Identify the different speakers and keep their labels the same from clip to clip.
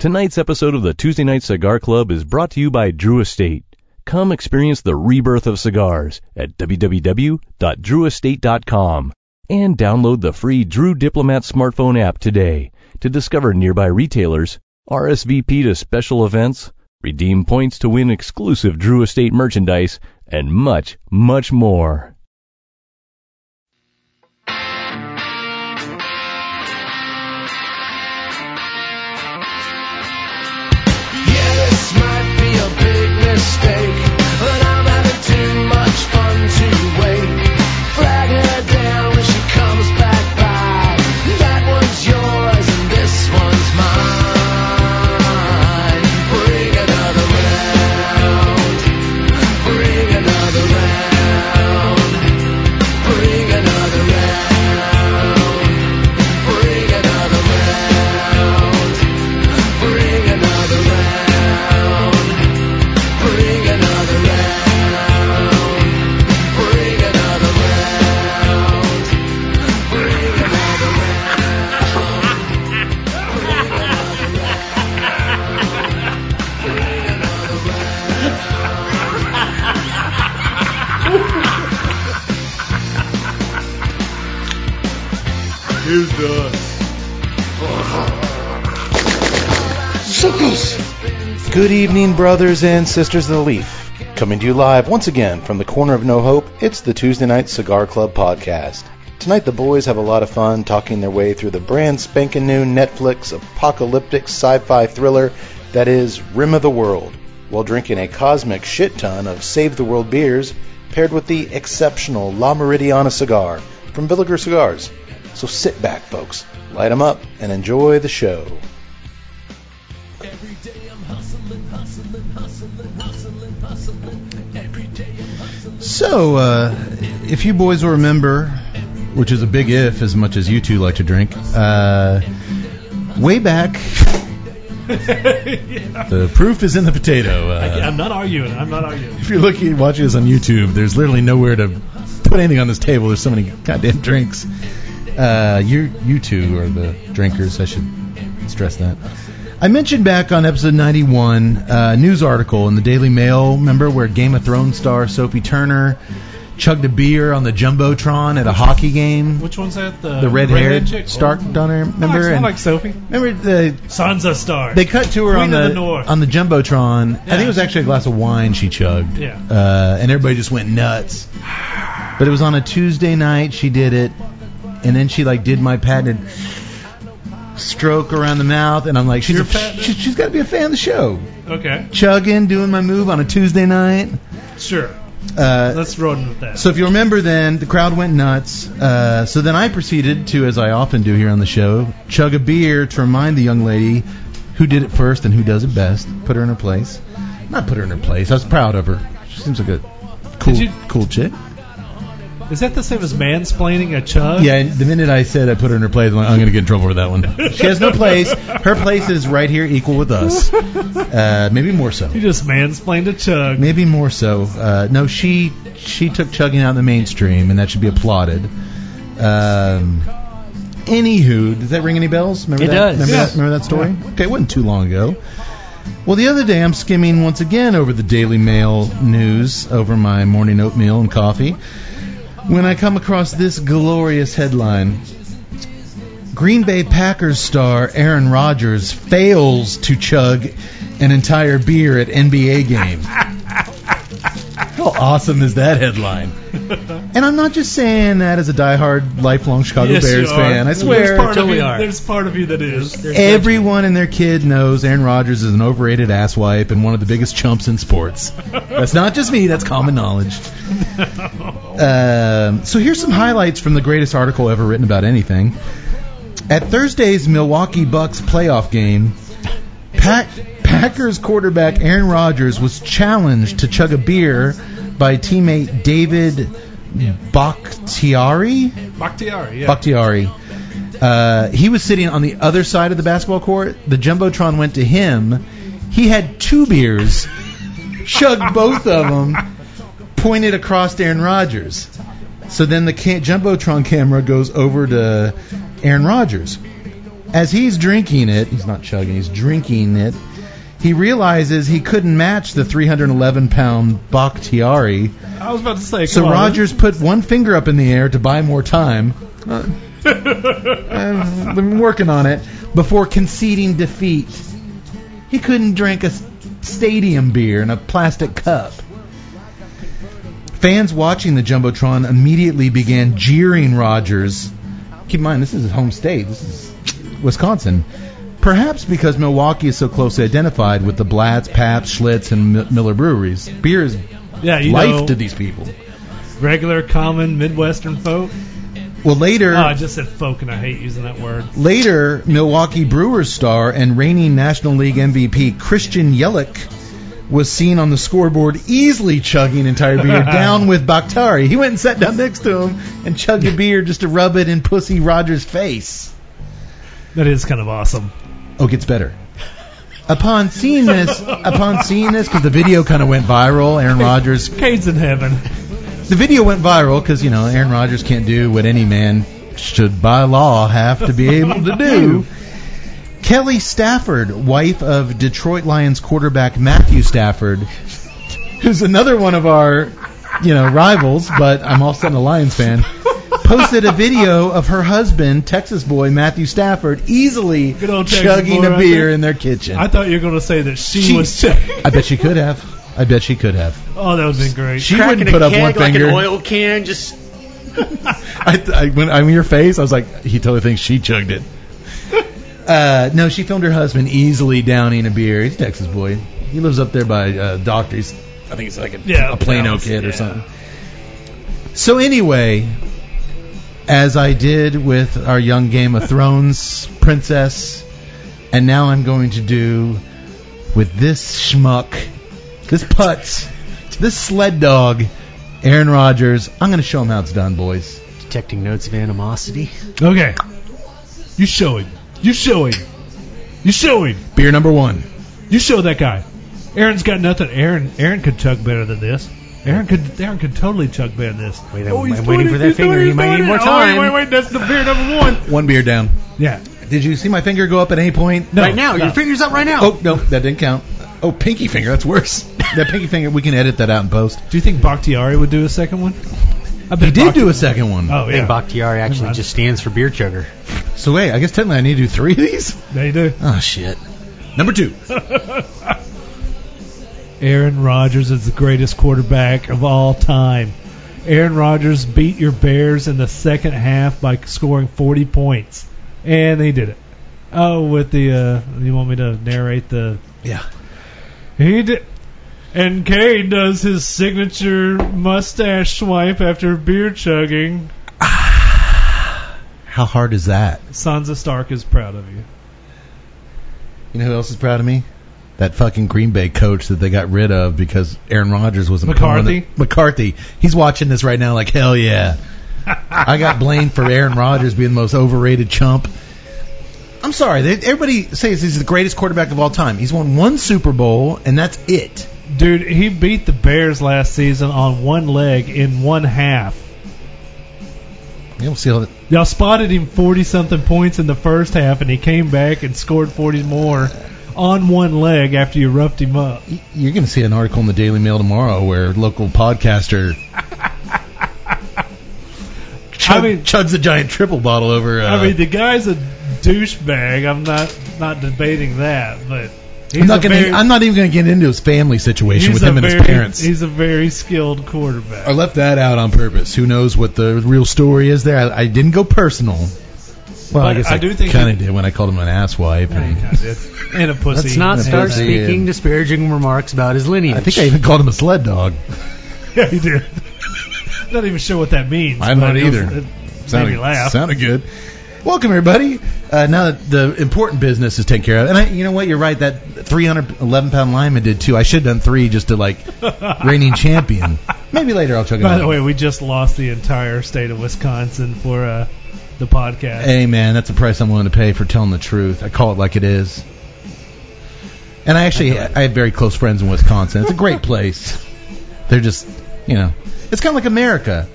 Speaker 1: Tonight's episode of the Tuesday Night Cigar Club is brought to you by Drew Estate. Come experience the rebirth of cigars at www.drewestate.com and download the free Drew Diplomat smartphone app today to discover nearby retailers, RSVP to special events, redeem points to win exclusive Drew Estate merchandise, and much, much more.
Speaker 2: Yeah, this might be a big mistake, but I'm having too much fun to wait. Flag her down when she comes back by. That one's yours and this one's mine. Bring another round. Bring another round. Bring another round. Bring another round. Bring another round. Bring another round. Bring another round. Bring another
Speaker 3: Good evening, brothers and sisters of the leaf. Coming to you live once again from the corner of No Hope, it's the Tuesday Night Cigar Club podcast. Tonight, the boys have a lot of fun talking their way through the brand spanking new Netflix apocalyptic sci fi thriller that is Rim of the World, while drinking a cosmic shit ton of Save the World beers paired with the exceptional La Meridiana cigar from Billiger Cigars. So sit back, folks, light 'em up, and enjoy the show.
Speaker 2: Every day I'm hustling, hustling, hustling, hustling, hustling. Every day I'm hustling.
Speaker 4: So, uh, if you boys will remember, which is a big if, as much as you two like to drink, uh, way back, the proof is in the potato.
Speaker 5: Yeah,
Speaker 4: Uh,
Speaker 5: I'm not arguing. I'm not arguing.
Speaker 4: if you're looking, watching this on YouTube, there's literally nowhere to put anything on this table. There's so many goddamn drinks. Uh, you, you two are the drinkers. I should stress that. I mentioned back on episode 91 uh, news article in the Daily Mail, remember, where Game of Thrones star Sophie Turner chugged a beer on the Jumbotron at a hockey game.
Speaker 5: Which one's that? The,
Speaker 4: the
Speaker 5: red-haired
Speaker 4: red-haired
Speaker 5: chick?
Speaker 4: Stark
Speaker 5: Oh.
Speaker 4: Dunner,
Speaker 5: I like-
Speaker 4: remember?
Speaker 5: I
Speaker 4: And-
Speaker 5: like Sophie.
Speaker 4: remember the
Speaker 5: Sansa Stark.
Speaker 4: they cut to her on
Speaker 5: Queen of
Speaker 4: the,
Speaker 5: the North.
Speaker 4: on the jumbotron. I think it was actually a glass of wine she chugged.
Speaker 5: Yeah.
Speaker 4: Uh, and everybody just went nuts. But it was on a Tuesday night. She did it, and then she like did my patented stroke around the mouth, and I'm like, she's
Speaker 5: Your
Speaker 4: a,
Speaker 5: patent?
Speaker 4: she, she's got to be a fan of the show.
Speaker 5: okay,
Speaker 4: Chugging, doing my move on a Tuesday night.
Speaker 5: sure.
Speaker 4: Uh,
Speaker 5: Let's run with that.
Speaker 4: so if you remember, then the crowd went nuts. Uh, so then I proceeded to, as I often do here on the show, chug a beer to remind the young lady who did it first and who does it best. Put her in her place. Not put her in her place. I was proud of her. She seems like a cool,
Speaker 5: Did you-
Speaker 4: cool chick.
Speaker 5: is that the same as mansplaining a chug?
Speaker 4: Yeah. And the minute I said I put her in her place, I'm, like, I'm going to get in trouble for that one. She has no place. Her place is right here, equal with us. Uh, maybe more so.
Speaker 5: You just mansplained a chug.
Speaker 4: Maybe more so. Uh, no, she she took chugging out in the mainstream, and that should be applauded. Um, anywho, does that ring any bells? Remember
Speaker 6: It
Speaker 4: that?
Speaker 6: does.
Speaker 4: Remember,
Speaker 5: Yes.
Speaker 4: that, remember that story? Okay, it wasn't too long ago. Well, the other day I'm skimming once again over the Daily Mail news over my morning oatmeal and coffee when I come across this glorious headline. Green Bay Packers star Aaron Rodgers fails to chug an entire beer at NBA game. How awesome is that headline? And I'm not just saying that as a diehard, lifelong Chicago
Speaker 5: Yes,
Speaker 4: Bears
Speaker 5: you are.
Speaker 4: fan. I swear,
Speaker 5: There's part, of
Speaker 6: totally
Speaker 5: you,
Speaker 6: are.
Speaker 5: there's part of you that is.
Speaker 4: everyone and their kid knows Aaron Rodgers is an overrated asswipe and one of the biggest chumps in sports. That's not just me. That's common knowledge. Um, so here's some highlights from the greatest article ever written about anything. At Thursday's Milwaukee Bucks playoff game, Pack, Packers quarterback Aaron Rodgers was challenged to chug a beer by teammate David Bakhtiari.
Speaker 5: Bakhtiari, yeah.
Speaker 4: Bakhtiari. Uh, he was sitting on the other side of the basketball court. The jumbotron went to him. He had two beers, chugged both of them, pointed across to Aaron Rodgers. So then the ca- jumbotron camera goes over to Aaron Rodgers. As he's drinking it, he's not chugging, he's drinking it, he realizes he couldn't match the 311 pound Bakhtiari.
Speaker 5: I was about to say.
Speaker 4: So
Speaker 5: come on.
Speaker 4: Rogers put one finger up in the air to buy more time. Uh, I've been working on it before conceding defeat. He couldn't drink a s- stadium beer in a plastic cup. Fans watching the jumbotron immediately began jeering Rogers. Keep in mind, this is his home state. This is Wisconsin. Perhaps because Milwaukee is so closely identified with the Blatz, Pabst, Schlitz, and Mi- Miller breweries, beer is
Speaker 5: Yeah, you
Speaker 4: life
Speaker 5: know,
Speaker 4: to these people.
Speaker 5: regular, common, Midwestern folk.
Speaker 4: Well, later,
Speaker 5: Oh, I just said folk, and I hate using that word.
Speaker 4: later, Milwaukee Brewers star and reigning National League MVP Christian Yelich was seen on the scoreboard easily chugging entire beer down with Bakhtari. He went and sat down next to him and chugged a beer just to rub it in Pussy Rogers' face.
Speaker 5: That is kind of awesome.
Speaker 4: Oh, it gets better. Upon seeing this, upon seeing this, because the video kind of went viral, Aaron Rodgers
Speaker 5: Cade's in heaven.
Speaker 4: The video went viral because you know Aaron Rodgers can't do what any man should by law have to be able to do. Kelly Stafford, wife of Detroit Lions quarterback Matthew Stafford, who's another one of our you know rivals, but I'm also a Lions fan, posted a video of her husband, Texas boy Matthew Stafford, easily
Speaker 5: Good old Texas
Speaker 4: chugging
Speaker 5: boy
Speaker 4: a
Speaker 5: right
Speaker 4: beer
Speaker 5: there.
Speaker 4: in their kitchen.
Speaker 5: I thought you were going to say that she,
Speaker 4: She-
Speaker 5: was checking.
Speaker 4: I bet she could have. I bet she could have.
Speaker 5: Oh, that would have been great.
Speaker 4: She
Speaker 6: Cracking
Speaker 4: wouldn't
Speaker 6: a
Speaker 4: put up
Speaker 6: keg
Speaker 4: one
Speaker 6: like
Speaker 4: finger.
Speaker 6: an oil can, just
Speaker 4: I, th- I when I'm in your face, I was like, he totally thinks she chugged it. uh, no, she filmed her husband easily downing a beer. He's a Texas boy. He lives up there by uh, Doctor. He's, I think he's like a,
Speaker 5: Yeah,
Speaker 4: a Plano
Speaker 5: Dallas,
Speaker 4: kid or
Speaker 5: yeah.
Speaker 4: something. So anyway, as I did with our young Game of Thrones princess, and now I'm going to do with this schmuck, this putz, this sled dog, Aaron Rodgers. I'm going to show him how it's done, boys.
Speaker 6: detecting notes of animosity.
Speaker 5: Okay. You show him. You show him. You show him.
Speaker 4: Beer number one.
Speaker 5: You show that guy. Aaron's got nothing. Aaron Aaron could chug better than this. Aaron could Aaron could totally chug better than this. Oh,
Speaker 6: Wait, I'm- I'm waiting for that finger. He might need more time.
Speaker 5: wait, wait, wait. That's the beer number one.
Speaker 4: One beer down.
Speaker 5: Yeah.
Speaker 4: Did you see my finger go up at any point?
Speaker 5: No,
Speaker 6: right now,
Speaker 5: no.
Speaker 6: your finger's up right now.
Speaker 4: Oh no, that didn't count. Oh, pinky finger. That's worse. that pinky finger. We can edit that out in post.
Speaker 5: Do you think Bakhtiari would do a second one? I bet
Speaker 4: He did
Speaker 5: Bakhti-
Speaker 4: do a second one.
Speaker 5: Oh
Speaker 6: I think
Speaker 5: yeah.
Speaker 6: Bakhtiari actually
Speaker 5: mind.
Speaker 6: just stands for beer chugger.
Speaker 4: So wait, I guess technically I need to do three of these.
Speaker 5: There you do.
Speaker 4: Oh shit. Number two.
Speaker 5: Aaron Rodgers is the greatest quarterback of all time. Aaron Rodgers beat your Bears in the second half by scoring 40 points, and he did it. Oh, with the uh, you want me to narrate the?
Speaker 4: Yeah.
Speaker 5: He did. And Kay does his signature mustache swipe after beer chugging.
Speaker 4: How hard is that?
Speaker 5: Sansa Stark is proud of you.
Speaker 4: You know who else is proud of me? That fucking Green Bay coach that they got rid of because Aaron Rodgers wasn't
Speaker 5: McCarthy?
Speaker 4: pulling it- McCarthy. He's watching this right now, like hell yeah. I got blamed for Aaron Rodgers being the most overrated chump. I'm sorry. They, everybody says he's the greatest quarterback of all time. He's won one Super Bowl, and that's it.
Speaker 5: Dude, he beat the Bears last season on one leg in one half.
Speaker 4: Yeah, we'll see how that.
Speaker 5: Y'all spotted him 40 something points in the first half, and he came back and scored 40 more on one leg after you roughed him up.
Speaker 4: You're going to see an article in the Daily Mail tomorrow where local podcaster chug,
Speaker 5: I mean-
Speaker 4: chugs a giant triple bottle over. Uh,
Speaker 5: I mean, the guy's a douchebag. I'm not not debating that, but he's
Speaker 4: I'm not
Speaker 5: a
Speaker 4: gonna.
Speaker 5: very,
Speaker 4: I'm not even gonna get into his family situation
Speaker 5: he's
Speaker 4: with
Speaker 5: a
Speaker 4: him and his
Speaker 5: very-
Speaker 4: parents.
Speaker 5: He's a very skilled quarterback.
Speaker 4: I left that out on purpose. Who knows what the real story is there? I, I didn't go personal. Well, I
Speaker 5: But
Speaker 4: guess
Speaker 5: I
Speaker 4: I,
Speaker 5: do think
Speaker 4: kind of
Speaker 5: he-
Speaker 4: did when I called him an asswipe.
Speaker 5: Yeah, he
Speaker 4: And
Speaker 5: kinda did. and a pussy.
Speaker 6: Let's not
Speaker 4: Yeah,
Speaker 6: start
Speaker 4: pussy,
Speaker 6: speaking
Speaker 4: yeah.
Speaker 6: disparaging remarks about his lineage.
Speaker 4: I think I even called him a sled dog.
Speaker 5: Yeah, he did. not even sure what that means.
Speaker 4: I'm
Speaker 5: but
Speaker 4: not
Speaker 5: it was-
Speaker 4: either.
Speaker 5: it
Speaker 4: Sounded,
Speaker 5: made me laugh.
Speaker 4: sounded good. Welcome everybody. Uh, now that the important business is taken care of, and I, you know what, you're right. That 311 pound lineman did too. I should have done three just to like reigning champion. Maybe later I'll check it out.
Speaker 5: By the way, we just lost the entire state of Wisconsin for uh, the podcast.
Speaker 4: Hey man, that's the price I'm willing to pay for telling the truth. I call it like it is. And I actually I have very close friends in Wisconsin. It's a great place. They're just, you know, it's kind of like America.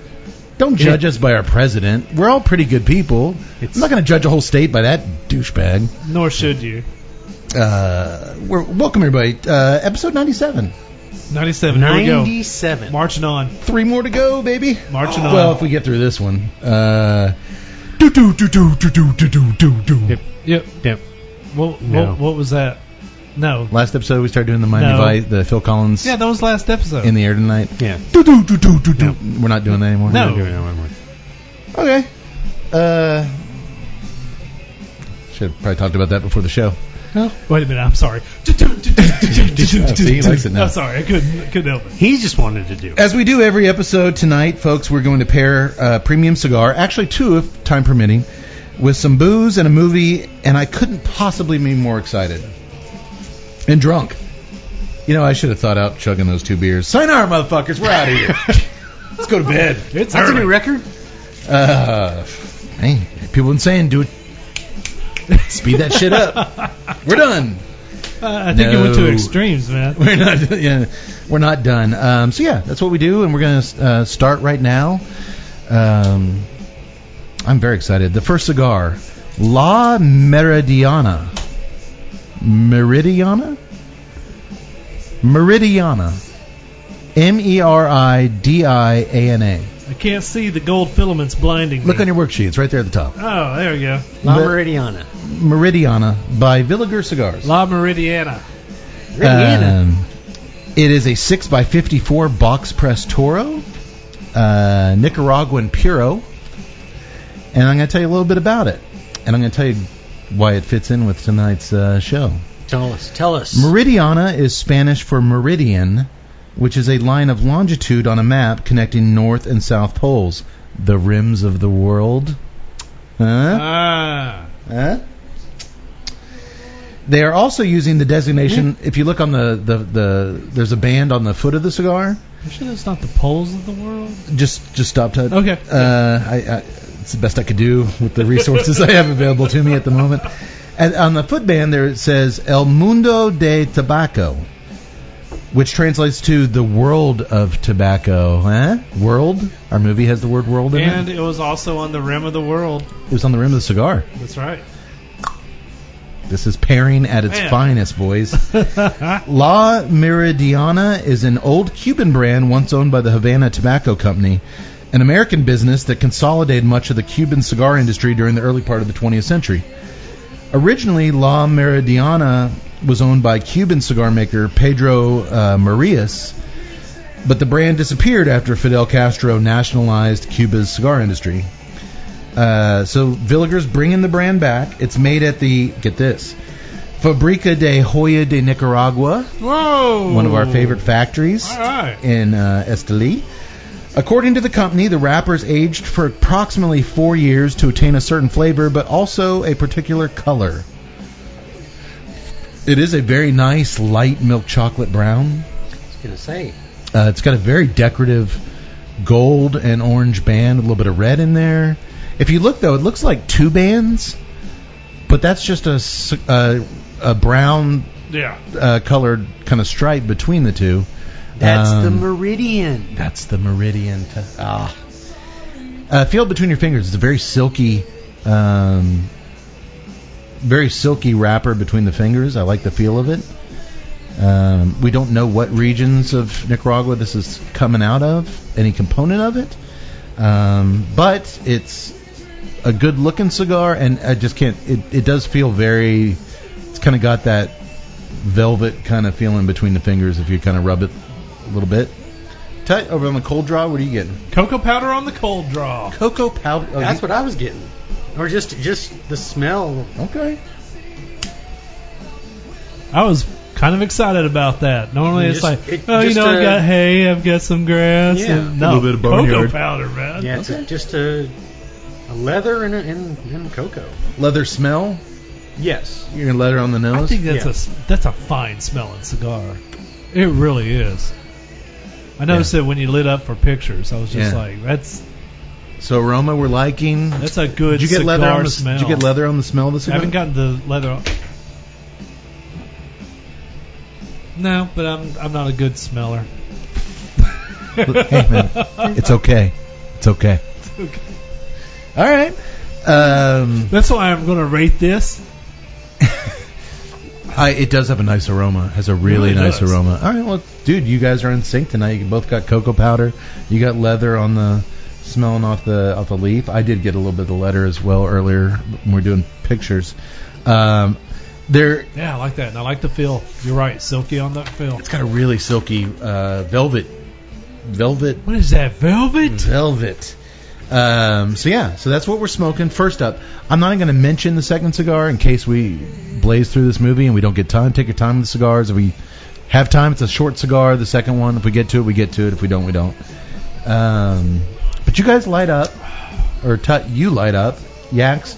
Speaker 4: Don't judge us by our president. We're all pretty good people. I'm not going to judge a whole state by that douchebag.
Speaker 5: Nor should you.
Speaker 4: Uh, we're, welcome, everybody. Uh, episode 97.
Speaker 5: 97. Here we go.
Speaker 6: 97.
Speaker 5: Marching on.
Speaker 4: Three more to go, baby.
Speaker 5: Marching on.
Speaker 4: Well, if we get through this one. Uh, do, do, do, do, do, do, do, do, do, do.
Speaker 5: Yep. Yep. What,
Speaker 6: No.
Speaker 5: what, what was that? No.
Speaker 4: Last episode, we started doing the Miami
Speaker 5: No.
Speaker 4: Vice, the Phil Collins
Speaker 5: Yeah, that was last episode.
Speaker 4: in the air tonight.
Speaker 6: Yeah.
Speaker 4: Do, do, do, do, do, do. We're not doing that anymore.
Speaker 5: No.
Speaker 6: Doing that one more.
Speaker 4: Okay. Uh, should have probably talked about that before the show.
Speaker 5: Wait a minute. I'm sorry.
Speaker 4: see, he likes it now.
Speaker 5: I'm sorry. I couldn't, I couldn't help it.
Speaker 6: He just wanted to do it.
Speaker 4: As we do every episode tonight, folks, we're going to pair a premium cigar, actually two if time permitting, with some booze and a movie, and I couldn't possibly be more excited. And drunk. You know, I should have thought out chugging those two beers. Sign our motherfuckers, we're out of here. Let's go to bed.
Speaker 5: It's
Speaker 6: That's a
Speaker 5: early.
Speaker 6: new record.
Speaker 4: Uh, hey, people been saying do it. Speed that shit up. We're done.
Speaker 5: Uh, I think you went to
Speaker 4: No.
Speaker 5: extremes, man.
Speaker 4: We're not. Yeah, we're not done. Um, so yeah, that's what we do, and we're gonna uh, start right now. Um, I'm very excited. The first cigar, La Meridiana. Meridiana. Meridiana. M e r i d i a n a.
Speaker 5: I can't see the gold filaments blinding me.
Speaker 4: Look on your worksheet. It's right there at the top.
Speaker 5: Oh, there we go.
Speaker 6: La
Speaker 4: Mer-
Speaker 6: Meridiana.
Speaker 4: Meridiana by Villager Cigars.
Speaker 5: La Meridiana.
Speaker 6: Meridiana.
Speaker 4: Um, it is a 6 by 54 box press Toro, uh, Nicaraguan Puro. And I'm going to tell you a little bit about it. And I'm going to tell you why it fits in with tonight's uh, show.
Speaker 6: tell us. Tell us.
Speaker 4: Meridiana is Spanish for meridian, which is a line of longitude on a map connecting North and South Poles, the rims of the world. Huh?
Speaker 5: Ah.
Speaker 4: Huh? They are also using the designation.
Speaker 5: Hmm.
Speaker 4: If you look on the, the, the there's a band on the foot of the cigar.
Speaker 5: I'm sure that's not the poles of the world.
Speaker 4: Just just stop to
Speaker 5: Okay.
Speaker 4: Uh, I, I, it's the best I could do with the resources I have available to me at the moment. And on the foot band there it says El Mundo de Tabaco, which translates to the world of tobacco. Huh? World. Our movie has the word world in
Speaker 5: And
Speaker 4: it.
Speaker 5: it was also on the rim of the world.
Speaker 4: It was on the rim of the cigar.
Speaker 5: That's right.
Speaker 4: This is pairing at its
Speaker 5: Man.
Speaker 4: finest, boys. La Meridiana is an old Cuban brand once owned by the Havana Tobacco Company, an American business that consolidated much of the Cuban cigar industry during the early part of the 20th century. Originally, La Meridiana was owned by Cuban cigar maker Pedro uh, Marias, but the brand disappeared after Fidel Castro nationalized Cuba's cigar industry. Uh, so Villager's bringing the brand back. It's made at the get this Fabrica de Hoya de Nicaragua,
Speaker 5: Whoa.
Speaker 4: one of our favorite factories
Speaker 5: All right.
Speaker 4: in uh, Esteli. According to the company, the wrappers aged for approximately four years to attain a certain flavor, but also a particular color. It is a very nice light milk chocolate brown.
Speaker 6: I was gonna say.
Speaker 4: Uh, it's got a very decorative gold and orange band, a little bit of red in there. If you look though, it looks like two bands, but that's just a s- a, a brown
Speaker 5: Yeah.
Speaker 4: uh, colored kind of stripe between the two.
Speaker 6: That's the
Speaker 4: Um,
Speaker 6: meridian.
Speaker 4: That's the meridian. T- ah. Uh, feel it between your fingers. It's a very silky, um, very silky wrapper between the fingers. I like the feel of it. Um, we don't know what regions of Nicaragua this is coming out of, any component of it, um, but it's a good looking cigar, and I just can't. It, it does feel very. It's kind of got that velvet kind of feeling between the fingers if you kind of rub it a little bit. Tight over on the cold draw. What are you getting?
Speaker 5: Cocoa powder on the cold draw.
Speaker 4: Cocoa powder. Oh,
Speaker 6: That's
Speaker 4: you-
Speaker 6: what I was getting. Or just just the smell.
Speaker 4: Okay.
Speaker 5: I was kind of excited about that. Normally it's like,
Speaker 6: Just- it-
Speaker 5: oh, you
Speaker 6: just,
Speaker 5: know, I've
Speaker 6: uh,
Speaker 5: got hay, I've got some grass,
Speaker 6: Yeah.
Speaker 5: and no,
Speaker 4: A little bit of
Speaker 5: cocoa
Speaker 4: boneyard.
Speaker 5: powder, man.
Speaker 6: Yeah, it's a- just a, a leather and, a, and and cocoa.
Speaker 4: Leather smell.
Speaker 6: Yes.
Speaker 4: You're gonna leather on the
Speaker 5: I
Speaker 4: nose.
Speaker 5: think that's
Speaker 6: Yeah.
Speaker 5: a s a that's a fine smelling cigar. It really is. I noticed it when you lit up for pictures. I was just
Speaker 4: Yeah.
Speaker 5: like, that's
Speaker 4: so aroma we're liking.
Speaker 5: that's a good
Speaker 4: did you get
Speaker 5: cigar
Speaker 4: leather on the
Speaker 5: smell.
Speaker 4: Did you get leather on the smell of the
Speaker 5: I
Speaker 4: cigar?
Speaker 5: haven't gotten the leather. on- No, but I'm I'm not a good smeller.
Speaker 4: Hey man, it's okay. It's okay. All right. Um,
Speaker 5: That's why I'm going to rate this.
Speaker 4: I, it does have a nice aroma. Has a really,
Speaker 5: Really
Speaker 4: nice
Speaker 5: does.
Speaker 4: aroma. All right, well, dude, you guys are in sync tonight. You both got cocoa powder. You got leather on the smelling off the off the leaf. I did get a little bit of the leather as well earlier when we were doing pictures. Um, there,
Speaker 5: Yeah, I like that. And I like the feel. You're right. Silky on that feel.
Speaker 4: it's got a really silky uh, velvet, velvet
Speaker 5: What is that? Velvet?
Speaker 4: Velvet. Um, so yeah, so that's what we're smoking. First up, I'm not going to mention the second cigar in case we blaze through this movie and we don't get time. Take your time with the cigars. If we have time, it's a short cigar. The second one, if we get to it, we get to it. If we don't, we don't. Um, but you guys light up, or Tut, you light up, Yaks.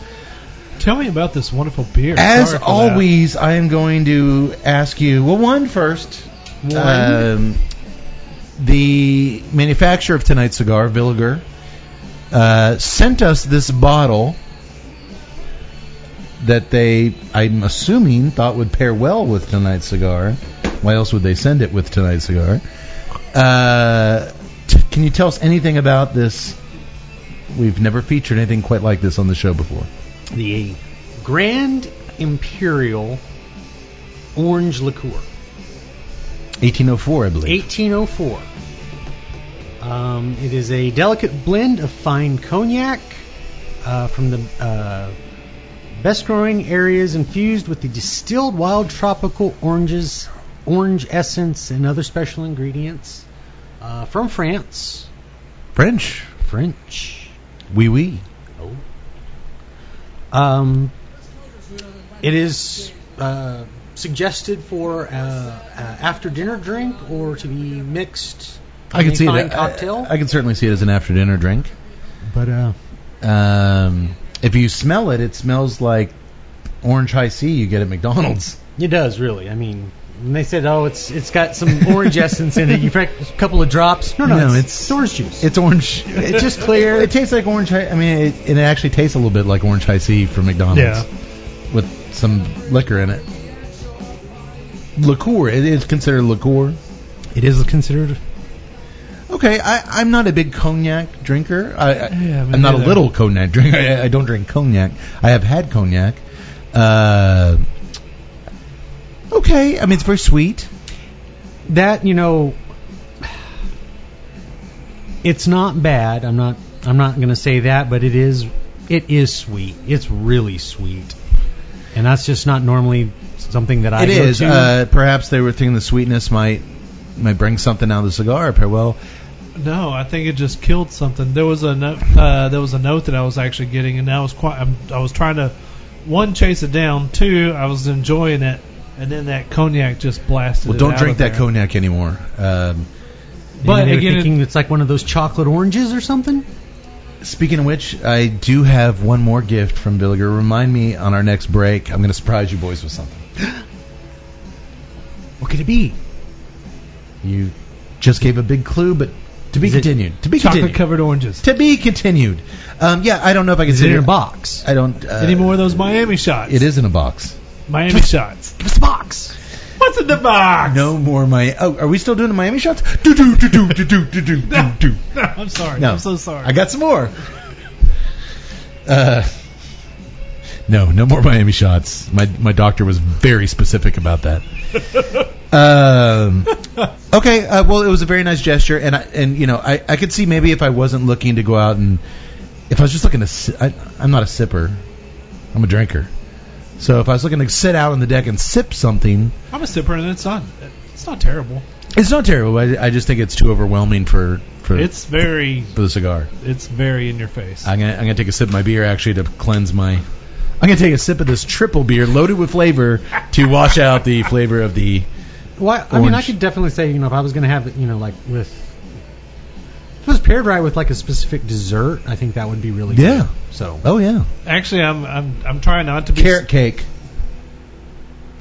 Speaker 5: Tell me about this wonderful beer.
Speaker 4: As
Speaker 5: Sorry for that.
Speaker 4: always, I am going to ask you. Well, one first. Um, the manufacturer of tonight's cigar, Villiger, uh, sent us this bottle that they, I'm assuming, thought would pair well with tonight's cigar. Why else would they send it with tonight's cigar? Uh, t- can you tell us anything about this? We've never featured anything quite like this on the show before.
Speaker 6: the Grand Imperial Orange Liqueur.
Speaker 4: 1804, I believe.
Speaker 6: 1804. Um, it is a delicate blend of fine cognac uh, from the uh, best growing areas infused with the distilled wild tropical oranges, orange essence, and other special ingredients uh, from France.
Speaker 4: French.
Speaker 6: French.
Speaker 4: Wee wee.
Speaker 6: Oh. Um, it is uh, suggested for uh, uh, after dinner drink or to be mixed.
Speaker 4: I can
Speaker 6: in a
Speaker 4: see
Speaker 6: fine
Speaker 4: it.
Speaker 6: Cocktail.
Speaker 4: I, I can certainly see it as an after dinner drink.
Speaker 6: but uh,
Speaker 4: Um, if you smell it, it smells like orange high C you get at McDonald's.
Speaker 6: it does really. I mean, when they said, "Oh, it's it's got some orange essence in it," you a couple of drops. No, no,
Speaker 4: No,
Speaker 6: it's,
Speaker 4: it's-
Speaker 6: it's orange juice.
Speaker 4: It's orange.
Speaker 6: It's just clear.
Speaker 4: It tastes like orange. High, I mean, it, it actually tastes a little bit like orange high C from McDonald's.
Speaker 5: Yeah.
Speaker 4: With some liquor in it. Liqueur. It is considered liqueur.
Speaker 6: it is considered.
Speaker 4: Okay, I, I'm not a big cognac drinker. I, I,
Speaker 5: Yeah, me
Speaker 4: I'm not a
Speaker 5: neither.
Speaker 4: little cognac drinker. I, I don't drink cognac. I have had cognac. Uh, okay, I mean it's very sweet.
Speaker 6: That you know, it's not bad. I'm not. I'm not going to say that, but it is. It is sweet. It's really sweet, and that's just not normally something that I.
Speaker 4: It
Speaker 6: go
Speaker 4: is.
Speaker 6: to.
Speaker 4: Uh, perhaps they were thinking the sweetness might might bring something out of the cigar. But well,
Speaker 5: No, I think it just killed something. There was a note, uh, there was a note that I was actually getting, and I was quite. I'm, I was trying to one chase it down, two I was enjoying it, and then that cognac just blasted.
Speaker 4: well,
Speaker 5: it
Speaker 4: don't
Speaker 5: out
Speaker 4: drink
Speaker 5: of
Speaker 4: that
Speaker 5: there.
Speaker 4: cognac anymore. Um,
Speaker 5: But
Speaker 6: Maybe they were
Speaker 5: again, it-
Speaker 6: thinking it's like one of those chocolate oranges or something.
Speaker 4: Speaking of which, I do have one more gift from Villiger. Remind me on our next break. I'm going to surprise you boys with something.
Speaker 6: What could it be?
Speaker 4: You just gave a big clue, but to be
Speaker 6: Is it
Speaker 4: continued. To be
Speaker 5: chocolate
Speaker 4: continued.
Speaker 5: covered oranges.
Speaker 4: To be continued. Um, yeah, I don't know if I can
Speaker 6: Is
Speaker 4: say
Speaker 6: it in a box?
Speaker 4: I don't. Uh,
Speaker 5: Any more of those Miami shots?
Speaker 4: It is in a box.
Speaker 5: Miami shots.
Speaker 6: Give us a box.
Speaker 5: What's in the box?
Speaker 4: No more Miami. Oh, are we still doing the Miami shots? Do do do do do do do do do do.
Speaker 5: No, I'm sorry.
Speaker 4: No.
Speaker 5: I'm so sorry.
Speaker 4: I got some more. Uh, no, no more Miami shots. My my doctor was very specific about that. um, okay, uh, well, it was a very nice gesture, and I, and you know, I, I could see maybe if I wasn't looking to go out and if I was just looking to, si- I, I'm not a sipper, I'm a drinker. So if I was looking to sit out on the deck and sip something,
Speaker 5: I'm a sipper, and it's not. It's not terrible.
Speaker 4: it's not terrible. I, I just think it's too overwhelming for for
Speaker 5: It's very.
Speaker 4: for the cigar.
Speaker 5: It's very in your face.
Speaker 4: I'm gonna I'm gonna take a sip of my beer actually to cleanse my. I'm gonna take a sip of this triple beer loaded with flavor to wash out the flavor of the.
Speaker 6: Well, I mean, I
Speaker 4: Orange.
Speaker 6: could definitely say, you know, if I was going to have it, you know, like with. If it was paired right with like a specific dessert, I think that would be really
Speaker 4: Yeah.
Speaker 6: good. So.
Speaker 4: Oh yeah,
Speaker 5: Actually, I'm. I'm. I'm trying not to be.
Speaker 4: carrot cake.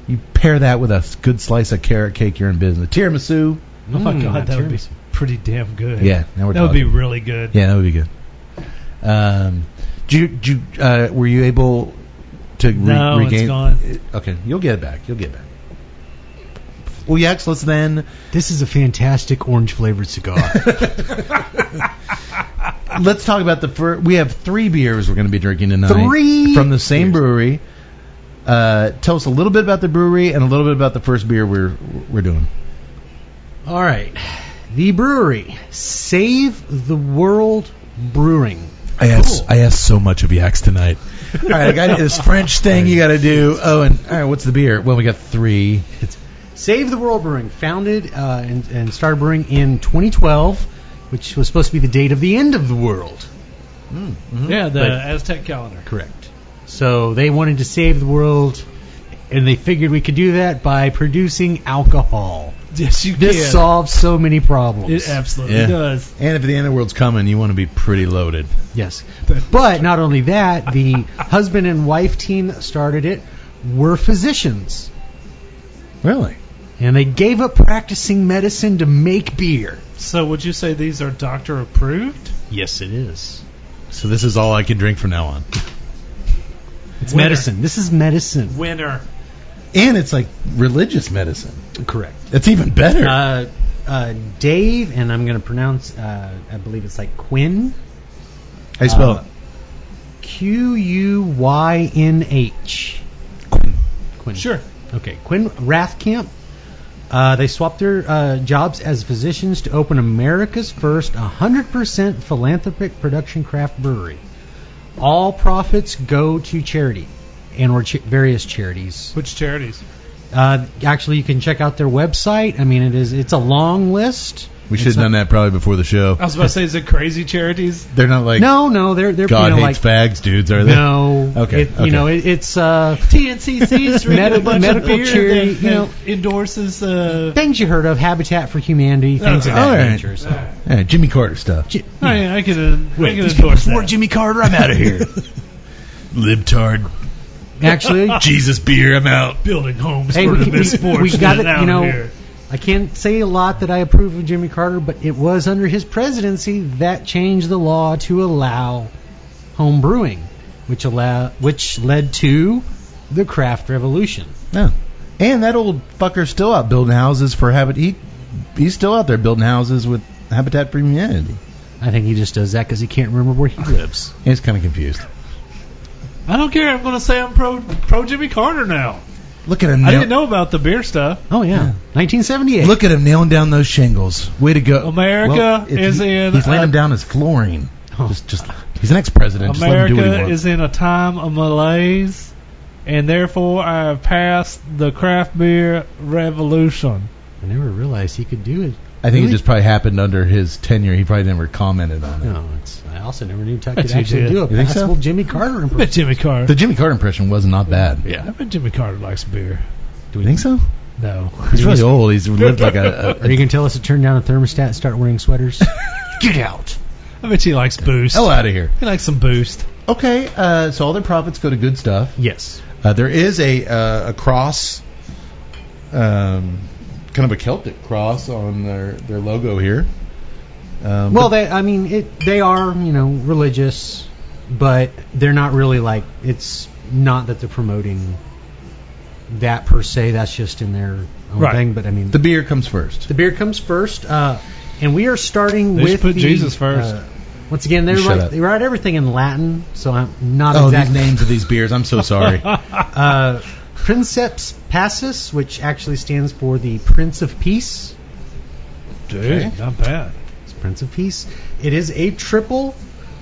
Speaker 4: You pair that with a s- good slice of carrot cake, you're in business. Tiramisu.
Speaker 5: Oh my
Speaker 6: Mm,
Speaker 5: god, that would be
Speaker 6: tiramisu.
Speaker 5: pretty damn good.
Speaker 4: Yeah, now we're
Speaker 5: that would be
Speaker 4: talking.
Speaker 5: really good.
Speaker 4: Yeah, that would be good. Um, do you, do you, uh, were you able to re-
Speaker 5: No, it's
Speaker 4: regain?
Speaker 5: gone.
Speaker 4: Okay, you'll get it back. You'll get it back. Well, yes. Let's then
Speaker 6: This is a fantastic orange flavored cigar.
Speaker 4: let's talk about the first. We have three beers we're going to be drinking tonight.
Speaker 6: Three
Speaker 4: from the same brewery. Uh, tell us a little bit about the brewery and a little bit about the first beer we're we're doing.
Speaker 6: All right. The brewery, Save the World Brewing.
Speaker 7: I asked, I asked so much of Yax tonight.
Speaker 4: All right, I got this French thing you got to do. Oh, and all right, what's the beer? Well, we got three.
Speaker 6: Save the World Brewing, founded uh, and, and started brewing in 2012, which was supposed to be the date of the end of the world.
Speaker 5: Mm-hmm. Yeah, the
Speaker 6: But-
Speaker 5: Aztec calendar.
Speaker 6: Correct. So they wanted to save the world, and they figured we could do that by producing alcohol.
Speaker 5: Yes, you
Speaker 6: This
Speaker 5: can.
Speaker 6: solves so many problems.
Speaker 5: It absolutely
Speaker 4: Yeah.
Speaker 5: does.
Speaker 4: And if the end of the world's coming, you want to be pretty loaded.
Speaker 6: Yes. But not only that, the husband and wife team that started it were physicians.
Speaker 4: Really?
Speaker 6: And they gave up practicing medicine to make beer.
Speaker 5: So would you say these are doctor approved?
Speaker 6: Yes, it is.
Speaker 4: So this is all I can drink from now on.
Speaker 6: It's
Speaker 5: Winner.
Speaker 6: medicine. This is medicine.
Speaker 5: Winner.
Speaker 4: And it's like religious medicine.
Speaker 6: Correct.
Speaker 4: It's even better.
Speaker 6: Uh, uh, Dave, and I'm going to pronounce, uh, I believe it's like Quinn.
Speaker 4: How you spell
Speaker 6: uh, Q U Y N H. Quinn.
Speaker 5: Sure.
Speaker 6: Okay. Quinn Rathkamp. Uh, they swapped their uh, jobs as physicians to open America's first 100% philanthropic production craft brewery. All profits go to charity and or ch- various charities.
Speaker 5: Which charities?
Speaker 6: Uh, actually, you can check out their website. I mean, it is it's a long list.
Speaker 4: We should have done that probably before the show.
Speaker 5: I was about to say, is it crazy charities?
Speaker 4: They're not like
Speaker 6: No, no, they're they're
Speaker 4: God
Speaker 6: you know, like
Speaker 4: hates fags, dudes, are they?
Speaker 6: No.
Speaker 4: Okay,
Speaker 6: It,
Speaker 4: okay.
Speaker 6: You know, it, it's uh,
Speaker 5: TNCC's drinking
Speaker 6: Medical-
Speaker 5: a bunch
Speaker 6: medical
Speaker 5: of beer
Speaker 6: charity,
Speaker 5: that,
Speaker 6: you know.
Speaker 5: that endorses. Uh,
Speaker 6: things you heard of, Habitat for Humanity, things of
Speaker 5: Okay.
Speaker 6: that
Speaker 4: Oh, All right.
Speaker 6: nature. So.
Speaker 4: Yeah, Jimmy Carter stuff.
Speaker 6: J-
Speaker 5: I, mean, I could, uh, I could
Speaker 4: these
Speaker 5: endorse
Speaker 4: people-
Speaker 5: that.
Speaker 4: Jimmy Carter, I'm out of here. Libtard,
Speaker 6: Actually,
Speaker 4: Jesus beer, I'm out.
Speaker 5: building homes
Speaker 6: hey,
Speaker 5: for
Speaker 6: we,
Speaker 5: the
Speaker 6: we,
Speaker 5: misfortunate
Speaker 6: we got it.
Speaker 5: out
Speaker 6: You know,
Speaker 5: here.
Speaker 6: I can't say a lot that I approve of Jimmy Carter, but it was under his presidency that changed the law to allow home brewing, which allow which led to the craft revolution.
Speaker 4: Yeah. And that old fucker's still out building houses for Habit. He, he's still out there building houses with Habitat for Humanity.
Speaker 6: I think he just does that because he can't remember where he lives.
Speaker 4: He's kind of confused.
Speaker 5: I don't care. I'm going to say I'm pro pro Jimmy Carter now.
Speaker 4: Look at him.
Speaker 5: I
Speaker 4: nail-
Speaker 5: didn't know about the beer stuff.
Speaker 6: Oh yeah, 1978.
Speaker 4: Look at him nailing down those shingles. Way to go.
Speaker 5: America
Speaker 4: Well, if
Speaker 5: is
Speaker 4: he-
Speaker 5: in
Speaker 4: He's laying
Speaker 5: a-
Speaker 4: them down as flooring.
Speaker 6: Oh.
Speaker 4: Just, just. He's an ex-president. Just let him do what he
Speaker 5: America
Speaker 4: wants.
Speaker 5: is in a time of malaise, and therefore I have passed the craft beer revolution.
Speaker 6: I never realized he could do it.
Speaker 4: I think
Speaker 6: Really?
Speaker 4: it just probably happened under his tenure. He probably never commented on it.
Speaker 6: No, it's. I also never knew Tuck could
Speaker 5: Bet you
Speaker 6: actually
Speaker 5: did.
Speaker 6: do a
Speaker 4: You think so?
Speaker 6: passable Jimmy Carter
Speaker 5: I bet
Speaker 6: impression.
Speaker 5: Jimmy Carter.
Speaker 4: The Jimmy Carter impression was not bad.
Speaker 5: I bet Jimmy Carter likes beer.
Speaker 4: Do we think so?
Speaker 5: No.
Speaker 4: He's really old. He's lived like a.
Speaker 6: Are you going to tell us to turn down the thermostat and start wearing sweaters? Get out.
Speaker 5: I bet he likes boost.
Speaker 4: hell out of here.
Speaker 5: He likes some boost.
Speaker 4: Okay, uh, so all their profits go to good stuff.
Speaker 6: Yes.
Speaker 4: Uh, there is a uh, a cross, um, kind of a Celtic cross on their their logo here. Um,
Speaker 6: Well,
Speaker 4: but-
Speaker 6: they. I mean, it. They are, you know, religious, but they're not really like. It's not that they're promoting that per se. That's just in their own
Speaker 5: Right.
Speaker 6: thing. But I mean,
Speaker 4: the
Speaker 6: the,
Speaker 4: beer comes first.
Speaker 6: beer comes first, uh, and we are starting
Speaker 5: They
Speaker 6: with
Speaker 5: should put
Speaker 6: the,
Speaker 5: Jesus first.
Speaker 6: uh, once again, they're
Speaker 4: You shut
Speaker 6: like,
Speaker 4: up.
Speaker 6: they write everything in Latin, so I'm not
Speaker 4: Oh, these
Speaker 6: exactly
Speaker 4: names of these beers. I'm so sorry.
Speaker 6: Uh, Princeps Passus, which actually stands for the Prince of Peace.
Speaker 5: Dude, not bad.
Speaker 6: It's Prince of Peace. It is a triple,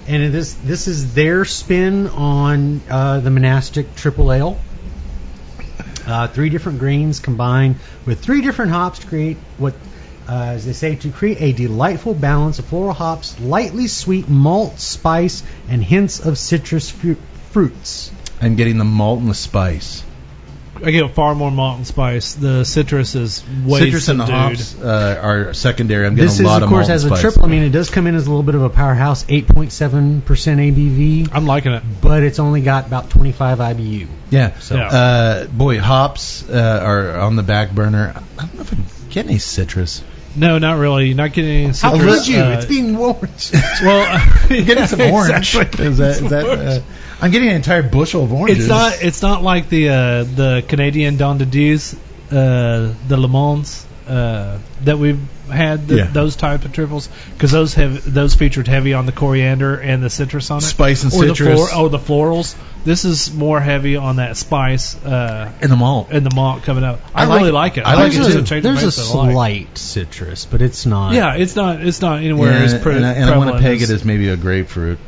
Speaker 6: and it is this is their spin on uh, the monastic triple ale. Uh, three different grains combined with three different hops to create what, uh, as they say, to create a delightful balance of floral hops, lightly sweet malt, spice, and hints of citrus fu- fruits.
Speaker 4: I'm getting the malt and the spice.
Speaker 5: I get far more malt and spice. The citrus is way
Speaker 4: Citrus and
Speaker 5: subdued.
Speaker 4: the hops uh, are secondary. I'm getting
Speaker 6: This
Speaker 4: a
Speaker 6: is,
Speaker 4: lot
Speaker 6: of
Speaker 4: of
Speaker 6: course,
Speaker 4: malt
Speaker 6: as
Speaker 4: and
Speaker 6: a
Speaker 4: spice.
Speaker 6: triple. I mean, it does come in as a little bit of a powerhouse, 8.7% ABV,
Speaker 5: I'm liking it.
Speaker 6: but it's only got about 25 IBU.
Speaker 4: Yeah.
Speaker 6: So-
Speaker 5: Yeah.
Speaker 4: Uh, boy, hops uh, are on the back burner. I don't know if I'm getting any citrus.
Speaker 5: No, not really. You're not getting any citrus.
Speaker 6: How could you?
Speaker 5: Uh,
Speaker 6: it's being warped.
Speaker 5: well,
Speaker 4: I'm getting some
Speaker 5: Yeah,
Speaker 4: orange.
Speaker 5: exactly.
Speaker 4: Is that, is that, uh,
Speaker 5: Orange.
Speaker 4: I'm getting an entire bushel of oranges.
Speaker 5: It's not. It's not like the uh, the Canadian Don de Deuce, uh, the Le Mans. uh, that we've had th-
Speaker 7: Yeah.
Speaker 5: those type of triples because those have those featured heavy on the coriander and the citrus on it,
Speaker 4: Spice and
Speaker 5: or
Speaker 4: citrus.
Speaker 5: The flor- oh, the florals. This is more heavy on that spice uh,
Speaker 7: in the mall.
Speaker 5: and the malt coming up. I,
Speaker 6: like
Speaker 5: really
Speaker 6: it.
Speaker 5: like it.
Speaker 4: I like it
Speaker 5: There's
Speaker 4: too.
Speaker 5: a change of
Speaker 6: There's a
Speaker 5: pace that I like.
Speaker 6: slight citrus, but it's not.
Speaker 5: Yeah, it's not. It's not anywhere
Speaker 4: and,
Speaker 5: as pre-
Speaker 4: and I, and I
Speaker 5: prevalent.
Speaker 4: want to peg it
Speaker 5: as-
Speaker 4: as maybe a grapefruit,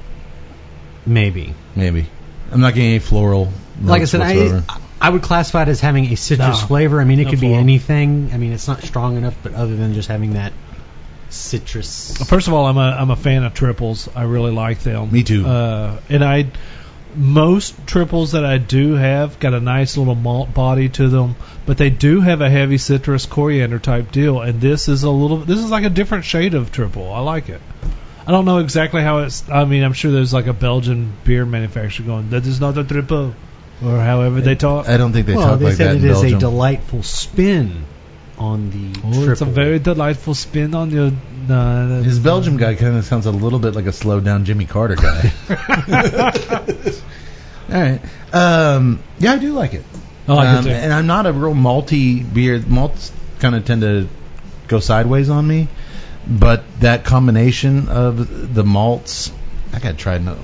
Speaker 6: maybe.
Speaker 4: maybe. I'm not getting any floral.
Speaker 6: like I
Speaker 4: notes
Speaker 6: said, I,
Speaker 4: whatsoever.
Speaker 6: I would classify it as having a citrus
Speaker 5: No.
Speaker 6: flavor. I mean, it
Speaker 5: No
Speaker 6: could be
Speaker 5: floral.
Speaker 6: anything. I mean, it's not strong enough, but other than just having that citrus.
Speaker 5: First of all, I'm a I'm a fan of triples. I really like them.
Speaker 4: Me too.
Speaker 5: Uh, and I most triples that I do have got a nice little malt body to them, but they do have a heavy citrus coriander type deal. And this is a little. This is like a different shade of triple. I like it. I don't know exactly how it's. I mean, I'm sure there's like a Belgian beer manufacturer going that is not a triple, or however they talk.
Speaker 4: I don't think they
Speaker 6: well,
Speaker 4: talk
Speaker 6: they
Speaker 4: like that
Speaker 6: said
Speaker 4: in
Speaker 6: it is
Speaker 4: Belgium.
Speaker 6: a delightful spin on the
Speaker 5: Oh, it's a
Speaker 6: triple.
Speaker 5: very delightful spin on your. Uh,
Speaker 4: His Belgium guy kind of sounds a little bit like a slowed down Jimmy Carter guy. All right. Um, yeah, I do like it.
Speaker 5: I like it
Speaker 4: Um,
Speaker 5: too.
Speaker 4: And I'm not a real malty beer. Malts kind of tend to go sideways on me, but that combination of the malts, I gotta try no.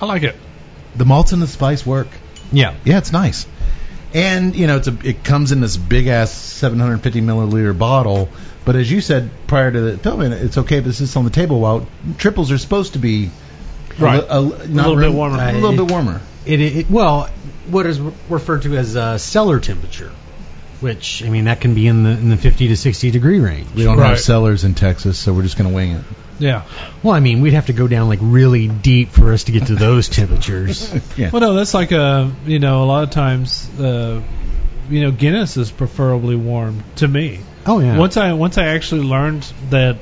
Speaker 5: I like it.
Speaker 4: The malts and the spice work.
Speaker 6: Yeah.
Speaker 4: Yeah, it's nice. And you know, it's a it comes in this big ass 750 milliliter bottle. But as you said prior to the filming, it's okay if this is on the table. While triples are supposed to be
Speaker 5: Right.
Speaker 4: a, li- not
Speaker 5: little bit
Speaker 4: real-
Speaker 5: warmer.
Speaker 4: a little bit warmer.
Speaker 6: It, it well, what is referred to as uh, cellar temperature, which I mean that can be in the in the 50 to 60 degree range.
Speaker 4: We don't
Speaker 5: Right.
Speaker 4: have cellars in Texas, so we're just gonna wing it.
Speaker 5: Yeah.
Speaker 6: Well, I mean we'd have to go down like really deep for us to get to those temperatures.
Speaker 5: Well, no, that's like a you know a lot of times uh, you know Guinness is preferably warm to me.
Speaker 6: oh yeah.
Speaker 5: Once I once I actually learned that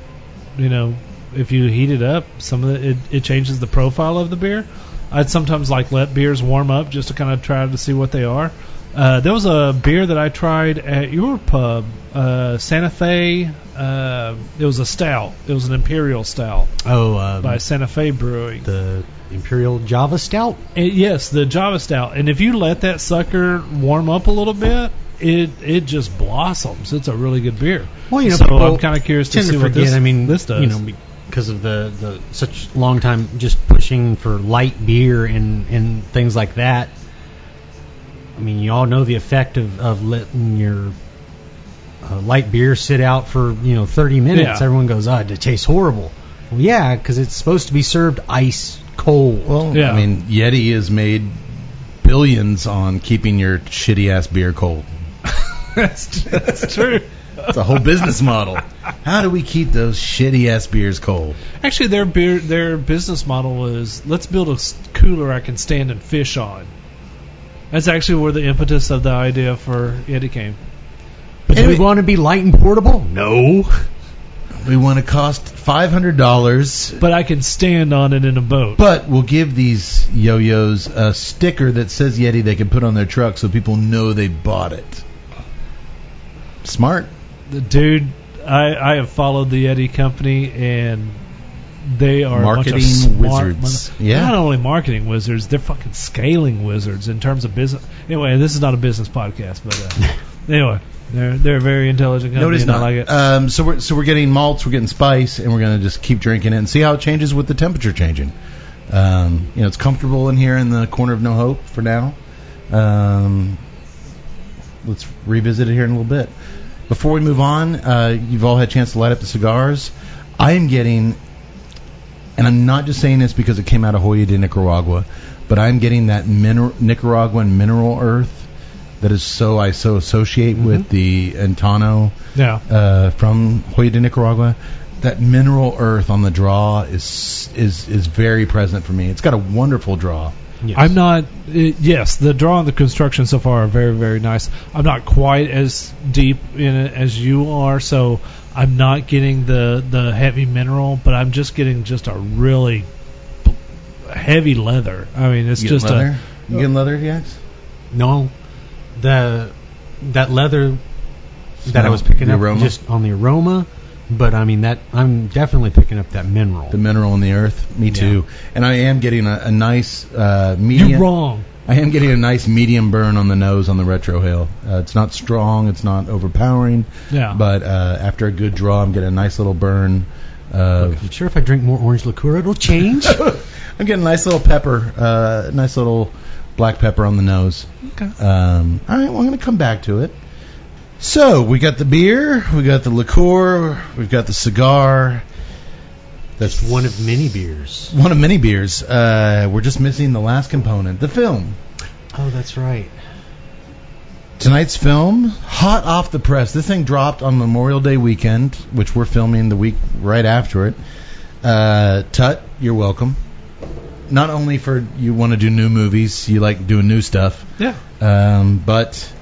Speaker 5: you know if you heat it up, some of the, it it changes the profile of the beer. I'd sometimes like let beers warm up just to kind of try to see what they are. Uh, there was a beer that I tried at your pub, uh, Santa Fe. Uh, it was a stout. It was an imperial stout
Speaker 6: oh, um,
Speaker 5: by Santa Fe Brewing.
Speaker 6: the Imperial Java Stout.
Speaker 5: It, Eh, yes, the Java Stout. And if you let that sucker warm up a little bit, it it just blossoms. It's a really good beer.
Speaker 6: Well, you know,
Speaker 5: so
Speaker 6: people
Speaker 5: I'm kind of curious to
Speaker 6: tend
Speaker 5: see
Speaker 6: to
Speaker 5: what
Speaker 6: forget.
Speaker 5: this
Speaker 6: I mean,
Speaker 5: this does.
Speaker 6: you know, because of the, the such long time just pushing for light beer and and things like that. I mean, you all know the effect of of letting your uh, light beer sit out for you know 30 minutes.
Speaker 5: Yeah.
Speaker 6: Everyone goes, ah, it tastes horrible. Well, yeah, because it's supposed to be served ice cold.
Speaker 4: Well,
Speaker 5: Yeah.
Speaker 4: I mean, Yeti has made billions on keeping your shitty ass beer cold.
Speaker 5: that's, that's true.
Speaker 4: It's a whole business model. How do we keep those shitty ass beers cold?
Speaker 5: Actually, their beer their business model is let's build a s- cooler I can stand and fish on. That's actually where the impetus of the idea for Yeti came.
Speaker 6: but do
Speaker 4: anyway-
Speaker 6: we want to be light and portable? No.
Speaker 4: We want to cost five hundred dollars
Speaker 5: But I can stand on it in a boat.
Speaker 4: But we'll give these yo-yos a sticker that says Yeti they can put on their truck so people know they bought it. Smart.
Speaker 5: Dude, I, I have followed the Yeti company and they are a bunch of
Speaker 4: Marketing
Speaker 5: smart
Speaker 4: wizards.
Speaker 5: mother-
Speaker 4: Yeah.
Speaker 5: Not only marketing wizards, they're fucking scaling wizards in terms of business. Anyway, this is not a business podcast, but uh, anyway, they're they're a very intelligent company.
Speaker 4: No, it is
Speaker 5: and
Speaker 4: not.
Speaker 5: I like it.
Speaker 4: Um, so we're so we're getting malts, we're getting spice, and we're gonna just keep drinking it and see how it changes with the temperature changing. Um, you know, it's comfortable in here in the corner of No Hope for now. Um, let's revisit it here in a little bit. Before we move on, uh, you've all had a chance to light up the cigars. I am getting, and I'm not just saying this because it came out of Hoya de Nicaragua, but I'm getting that mineral, Nicaraguan mineral earth that is so I so associate with the Antano
Speaker 5: yeah.
Speaker 4: uh, from Hoya de Nicaragua. That mineral earth on the draw is is is very present for me. It's got a wonderful draw.
Speaker 5: I'm not. It, yes, the draw and the construction so far are very, very nice. I'm not quite as deep in it as you are, so I'm not getting the the heavy mineral, but I'm just getting just a really b- heavy leather. I mean, it's
Speaker 4: You
Speaker 5: just
Speaker 6: uh,
Speaker 4: getting
Speaker 5: a
Speaker 4: leather? you getting leather, yes?
Speaker 6: No, the that leather that I
Speaker 4: Smell,
Speaker 6: was picking
Speaker 4: the
Speaker 6: up
Speaker 4: aroma?
Speaker 6: just on the aroma, but I mean that I'm definitely picking up that mineral.
Speaker 4: The mineral in the earth. Me too. And I am getting a, a nice uh, medium.
Speaker 5: You're wrong.
Speaker 4: I am getting a nice medium burn on the nose on the retrohale. Uh, it's not strong, it's not overpowering,
Speaker 6: Ah.
Speaker 5: Yeah.
Speaker 4: but uh, after a good draw, I'm getting a nice little burn. Of,
Speaker 6: I'm sure if I drink more orange liqueur, it'll change.
Speaker 4: I'm getting a nice little pepper, uh, nice little black pepper on the nose. Okay. Um, all right, well, I'm going to come back to it. So we got the beer, we got the liqueur, we've got the cigar. That's
Speaker 6: That's one of many beers.
Speaker 4: one of many beers. Uh, we're just missing the last component, the film.
Speaker 6: Oh, that's right.
Speaker 4: Tonight's film, hot off the press. This thing dropped on Memorial Day weekend, which we're filming the week right after it. Uh, Tut, you're welcome. Not only for you want to do new movies, you like doing new stuff,
Speaker 5: Yeah.
Speaker 4: um, but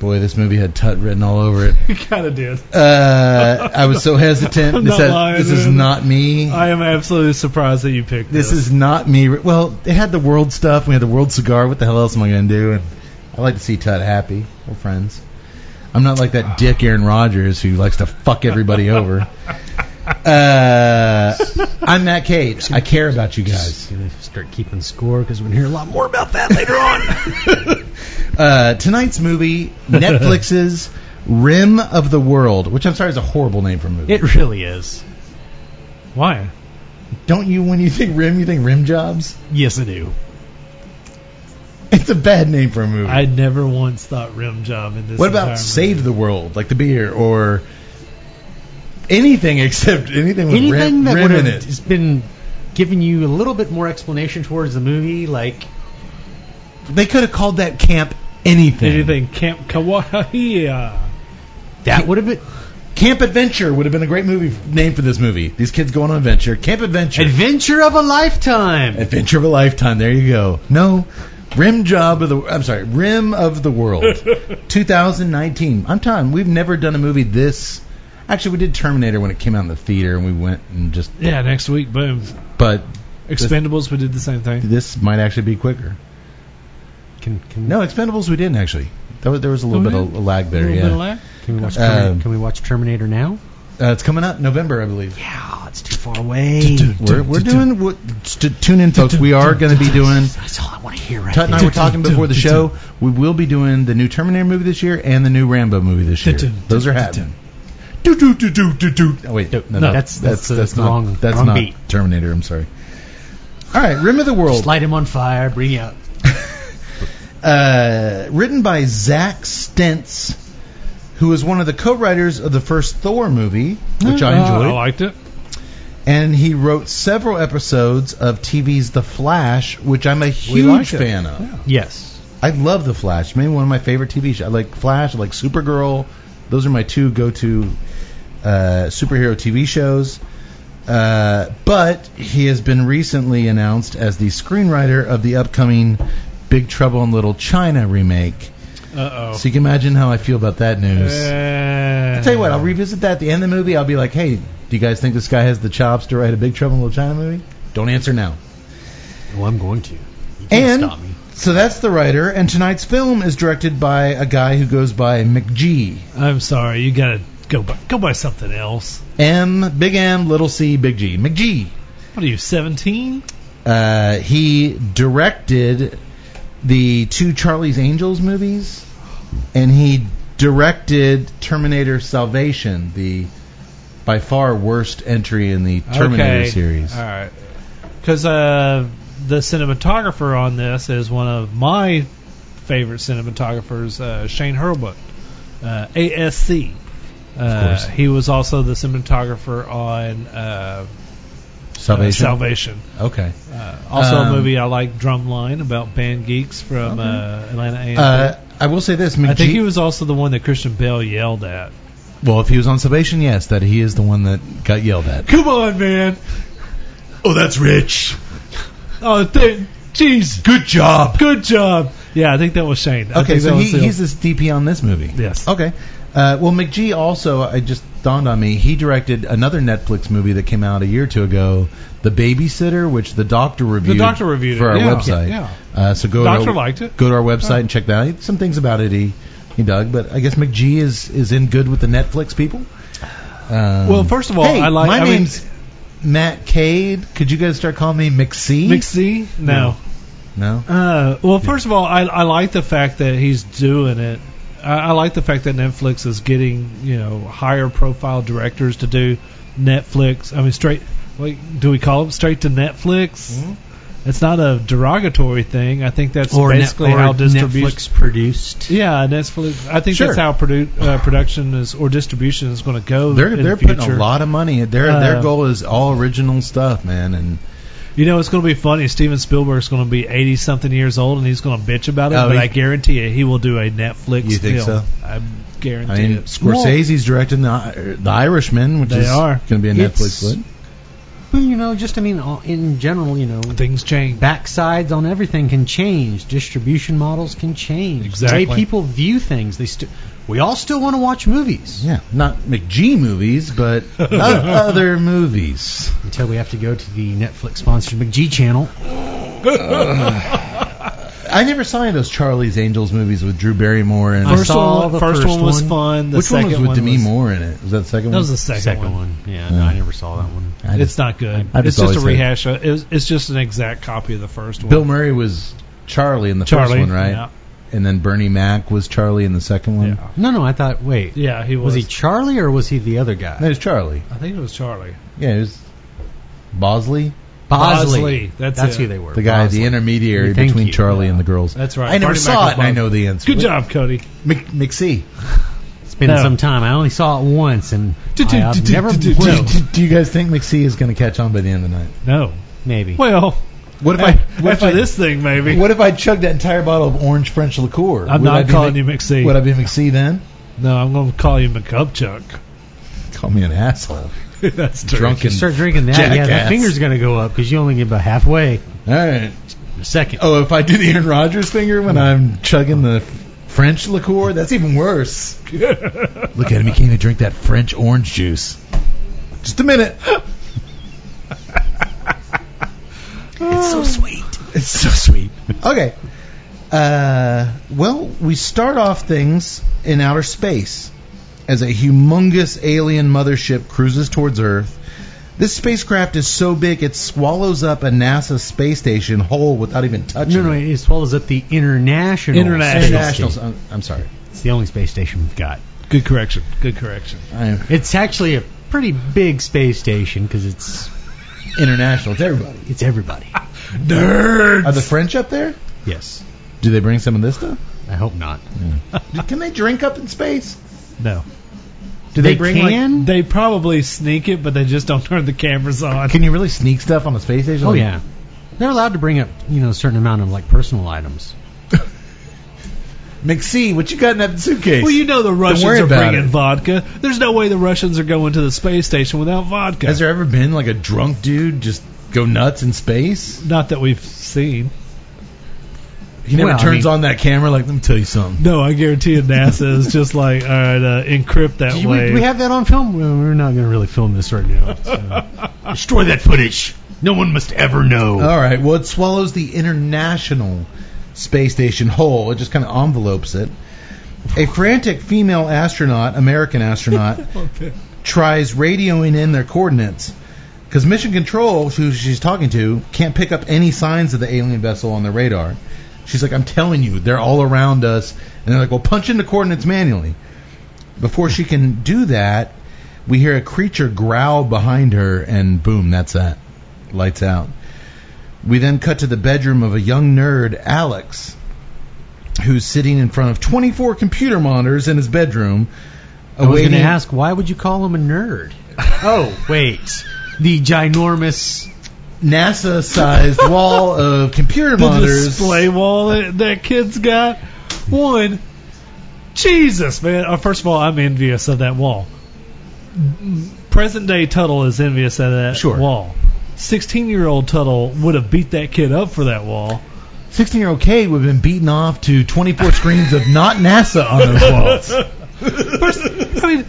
Speaker 4: boy, this movie had Tut written all over it.
Speaker 5: You kind of did.
Speaker 4: Uh, I was so hesitant.
Speaker 5: I'm
Speaker 4: This,
Speaker 5: not
Speaker 4: has-
Speaker 5: lying,
Speaker 4: this is
Speaker 5: man.
Speaker 4: not me.
Speaker 5: I am absolutely surprised that you picked
Speaker 4: This
Speaker 5: this.
Speaker 4: is not me. Well, they had the world stuff. We had the world cigar. What the hell else am I going to do? And I like to see Tut happy. We're friends. I'm not like that dick Aaron Rodgers who likes to fuck everybody over. Uh, I'm Matt Cage. I care about you guys.
Speaker 6: Just gonna start keeping score because we're gonna hear a lot more about that later on.
Speaker 4: Uh, tonight's movie, Netflix's Rim of the World, which I'm sorry is a horrible name for a movie.
Speaker 6: It really is.
Speaker 5: Why?
Speaker 4: Don't you, when you think rim, you think rim jobs?
Speaker 6: Yes, I do.
Speaker 4: It's a bad name for a movie.
Speaker 5: I never once thought rim job in this.
Speaker 4: What
Speaker 5: entire
Speaker 4: about
Speaker 5: movie.
Speaker 4: save the world, like the beer, or anything except anything with
Speaker 6: Anything
Speaker 4: rim,
Speaker 6: that
Speaker 4: rim
Speaker 6: would
Speaker 4: in
Speaker 6: have
Speaker 4: it?
Speaker 6: just been giving you a little bit more explanation towards the movie, like
Speaker 4: They could have called that camp anything.
Speaker 5: Did you think Camp Kawaii?
Speaker 6: that would have been
Speaker 4: Camp Adventure would have been a great movie name for this movie. These kids going on adventure. Camp Adventure.
Speaker 6: adventure of a lifetime.
Speaker 4: adventure of a lifetime. There you go. No, rim job of the. I'm sorry, rim of the world. 2019. I'm telling. you, We've never done a movie this. Actually, we did Terminator when it came out in the theater, and we went and just.
Speaker 5: Yeah, next week, boom.
Speaker 4: But
Speaker 5: Expendables, we did the same thing.
Speaker 4: this might actually be quicker.
Speaker 6: Can, can,
Speaker 4: No, Expendables we didn't actually. That was, there was a little
Speaker 5: Oh,
Speaker 4: bit
Speaker 5: yeah?
Speaker 4: of a lag
Speaker 5: A
Speaker 4: there.
Speaker 5: little
Speaker 4: yeah,
Speaker 5: bit of lag.
Speaker 6: can we watch?
Speaker 4: Um,
Speaker 6: Terminator, can we watch Terminator now?
Speaker 4: Uh, it's coming up November, I believe.
Speaker 6: Yeah, it's too far away.
Speaker 4: We're, we're doing. we tune in, folks. We are going to be doing.
Speaker 6: That's all I want to hear right
Speaker 4: Tut and
Speaker 6: now.
Speaker 4: I were talking before the show. We will be doing the new Terminator movie this year and the new Rambo movie this year. Those are happening. Do do do do do do. Oh wait, no, no,
Speaker 6: that's-
Speaker 4: that's
Speaker 6: that's the
Speaker 4: that's not
Speaker 6: wrong-
Speaker 4: that's
Speaker 6: wrong
Speaker 4: not
Speaker 6: beat.
Speaker 4: Terminator. I'm sorry. All right, Rim of the World.
Speaker 6: Just light him on fire, bring it up.
Speaker 4: uh, written by Zach Stentz, who is one of the co-writers of the first Thor movie, which Oh, I enjoyed,
Speaker 5: Uh, I liked it.
Speaker 4: and he wrote several episodes of TV's The Flash, which I'm a huge
Speaker 5: liked it.
Speaker 4: fan of.
Speaker 6: Yes.
Speaker 4: I love The Flash. Maybe one of my favorite TV shows. I like Flash. I like Supergirl. Those are my two go-to uh, superhero TV shows. Uh, but he has been recently announced as the screenwriter of the upcoming Big Trouble in Little China remake.
Speaker 5: Uh oh.
Speaker 4: So you can imagine how I feel about that news.
Speaker 5: I Uh,
Speaker 4: I'll tell you what, I'll revisit that at the end of the movie. I'll be like, hey, do you guys think this guy has the chops to write a Big Trouble in Little China movie? Don't answer now.
Speaker 6: Well, Oh, I'm going to. You can't
Speaker 4: And
Speaker 6: stop me.
Speaker 4: so that's the writer, and tonight's film is directed by a guy who goes by McG.
Speaker 5: I'm sorry. You gotta go buy go buy something else.
Speaker 4: M, big M, little C, big G. McG.
Speaker 5: What are you? 17?
Speaker 4: Uh, he directed the two Charlie's Angels movies, and he directed Terminator Salvation, the by far worst entry in the Terminator
Speaker 5: okay. Uh,
Speaker 4: series.
Speaker 5: All right. Because uh, the cinematographer on this is one of my favorite cinematographers, uh, Shane Hurlbut, uh, ASC. Uh,
Speaker 4: course.
Speaker 5: he was also the cinematographer on uh,
Speaker 4: Salvation.
Speaker 5: Salvation.
Speaker 4: Okay.
Speaker 5: Uh, also,
Speaker 4: Um,
Speaker 5: a movie I like, Drumline, about band geeks from uh, Atlanta. A&M.
Speaker 4: Uh, I will say this, McG.
Speaker 5: I think he was also the one that Christian Bale yelled at.
Speaker 4: well, if he was on Salvation, yes, that he is the one that got yelled at.
Speaker 5: Come on, man!
Speaker 4: Oh, that's rich.
Speaker 5: Oh, th- jeez,
Speaker 4: Good job.
Speaker 5: good job. Yeah, I think that was Shane. I
Speaker 4: Okay,
Speaker 5: think
Speaker 4: so
Speaker 5: that
Speaker 4: he,
Speaker 5: was him.
Speaker 4: he's this DP on this movie.
Speaker 5: yes.
Speaker 4: Okay. Uh, well, McGee also, uh, it just dawned on me, he directed another Netflix movie that came out a year or two ago, The Babysitter, which the doctor reviewed.
Speaker 5: doctor reviewed it,
Speaker 4: for our
Speaker 5: yeah.
Speaker 4: website.
Speaker 5: Yeah.
Speaker 4: Uh, so go
Speaker 5: Doctor
Speaker 4: to our,
Speaker 5: liked it.
Speaker 4: Go to our website and check that out. Some things about it he, he dug, but I guess McGee is is in good with the Netflix people. Um,
Speaker 5: Well, first of all,
Speaker 4: hey,
Speaker 5: I like.
Speaker 4: My
Speaker 5: I mean-
Speaker 4: name's Matt Cade. Could you guys start calling me McSee?
Speaker 5: Mixie? No.
Speaker 4: No.
Speaker 5: Uh, well, first of all, I, I like the fact that he's doing it. I, I like the fact that Netflix is getting you know higher profile directors to do Netflix. I mean, straight. Like, do we call them straight to Netflix?
Speaker 4: Mm-hmm.
Speaker 5: It's not a derogatory thing. I think that's
Speaker 6: Net-
Speaker 5: basically
Speaker 6: or
Speaker 5: how distribution.
Speaker 6: Netflix produced.
Speaker 5: Yeah, Netflix. I think
Speaker 4: Sure.
Speaker 5: that's how produ- uh, production is or distribution is going to go.
Speaker 4: They're
Speaker 5: in
Speaker 4: they're
Speaker 5: the future.
Speaker 4: putting a lot of money. Their
Speaker 5: Uh,
Speaker 4: their goal is all original stuff, man. And
Speaker 5: You know, it's going to be funny. Steven Spielberg's going to be 80 something years old and he's going to bitch about it,
Speaker 4: Oh,
Speaker 5: but
Speaker 4: he-
Speaker 5: I guarantee you he will do a Netflix
Speaker 4: You think
Speaker 5: film.
Speaker 4: so?
Speaker 5: I guarantee
Speaker 4: I mean,
Speaker 5: it.
Speaker 4: Scorsese's directing the Ir- the Irishman, which
Speaker 5: They
Speaker 4: is
Speaker 5: are.
Speaker 4: going to be a
Speaker 6: It's-
Speaker 4: Netflix flick.
Speaker 6: Well, you know, just I mean, all- in general, you know,
Speaker 5: Things change.
Speaker 6: backsides on everything can change. Distribution models can change.
Speaker 5: Exactly.
Speaker 6: The way people view things, they still we all still want to watch movies
Speaker 4: Yeah, not McG movies, but other movies.
Speaker 6: until we have to go to the Netflix sponsored McG channel.
Speaker 4: I never saw any of those Charlie's Angels movies with Drew Barrymore and
Speaker 6: I
Speaker 5: First
Speaker 6: saw
Speaker 5: one-
Speaker 6: the
Speaker 5: first
Speaker 6: first
Speaker 5: one was
Speaker 6: one.
Speaker 5: fun. The
Speaker 4: which one
Speaker 5: second
Speaker 4: was with Demi
Speaker 5: was-
Speaker 4: Moore in it? Was that the second
Speaker 5: That
Speaker 4: one?
Speaker 5: was the second, one.
Speaker 6: Yeah, no, I never saw that one.
Speaker 4: I just-
Speaker 5: It's not good.
Speaker 4: I just
Speaker 5: it's just a
Speaker 4: always said-
Speaker 5: rehash. Of, it's, it's just an exact copy of the first one.
Speaker 4: Bill Murray was Charlie in the
Speaker 5: Charlie,
Speaker 4: first one, right?
Speaker 5: yeah.
Speaker 4: And then Bernie Mac was Charlie in the second one.
Speaker 5: Yeah.
Speaker 6: No, no, I thought. Wait,
Speaker 5: Yeah, he was.
Speaker 6: was he Charlie or was he the other guy?
Speaker 4: No, it was Charlie.
Speaker 5: I think it was Charlie.
Speaker 4: Yeah, it was Bosley,
Speaker 5: Bosley, that's it.
Speaker 6: who they were.
Speaker 4: the guy,
Speaker 6: Bosley.
Speaker 4: the intermediary
Speaker 6: Thank
Speaker 4: between
Speaker 6: you.
Speaker 4: Charlie and the girls.
Speaker 5: That's right.
Speaker 4: I never
Speaker 5: Bernie Mac
Speaker 4: saw
Speaker 5: was
Speaker 4: it, and I
Speaker 5: Bosley.
Speaker 4: know the answer.
Speaker 5: Good job, Cody.
Speaker 4: Mc, McSee.
Speaker 6: It's been
Speaker 5: No.
Speaker 6: some time. I only saw it once, and I, have never
Speaker 4: do,
Speaker 6: will.
Speaker 4: do- do you guys think McSee is going to catch on by the end of the night?
Speaker 5: No.
Speaker 6: Maybe.
Speaker 5: Well,
Speaker 4: What if I? What if
Speaker 5: after
Speaker 4: I,
Speaker 5: this thing, maybe.
Speaker 4: What if I chugged that entire bottle of orange French liqueur?
Speaker 5: I'm
Speaker 4: Would I
Speaker 5: not
Speaker 4: be
Speaker 5: calling
Speaker 4: Mc-
Speaker 5: you McSee.
Speaker 4: Would I be McSee then?
Speaker 5: no, I'm going to call you McCupchuck.
Speaker 4: Call me an asshole.
Speaker 5: that's true.
Speaker 4: Drunken.
Speaker 6: Start drinking that. Yeah,
Speaker 4: Jackass.
Speaker 6: that finger's gonna go up because you only get about halfway.
Speaker 4: All right.
Speaker 6: A second.
Speaker 4: Oh, if I do the Aaron Rodgers finger when I'm chugging the French liqueur, that's even worse. Look at him. He can't even drink that French orange juice. Just a minute. it's so sweet. It's so sweet. Okay. Uh, well, we start off things in outer space as a humongous alien mothership cruises towards Earth. This spacecraft is so big it swallows up a NASA space station whole without even touching
Speaker 6: No, no,
Speaker 4: it.
Speaker 6: it swallows up the international.
Speaker 5: International.
Speaker 6: Space
Speaker 4: International.
Speaker 6: Station.
Speaker 4: I'm, I'm sorry.
Speaker 6: It's the only space station we've got.
Speaker 5: Good correction. Good correction.
Speaker 4: I'm
Speaker 6: It's actually a pretty big space station because it's
Speaker 4: international. It's everybody.
Speaker 6: it's everybody.
Speaker 4: Are the French up there?
Speaker 6: yes.
Speaker 4: Do they bring some of this stuff?
Speaker 6: I hope not.
Speaker 4: Can they drink up in space?
Speaker 5: No.
Speaker 4: Do
Speaker 6: They,
Speaker 4: they, bring like-
Speaker 6: can.
Speaker 5: They probably sneak it, but they just don't turn the cameras on.
Speaker 4: can you really sneak stuff on a space station?
Speaker 6: oh
Speaker 4: Like-
Speaker 6: yeah. They're allowed to bring up you know a certain amount of like personal items.
Speaker 4: McSee, what you got in that suitcase?
Speaker 5: Well, you know the Russians
Speaker 4: worry
Speaker 5: are
Speaker 4: about
Speaker 5: bringing
Speaker 4: it.
Speaker 5: vodka. There's no way the Russians are going to the space station without vodka.
Speaker 4: Has there ever been like a drunk dude just go nuts in space?
Speaker 5: Not that we've seen.
Speaker 4: He never
Speaker 6: Well, I
Speaker 4: turns
Speaker 6: mean-
Speaker 4: on that camera. Like, let me tell you something.
Speaker 5: No, I guarantee you NASA is just like, all right, uh, encrypt that
Speaker 6: Do you-
Speaker 5: way.
Speaker 6: we, we have that on film. Well, We're not going to really film this right now. so. Destroy that footage. No one must ever know.
Speaker 4: All right. Well, it swallows the international space station whole. It just kind of envelopes it. A frantic female astronaut, American astronaut, tries radioing in their coordinates because mission control, who she's talking to, can't pick up any signs of the alien vessel on their radar. She's like, "I'm telling you, they're all around us," and they're like, "Well, punch in the coordinates manually." Before she can do that, we hear a creature growl behind her, and boom, that's that. Lights out. We then cut to the bedroom of a young nerd, Alex, who's sitting in front of 24 computer monitors in his bedroom.
Speaker 6: I was going to
Speaker 4: awaiting-
Speaker 6: ask, why would you call him a nerd? oh, wait. The ginormous.
Speaker 4: NASA-sized wall of computer
Speaker 5: the
Speaker 4: monitors.
Speaker 5: display wall that, that kid's got. One, Jesus, man. Uh, first of all, I'm envious of that wall. Present day Tuttle is envious of that
Speaker 4: Sure.
Speaker 5: wall. 16 year old Tuttle would have beat that kid up for that wall.
Speaker 4: 16-year-old K would have been beaten off to 24 screens of not NASA on those walls.
Speaker 5: I mean,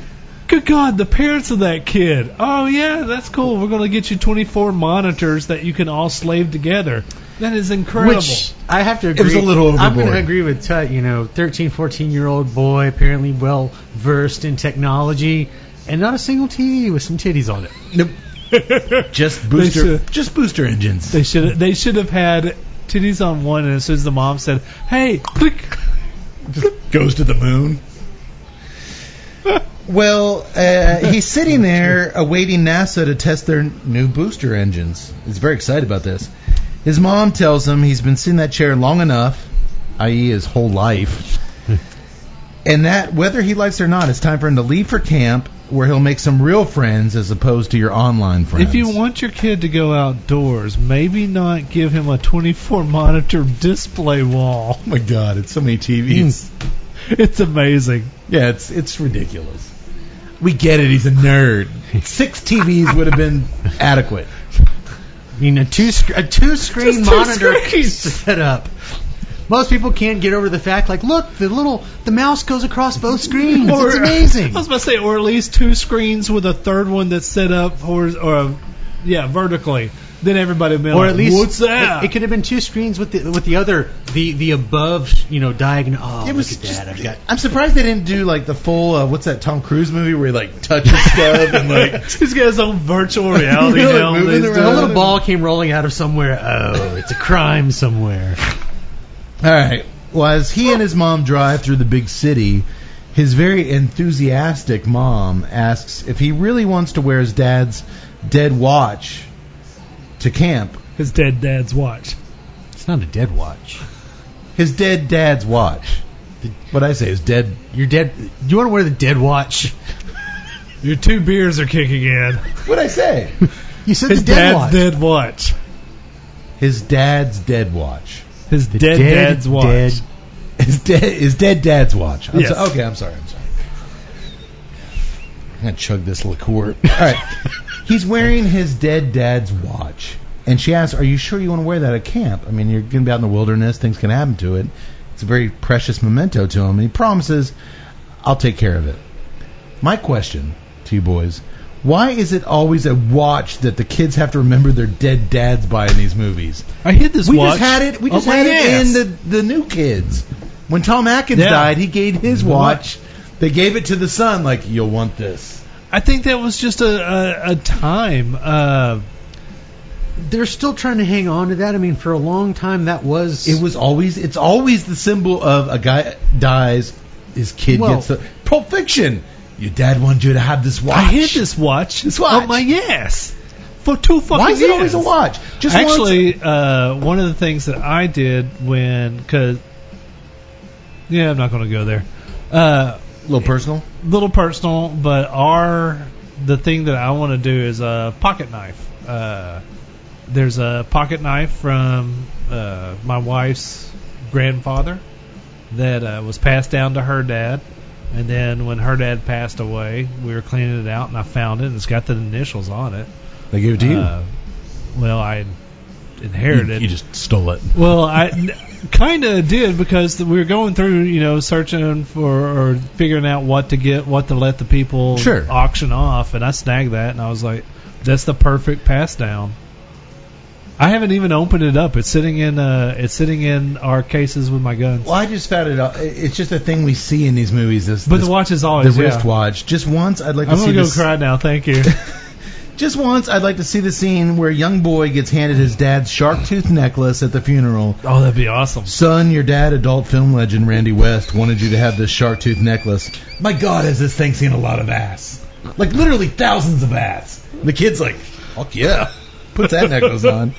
Speaker 5: good God, the parents of that kid. Oh, yeah, that's cool. We're going to get you 24 monitors that you can all slave together. That is incredible.
Speaker 6: Which I have to agree.
Speaker 4: was a little
Speaker 6: I'm going
Speaker 4: overboard.
Speaker 6: to agree with Tut. You know, 13, 14 year old boy, apparently well versed in technology, and not a single TV with some titties on it.
Speaker 4: Nope. just booster,
Speaker 5: should-
Speaker 4: just booster engines.
Speaker 5: They should they should have had titties on one, and as soon as the mom said, "Hey, click,"
Speaker 7: Goes to the moon.
Speaker 4: Well, uh, he's sitting there awaiting NASA to test their new booster engines. He's very excited about this. His mom tells him he's been sitting in that chair long enough, i.e., his whole life, and that whether he likes it or not, it's time for him to leave for camp where he'll make some real friends as opposed to your online friends.
Speaker 5: If you want your kid to go outdoors, maybe not give him a 24 monitor display wall.
Speaker 4: Oh my God, it's so many TVs.
Speaker 5: It's amazing.
Speaker 4: Yeah, it's it's ridiculous. We get it. He's a nerd. Six TVs would have been adequate.
Speaker 6: I mean, a two sc- a two screen
Speaker 5: Just two
Speaker 6: monitor
Speaker 5: screens.
Speaker 6: setup. Most people can't get over the fact, like, look, the little the mouse goes across both screens. it's amazing.
Speaker 5: I was about to say, or at least two screens with a third one that's set up, or or yeah, vertically. Then everybody would be
Speaker 6: Or
Speaker 5: like,
Speaker 6: at least
Speaker 5: "What's that?"
Speaker 6: It, it could have been two screens with the with the other the the above you know diagonal. Oh,
Speaker 4: It
Speaker 6: look
Speaker 4: was
Speaker 6: at
Speaker 4: just-
Speaker 6: that! I've got
Speaker 4: I'm surprised they didn't do like the full uh, what's that Tom Cruise movie where he like touches stuff and like
Speaker 5: He's got his own virtual reality
Speaker 4: You know, like
Speaker 5: now.
Speaker 4: moving
Speaker 5: These-
Speaker 4: around.
Speaker 6: a little ball came rolling out of somewhere. Oh, it's a crime somewhere.
Speaker 4: all right. Well, as he and his mom drive through the big city, his very enthusiastic mom asks if he really wants to wear his dad's dead watch to camp.
Speaker 5: His dead dad's watch.
Speaker 6: It's not a dead watch.
Speaker 4: His dead dad's watch. What I say is dead.
Speaker 6: You're dead. You want to wear the dead watch?
Speaker 5: Your two beers are kicking in.
Speaker 4: What I say?
Speaker 6: You said
Speaker 5: His
Speaker 6: the dead
Speaker 5: dad's
Speaker 6: watch.
Speaker 5: dead watch.
Speaker 4: His dad's dead watch.
Speaker 5: His dead,
Speaker 6: dead
Speaker 5: dad's watch.
Speaker 6: dead-
Speaker 4: His dead his dead dad's watch. I'm
Speaker 5: Yes.
Speaker 4: so- okay, I'm sorry. I'm sorry. I'm gonna chug this liqueur. All right. He's wearing his dead dad's watch, and she asks, "Are you sure you want to wear that at camp? I mean, you're gonna be out in the wilderness. Things can happen to it. It's a very precious memento to him." And he promises, "I'll take care of it." My question to you boys: Why is it always a watch that the kids have to remember their dead dads by in these movies?
Speaker 5: I hid this
Speaker 4: We
Speaker 5: watch.
Speaker 4: just had it. We
Speaker 5: Oh
Speaker 4: just
Speaker 5: my
Speaker 4: had
Speaker 5: yes.
Speaker 4: it in the the new kids. When Tom Atkins
Speaker 5: Yeah.
Speaker 4: died, he gave his watch. They gave it to the son. Like you'll want this.
Speaker 5: I think that was just a a, a time. Uh,
Speaker 6: They're still trying to hang on to that. I mean, for a long time, that was
Speaker 4: It was always. It's always the symbol of a guy dies. His kid
Speaker 6: Well-
Speaker 4: gets the Pulp Fiction. Your dad wanted you to have this watch.
Speaker 5: I hid this watch.
Speaker 4: This watch.
Speaker 5: Oh my yes. For two fucking
Speaker 4: Why is it always
Speaker 5: years.
Speaker 4: a watch? Just once-
Speaker 5: Actually, uh, one of the things that I did when, because, yeah, I'm not going to go there. Uh,
Speaker 4: a little personal.
Speaker 5: little personal, but our the thing that I want to do is a pocket knife. Uh, there's a pocket knife from uh, my wife's grandfather that uh, was passed down to her dad, and then when her dad passed away, we were cleaning it out, and I found it, and it's got the initials on it.
Speaker 4: They gave it to you.
Speaker 5: Uh, well, I inherited.
Speaker 7: You just stole it.
Speaker 5: Well, I kind of did because we were going through, you know, searching for or figuring out what to get, what to let the people
Speaker 4: Sure.
Speaker 5: auction off, and I snagged that, and I was like, "That's the perfect pass down." I haven't even opened it up. It's sitting in uh, it's sitting in our cases with my guns.
Speaker 4: well, I just found it. out. It's just a thing we see in these movies. This,
Speaker 5: But
Speaker 4: this-
Speaker 5: the watch is
Speaker 4: the
Speaker 5: always yeah.
Speaker 4: wristwatch. Just once, I'd like to
Speaker 5: I'm
Speaker 4: see
Speaker 5: gonna go
Speaker 4: this.
Speaker 5: cry now. Thank you.
Speaker 4: Just once, I'd like to see the scene where a young boy gets handed his dad's shark tooth necklace at the funeral.
Speaker 5: oh, that'd be awesome.
Speaker 4: Son, your dad, adult film legend Randy West, wanted you to have this shark tooth necklace. My God, has this thing seen a lot of ass? Like literally thousands of ass. And the kid's like, fuck yeah, puts that necklace on.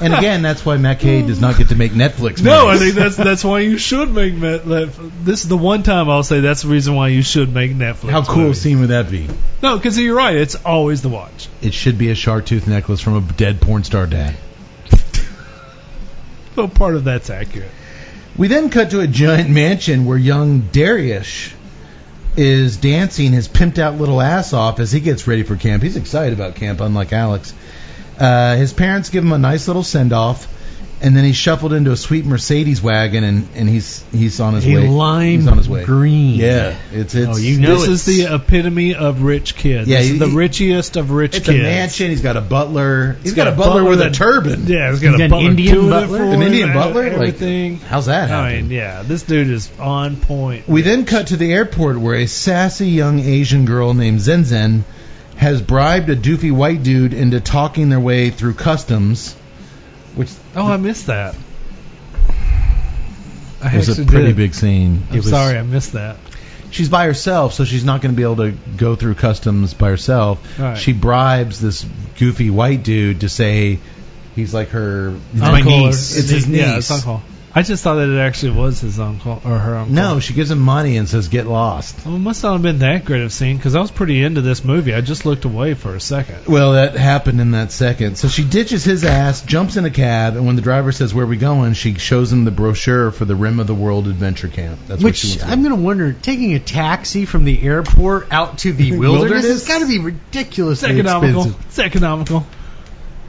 Speaker 4: and again, that's why Matt Cade does not get to make Netflix.
Speaker 5: No, I
Speaker 4: movies.
Speaker 5: think that's that's why you should make Netflix. This is the one time I'll say that's the reason why you should make Netflix.
Speaker 4: how cool
Speaker 5: movies.
Speaker 4: scene would that be?
Speaker 5: No, because you're right. It's always the watch.
Speaker 4: It should be a shark tooth necklace from a dead porn star dad.
Speaker 5: So part of that's accurate.
Speaker 4: We then cut to a giant mansion where young Darius is dancing his pimped out little ass off as he gets ready for camp. He's excited about camp, unlike Alex. Uh, his parents give him a nice little send off, and then he's shuffled into a sweet Mercedes wagon, and, and he's he's on his
Speaker 6: a
Speaker 4: way.
Speaker 6: lime
Speaker 4: he's on his way.
Speaker 6: green.
Speaker 4: Yeah, it's it's
Speaker 6: Oh, you know
Speaker 5: this is
Speaker 6: it's-
Speaker 5: the epitome of rich kids.
Speaker 4: Yeah,
Speaker 5: This is
Speaker 4: he-
Speaker 5: the
Speaker 4: he-
Speaker 5: richiest of rich
Speaker 4: it's
Speaker 5: kids.
Speaker 4: a mansion. He's got a butler. he's got, a butler, with a turban.
Speaker 5: Yeah, he's got
Speaker 6: He's
Speaker 5: a
Speaker 6: got an
Speaker 5: butler.
Speaker 6: Indian
Speaker 5: doing it
Speaker 6: butler?
Speaker 5: for
Speaker 4: An
Speaker 5: him
Speaker 4: Indian
Speaker 5: and
Speaker 4: butler? Like-
Speaker 5: Everything.
Speaker 4: How's that happen?
Speaker 5: I mean, yeah, this dude is on point.
Speaker 4: We then cut to the airport where a sassy young Asian girl named Zen Zen has bribed a doofy white dude into talking their way through customs
Speaker 6: which
Speaker 5: Oh, I missed that. I
Speaker 4: It was a
Speaker 5: actually
Speaker 4: pretty
Speaker 5: did.
Speaker 4: big scene.
Speaker 5: I'm
Speaker 4: It was-
Speaker 5: sorry, I missed that.
Speaker 4: She's by herself, so she's not going to be able to go through customs by herself.
Speaker 5: Right.
Speaker 4: She bribes this goofy white dude to say he's like her.
Speaker 5: Uncle or-
Speaker 4: It's his niece.
Speaker 5: Yeah, it's uncle. I just thought that it actually was his uncle or her uncle.
Speaker 4: No, she gives him money and says, "Get lost."
Speaker 5: Well, it must not have been that great of a scene because I was pretty into this movie. I just looked away for a second.
Speaker 4: Well, that happened in that second. So she ditches his ass, jumps in a cab, and when the driver says, "Where are we going?" she shows him the brochure for the Rim of the World Adventure Camp. That's what she
Speaker 6: Which
Speaker 4: wants. to
Speaker 6: I'm
Speaker 4: do.
Speaker 6: going to wonder, taking a taxi from the airport out to the wilderness
Speaker 4: Wilderness?
Speaker 6: has got to be ridiculously
Speaker 5: It's economical.
Speaker 6: expensive.
Speaker 5: It's economical.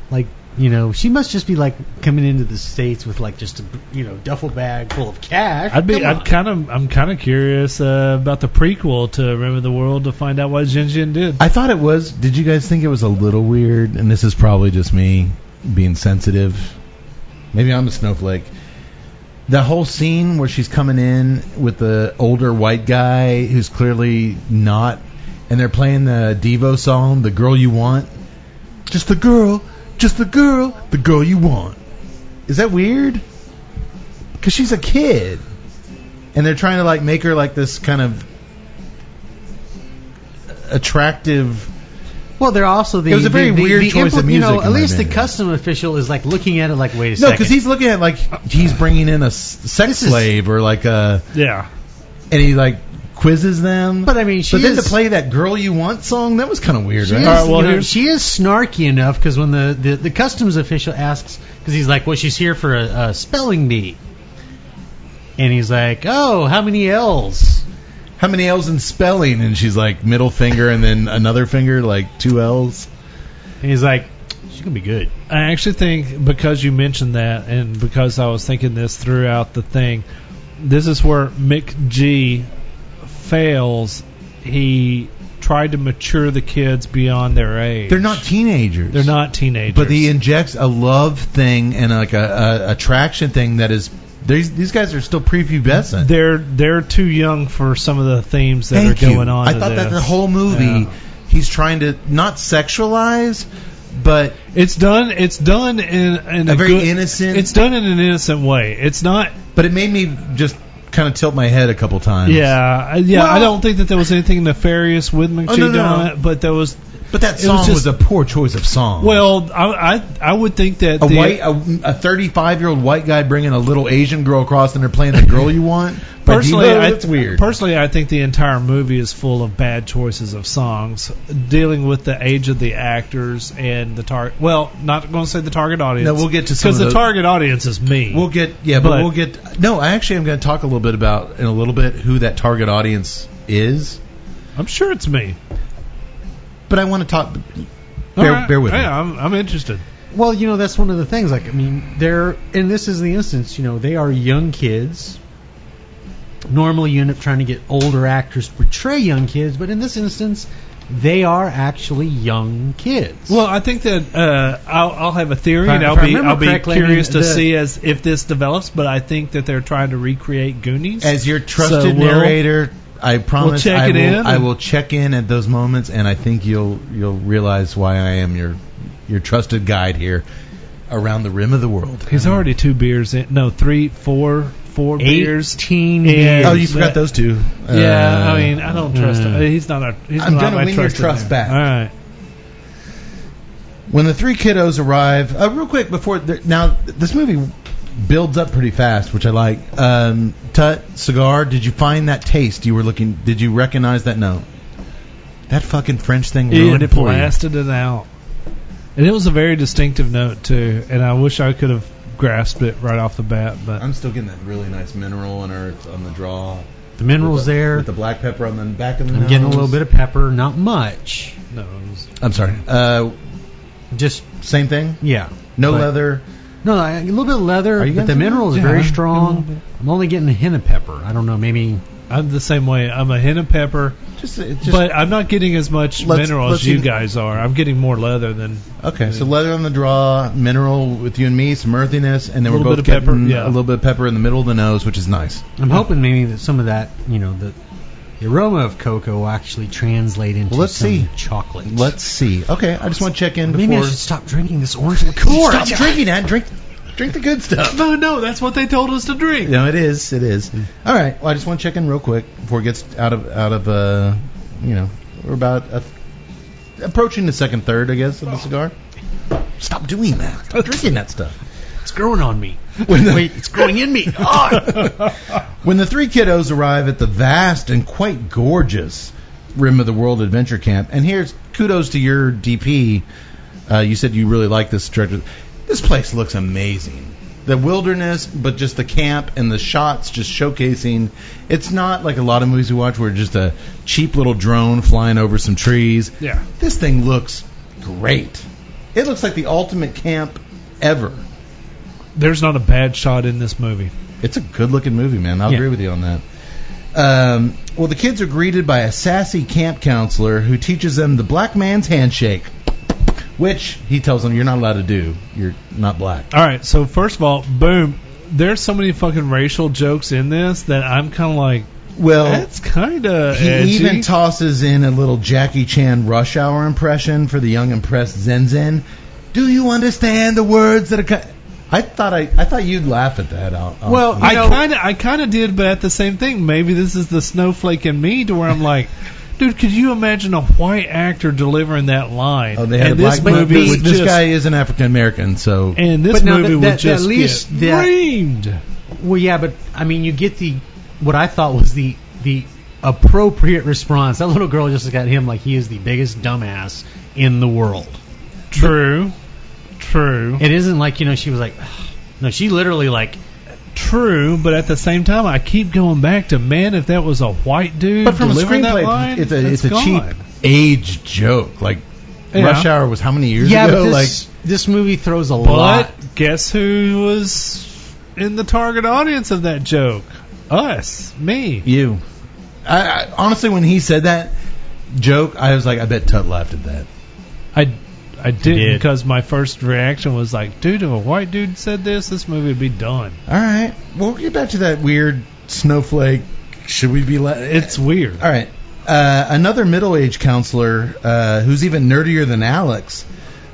Speaker 6: Like, you know, she must just be like coming into the states with like just a you know duffel bag full of cash.
Speaker 5: I'd be.
Speaker 6: Come
Speaker 5: I'm
Speaker 6: on.
Speaker 5: kind of. I'm kind of curious uh, about the prequel to Remember the World to find out what Jin Jin did.
Speaker 4: I thought it was. Did you guys think it was a little weird? And this is probably just me being sensitive. Maybe I'm a snowflake. The whole scene where she's coming in with the older white guy who's clearly not, and they're playing the Devo song, "The Girl You Want," just the girl, just the girl, the girl you want. Is that weird? Because she's a kid, and they're trying to like make her like this kind of attractive
Speaker 6: Well, they're also the.
Speaker 4: It was a very
Speaker 6: the- the-
Speaker 4: weird
Speaker 6: the
Speaker 4: choice of
Speaker 6: impl- You know,
Speaker 4: music in
Speaker 6: at
Speaker 4: my
Speaker 6: least the
Speaker 4: opinion.
Speaker 6: custom official is like looking at it like, wait a
Speaker 4: No,
Speaker 6: second.
Speaker 4: because he's looking at like he's bringing in a s- sex
Speaker 6: is-
Speaker 4: slave or like a,
Speaker 5: yeah.
Speaker 4: and he like quizzes them.
Speaker 6: But I mean, she
Speaker 4: but then
Speaker 6: is-
Speaker 4: to play that "Girl You Want" song, that was kind of weird,
Speaker 6: She
Speaker 4: right?
Speaker 6: is,
Speaker 5: All right, well,
Speaker 6: you know,
Speaker 5: here's-
Speaker 6: she is snarky enough because when the, the, the customs official asks, because he's like, well, she's here for a, a spelling bee. And he's like, oh, how many L's?
Speaker 4: How many L's in spelling? And she's like middle finger and then another finger, like two L's.
Speaker 6: And he's like, she's going to be good.
Speaker 5: I actually think because you mentioned that, and because I was thinking this throughout the thing, this is where Mick G fails. He tried to mature the kids beyond their age.
Speaker 4: They're not teenagers.
Speaker 5: They're not teenagers.
Speaker 4: But he injects a love thing and like a, a attraction thing that is. These these guys are still prepubescent.
Speaker 5: they're they're too young for some of the themes that
Speaker 4: Thank
Speaker 5: are
Speaker 4: you.
Speaker 5: going on.
Speaker 4: I
Speaker 5: in
Speaker 4: thought that the
Speaker 5: this.
Speaker 4: whole movie,
Speaker 5: Yeah.
Speaker 4: he's trying to not sexualize, but
Speaker 5: It's done. It's done in, in
Speaker 4: A very
Speaker 5: good-
Speaker 4: innocent-
Speaker 5: It's done in an innocent way. It's not.
Speaker 4: But it made me just kind of tilt my head a couple times.
Speaker 5: Yeah, I- yeah. I
Speaker 4: Well-
Speaker 5: don't think that there was anything nefarious with McGee
Speaker 4: Oh, no, no,
Speaker 5: on
Speaker 4: no.
Speaker 5: it, but there was.
Speaker 4: But that
Speaker 5: It
Speaker 4: song
Speaker 5: was
Speaker 4: was,
Speaker 5: just-
Speaker 4: a poor choice of song.
Speaker 5: Well, I I, I would think that
Speaker 4: a
Speaker 5: the,
Speaker 4: white, a, a 35 year old white guy bringing a little Asian girl across and they're playing the girl you want. by
Speaker 5: Personally,
Speaker 4: Devo,
Speaker 5: I,
Speaker 4: that's weird.
Speaker 5: Personally, I think the entire movie is full of bad choices of songs, dealing with the age of the actors and the target. Well, not going to say the target audience.
Speaker 4: No, we'll get to some of
Speaker 5: because the
Speaker 4: those.
Speaker 5: target audience is me.
Speaker 4: We'll get yeah, but,
Speaker 5: But-
Speaker 4: we'll get no. I actually am going to talk a little bit about in a little bit who that target audience is.
Speaker 5: I'm sure it's me.
Speaker 4: But I want to talk.
Speaker 5: All
Speaker 4: Bear,
Speaker 5: right.
Speaker 4: bear with me.
Speaker 5: yeah, I'm, I'm interested.
Speaker 6: Well, you know, that's one of the things. Like, I mean, they're, and this is the instance, you know, they are young kids. Normally, you end up trying to get older actors to portray young kids, but in this instance, they are actually young kids.
Speaker 5: Well, I think that uh, I'll, I'll have a theory,
Speaker 6: If I-
Speaker 5: and
Speaker 6: if
Speaker 5: I'll
Speaker 6: I
Speaker 5: be
Speaker 6: remember
Speaker 5: I'll be
Speaker 6: correctly, I mean,
Speaker 5: curious to
Speaker 6: the-
Speaker 5: see as if this develops. But I think that they're trying to recreate Goonies.
Speaker 4: As your trusted
Speaker 5: So we'll-
Speaker 4: narrator, I promise
Speaker 5: check
Speaker 4: I,
Speaker 5: it
Speaker 4: will,
Speaker 5: in.
Speaker 4: I will check in at those moments, and I think you'll you'll realize why I am your your trusted guide here around the rim of the world.
Speaker 5: He's already two beers in. No, three, four, four beers.
Speaker 6: 18
Speaker 5: And-
Speaker 6: years.
Speaker 4: Oh, you forgot those two.
Speaker 5: Yeah,
Speaker 4: Uh,
Speaker 5: I mean, I don't trust him. He's not a. He's
Speaker 4: I'm
Speaker 5: not
Speaker 4: gonna
Speaker 5: my
Speaker 4: win your
Speaker 5: trusted
Speaker 4: trust
Speaker 5: man.
Speaker 4: back.
Speaker 5: All right.
Speaker 4: when the three kiddos arrive, uh, real quick before the- now, this movie builds up pretty fast, which I like. Um, Tut cigar, did you find that taste you were looking? Did you recognize that note? That fucking French thing ruined
Speaker 5: It
Speaker 4: it for you.
Speaker 5: blasted it out, and it was a very distinctive note too. And I wish I could have grasped it right off the bat, but
Speaker 4: I'm still getting that really nice mineral and earth on the draw.
Speaker 6: oh, the minerals
Speaker 4: With the-
Speaker 6: there.
Speaker 4: With the black pepper on the back of the
Speaker 6: I'm
Speaker 4: nose.
Speaker 6: getting a little bit of pepper, not much.
Speaker 5: no. It was,
Speaker 4: I'm sorry. Uh,
Speaker 6: Just
Speaker 4: same thing.
Speaker 6: yeah.
Speaker 4: No
Speaker 6: But-
Speaker 4: leather.
Speaker 6: No, I- a little bit of leather,
Speaker 4: Are you getting
Speaker 6: but the
Speaker 4: some?
Speaker 6: mineral is
Speaker 5: Yeah,
Speaker 6: very
Speaker 5: I'm getting a
Speaker 6: strong.
Speaker 5: little
Speaker 6: I'm only getting a hint of pepper. I don't know, maybe
Speaker 5: I'm the same way. I'm a hen and pepper,
Speaker 4: Just, it just
Speaker 5: but I'm not getting as much
Speaker 4: Let's-
Speaker 5: mineral
Speaker 4: let's
Speaker 5: as you
Speaker 4: see-
Speaker 5: guys are. I'm getting more leather than
Speaker 4: okay. So leather on the draw, mineral with you and me, some earthiness, and then
Speaker 5: Little
Speaker 4: we're
Speaker 5: bit
Speaker 4: both
Speaker 5: of pepper,
Speaker 4: getting
Speaker 5: yeah.
Speaker 4: a little bit of pepper in the middle of the nose, which is nice.
Speaker 6: I'm hoping maybe that some of that, you know, the, the aroma of cocoa will actually translate into
Speaker 4: Well, let's
Speaker 6: some
Speaker 4: see.
Speaker 6: chocolate.
Speaker 4: Let's see. Okay, I just want to check in
Speaker 6: maybe
Speaker 4: before.
Speaker 6: I should stop drinking this orange liqueur.
Speaker 4: Stop drinking that. Drink Drink the good stuff.
Speaker 5: No, no, that's what they told us to drink.
Speaker 4: No, it is. It is. All right. Well, I just want to check in real quick before it gets out of out of uh, you know, we're about a, approaching the second third, I guess, of the cigar. Stop doing that. Stop drinking that stuff.
Speaker 6: It's growing on me.
Speaker 4: When the,
Speaker 6: Wait, it's growing in me. Oh.
Speaker 4: When the three kiddos arrive at the vast and quite gorgeous Rim of the World Adventure Camp, and here's kudos to your DP. Uh, you said you really like this director. This place looks amazing. The wilderness, but just the camp and the shots just showcasing. It's not like a lot of movies we watch where just a cheap little drone flying over some trees.
Speaker 5: Yeah.
Speaker 4: This thing looks great. It looks like the ultimate camp ever.
Speaker 5: There's not a bad shot in this movie.
Speaker 4: It's a good looking movie, man. I'll
Speaker 5: Yeah.
Speaker 4: agree with you on that. Um, well, the kids are greeted by a sassy camp counselor who teaches them the black man's handshake, which he tells them you're not allowed to do. You're not black.
Speaker 5: All right, so first of all, boom. There's so many fucking racial jokes in this that I'm kind of like,
Speaker 4: Well,
Speaker 5: that's kind of
Speaker 4: Oh. he
Speaker 5: edgy.
Speaker 4: even tosses in a little Jackie Chan rush hour impression for the young impressed Zen Zen. Do you understand the words that are? Co-? I thought I, I thought you'd laugh at that. I'll, I'll-
Speaker 5: well, I kind of, I kind of did, but at the same thing, maybe this is the snowflake in me to where I'm like, dude, could you imagine a white actor delivering that line?
Speaker 4: Oh, they had
Speaker 5: and
Speaker 4: a black
Speaker 5: this movie
Speaker 4: movie.
Speaker 5: would
Speaker 4: This
Speaker 5: just-
Speaker 4: guy is an African American, so
Speaker 5: and this
Speaker 6: But now
Speaker 5: movie
Speaker 6: that-
Speaker 5: would
Speaker 6: that- that
Speaker 5: just
Speaker 6: at least
Speaker 5: get
Speaker 6: that-
Speaker 5: reamed.
Speaker 6: well, yeah, but I mean, you get the what I thought was the the appropriate response. That little girl just got him like he is the biggest dumbass in the world.
Speaker 5: True, true.
Speaker 6: It isn't like you know she was like, "Ugh." no, she literally like.
Speaker 5: True, but at the same time, I keep going back to man. If that was a white dude
Speaker 4: But from a
Speaker 5: delivering that
Speaker 4: screenplay,
Speaker 5: line,
Speaker 4: it's a it's
Speaker 5: that's
Speaker 4: a cheap
Speaker 5: gone.
Speaker 4: age joke. Like
Speaker 5: Yeah.
Speaker 4: Rush Hour was how many years
Speaker 6: Yeah,
Speaker 4: ago?
Speaker 6: but this, this movie throws a lot.
Speaker 5: But guess who was in the target audience of that joke? Us,
Speaker 4: like
Speaker 5: me.
Speaker 4: you. I, I honestly, when he said that joke, I was like, I bet Tut laughed at that.
Speaker 5: I, I didn't
Speaker 4: did.
Speaker 5: because my first reaction was like, dude, if a white dude said this, this movie would be done.
Speaker 4: All right, we'll get back to that weird snowflake. Should we be? La-
Speaker 5: It's weird.
Speaker 4: All right. Uh, another middle-aged counselor uh, who's even nerdier than Alex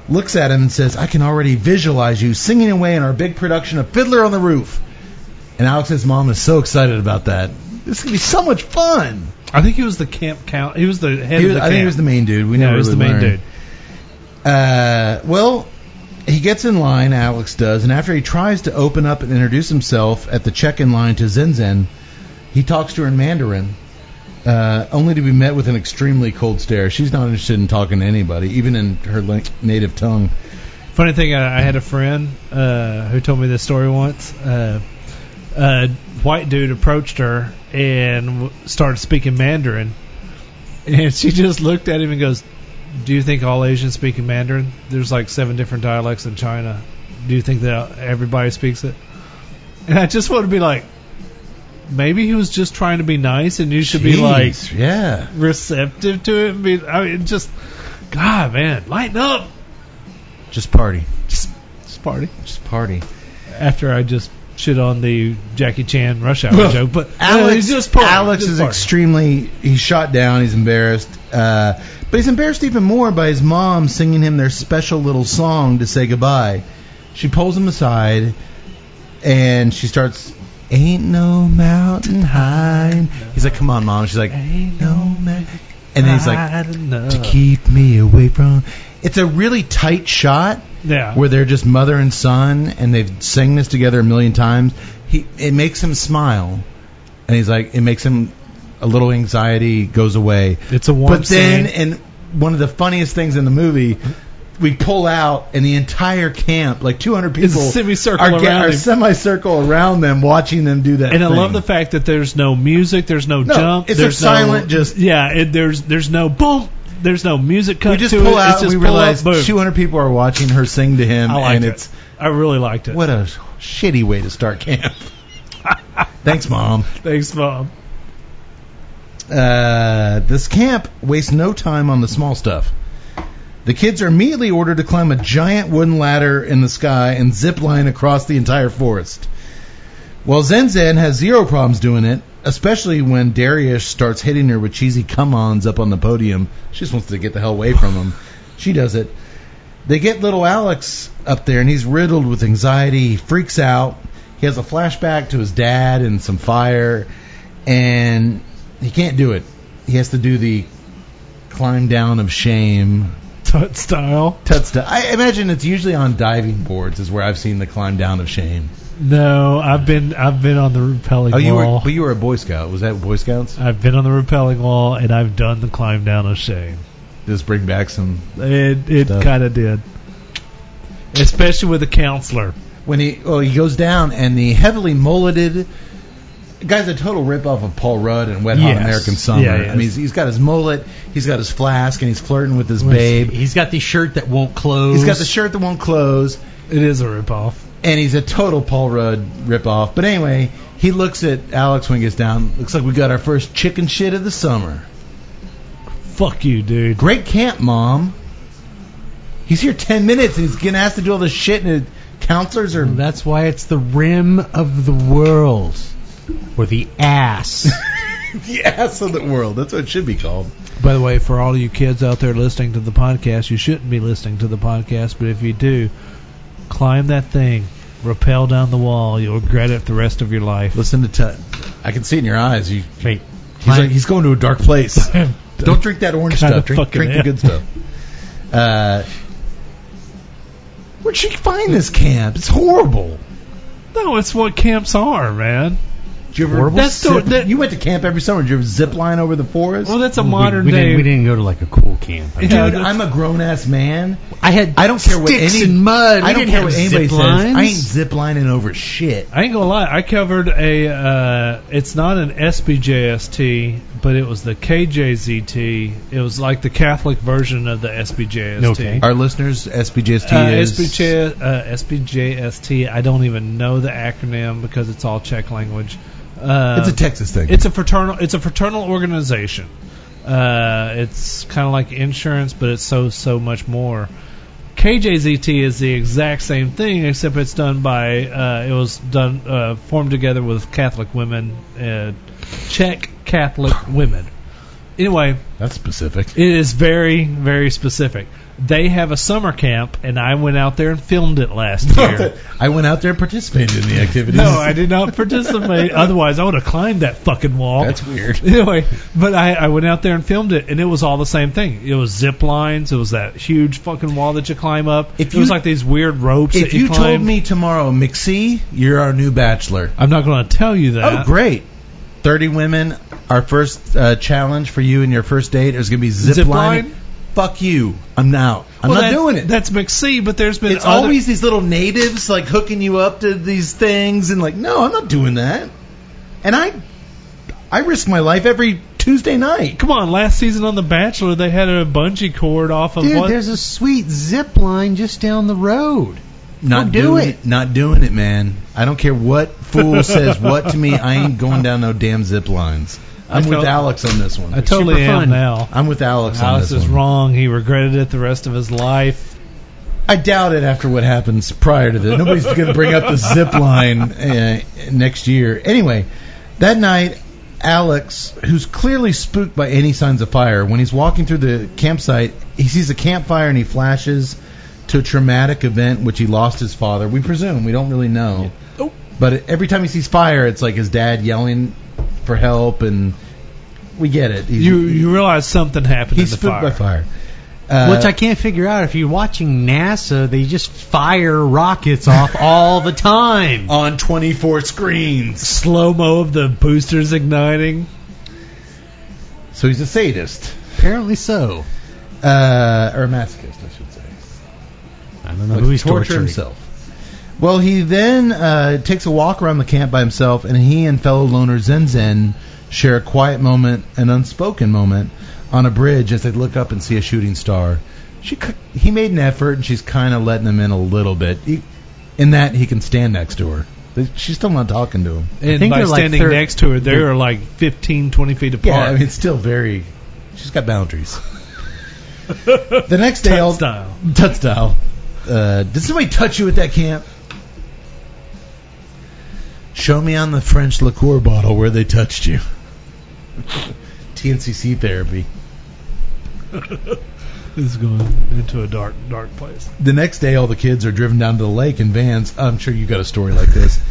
Speaker 4: looks at him and says, "I can already visualize you singing away in our big production of Fiddler on the Roof." And Alex's mom is so excited about that. This is gonna be so much fun.
Speaker 5: I think he was the camp count. He was the head
Speaker 4: He
Speaker 5: of
Speaker 4: was-
Speaker 5: the
Speaker 4: I
Speaker 5: camp.
Speaker 4: think he was the main dude. We
Speaker 5: yeah,
Speaker 4: never
Speaker 5: he was
Speaker 4: really
Speaker 5: the main
Speaker 4: learned.
Speaker 5: dude.
Speaker 4: Uh, well, he gets in line, Alex does, and after he tries to open up and introduce himself at the check-in line to Zen Zen, he talks to her in Mandarin, uh, only to be met with an extremely cold stare. She's not interested in talking to anybody, even in her la- native tongue.
Speaker 5: Funny thing, I, I had a friend uh, who told me this story once. Uh, a white dude approached her and w- started speaking Mandarin, and she just looked at him and goes, "Do you think all Asians speak in Mandarin? There's like seven different dialects in China. Do you think that everybody speaks it?" And I just want to be like, maybe he was just trying to be nice, and you should be like
Speaker 4: Jeez, yeah.
Speaker 5: receptive to it. And be, I mean, just God, man, lighten up.
Speaker 4: Just party.
Speaker 5: Just party.
Speaker 4: Just party.
Speaker 5: after I just shit on the Jackie Chan Rush Hour joke. But
Speaker 4: Alex,
Speaker 5: No, it's just part,
Speaker 4: Alex
Speaker 5: just
Speaker 4: is
Speaker 5: part.
Speaker 4: extremely. He's shot down. He's embarrassed. Uh, but he's embarrassed even more by his mom singing him their special little song to say goodbye. She pulls him aside and she starts, Ain't no mountain high. He's like, Come on, mom. She's like, Ain't no mountain. And then he's like, To keep me away from. It's a really tight shot
Speaker 5: yeah.
Speaker 4: where they're just mother and son and they've sang this together a million times. He it makes him smile, and he's like it makes him a little anxiety goes away.
Speaker 5: it's a warm
Speaker 4: But then
Speaker 5: scene.
Speaker 4: and one of the funniest things in the movie. We pull out, and the entire camp, like 200
Speaker 5: It's a
Speaker 4: people,
Speaker 5: semicircle
Speaker 4: are, ga-
Speaker 5: around
Speaker 4: are
Speaker 5: him.
Speaker 4: semicircle around them, watching them do that.
Speaker 5: and I
Speaker 4: thing.
Speaker 5: love the fact that there's no music, there's no,
Speaker 4: No,
Speaker 5: jump,
Speaker 4: it's a
Speaker 5: there's
Speaker 4: silent
Speaker 5: no,
Speaker 4: just-
Speaker 5: yeah. It, there's there's no boom, there's no music cut
Speaker 4: we just
Speaker 5: to
Speaker 4: pull
Speaker 5: it.
Speaker 4: out,
Speaker 5: it's just
Speaker 4: and we
Speaker 5: pull
Speaker 4: realize
Speaker 5: up, boom.
Speaker 4: 200 people are watching her sing to him,
Speaker 5: I liked
Speaker 4: and
Speaker 5: it.
Speaker 4: it's
Speaker 5: I really liked it.
Speaker 4: what a shitty way to start camp. Thanks, mom.
Speaker 5: Thanks, mom.
Speaker 4: Uh, this camp wastes no time on the small stuff. The kids are immediately ordered to climb a giant wooden ladder in the sky and zip line across the entire forest. Well, Zen Zen has zero problems doing it, especially when Darius starts hitting her with cheesy come ons up on the podium. She just wants to get the hell away from him. She does it. They get little Alex up there, and he's riddled with anxiety. He freaks out. He has a flashback to his dad and some fire, and he can't do it. He has to do the climb down of shame.
Speaker 5: Tut style.
Speaker 4: Tuts to, I imagine it's usually on diving boards is where I've seen the climb down of shame.
Speaker 5: No, I've been I've been on the rappelling
Speaker 4: Oh, you were
Speaker 5: wall.
Speaker 4: but you were a Boy Scout. Was that Boy Scouts?
Speaker 5: I've been on the rappelling wall and I've done the climb down of shame.
Speaker 4: Just bring back some
Speaker 5: It it
Speaker 4: Stuff.
Speaker 5: kind of did, especially with a counselor.
Speaker 4: when he oh he goes down and the heavily mulleted guy's a total ripoff of Paul Rudd and Wet Hot
Speaker 5: Yes.
Speaker 4: American Summer.
Speaker 5: Yeah,
Speaker 4: I
Speaker 5: yes.
Speaker 4: mean he's, he's got his mullet, he's got his flask, and he's flirting with his babe.
Speaker 6: He's got the shirt that won't close.
Speaker 4: He's got the shirt that won't close,
Speaker 5: It is a ripoff.
Speaker 4: and he's a total Paul Rudd ripoff. But anyway, he looks at Alex when he gets down. Looks like we got our first chicken shit of the summer.
Speaker 5: Fuck you, dude.
Speaker 4: Great camp, mom. He's here ten minutes and he's getting asked to do all this shit, and the counselors are
Speaker 6: That's why it's the rim of the world, or the ass.
Speaker 4: the ass of the world. That's what it should be called.
Speaker 5: By the way, for all you kids out there listening to the podcast, you shouldn't be listening to the podcast, but if you do, climb that thing, rappel down the wall. You'll regret it the rest of your life.
Speaker 4: Listen to Tut. I can see it in your eyes. You,
Speaker 6: Wait,
Speaker 4: he's like he's going to a dark place. Don't drink that orange
Speaker 5: Kinda
Speaker 4: stuff. Drink,
Speaker 5: fucking
Speaker 4: drink the
Speaker 5: am.
Speaker 4: good stuff. Uh, where'd she find this camp? It's horrible.
Speaker 5: No, it's what camps are, man.
Speaker 4: Did you ever?
Speaker 5: Horrible?
Speaker 4: That's so-
Speaker 5: Zip-
Speaker 4: that- you went to camp every summer. Did you ever zip line over the forest?
Speaker 5: Well, that's a
Speaker 6: We-
Speaker 5: modern
Speaker 6: we,
Speaker 5: day.
Speaker 6: Didn't, we didn't go to like a cool camp. I, mean,
Speaker 4: Dude,
Speaker 5: Yeah, that's-
Speaker 4: I'm a grown ass man.
Speaker 6: I had
Speaker 4: I don't care what
Speaker 6: sticks
Speaker 4: any-
Speaker 6: and mud.
Speaker 4: I
Speaker 6: We
Speaker 4: don't
Speaker 6: didn't
Speaker 4: care
Speaker 6: have
Speaker 4: what anybody
Speaker 6: zip
Speaker 4: says.
Speaker 6: lines.
Speaker 4: I ain't zip lining over shit.
Speaker 5: I ain't gonna lie. I covered a. Uh, it's not an SBJST, but it was the KJZT. It was like the Catholic version of the SBJST.
Speaker 6: Okay.
Speaker 4: Our listeners, SBJST
Speaker 5: Uh,
Speaker 4: is
Speaker 5: SBJ, uh, SBJST. I don't even know the acronym because it's all Czech language. Uh,
Speaker 4: it's a Texas thing.
Speaker 5: It's a fraternal. It's a fraternal organization. Uh, it's kind of like insurance, but it's so so much more. KJZT is the exact same thing, except it's done by. Uh, it was done uh, formed together with Catholic women, uh, Czech Catholic women. Anyway,
Speaker 4: that's specific.
Speaker 5: it is very very specific. They have a summer camp, and I went out there and filmed it last year.
Speaker 4: I went out there and participated in the activities.
Speaker 5: No, I did not participate. Otherwise, I would have climbed that fucking wall.
Speaker 4: That's weird.
Speaker 5: Anyway, but I, I went out there and filmed it, and it was all the same thing. It was zip lines. It was that huge fucking wall that you climb up.
Speaker 4: If
Speaker 5: it was
Speaker 4: you-
Speaker 5: like these weird ropes.
Speaker 4: If
Speaker 5: that you,
Speaker 4: you
Speaker 5: climb.
Speaker 4: told me tomorrow, McSee, you're our new bachelor.
Speaker 5: I'm not going to tell you that.
Speaker 4: Oh, great. 30 women, our first uh, challenge for you and your first date is going to be zip,
Speaker 5: Zip
Speaker 4: lining.
Speaker 5: line?
Speaker 4: Fuck you. I'm out. I'm
Speaker 5: Well,
Speaker 4: not
Speaker 5: that-
Speaker 4: doing it.
Speaker 5: That's McSee, but there's been
Speaker 4: it's
Speaker 5: other-
Speaker 4: always these little natives like hooking you up to these things and like, no, I'm not doing that. And I I risk my life every Tuesday night.
Speaker 5: Come on, last season on The Bachelor, they had a bungee cord off of
Speaker 6: Dude,
Speaker 5: what?
Speaker 6: there's a sweet zip line just down the road.
Speaker 4: Not
Speaker 6: do
Speaker 4: doing
Speaker 6: it.
Speaker 4: Not doing it, man. I don't care what fool says what to me. I ain't going down no damn zip lines. I'm
Speaker 5: I
Speaker 4: with
Speaker 5: told-
Speaker 4: Alex on this one.
Speaker 5: I totally
Speaker 6: super
Speaker 5: am
Speaker 6: fun.
Speaker 5: now.
Speaker 4: I'm with Alex, on
Speaker 5: Alex
Speaker 4: this
Speaker 5: is
Speaker 4: one.
Speaker 5: wrong. He regretted it the rest of his life.
Speaker 4: I doubt it after what happens prior to that. Nobody's going to bring up the zip line uh, next year. Anyway, that night, Alex, who's clearly spooked by any signs of fire, when he's walking through the campsite, he sees a campfire and he flashes to a traumatic event which he lost his father. We presume. We don't really know.
Speaker 5: Oh.
Speaker 4: But every time he sees fire, it's like his dad yelling for help, and we get it. He's,
Speaker 5: You you realize something happened
Speaker 4: he's
Speaker 5: in the
Speaker 4: spooked
Speaker 5: fire.
Speaker 4: by fire. Uh,
Speaker 6: Which I can't figure out. If you're watching NASA, they just fire rockets off all the time.
Speaker 4: on 24 screens.
Speaker 5: Slow mo of the boosters igniting.
Speaker 4: So he's a sadist.
Speaker 6: Apparently so.
Speaker 4: Uh, or a masochist, I should say.
Speaker 6: I don't know who he's
Speaker 4: Torture
Speaker 6: torturing.
Speaker 4: himself. Well, he then uh, takes a walk around the camp by himself, and he and fellow loner Zen Zen share a quiet moment, an unspoken moment, on a bridge as they look up and see a shooting star. She, c- he made an effort, and she's kind of letting him in a little bit. He, in that, he can stand next to her. But She's still not talking to him.
Speaker 5: And
Speaker 6: think
Speaker 5: by
Speaker 6: they're like
Speaker 5: standing
Speaker 6: thir-
Speaker 5: next to her, they are like 15, 20 feet apart.
Speaker 4: Yeah, I mean, it's still very. She's got boundaries. the next day,
Speaker 5: Tut
Speaker 4: all-
Speaker 5: style.
Speaker 4: Touch style. Uh, did somebody touch you at that camp? Show me on the French liqueur bottle where they touched you. TNCC therapy.
Speaker 5: This is going into a dark, dark place.
Speaker 4: the next day all the kids are driven down to the lake in vans i'm sure you got a story like this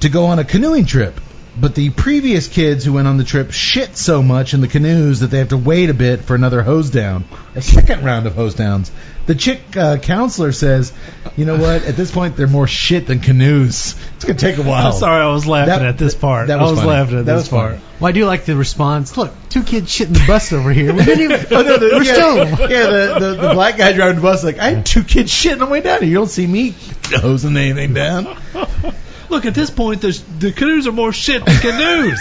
Speaker 4: to go on a canoeing trip but the previous kids who went on the trip shit so much in the canoes that they have to wait a bit for another hose down a second round of hose downs the chick uh, counselor says you know what at this point they're more shit than canoes it's going to take a while
Speaker 5: I'm sorry, I was laughing
Speaker 4: Oh. That-
Speaker 5: at this part.
Speaker 4: that was
Speaker 5: I was
Speaker 4: funny.
Speaker 5: laughing at
Speaker 4: That
Speaker 5: this
Speaker 4: was
Speaker 5: part.
Speaker 4: funny.
Speaker 6: Well, I do like the response. Look, two kids shitting the bus over here. We didn't even.
Speaker 4: Oh, no, the,
Speaker 6: We're
Speaker 4: yeah,
Speaker 6: stoned.
Speaker 4: yeah, the, the, the black guy driving the bus like I had two kids shitting on the way down here. You don't see me hosing anything down.
Speaker 5: Look, at this point, the, the canoes are more shit than canoes.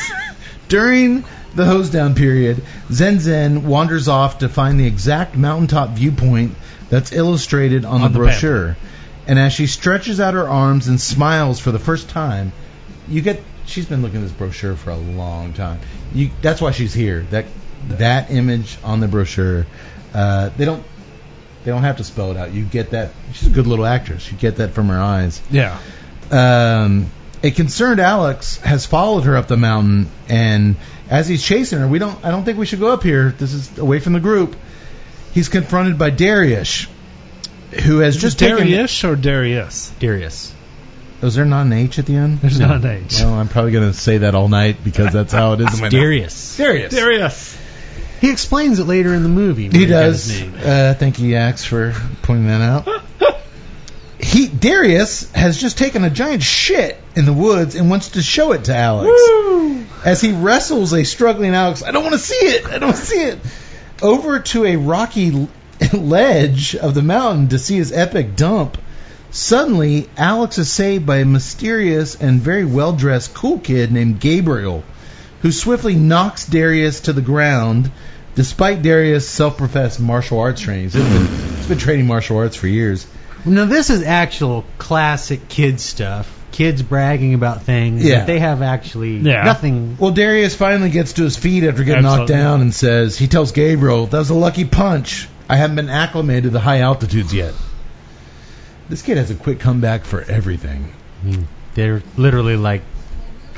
Speaker 4: During the hose down period, Zen Zen wanders off to find the exact mountaintop viewpoint that's illustrated on, the,
Speaker 5: the
Speaker 4: brochure. And as she stretches out her arms and smiles for the first time, you get she's been looking at this brochure for a long time. You that's why she's here. That that image on the brochure, uh, they don't they don't have to spell it out. You get that. She's a good little actress. You get that from her eyes.
Speaker 5: yeah.
Speaker 4: Um, a concerned Alex has followed her up the mountain, and as he's chasing her, we don't. I don't think we should go up here. This is away from the group. He's confronted by Darius, who has just taken.
Speaker 5: Darius or Darius?
Speaker 6: Darius.
Speaker 4: Was there not an H at the end?
Speaker 5: There's not an H.
Speaker 4: Well, I'm probably gonna say that all night because that's how it is. in my
Speaker 6: Darius.
Speaker 4: Darius.
Speaker 5: Darius.
Speaker 6: He explains it later in the movie. where
Speaker 4: He
Speaker 6: got his
Speaker 4: does.
Speaker 6: name.
Speaker 4: Uh, thank you, Yax, for pointing that out. He Darius has just taken a giant shit in the woods and wants to show it to Alex. As he wrestles a struggling Alex, I don't want to see it. I don't wanna see it. Over to a rocky l- ledge of the mountain to see his epic dump. Suddenly, Alex is saved by a mysterious and very well-dressed cool kid named Gabriel who swiftly knocks Darius to the ground, despite Darius' self-professed martial arts training. He's been, he's been training martial arts for years.
Speaker 6: Now this is actual classic kid stuff. Kids bragging about things
Speaker 4: Yeah.
Speaker 6: that they have actually
Speaker 5: Yeah.
Speaker 6: nothing.
Speaker 4: Well, Darius finally gets to his feet after getting knocked
Speaker 5: Absolutely.
Speaker 4: down and says, he tells Gabriel, that was a lucky punch. I haven't been acclimated to the high altitudes yet. This kid has a quick comeback for everything.
Speaker 6: I mean, they're literally like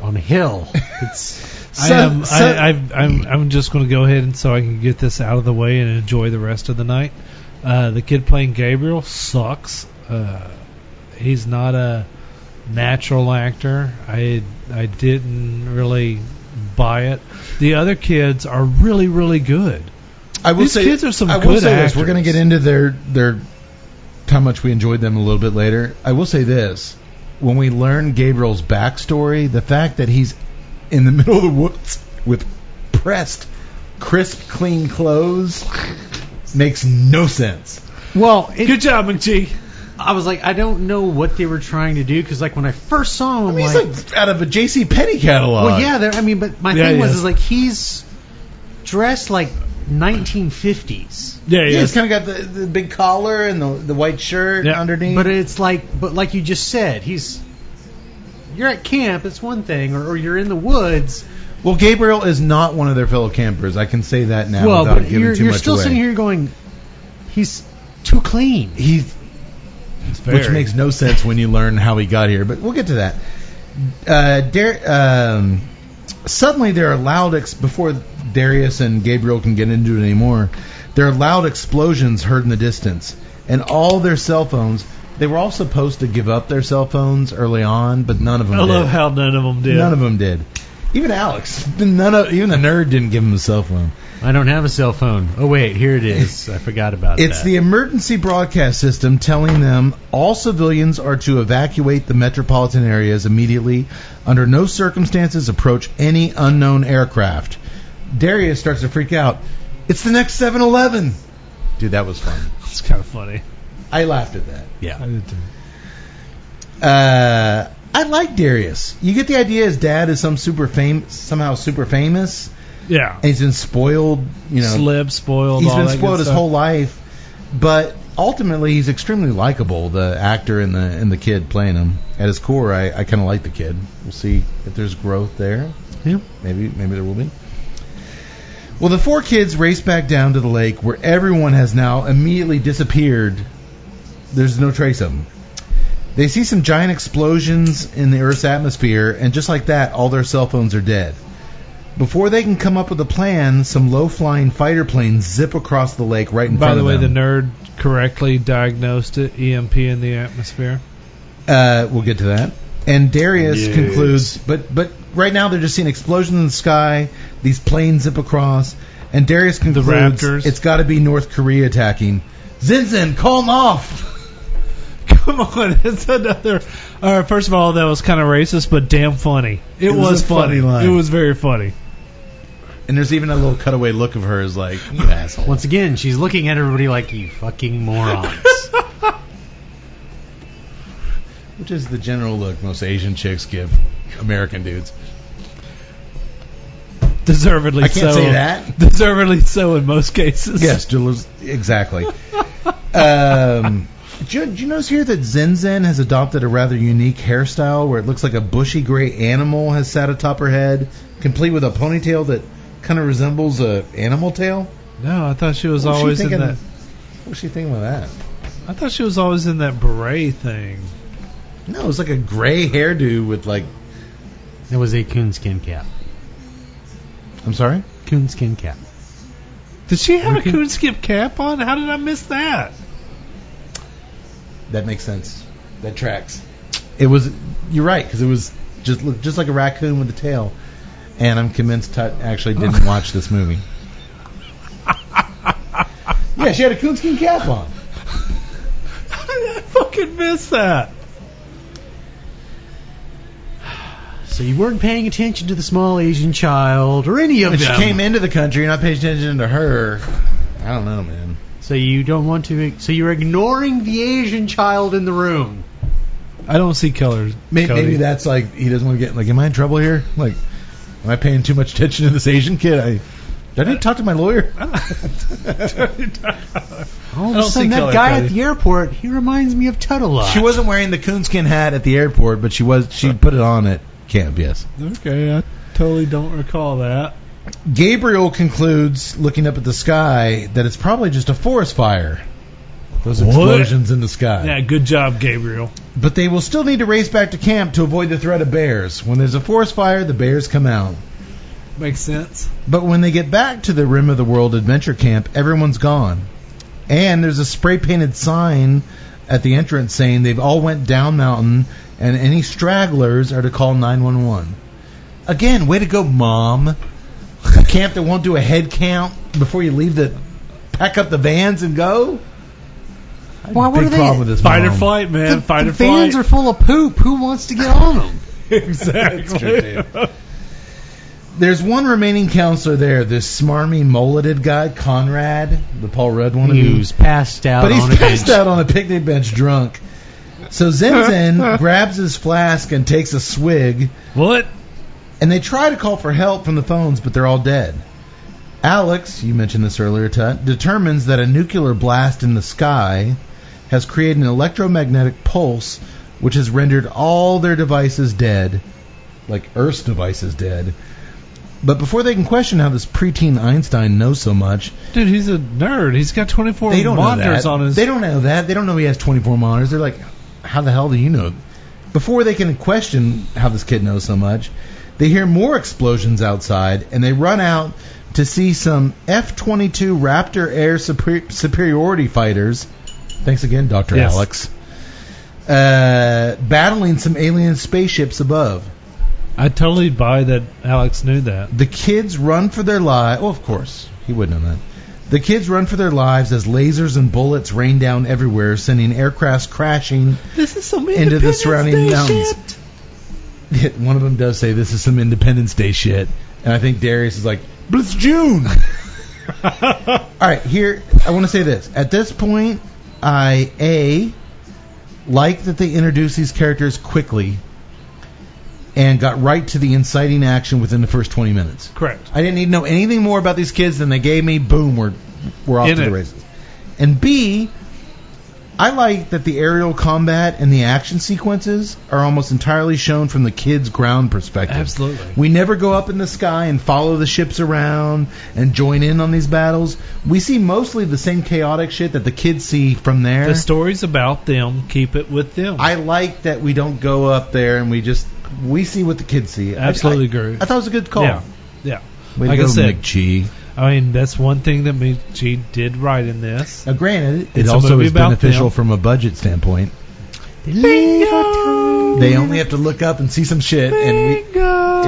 Speaker 6: on a hill.
Speaker 5: I
Speaker 4: Son-
Speaker 5: am.
Speaker 4: son-
Speaker 5: I, I've, I'm. I'm just going to go ahead and so I can get this out of the way and enjoy the rest of the night. Uh, the kid playing Gabriel sucks. Uh, he's not a natural actor. I I didn't really buy it. The other kids are really really good.
Speaker 4: I will
Speaker 5: These
Speaker 4: say,
Speaker 5: kids are some
Speaker 4: I will
Speaker 5: good
Speaker 4: say this. We're going to
Speaker 5: actors.
Speaker 4: get into their their how much we enjoyed them a little bit later. I will say this: when we learn Gabriel's backstory, the fact that he's in the middle of the woods with pressed, crisp, clean clothes makes no sense.
Speaker 6: well, it,
Speaker 5: Good job, McGee.
Speaker 6: I was like, I don't know what they were trying to do because like when I first saw him,
Speaker 4: I
Speaker 6: I'm
Speaker 4: mean, he's
Speaker 6: like,
Speaker 4: like out of a J.C. Penney catalog.
Speaker 6: Well, yeah, there. I mean, but my
Speaker 5: Yeah,
Speaker 6: thing was
Speaker 5: yeah.
Speaker 6: is like he's dressed like 1950s,
Speaker 5: Yeah,
Speaker 4: Yeah, he's
Speaker 5: yes.
Speaker 4: kind of got the, the big collar and the the white shirt
Speaker 5: Yeah.
Speaker 4: underneath.
Speaker 6: but it's like, but like you just said, he's you're at camp, it's one thing, or, or you're in the woods.
Speaker 4: well, Gabriel is not one of their fellow campers. I can say that now
Speaker 6: well,
Speaker 4: without
Speaker 6: but
Speaker 4: giving
Speaker 6: you're,
Speaker 4: too
Speaker 6: you're
Speaker 4: much
Speaker 6: still
Speaker 4: away.
Speaker 6: sitting here going, he's too clean.
Speaker 4: He's which makes no sense when you learn how he got here. But we'll get to that. Uh, Dar- um, suddenly, there are loud ex- before Darius and Gabriel can get into it anymore. There are loud explosions heard in the distance, and all their cell phones. They were all supposed to give up their cell phones early on, but none of them
Speaker 5: I
Speaker 4: did.
Speaker 5: love how none of them did.
Speaker 4: None of them did. Even Alex, none of, even the nerd didn't give him a cell phone.
Speaker 6: I don't have a cell phone. Oh wait, here it is. I forgot about
Speaker 4: It's the emergency broadcast system telling them all civilians are to evacuate the metropolitan areas immediately. Under no circumstances approach any unknown aircraft. Darius starts to freak out. It's the next 7 Eleven! Dude, that was fun.
Speaker 5: It's kind of funny.
Speaker 4: I laughed at that.
Speaker 5: Yeah. I did too.
Speaker 4: Uh, I like Darius. You get the idea his dad is some super famous, somehow super famous,
Speaker 5: Yeah.
Speaker 4: and he's been spoiled, you know,
Speaker 5: Slip, spoiled.
Speaker 4: He's
Speaker 5: all
Speaker 4: been
Speaker 5: that good
Speaker 4: spoiled his
Speaker 5: stuff.
Speaker 4: whole life, but ultimately he's extremely likable. The actor and the and the kid playing him at his core, I, I kind of like the kid. We'll see if there's growth there.
Speaker 6: Yeah.
Speaker 4: maybe maybe there will be. Well, the four kids race back down to the lake where everyone has now immediately disappeared. There's no trace of them. They see some giant explosions in the Earth's atmosphere, and just like that, all their cell phones are dead. Before they can come up with a plan, some low-flying fighter planes zip across the lake right in
Speaker 5: By
Speaker 4: front
Speaker 5: the
Speaker 4: of
Speaker 5: way,
Speaker 4: them.
Speaker 5: the nerd correctly diagnosed it EMP in the atmosphere.
Speaker 4: Uh, we'll get to that. And Darius
Speaker 7: Yes.
Speaker 4: concludes, but but right now they're just seeing explosions in the sky, these planes zip across, and Darius concludes
Speaker 5: Raptors.
Speaker 4: it's got to be North Korea attacking. Zinzin, call 'em off.
Speaker 5: Come on, it's another. All right, first of all, that was kind of racist, but damn funny. It,
Speaker 4: It was
Speaker 5: was,
Speaker 4: a funny
Speaker 5: funny.
Speaker 4: line.
Speaker 5: It was very funny.
Speaker 4: And there's even a little cutaway look of hers like, you asshole.
Speaker 6: Once again, she's looking at everybody like you fucking morons.
Speaker 4: Which is the general look most Asian chicks give American dudes.
Speaker 5: Deservedly
Speaker 4: I can't
Speaker 5: so.
Speaker 4: say that.
Speaker 5: Deservedly so in most cases.
Speaker 4: Yes, Jules, exactly. um, do, you, do you notice here that Zen Zen has adopted a rather unique hairstyle where it looks like a bushy gray animal has sat atop her head, complete with a ponytail that kind of resembles a animal tail?
Speaker 5: No, I thought she was
Speaker 4: What was she
Speaker 5: always in
Speaker 4: thinking-
Speaker 5: that.
Speaker 4: What was she thinking about that?
Speaker 5: I thought she was always in that beret thing.
Speaker 4: No, it was like a gray hairdo with like.
Speaker 6: It was a coonskin cap.
Speaker 4: I'm sorry.
Speaker 6: Coonskin cap.
Speaker 5: Did she have
Speaker 6: Ricky?
Speaker 5: a coonskin cap on? How did I miss that?
Speaker 4: That makes sense. That tracks. It was. You're right because it was just looked just like a raccoon with a tail. And I'm convinced Tut actually didn't watch this movie. yeah, she had a coonskin cap on.
Speaker 5: How did I fucking miss that?
Speaker 6: So you weren't paying attention to the small Asian child or any of
Speaker 4: When she
Speaker 6: them.
Speaker 4: came into the country, and I paid attention to her. I don't know, man.
Speaker 6: So you don't want to. So you're ignoring the Asian child in the room.
Speaker 5: I don't see colors.
Speaker 4: Maybe,
Speaker 5: Cody.
Speaker 4: maybe that's like he doesn't want to get like. Am I in trouble here? Like, am I paying too much attention to this Asian kid? I. Did I need to talk to my lawyer?
Speaker 6: All of
Speaker 4: I
Speaker 6: a
Speaker 4: don't see
Speaker 6: sudden, that
Speaker 4: color,
Speaker 6: guy
Speaker 4: Cody.
Speaker 6: at the airport, he reminds me of Tut a lot.
Speaker 4: She wasn't wearing the coonskin hat at the airport, but she was. She put it on at camp. Yes.
Speaker 5: Okay, I totally don't recall that.
Speaker 4: Gabriel concludes, looking up at the sky, that it's probably just a forest fire. Those
Speaker 5: What?
Speaker 4: explosions in the sky.
Speaker 5: Yeah, good job, Gabriel.
Speaker 4: But they will still need to race back to camp to avoid the threat of bears. When there's a forest fire, the bears come out.
Speaker 5: Makes sense.
Speaker 4: But when they get back to the Rim of the World adventure camp, everyone's gone. And there's a spray painted sign at the entrance saying they've all went down mountain and any stragglers are to call 911. Again, way to go, mom. A camp that won't do a head count before you leave the pack up the vans and go.
Speaker 6: Why, what
Speaker 4: Big
Speaker 6: are they?
Speaker 4: problem with this
Speaker 5: Fight or
Speaker 4: mom.
Speaker 5: flight, man.
Speaker 6: The,
Speaker 5: Fight
Speaker 6: the
Speaker 5: or flight.
Speaker 6: fans are full of poop. Who wants to get on them?
Speaker 5: exactly.
Speaker 4: There's one remaining counselor there, this smarmy, mulleted guy, Conrad, the Paul Rudd one.
Speaker 6: Who's passed out
Speaker 4: But
Speaker 6: on
Speaker 4: he's
Speaker 6: a bench.
Speaker 4: passed out on a picnic bench drunk. So Zenzen grabs his flask and takes a swig,
Speaker 5: what?
Speaker 4: and they try to call for help from the phones, but they're all dead. Alex, you mentioned this earlier, Tut, determines that a nuclear blast in the sky has created an electromagnetic pulse which has rendered all their devices dead, like Earth's devices dead. But before they can question how this preteen Einstein knows so much,
Speaker 5: Dude, he's a nerd. He's got 24
Speaker 4: they don't
Speaker 5: monitors
Speaker 4: know that.
Speaker 5: on his.
Speaker 4: They don't know that. They don't know he has 24 monitors. They're like, how the hell do you know? Before they can question how this kid knows so much, they hear more explosions outside and they run out to see some F-22 Raptor Air super- Superiority fighters. Thanks again, Dr.
Speaker 5: Yes.
Speaker 4: Alex. Uh, battling some alien spaceships above.
Speaker 5: I totally buy that Alex knew that.
Speaker 4: The kids run for their lives. Well, of course, he wouldn't know that. The kids run for their lives as lasers and bullets rain down everywhere, sending aircrafts crashing
Speaker 5: This is some
Speaker 4: into the surrounding mountains.
Speaker 5: shit.
Speaker 4: One of them does say, "This is some Independence Day shit," and I think Darius is like, "But it's June." All right, here I want to say this. At this point, I a like that they introduced these characters quickly and got right to the inciting action within the first 20 minutes.
Speaker 5: Correct.
Speaker 4: I didn't need to know anything more about these kids than they gave me. Boom, we're we're off
Speaker 5: In
Speaker 4: to
Speaker 5: it.
Speaker 4: the races. And B, I like that the aerial combat and the action sequences are almost entirely shown from the kids' ground perspective.
Speaker 5: Absolutely.
Speaker 4: We never go up in the sky and follow the ships around and join in on these battles. We see mostly the same chaotic shit that the kids see from there.
Speaker 5: The story's about them. Keep it with them.
Speaker 4: I like that we don't go up there and we just we see what the kids see. I-
Speaker 5: Absolutely
Speaker 4: I,
Speaker 5: agree.
Speaker 4: I thought it was a good call.
Speaker 5: Yeah. Yeah.
Speaker 4: Way to
Speaker 5: Like I
Speaker 4: go,
Speaker 5: said-
Speaker 4: McGee.
Speaker 5: I mean, that's one thing that McGee did right in this.
Speaker 4: Now, granted, it
Speaker 5: It's a
Speaker 4: also
Speaker 5: movie
Speaker 4: is
Speaker 5: about
Speaker 4: beneficial
Speaker 5: them.
Speaker 4: from a budget standpoint. They only have to look up and see some shit, and we,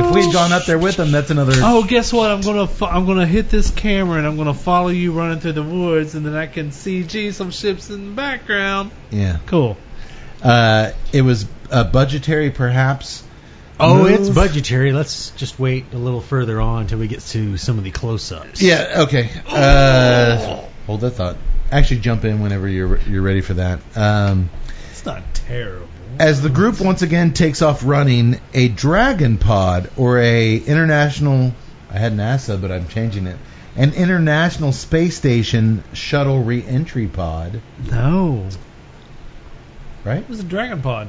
Speaker 4: if we'd gone up there with them, that's another.
Speaker 5: Oh, guess what? I'm gonna fo- I'm gonna hit this camera and I'm gonna follow you running through the woods and then I can CG some ships in the background.
Speaker 4: Yeah,
Speaker 5: Cool.
Speaker 4: uh, it was a budgetary, perhaps.
Speaker 6: Oh,
Speaker 4: move.
Speaker 6: it's budgetary. Let's just wait a little further on until we get to some of the close-ups.
Speaker 4: Yeah. Okay. Uh, hold that thought. Actually, jump in whenever you're you're ready for that. Um,
Speaker 5: It's not terrible.
Speaker 4: As the group once again takes off running, a dragon pod or a international I had NASA but I'm changing it. An international space station shuttle re-entry pod,
Speaker 5: No,
Speaker 4: right?
Speaker 5: it was a dragon pod.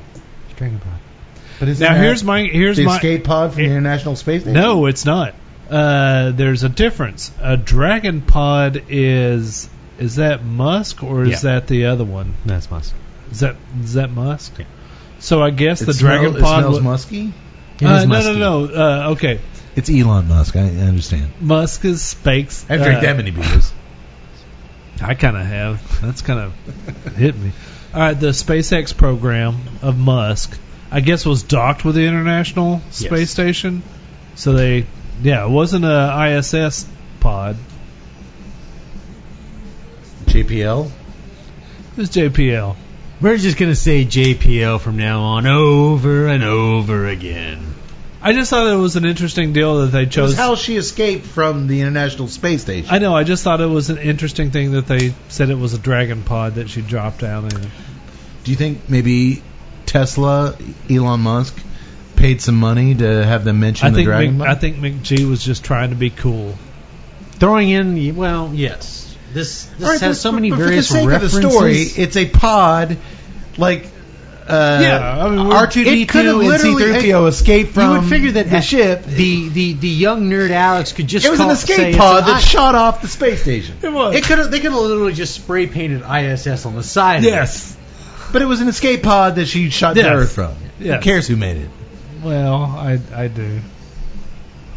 Speaker 6: Dragon pod.
Speaker 4: But isn't
Speaker 5: Now
Speaker 4: that
Speaker 5: here's my here's
Speaker 4: the
Speaker 5: my
Speaker 4: escape pod from the
Speaker 5: it-
Speaker 4: International Space Station.
Speaker 5: No, it's not. Uh, there's a difference. A dragon pod is is that Musk or is
Speaker 6: Yeah.
Speaker 5: that the other one?
Speaker 6: That's
Speaker 4: Uh,
Speaker 6: Musk.
Speaker 5: Is that is that Musk? So I guess
Speaker 4: It
Speaker 5: the
Speaker 4: smell-
Speaker 5: dragon
Speaker 4: it
Speaker 5: pod.
Speaker 4: smells
Speaker 5: wa-
Speaker 4: musky.
Speaker 6: It
Speaker 5: Uh,
Speaker 6: is
Speaker 5: no,
Speaker 6: musky.
Speaker 5: no, no. Uh, okay,
Speaker 4: It's Elon Musk. I, I understand.
Speaker 5: Musk is Spakes.
Speaker 4: I've drank
Speaker 5: uh,
Speaker 4: that many beers.
Speaker 5: I kind of have. That's kind of hit me. All right, the SpaceX program of Musk, I guess, was docked with the International Space
Speaker 6: Yes.
Speaker 5: Station. So they, yeah, it wasn't a ISS pod.
Speaker 4: JPL.
Speaker 5: It was JPL.
Speaker 6: We're just gonna say JPL from now on, over and over again.
Speaker 5: I just thought it was an interesting deal that they
Speaker 4: That's
Speaker 5: chose.
Speaker 4: how she escaped from the International Space Station.
Speaker 5: I know. I just thought it was an interesting thing that they said it was a dragon pod that she dropped down in.
Speaker 4: Do you think maybe Tesla, Elon Musk, paid some money to have them mention
Speaker 5: I
Speaker 4: the
Speaker 5: think
Speaker 4: Dragon
Speaker 5: Mc,
Speaker 4: Ball?
Speaker 5: I think McG was just trying to be cool.
Speaker 6: Throwing in, well, yes. This this
Speaker 4: All right,
Speaker 6: has
Speaker 4: but-
Speaker 6: so many
Speaker 4: but
Speaker 6: various
Speaker 4: for the sake
Speaker 6: references.
Speaker 4: Of the story, it's a pod, like. Uh,
Speaker 5: Yeah, I mean, we're-
Speaker 4: R2D2
Speaker 6: It could've
Speaker 4: and
Speaker 6: literally-
Speaker 4: C3PO escaped from
Speaker 6: you would figure that
Speaker 4: the
Speaker 6: at-
Speaker 4: ship.
Speaker 6: The, the the young nerd Alex could just
Speaker 4: it was an
Speaker 6: call- say
Speaker 4: escape
Speaker 6: it's
Speaker 4: pod
Speaker 6: an
Speaker 4: that
Speaker 6: I-
Speaker 4: shot off the space station.
Speaker 5: It was.
Speaker 6: It could have. They could have literally just spray painted ISS on the side.
Speaker 5: Yes.
Speaker 4: But it was an escape pod that she shot
Speaker 5: Yes.
Speaker 4: the Earth from.
Speaker 5: Yes.
Speaker 4: Who cares who made it?
Speaker 5: Well, I I do.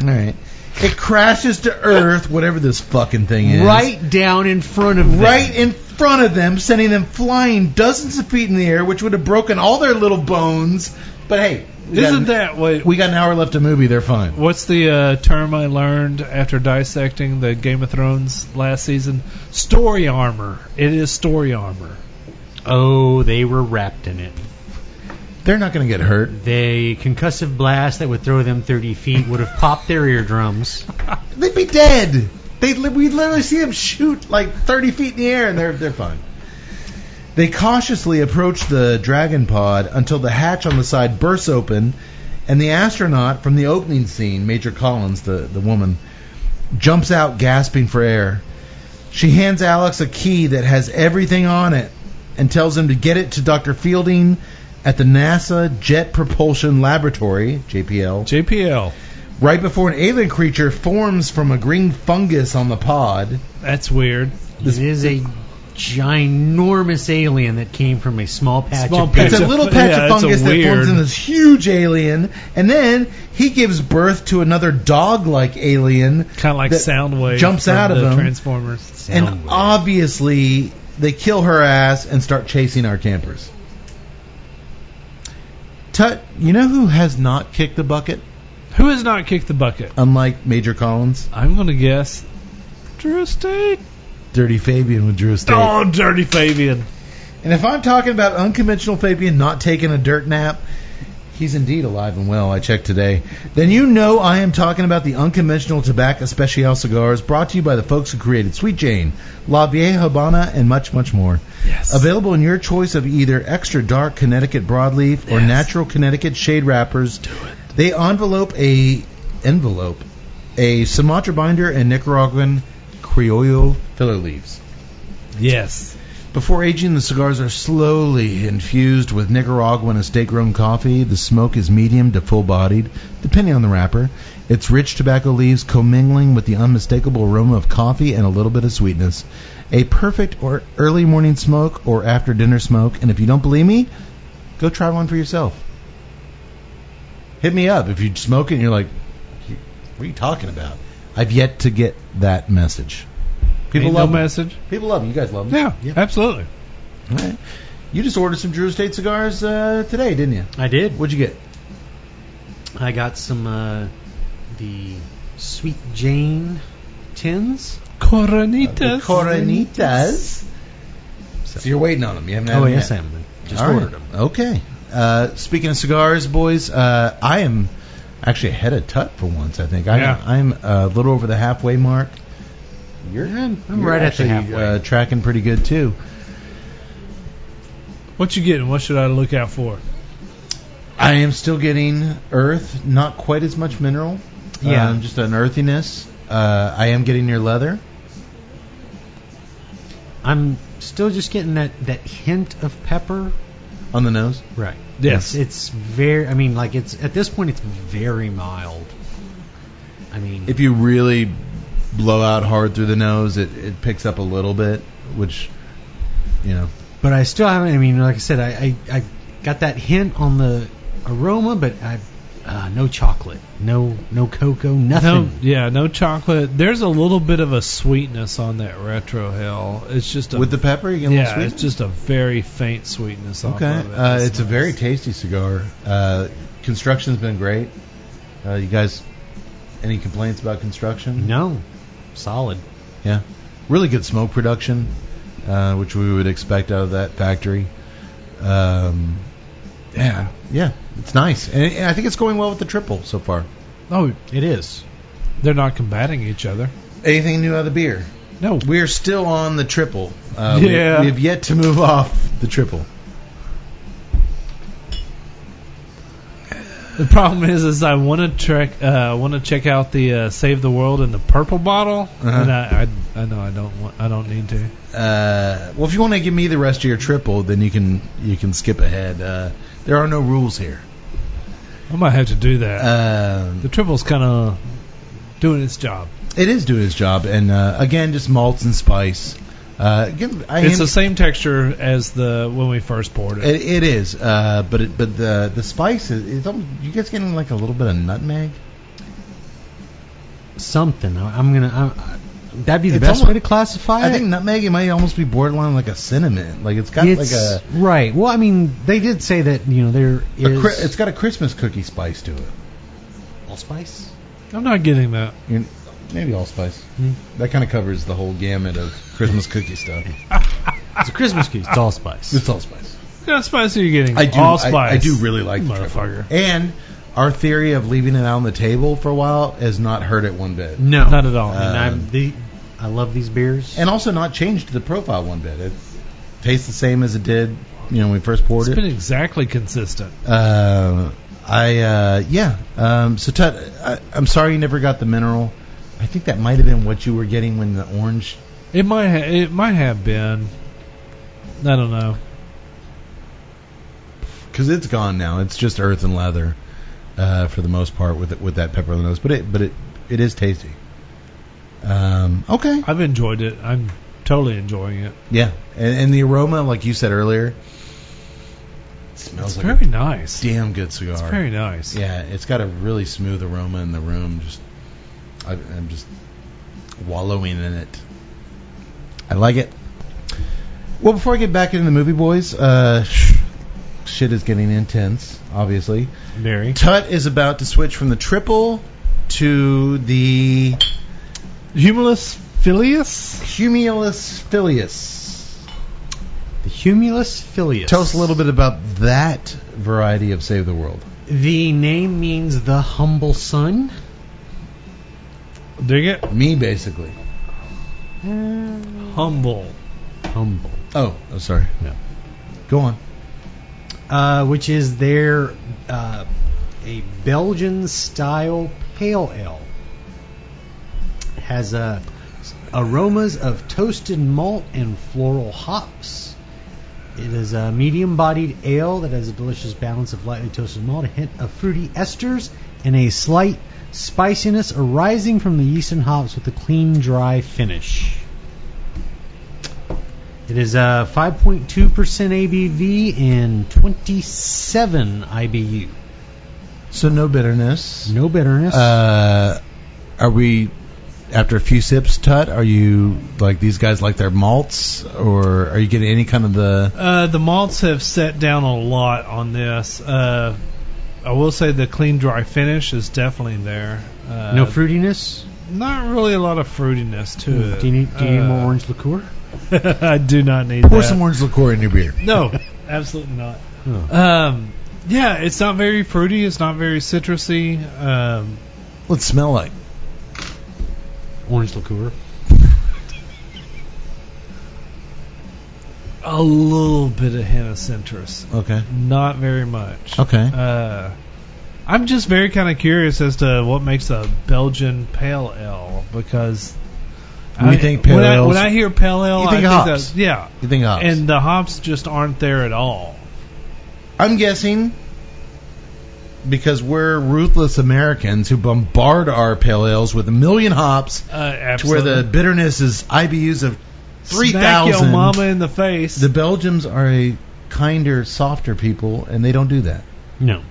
Speaker 4: All right. It crashes to Earth, whatever this fucking thing
Speaker 6: Of it.
Speaker 4: is.
Speaker 6: Right down in front of them.
Speaker 4: right in front of them, sending them flying dozens of feet in the air, which would have broken all their little bones. But hey, we got
Speaker 5: Isn't
Speaker 4: an-
Speaker 5: that what
Speaker 4: We got an hour left of movie. They're fine.
Speaker 5: What's the uh, term I learned after dissecting the Game of Thrones last season? Story armor. It is story armor.
Speaker 6: Oh, they were wrapped in it.
Speaker 4: They're not going to get hurt.
Speaker 6: The concussive blast that would throw them 30 feet would have popped their eardrums.
Speaker 4: They'd be dead. They li- we literally see them shoot like 30 feet in the air, and they're they're fine. They cautiously approach the dragon pod until the hatch on the side bursts open, and the astronaut from the opening scene, Major Collins, the, the woman, jumps out gasping for air. She hands Alex a key that has everything on it and tells him to get it to Dr. Fielding at the NASA Jet Propulsion Laboratory, JPL
Speaker 5: JPL.
Speaker 4: right before an alien creature forms from a green fungus on the pod.
Speaker 5: That's weird.
Speaker 6: This is a ginormous alien that came from a small patch
Speaker 5: Small
Speaker 6: of
Speaker 5: patch
Speaker 4: It's a
Speaker 5: Yeah,
Speaker 4: little patch of
Speaker 5: yeah, it's a
Speaker 4: fungus that
Speaker 5: weird-
Speaker 4: forms in this huge alien, and then he gives birth to another dog-like alien,
Speaker 5: Kind of like
Speaker 4: That
Speaker 5: Soundwave.
Speaker 4: jumps
Speaker 5: from
Speaker 4: out of
Speaker 5: the
Speaker 4: them.
Speaker 5: Transformers.
Speaker 4: and
Speaker 6: Sound wave.
Speaker 4: obviously they kill her ass and start chasing our campers. Tut, you know who has not kicked the bucket?
Speaker 5: Who has not kicked the bucket?
Speaker 4: Unlike Major Collins,
Speaker 5: I'm gonna guess. Drew Estate.
Speaker 4: Dirty Fabian with Drew Estate.
Speaker 5: Oh, dirty Fabian.
Speaker 4: And if I'm talking about unconventional Fabian not taking a dirt nap, he's indeed alive and well, I checked today. Then you know I am talking about the unconventional tobacco special cigars brought to you by the folks who created Sweet Jane, La Vieja Habana, and much, much more.
Speaker 5: Yes.
Speaker 4: Available in your choice of either extra dark Connecticut broadleaf or natural Connecticut shade wrappers. Do it. They envelope a envelope a Sumatra binder and Nicaraguan Criollo filler leaves.
Speaker 5: Yes.
Speaker 4: Before aging, the cigars are slowly infused with Nicaraguan estate grown coffee. The smoke is medium to full bodied, depending on the wrapper. Its rich tobacco leaves commingling with the unmistakable aroma of coffee and a little bit of sweetness. A perfect or early morning smoke or after dinner smoke. And if you don't believe me, go try one for yourself. Hit me up if you smoke it and you're like, What are you talking about? I've yet to get that message. People
Speaker 5: Ain't
Speaker 4: love
Speaker 5: no
Speaker 4: them.
Speaker 5: message.
Speaker 4: People love them. You guys love them.
Speaker 5: Yeah, absolutely.
Speaker 4: All right. You just ordered some Drew Estate cigars uh, today, didn't you?
Speaker 6: I did.
Speaker 4: What'd you get?
Speaker 6: I got some uh, the Sweet Jane tins.
Speaker 5: Coronitas.
Speaker 4: Uh, Coronitas. So you're waiting on them. You haven't had
Speaker 6: Oh
Speaker 4: them
Speaker 6: yes, I
Speaker 4: yet.
Speaker 6: am. Just
Speaker 4: All right.
Speaker 6: ordered them.
Speaker 4: Okay. Uh, speaking of cigars, boys, uh, I am actually ahead of Tut for once. I think I,
Speaker 5: Yeah.
Speaker 4: I'm uh, a little over the halfway mark. You're, I'm
Speaker 6: I'm right at the halfway.
Speaker 4: Uh, tracking pretty good too.
Speaker 5: What you getting? What should I look out for?
Speaker 4: I am still getting earth, not quite as much mineral.
Speaker 6: Yeah.
Speaker 4: Um, just an earthiness. Uh, I am getting your leather.
Speaker 6: I'm still just getting that that hint of pepper.
Speaker 4: on the nose.
Speaker 6: Right.
Speaker 5: Yes.
Speaker 6: It's, it's very. I mean, like it's at this point, it's very mild. I mean,
Speaker 4: If you really blow out hard through the nose, it, it picks up a little bit, which, you know,
Speaker 6: but I still haven't. I mean, like I said, I I, I got that hint on the aroma, but I uh, no chocolate, no no cocoa,
Speaker 5: No,
Speaker 6: nothing.
Speaker 5: yeah, no chocolate. There's a little bit of a sweetness on that retro hell. It's just a
Speaker 4: with the pepper, you get a
Speaker 5: yeah,
Speaker 4: little
Speaker 5: it's
Speaker 4: sweet.
Speaker 5: just a very faint sweetness off
Speaker 4: okay.
Speaker 5: of it.
Speaker 4: Uh, it's a very tasty cigar. Uh, construction's been great. Uh, you guys, any complaints about construction?
Speaker 6: No, solid.
Speaker 4: Yeah. Really good smoke production, uh, which we would expect out of that factory. Um, yeah, yeah, it's nice, and, and I think it's going well with the triple so far.
Speaker 5: oh,
Speaker 6: It is.
Speaker 5: they're not combating each other.
Speaker 4: Anything new out of the beer?
Speaker 5: No,
Speaker 4: We're still on the triple. Uh, we-
Speaker 5: Yeah.
Speaker 4: We, have yet to move off the triple.
Speaker 5: the problem is, is I want to check, uh, want to check out the uh, Save the World in the purple bottle,
Speaker 4: Uh-huh.
Speaker 5: and I, I, I know I don't want, I don't need to.
Speaker 4: Uh, well, if you want to give me the rest of your triple, then you can you can skip ahead. Uh, there are no rules here.
Speaker 5: I might have to do that.
Speaker 4: Um
Speaker 5: the triple's kind of doing its job.
Speaker 4: it is doing its job, and uh, again, just malts and spice. Uh, again, I
Speaker 5: It's
Speaker 4: hand-
Speaker 5: the same texture as the when we first poured it.
Speaker 4: it, it is, uh, but it, but the the spice is it's almost, you guys getting like a little bit of nutmeg.
Speaker 6: Something. I, I'm gonna. I, I, that'd be the
Speaker 4: It's
Speaker 6: best
Speaker 4: almo-
Speaker 6: way to classify it.
Speaker 4: I think nutmeg it might almost be borderline like a cinnamon. Like it's got
Speaker 6: it's,
Speaker 4: like a,
Speaker 6: right. Well, I mean, they did say that you know there
Speaker 4: a
Speaker 6: is
Speaker 4: cri- it's got a Christmas cookie spice to it.
Speaker 6: allspice.
Speaker 5: I'm not getting that.
Speaker 4: You- Maybe allspice. That kind of covers the whole gamut of Christmas cookie stuff.
Speaker 6: It's a Christmas cookie. It's allspice.
Speaker 4: It's allspice.
Speaker 5: What kind of spice are you getting?
Speaker 4: I do.
Speaker 5: All
Speaker 4: I-
Speaker 5: spice.
Speaker 4: I, do really like the triple.
Speaker 5: motherfucker.
Speaker 4: And our theory of leaving it on the table for a while has not hurt it one bit,
Speaker 6: No,
Speaker 5: Not at all.
Speaker 4: Um,
Speaker 6: and I'm the. I love these beers.
Speaker 4: and also not changed the profile one bit. It tastes the same as it did, you know, when we first poured
Speaker 5: it's
Speaker 4: it.
Speaker 5: been exactly consistent.
Speaker 4: Uh, I uh, yeah. Um, so Tut, I, I'm sorry you never got the mineral. I think that might have been what you were getting when the orange.
Speaker 5: It might ha- it might have been. I don't know.
Speaker 4: because it's gone now. It's just earth and leather uh, for the most part with it, with that pepper on the nose. But it but it it is tasty. Um, okay.
Speaker 5: I've enjoyed it. I'm totally enjoying it.
Speaker 4: Yeah, and, and the aroma, like you said earlier, it smells
Speaker 5: It's
Speaker 4: like
Speaker 5: very nice.
Speaker 4: a damn good cigar.
Speaker 5: It's very nice.
Speaker 4: yeah, it's got a really smooth aroma in the room. Just I, I'm just wallowing in it. I like it. Well, before I get back into the movie, boys, uh, sh- shit is getting intense. Obviously,
Speaker 5: Very.
Speaker 4: Tut is about to switch from the triple to the humulus
Speaker 5: Phileas?
Speaker 4: humulus filius.
Speaker 6: The Humulus Filius.
Speaker 4: Tell us a little bit about that variety of Save the World.
Speaker 6: The name means the humble son.
Speaker 5: Dig it?
Speaker 4: Me, basically.
Speaker 5: Humble.
Speaker 6: Humble.
Speaker 4: Oh, oh sorry.
Speaker 6: No.
Speaker 4: Go on.
Speaker 6: Uh, which is their uh, a Belgian style pale ale. Has uh, aromas of toasted malt and floral hops. It is a medium bodied ale that has a delicious balance of lightly toasted malt, a hint of fruity esters, and a slight spiciness arising from the yeast and hops with a clean, dry finish. It is uh, a 5.2% ABV and 27 IBU.
Speaker 4: So no bitterness.
Speaker 6: No bitterness.
Speaker 4: Uh, Are we after a few sips, Tut? Are you like these guys like their malts, or are you getting any kind of the?
Speaker 5: Uh, the malts have set down a lot on this. Uh, I will say the clean dry finish is definitely there. Uh,
Speaker 6: no fruitiness.
Speaker 5: Not really a lot of fruitiness
Speaker 4: Hmm.
Speaker 5: to it.
Speaker 6: Do you need, do you need
Speaker 5: Uh,
Speaker 6: more orange liqueur?
Speaker 5: I do not need
Speaker 4: Pour
Speaker 5: that.
Speaker 4: some orange liqueur in your beer.
Speaker 5: No, absolutely not.
Speaker 6: Uh,
Speaker 5: Um, yeah, it's not very fruity. It's not very citrusy. Um,
Speaker 4: What's it smell like?
Speaker 6: Orange liqueur.
Speaker 5: a little bit of hint of citrus.
Speaker 4: Okay.
Speaker 5: Not very much.
Speaker 4: Okay.
Speaker 5: Uh, I'm just very kind of curious as to what makes a Belgian pale ale because
Speaker 4: You think pale
Speaker 5: when I,
Speaker 4: ales-
Speaker 5: when I hear pale ale,
Speaker 4: You think
Speaker 5: I
Speaker 4: hops.
Speaker 5: Think that, yeah,
Speaker 4: you think ah, hops?
Speaker 5: and the hops just aren't there at all.
Speaker 4: I'm guessing because we're ruthless Americans who bombard our pale ales with a million hops
Speaker 5: Uh,
Speaker 4: to where
Speaker 5: absolutely.
Speaker 4: the bitterness is IBUs of three
Speaker 5: Smack your
Speaker 4: thousand.
Speaker 5: mama in the face.
Speaker 4: The Belgians are a kinder, softer people, and they don't do that.
Speaker 6: No.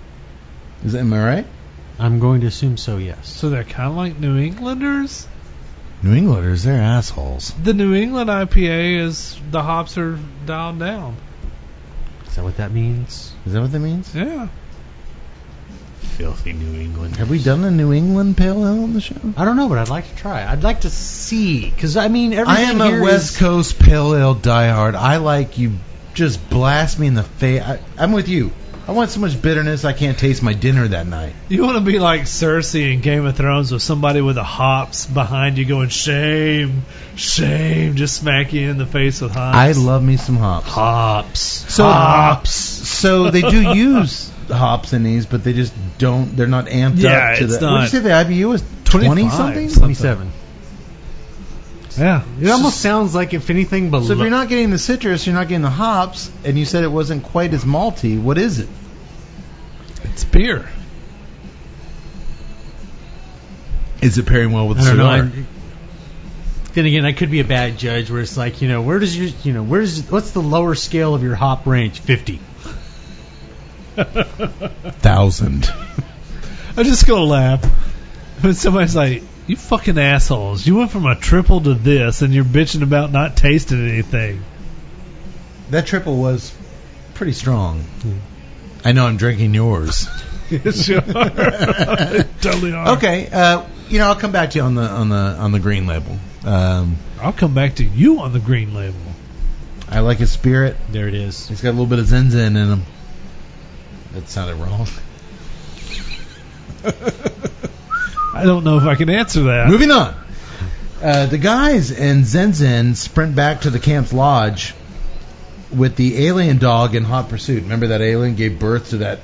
Speaker 4: Is that, am I right?
Speaker 6: I'm going to assume so. Yes.
Speaker 5: so they're kind of like New Englanders.
Speaker 4: New Englanders, they're assholes.
Speaker 5: The New England IPA is the hops are dialed down.
Speaker 6: Is that what that means?
Speaker 4: Is that what that means?
Speaker 5: Yeah.
Speaker 6: Filthy New England.
Speaker 4: Have we done a New England pale ale on the show?
Speaker 6: I don't know, but I'd like to try. I'd like to see, because I mean, everything
Speaker 4: I am a
Speaker 6: here
Speaker 4: West
Speaker 6: is-
Speaker 4: Coast pale ale diehard. I like you. Just blast me in the face. I, I'm with you. I want so much bitterness I can't taste my dinner that night.
Speaker 5: You want to be like Cersei in Game of Thrones with somebody with the hops behind you going, shame, shame, just smack you in the face with hops.
Speaker 4: I love me some hops.
Speaker 5: hops.
Speaker 4: So,
Speaker 6: Ah,
Speaker 5: hops.
Speaker 4: So they do use hops in these, but they just don't. They're not amped
Speaker 5: Yeah,
Speaker 4: up to
Speaker 5: it's
Speaker 4: the. What
Speaker 5: not-
Speaker 4: did you say the IBU was? Twenty
Speaker 5: 25
Speaker 4: something.
Speaker 6: Twenty-seven.
Speaker 5: Yeah.
Speaker 6: It almost sounds like if anything below.
Speaker 4: So if you're not getting the citrus, you're not getting the hops, and you said it wasn't quite as malty. What is it?
Speaker 5: It's beer.
Speaker 4: Is it pairing well with
Speaker 6: I don't know. I'm- then again, I could be a bad judge, where it's like, you know, where does your, you know, where's what's the lower scale of your hop range? Fifty.
Speaker 4: Thousand.
Speaker 5: I'm just going to laugh when somebody's like, you fucking assholes. You went from a triple to this and you're bitching about not tasting anything.
Speaker 4: That triple was pretty strong.
Speaker 6: Hmm.
Speaker 4: I know I'm drinking yours.
Speaker 5: Sure. totally are.
Speaker 4: Okay, uh, you know I'll come back to you on the on the on the green label. Um,
Speaker 5: I'll come back to you on the green label.
Speaker 4: I like his spirit.
Speaker 6: There it is.
Speaker 4: He's got a little bit of zen zen in him. That sounded wrong.
Speaker 5: I don't know if I can answer that.
Speaker 4: Moving on. Uh, the guys and Zenzen sprint back to the camp's lodge with the alien dog in hot pursuit. Remember that alien gave birth to that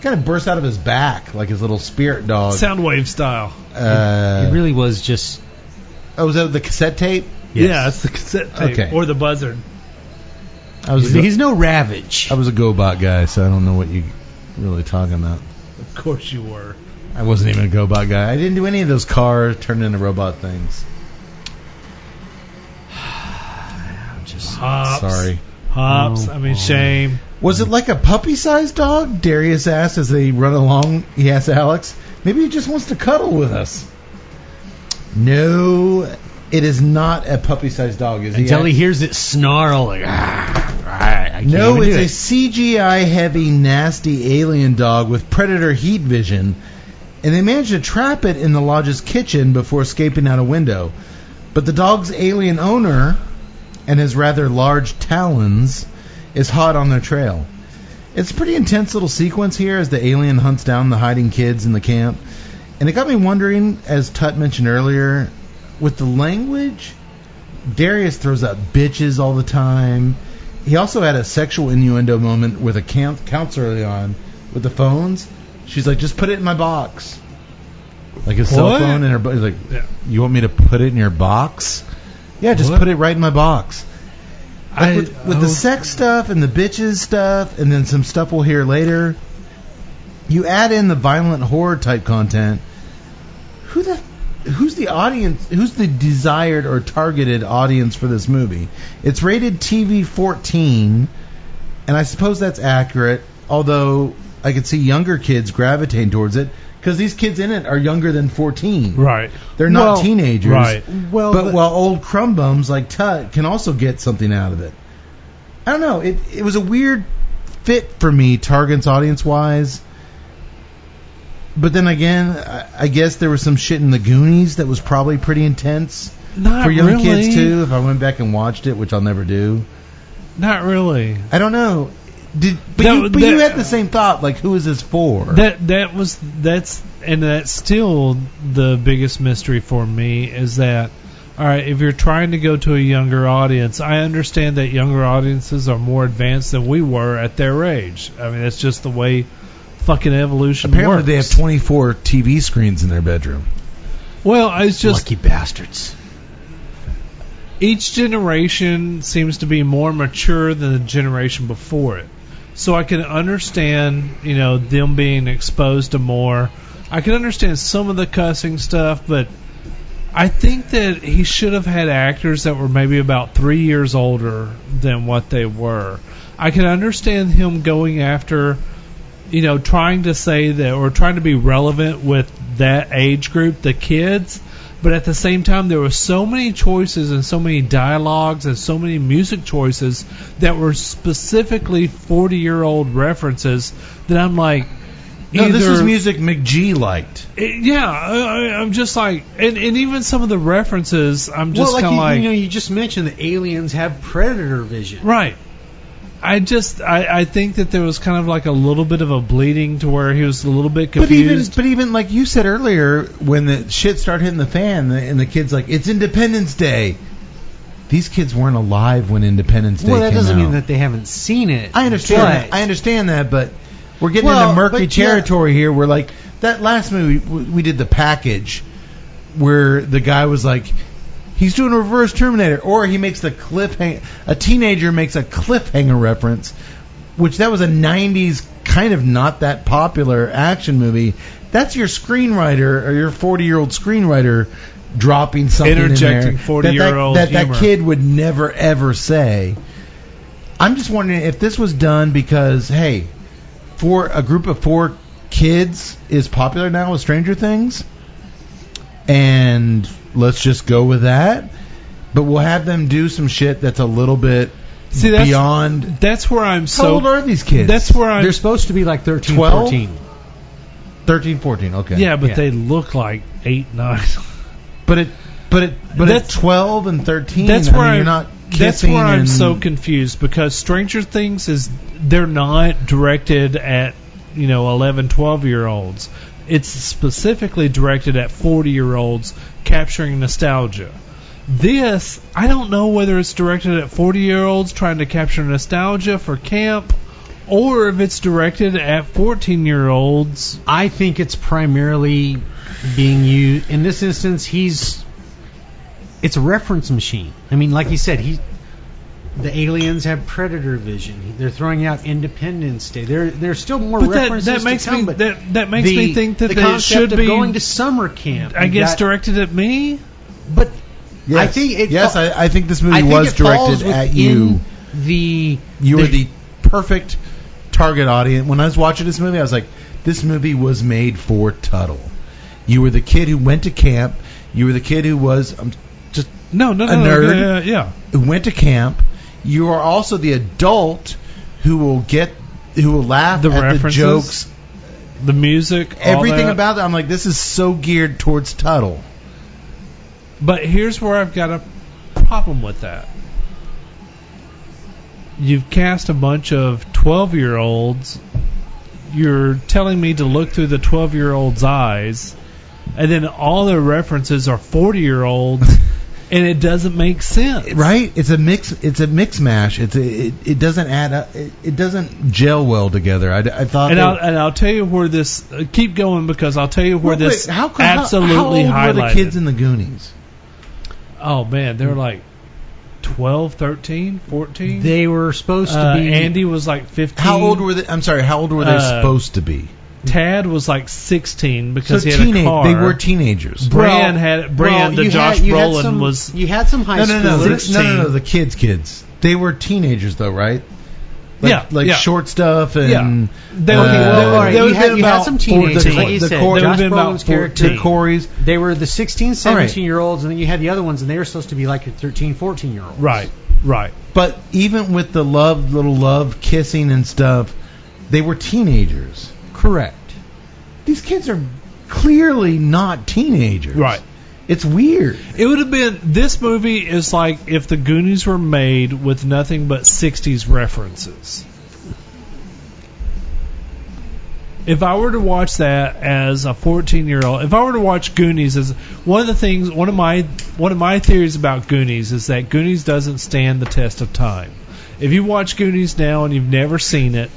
Speaker 4: kind of burst out of his back like his little spirit dog.
Speaker 5: Soundwave style.
Speaker 4: uh,
Speaker 6: it really was just.
Speaker 4: oh, was that the cassette tape?
Speaker 5: Yeah, it's the cassette tape
Speaker 4: Okay.
Speaker 5: or the buzzard.
Speaker 4: I was
Speaker 6: He's,
Speaker 4: a go-
Speaker 6: he's no Ravage.
Speaker 4: I was a GoBot guy, so I don't know what you really talking about.
Speaker 5: Of course you were.
Speaker 4: I wasn't even a GoBot guy. I didn't do any of those car turned into robot things.
Speaker 6: Just-
Speaker 5: Hops.
Speaker 4: Sorry.
Speaker 5: Hops. I mean, shame.
Speaker 4: Was it like a puppy sized dog? Darius asked as they run along. He asked Alex. Maybe he just wants to cuddle with us. No, it is not a puppy sized dog, is
Speaker 6: until he
Speaker 4: he?
Speaker 6: hears it snarl. Like, ah, I, I can't
Speaker 4: no,
Speaker 6: even
Speaker 4: it's
Speaker 6: do
Speaker 4: a
Speaker 6: it."
Speaker 4: CGI heavy, nasty alien dog with predator heat vision, and they managed to trap it in the lodge's kitchen before escaping out a window. But the dog's alien owner and his rather large talons is hot on their trail. It's a pretty intense little sequence here as the alien hunts down the hiding kids in the camp. And it got me wondering, as Tut mentioned earlier, with the language, Darius throws out bitches all the time. He also had a sexual innuendo moment with a camp counselor early on with the phones. She's like, just put it in my box. Like his cell
Speaker 5: What?
Speaker 4: phone in her box. Like,
Speaker 5: Yeah.
Speaker 4: you want me to put it in your box? Yeah, just
Speaker 5: What?
Speaker 4: put it right in my box. Like
Speaker 5: I- oh.
Speaker 4: with, with
Speaker 5: I
Speaker 4: the
Speaker 5: was-
Speaker 4: sex stuff and the bitches stuff, and then some stuff we'll hear later. You add in the violent horror type content. Who the who's the audience? Who's the desired or targeted audience for this movie? It's rated TV 14, and I suppose that's accurate. Although I could see younger kids gravitating towards it because these kids in it are younger than 14.
Speaker 5: Right.
Speaker 4: They're not
Speaker 6: Well-
Speaker 4: teenagers.
Speaker 5: Right.
Speaker 6: Well,
Speaker 4: but
Speaker 6: the-
Speaker 4: while old crumb bums like Tut can also get something out of it. I don't know. It it was a weird fit for me, Target's audience wise. But then again, I, I guess there was some shit in the Goonies that was probably pretty intense
Speaker 5: Not
Speaker 4: for young
Speaker 5: really.
Speaker 4: kids too. If I went back and watched it, which I'll never do,
Speaker 5: Not really.
Speaker 4: I don't know. Did but,
Speaker 5: That-
Speaker 4: you, but you
Speaker 5: that-
Speaker 4: had the same thought, like who is this for?
Speaker 5: That that was that's and that's still the biggest mystery for me is that all right, if you're trying to go to a younger audience, I understand that younger audiences are more advanced than we were at their age. I mean, that's just the way fucking evolution
Speaker 4: Apparently,
Speaker 5: works.
Speaker 4: they have 24 TV screens in their bedroom.
Speaker 5: well, I was just
Speaker 6: lucky bastards.
Speaker 5: each generation seems to be more mature than the generation before it. So I can understand, you know, them being exposed to more. I can understand some of the cussing stuff, but I think that he should have had actors that were maybe about three years older than what they were. I can understand him going after, you know, trying to say that or trying to be relevant with that age group, the kids. But at the same time, there were so many choices and so many dialogues and so many music choices that were specifically 40 year old references that I'm like,
Speaker 4: No, this
Speaker 5: either-
Speaker 4: is music McGee liked.
Speaker 5: it- yeah, I, I- I'm just like, and, and even some of the references, I'm just
Speaker 6: well, like
Speaker 5: kind
Speaker 6: you,
Speaker 5: of like,
Speaker 6: you know, you just mentioned that aliens have predator vision.
Speaker 5: right. I just, I, I think that there was kind of like a little bit of a bleeding to where he was a little bit
Speaker 4: But even,
Speaker 5: confused.
Speaker 4: but even like you said earlier, when the shit started hitting the fan, the- and the kids like, it's Independence Day. These kids weren't alive when Independence Day
Speaker 6: Well, that
Speaker 4: came
Speaker 6: doesn't
Speaker 4: out.
Speaker 6: mean that they haven't seen it.
Speaker 4: I understand.
Speaker 6: But-
Speaker 4: That. I understand that, but we're getting
Speaker 6: Well,
Speaker 4: into murky
Speaker 6: but yeah.
Speaker 4: territory here. We're like that last movie w- we did the package, where the guy was like, he's doing a reverse Terminator, or he makes the cliffhanger. A teenager makes a cliffhanger reference, which that was a '90s kind of not that popular action movie. That's your screenwriter or your 40 year old screenwriter dropping something in
Speaker 5: Interjecting
Speaker 4: there
Speaker 5: 40-year-old
Speaker 4: that that, that,
Speaker 5: humor.
Speaker 4: that kid would never ever say. I'm just wondering if this was done because hey, for a group of four kids is popular now with Stranger Things, and let's just go with that. But we'll have them do some shit that's a little bit
Speaker 5: See, that's,
Speaker 4: beyond.
Speaker 5: that's where I'm
Speaker 4: How
Speaker 5: so.
Speaker 4: old are these kids?
Speaker 5: That's where I'm.
Speaker 6: They're supposed to be like 13,
Speaker 4: 12?
Speaker 6: 14.
Speaker 4: 13, 14. Okay.
Speaker 5: Yeah, but
Speaker 6: yeah.
Speaker 5: they look like eight, nine.
Speaker 4: but it, but it, but at
Speaker 5: That's-
Speaker 4: 12 and 13.
Speaker 5: That's
Speaker 4: I
Speaker 5: where
Speaker 4: mean,
Speaker 5: I'm,
Speaker 4: you're not
Speaker 5: That's
Speaker 4: kissing
Speaker 5: where I'm
Speaker 4: and-
Speaker 5: so confused because Stranger Things is they're not directed at you know 11, 12 year olds. It's specifically directed at 40 year olds capturing nostalgia. This I don't know whether it's directed at 40 year olds trying to capture nostalgia for camp, or if it's directed at 14 year olds.
Speaker 6: I think it's primarily being used in this instance. He's it's a reference machine. I mean, like you said, he the aliens have predator vision. They're throwing out Independence Day. There, there's still more
Speaker 5: But that,
Speaker 6: references
Speaker 5: that makes
Speaker 6: to come.
Speaker 5: me
Speaker 6: but
Speaker 5: that, that makes
Speaker 6: the,
Speaker 5: me think that
Speaker 6: the
Speaker 5: they
Speaker 6: concept
Speaker 5: should
Speaker 6: of
Speaker 5: be
Speaker 6: going to summer camp.
Speaker 5: I
Speaker 6: You
Speaker 5: guess
Speaker 6: got-
Speaker 5: directed at me.
Speaker 6: but
Speaker 4: Yes.
Speaker 6: I think it
Speaker 4: yes,
Speaker 6: fa-
Speaker 4: I, I think this movie
Speaker 6: I think
Speaker 4: was
Speaker 6: it falls
Speaker 4: directed at
Speaker 6: within
Speaker 4: you.
Speaker 6: The
Speaker 4: You were the perfect target audience. When I was watching this movie, I was like, this movie was made for Tuttle. You were the kid who went to camp. You were the kid who was um, just
Speaker 5: No, no,
Speaker 4: A
Speaker 5: no, no,
Speaker 4: nerd?
Speaker 5: yeah, yeah.
Speaker 4: who went to camp. You are also the adult who will get who will laugh
Speaker 5: The
Speaker 4: at the
Speaker 5: references,
Speaker 4: jokes.
Speaker 5: The music, all
Speaker 4: Everything
Speaker 5: that.
Speaker 4: about it, I'm like, this is so geared towards Tuttle.
Speaker 5: But here's where I've got a problem with that. You've cast a bunch of 12 year olds. You're telling me to look through the 12 year old's eyes, and then all their references are 40 year olds, and it doesn't make sense.
Speaker 4: right it's a mix it's a mix mash it's a, it, it doesn't add up it, it doesn't gel well together i, I thought
Speaker 5: And
Speaker 4: they-
Speaker 5: I'll, and I'll tell you where this. Uh, keep going because I'll tell you where
Speaker 4: Well, wait,
Speaker 5: this
Speaker 4: how, come- how-
Speaker 5: absolutely
Speaker 4: how old were the
Speaker 5: highlighted.
Speaker 4: kids in the goonies
Speaker 5: oh man, they're like 12, 13, 14.
Speaker 6: they were supposed
Speaker 5: Uh,
Speaker 6: to be
Speaker 5: Andy was like 15.
Speaker 4: how old were they i'm sorry how old were they
Speaker 5: Uh,
Speaker 4: supposed to be
Speaker 5: Tad was like 16 because he had
Speaker 4: teenage
Speaker 5: a car.
Speaker 4: they were teenagers
Speaker 5: Bran had Bran
Speaker 6: well,
Speaker 5: the
Speaker 6: you
Speaker 5: Josh
Speaker 6: had, you had
Speaker 5: Brolin
Speaker 6: some-
Speaker 5: was
Speaker 6: You had some high
Speaker 4: no no no,
Speaker 6: schoolers.
Speaker 4: no no no the kids kids they were teenagers though right Like,
Speaker 5: Yeah,
Speaker 4: like
Speaker 5: yeah.
Speaker 4: short stuff and.
Speaker 5: Yeah. They
Speaker 4: uh,
Speaker 5: were- they were-
Speaker 6: All right,
Speaker 5: they
Speaker 6: you
Speaker 5: would've
Speaker 6: had,
Speaker 5: been
Speaker 6: you had
Speaker 5: about
Speaker 6: some
Speaker 5: four
Speaker 6: teenagers.
Speaker 5: to
Speaker 6: Like
Speaker 5: twenty.
Speaker 6: you
Speaker 4: the
Speaker 6: said,
Speaker 4: core-
Speaker 5: They
Speaker 6: Josh
Speaker 5: would've been about
Speaker 6: Brolin's character.
Speaker 5: 14.
Speaker 4: the Corys.
Speaker 6: They were the 16, 17
Speaker 4: All right.
Speaker 6: year olds, and then you had the other ones, and they were supposed to be like your 13, 14 year olds.
Speaker 5: Right. Right.
Speaker 4: But even with the love, little love, kissing and stuff, they were teenagers.
Speaker 6: Correct.
Speaker 4: These kids are clearly not teenagers.
Speaker 5: Right.
Speaker 4: It's weird.
Speaker 5: It would have been this movie is like if the Goonies were made with nothing but '60s references. If I were to watch that as a 14-year-old, if I were to watch Goonies as one of the things, one of my one of my theories about Goonies is that Goonies doesn't stand the test of time. If you watch Goonies now and you've never seen it,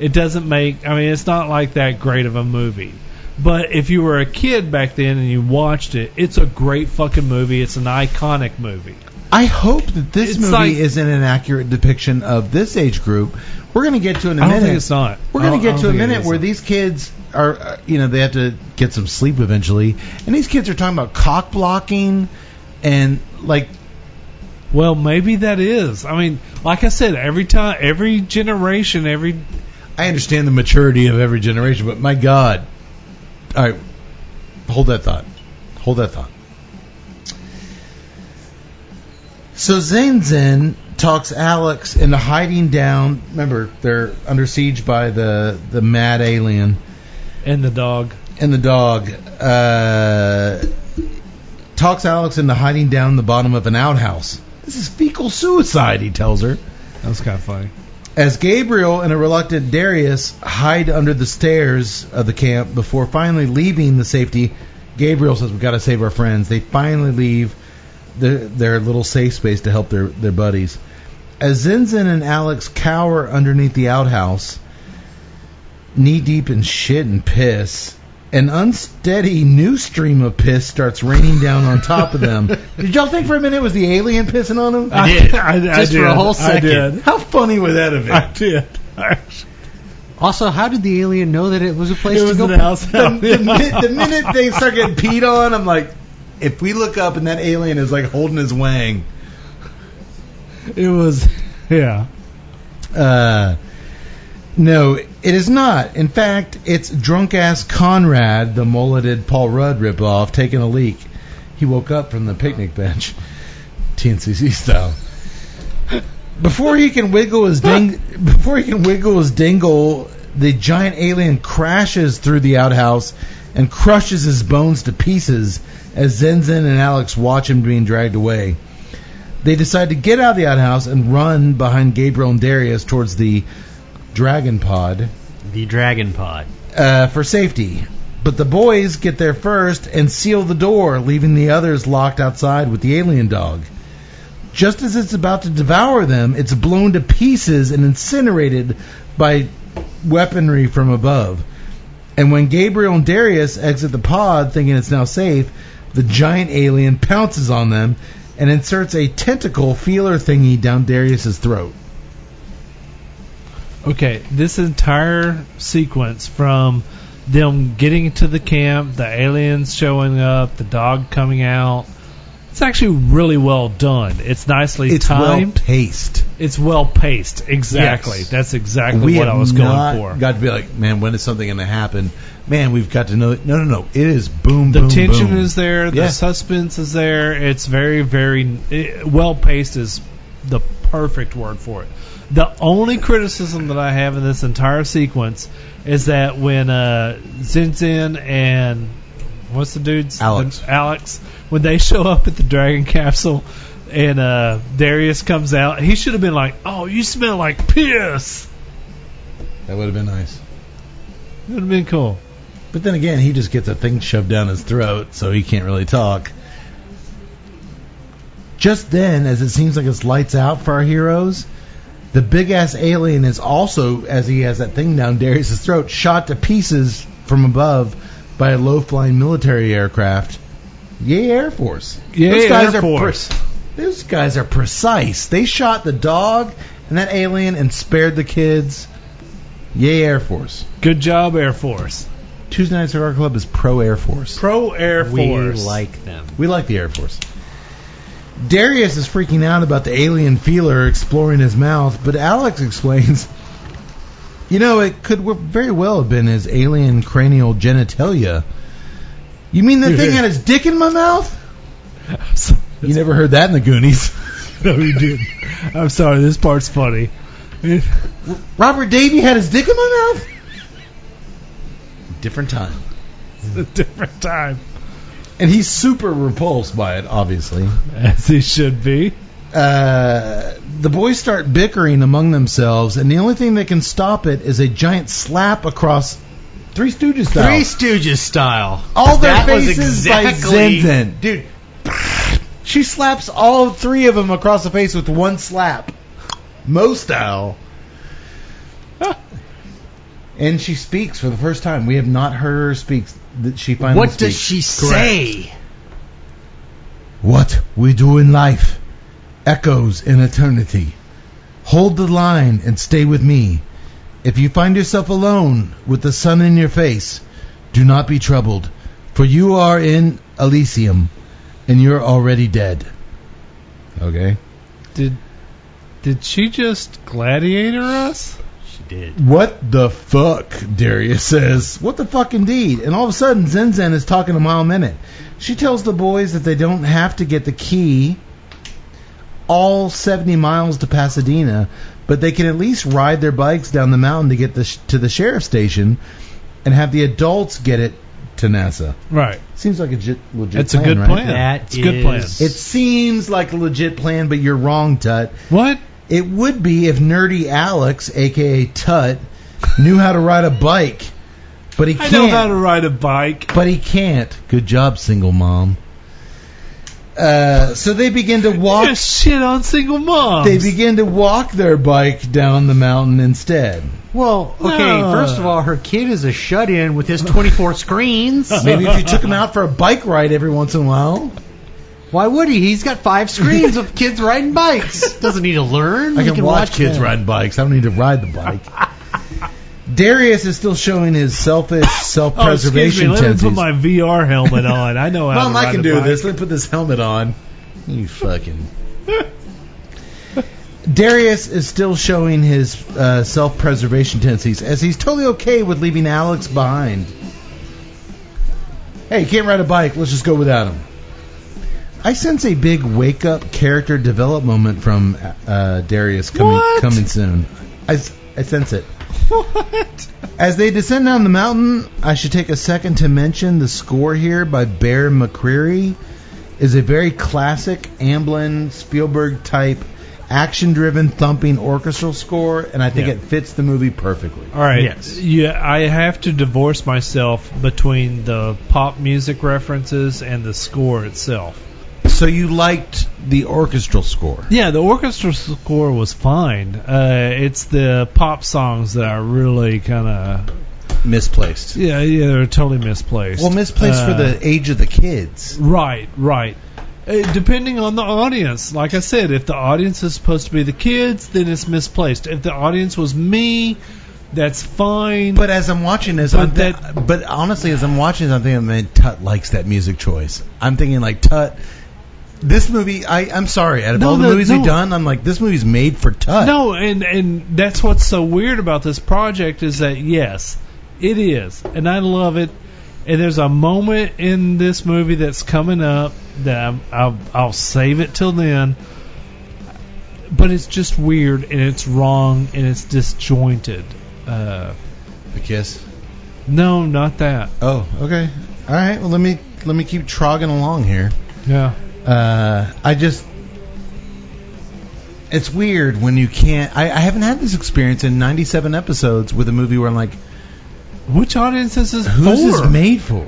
Speaker 5: it doesn't make. I mean, it's not like that great of a movie. But if you were a kid back then and you watched it, it's a great fucking movie. It's an iconic movie.
Speaker 4: I hope that this
Speaker 5: It's
Speaker 4: movie
Speaker 5: like-
Speaker 4: isn't an accurate depiction of this age group. We're going to get to in a
Speaker 5: I don't
Speaker 4: minute.
Speaker 5: think it's not.
Speaker 4: We're
Speaker 5: I
Speaker 4: going
Speaker 5: don't-
Speaker 4: to get
Speaker 5: I don't
Speaker 4: to a
Speaker 5: think it
Speaker 4: minute
Speaker 5: is.
Speaker 4: where these kids are, uh, you know, they have to get some sleep eventually, and these kids are talking about cock blocking, and like,
Speaker 5: Well, maybe that is. I mean, like I said, every time, every generation, every
Speaker 4: I understand the maturity of every generation, but my God, all right, hold that thought, hold that thought. So Zen Zen talks Alex into hiding down. Remember, they're under siege by the the mad alien.
Speaker 5: and the dog.
Speaker 4: and the dog uh, talks Alex into hiding down in the bottom of an outhouse. This is fecal suicide, he tells her.
Speaker 5: That was kind of funny.
Speaker 4: As Gabriel and a reluctant Darius hide under the stairs of the camp before finally leaving the safety, Gabriel says, "We got to save our friends." They finally leave their, their little safe space to help their their buddies. As Zinzin and Alex cower underneath the outhouse, knee deep in shit and piss, an unsteady new stream of piss starts raining down on top of them. Did y'all think for a minute it was the alien pissing on them?
Speaker 5: I did. I, I
Speaker 6: Just for
Speaker 5: did.
Speaker 6: a whole
Speaker 5: I
Speaker 6: second.
Speaker 5: did.
Speaker 4: How funny would that have been?
Speaker 5: I did.
Speaker 6: Also, how did the alien know that it was a place
Speaker 5: It
Speaker 6: to
Speaker 5: was
Speaker 6: go?
Speaker 5: an house.
Speaker 4: the, the, minute, the minute they start getting peed on, I'm like, if we look up and that alien is like holding his wang.
Speaker 5: It was. Yeah.
Speaker 4: Uh, no, it is not. In fact, it's drunk ass Conrad, the mulleted Paul Rudd ripoff, taking a leak. He woke up from the picnic bench, TNCC style. Before he can wiggle his ding, before he can wiggle his dingle, the giant alien crashes through the outhouse and crushes his bones to pieces as Zenzen and Alex watch him being dragged away. They decide to get out of the outhouse and run behind Gabriel and Darius towards the dragon pod
Speaker 6: The dragon pod.
Speaker 4: uh, for safety. But the boys get there first and seal the door, leaving the others locked outside with the alien dog. Just as it's about to devour them, it's blown to pieces and incinerated by weaponry from above. And when Gabriel and Darius exit the pod, thinking it's now safe, the giant alien pounces on them and inserts a tentacle feeler thingy down Darius's throat.
Speaker 5: Okay, this entire sequence from them getting to the camp, the aliens showing up, the dog coming out. It's actually really well done. It's nicely
Speaker 4: It's well
Speaker 5: timed.
Speaker 4: paced.
Speaker 5: it's well paced. Exactly.
Speaker 4: Yes.
Speaker 5: That's exactly
Speaker 4: we
Speaker 5: what
Speaker 4: have
Speaker 5: I was going
Speaker 4: not
Speaker 5: for.
Speaker 4: Got to be like, man, when is something going to happen? Man, we've got to know. It. No, no, no. It is boom,
Speaker 5: the
Speaker 4: boom,
Speaker 5: tension
Speaker 4: boom.
Speaker 5: is there. The
Speaker 4: Yeah.
Speaker 5: suspense is there. It's very, very it, well paced. Is the perfect word for it. The only criticism that I have in this entire sequence is that when uh, Zinzin and what's the dude's
Speaker 4: Alex.
Speaker 5: the- Alex when they show up at the Dragon Capsule and uh, Darius comes out, he should have been like, "Oh, you smell like piss."
Speaker 4: That would have been nice.
Speaker 5: It would have been cool.
Speaker 4: But then again, he just gets a thing shoved down his throat, so he can't really talk. Just then, as it seems like it's lights out for our heroes, the big ass alien is also, as he has that thing down Darius' throat, shot to pieces from above by a low flying military aircraft. Yay, Air Force!
Speaker 5: Yay,
Speaker 4: Those guys
Speaker 5: Air
Speaker 4: are
Speaker 5: Force.
Speaker 4: pre- those guys are precise. They shot the dog and that alien and spared the kids. Yay, Air Force!
Speaker 5: Good job, Air Force.
Speaker 4: Tuesday Night Cigar Club is pro Air Force.
Speaker 5: Pro Air
Speaker 6: We
Speaker 5: Force.
Speaker 6: like them.
Speaker 4: We like the Air Force. Darius is freaking out about the alien feeler exploring his mouth, but Alex explains You know, it could w- very well have been his alien cranial genitalia. You mean that thing had his dick in my mouth? You never heard that in the Goonies.
Speaker 5: No, you didn't. I'm sorry. This part's funny.
Speaker 4: Robert Davey had his dick in my mouth? Different time.
Speaker 5: It's a different time,
Speaker 4: And he's super repulsed by it, obviously.
Speaker 5: as he should be.
Speaker 4: Uh, the boys start bickering among themselves, and the only thing that can stop it is a giant slap across Three Stooges style.
Speaker 6: Three Stooges style.
Speaker 4: all their
Speaker 6: That was
Speaker 4: faces
Speaker 6: exactly-
Speaker 4: by Zenzen. Dude, she slaps all three of them across the face with one slap. Mo style. and she speaks for the first time. We have not heard her speak. That she finally
Speaker 6: What does she
Speaker 4: speaks.
Speaker 6: say?
Speaker 4: What we do in life echoes in eternity. Hold the line and stay with me. If you find yourself alone with the sun in your face, do not be troubled, for you are in Elysium and you're already dead. Okay.
Speaker 5: Did did she just gladiator us?
Speaker 6: She did.
Speaker 4: What the fuck, Darius says. What the fuck indeed? And all of a sudden, Zen Zen is talking a mile a minute. She tells the boys that they don't have to get the key all 70 miles to Pasadena, but they can at least ride their bikes down the mountain to get the sh- to the sheriff's station and have the adults get it to NASA.
Speaker 5: Right.
Speaker 4: Seems like a legit, legit
Speaker 5: It's a good
Speaker 4: right?
Speaker 5: plan.
Speaker 6: That
Speaker 5: it's a good plan.
Speaker 6: is-
Speaker 4: It seems like a legit plan, but you're wrong, Tut.
Speaker 5: what?
Speaker 4: It would be if Nerdy Alex, aka Tut, knew how to ride a bike, but he
Speaker 5: I
Speaker 4: can't.
Speaker 5: know how to ride a bike.
Speaker 4: but he can't. Good job, single mom. Uh, so they begin to walk.
Speaker 5: Just shit on single moms.
Speaker 4: They begin to walk their bike down the mountain instead.
Speaker 6: Well, okay,
Speaker 5: No.
Speaker 6: first of all, her kid is a shut in with his 24 screens.
Speaker 4: Maybe if you took him out for a bike ride every once in a while.
Speaker 6: Why would he? He's got five screens of kids riding bikes. Doesn't need to learn.
Speaker 4: I
Speaker 6: He
Speaker 4: can, watch, kids
Speaker 6: them.
Speaker 4: ride bikes. I don't need to ride the bike. Darius is still showing his selfish
Speaker 5: Oh, excuse
Speaker 4: self-preservation
Speaker 5: me. Let me put
Speaker 4: tendencies.
Speaker 5: my VR helmet on. I know how
Speaker 4: Mom,
Speaker 5: to ride
Speaker 4: I can
Speaker 5: a
Speaker 4: do
Speaker 5: bike.
Speaker 4: this. Let me put this helmet on. You fucking. Darius is still showing his uh, self preservation tendencies as he's totally okay with leaving Alex behind. Hey, you can't ride a bike. Let's just go without him. I sense a big wake up character development moment from uh, Darius coming,
Speaker 5: What?
Speaker 4: coming soon. I, s- I sense it.
Speaker 5: What?
Speaker 4: As they descend down the mountain, I should take a second to mention the score here by Bear McCreary is a very classic Amblin Spielberg type action-driven thumping orchestral score, and I think
Speaker 5: Yeah.
Speaker 4: it fits the movie perfectly.
Speaker 5: All right.
Speaker 6: Yes.
Speaker 5: Yeah, I have to divorce myself between the pop music references and the score itself.
Speaker 4: So you liked the orchestral score?
Speaker 5: Yeah, the orchestra score was fine. Uh, it's the pop songs that are really kind of
Speaker 4: Misplaced.
Speaker 5: yeah, yeah, they're totally misplaced.
Speaker 4: Well, misplaced for
Speaker 5: Uh,
Speaker 4: the age of the kids.
Speaker 5: Right, right. Uh, depending on the audience, like I said, if the audience is supposed to be the kids, then it's misplaced. If the audience was me, that's fine.
Speaker 4: But as I'm watching this,
Speaker 5: But
Speaker 4: I'm thi-
Speaker 5: that-
Speaker 4: but honestly, as I'm watching this, I'm thinking, man, Tut likes that music choice. I'm thinking like Tut. This movie, I, I'm sorry, out of
Speaker 5: No,
Speaker 4: all the
Speaker 5: no,
Speaker 4: movies
Speaker 5: no.
Speaker 4: we've done, I'm like, this movie's made for Tut.
Speaker 5: No, and and that's what's so weird about this project is that yes, it is, and I love it. And there's a moment in this movie that's coming up that I'm, I'll, I'll save it till then. But it's just weird, and it's wrong, and it's disjointed. Uh,
Speaker 4: the kiss.
Speaker 5: no, not that.
Speaker 4: Oh, okay. All right. Well, let me let me keep trogging along here.
Speaker 5: Yeah.
Speaker 4: Uh, I just. It's weird when you can't. I, I haven't had this experience in 97 episodes with a movie where I'm like,
Speaker 5: Which audience is this
Speaker 4: who's
Speaker 5: for?
Speaker 4: this made for?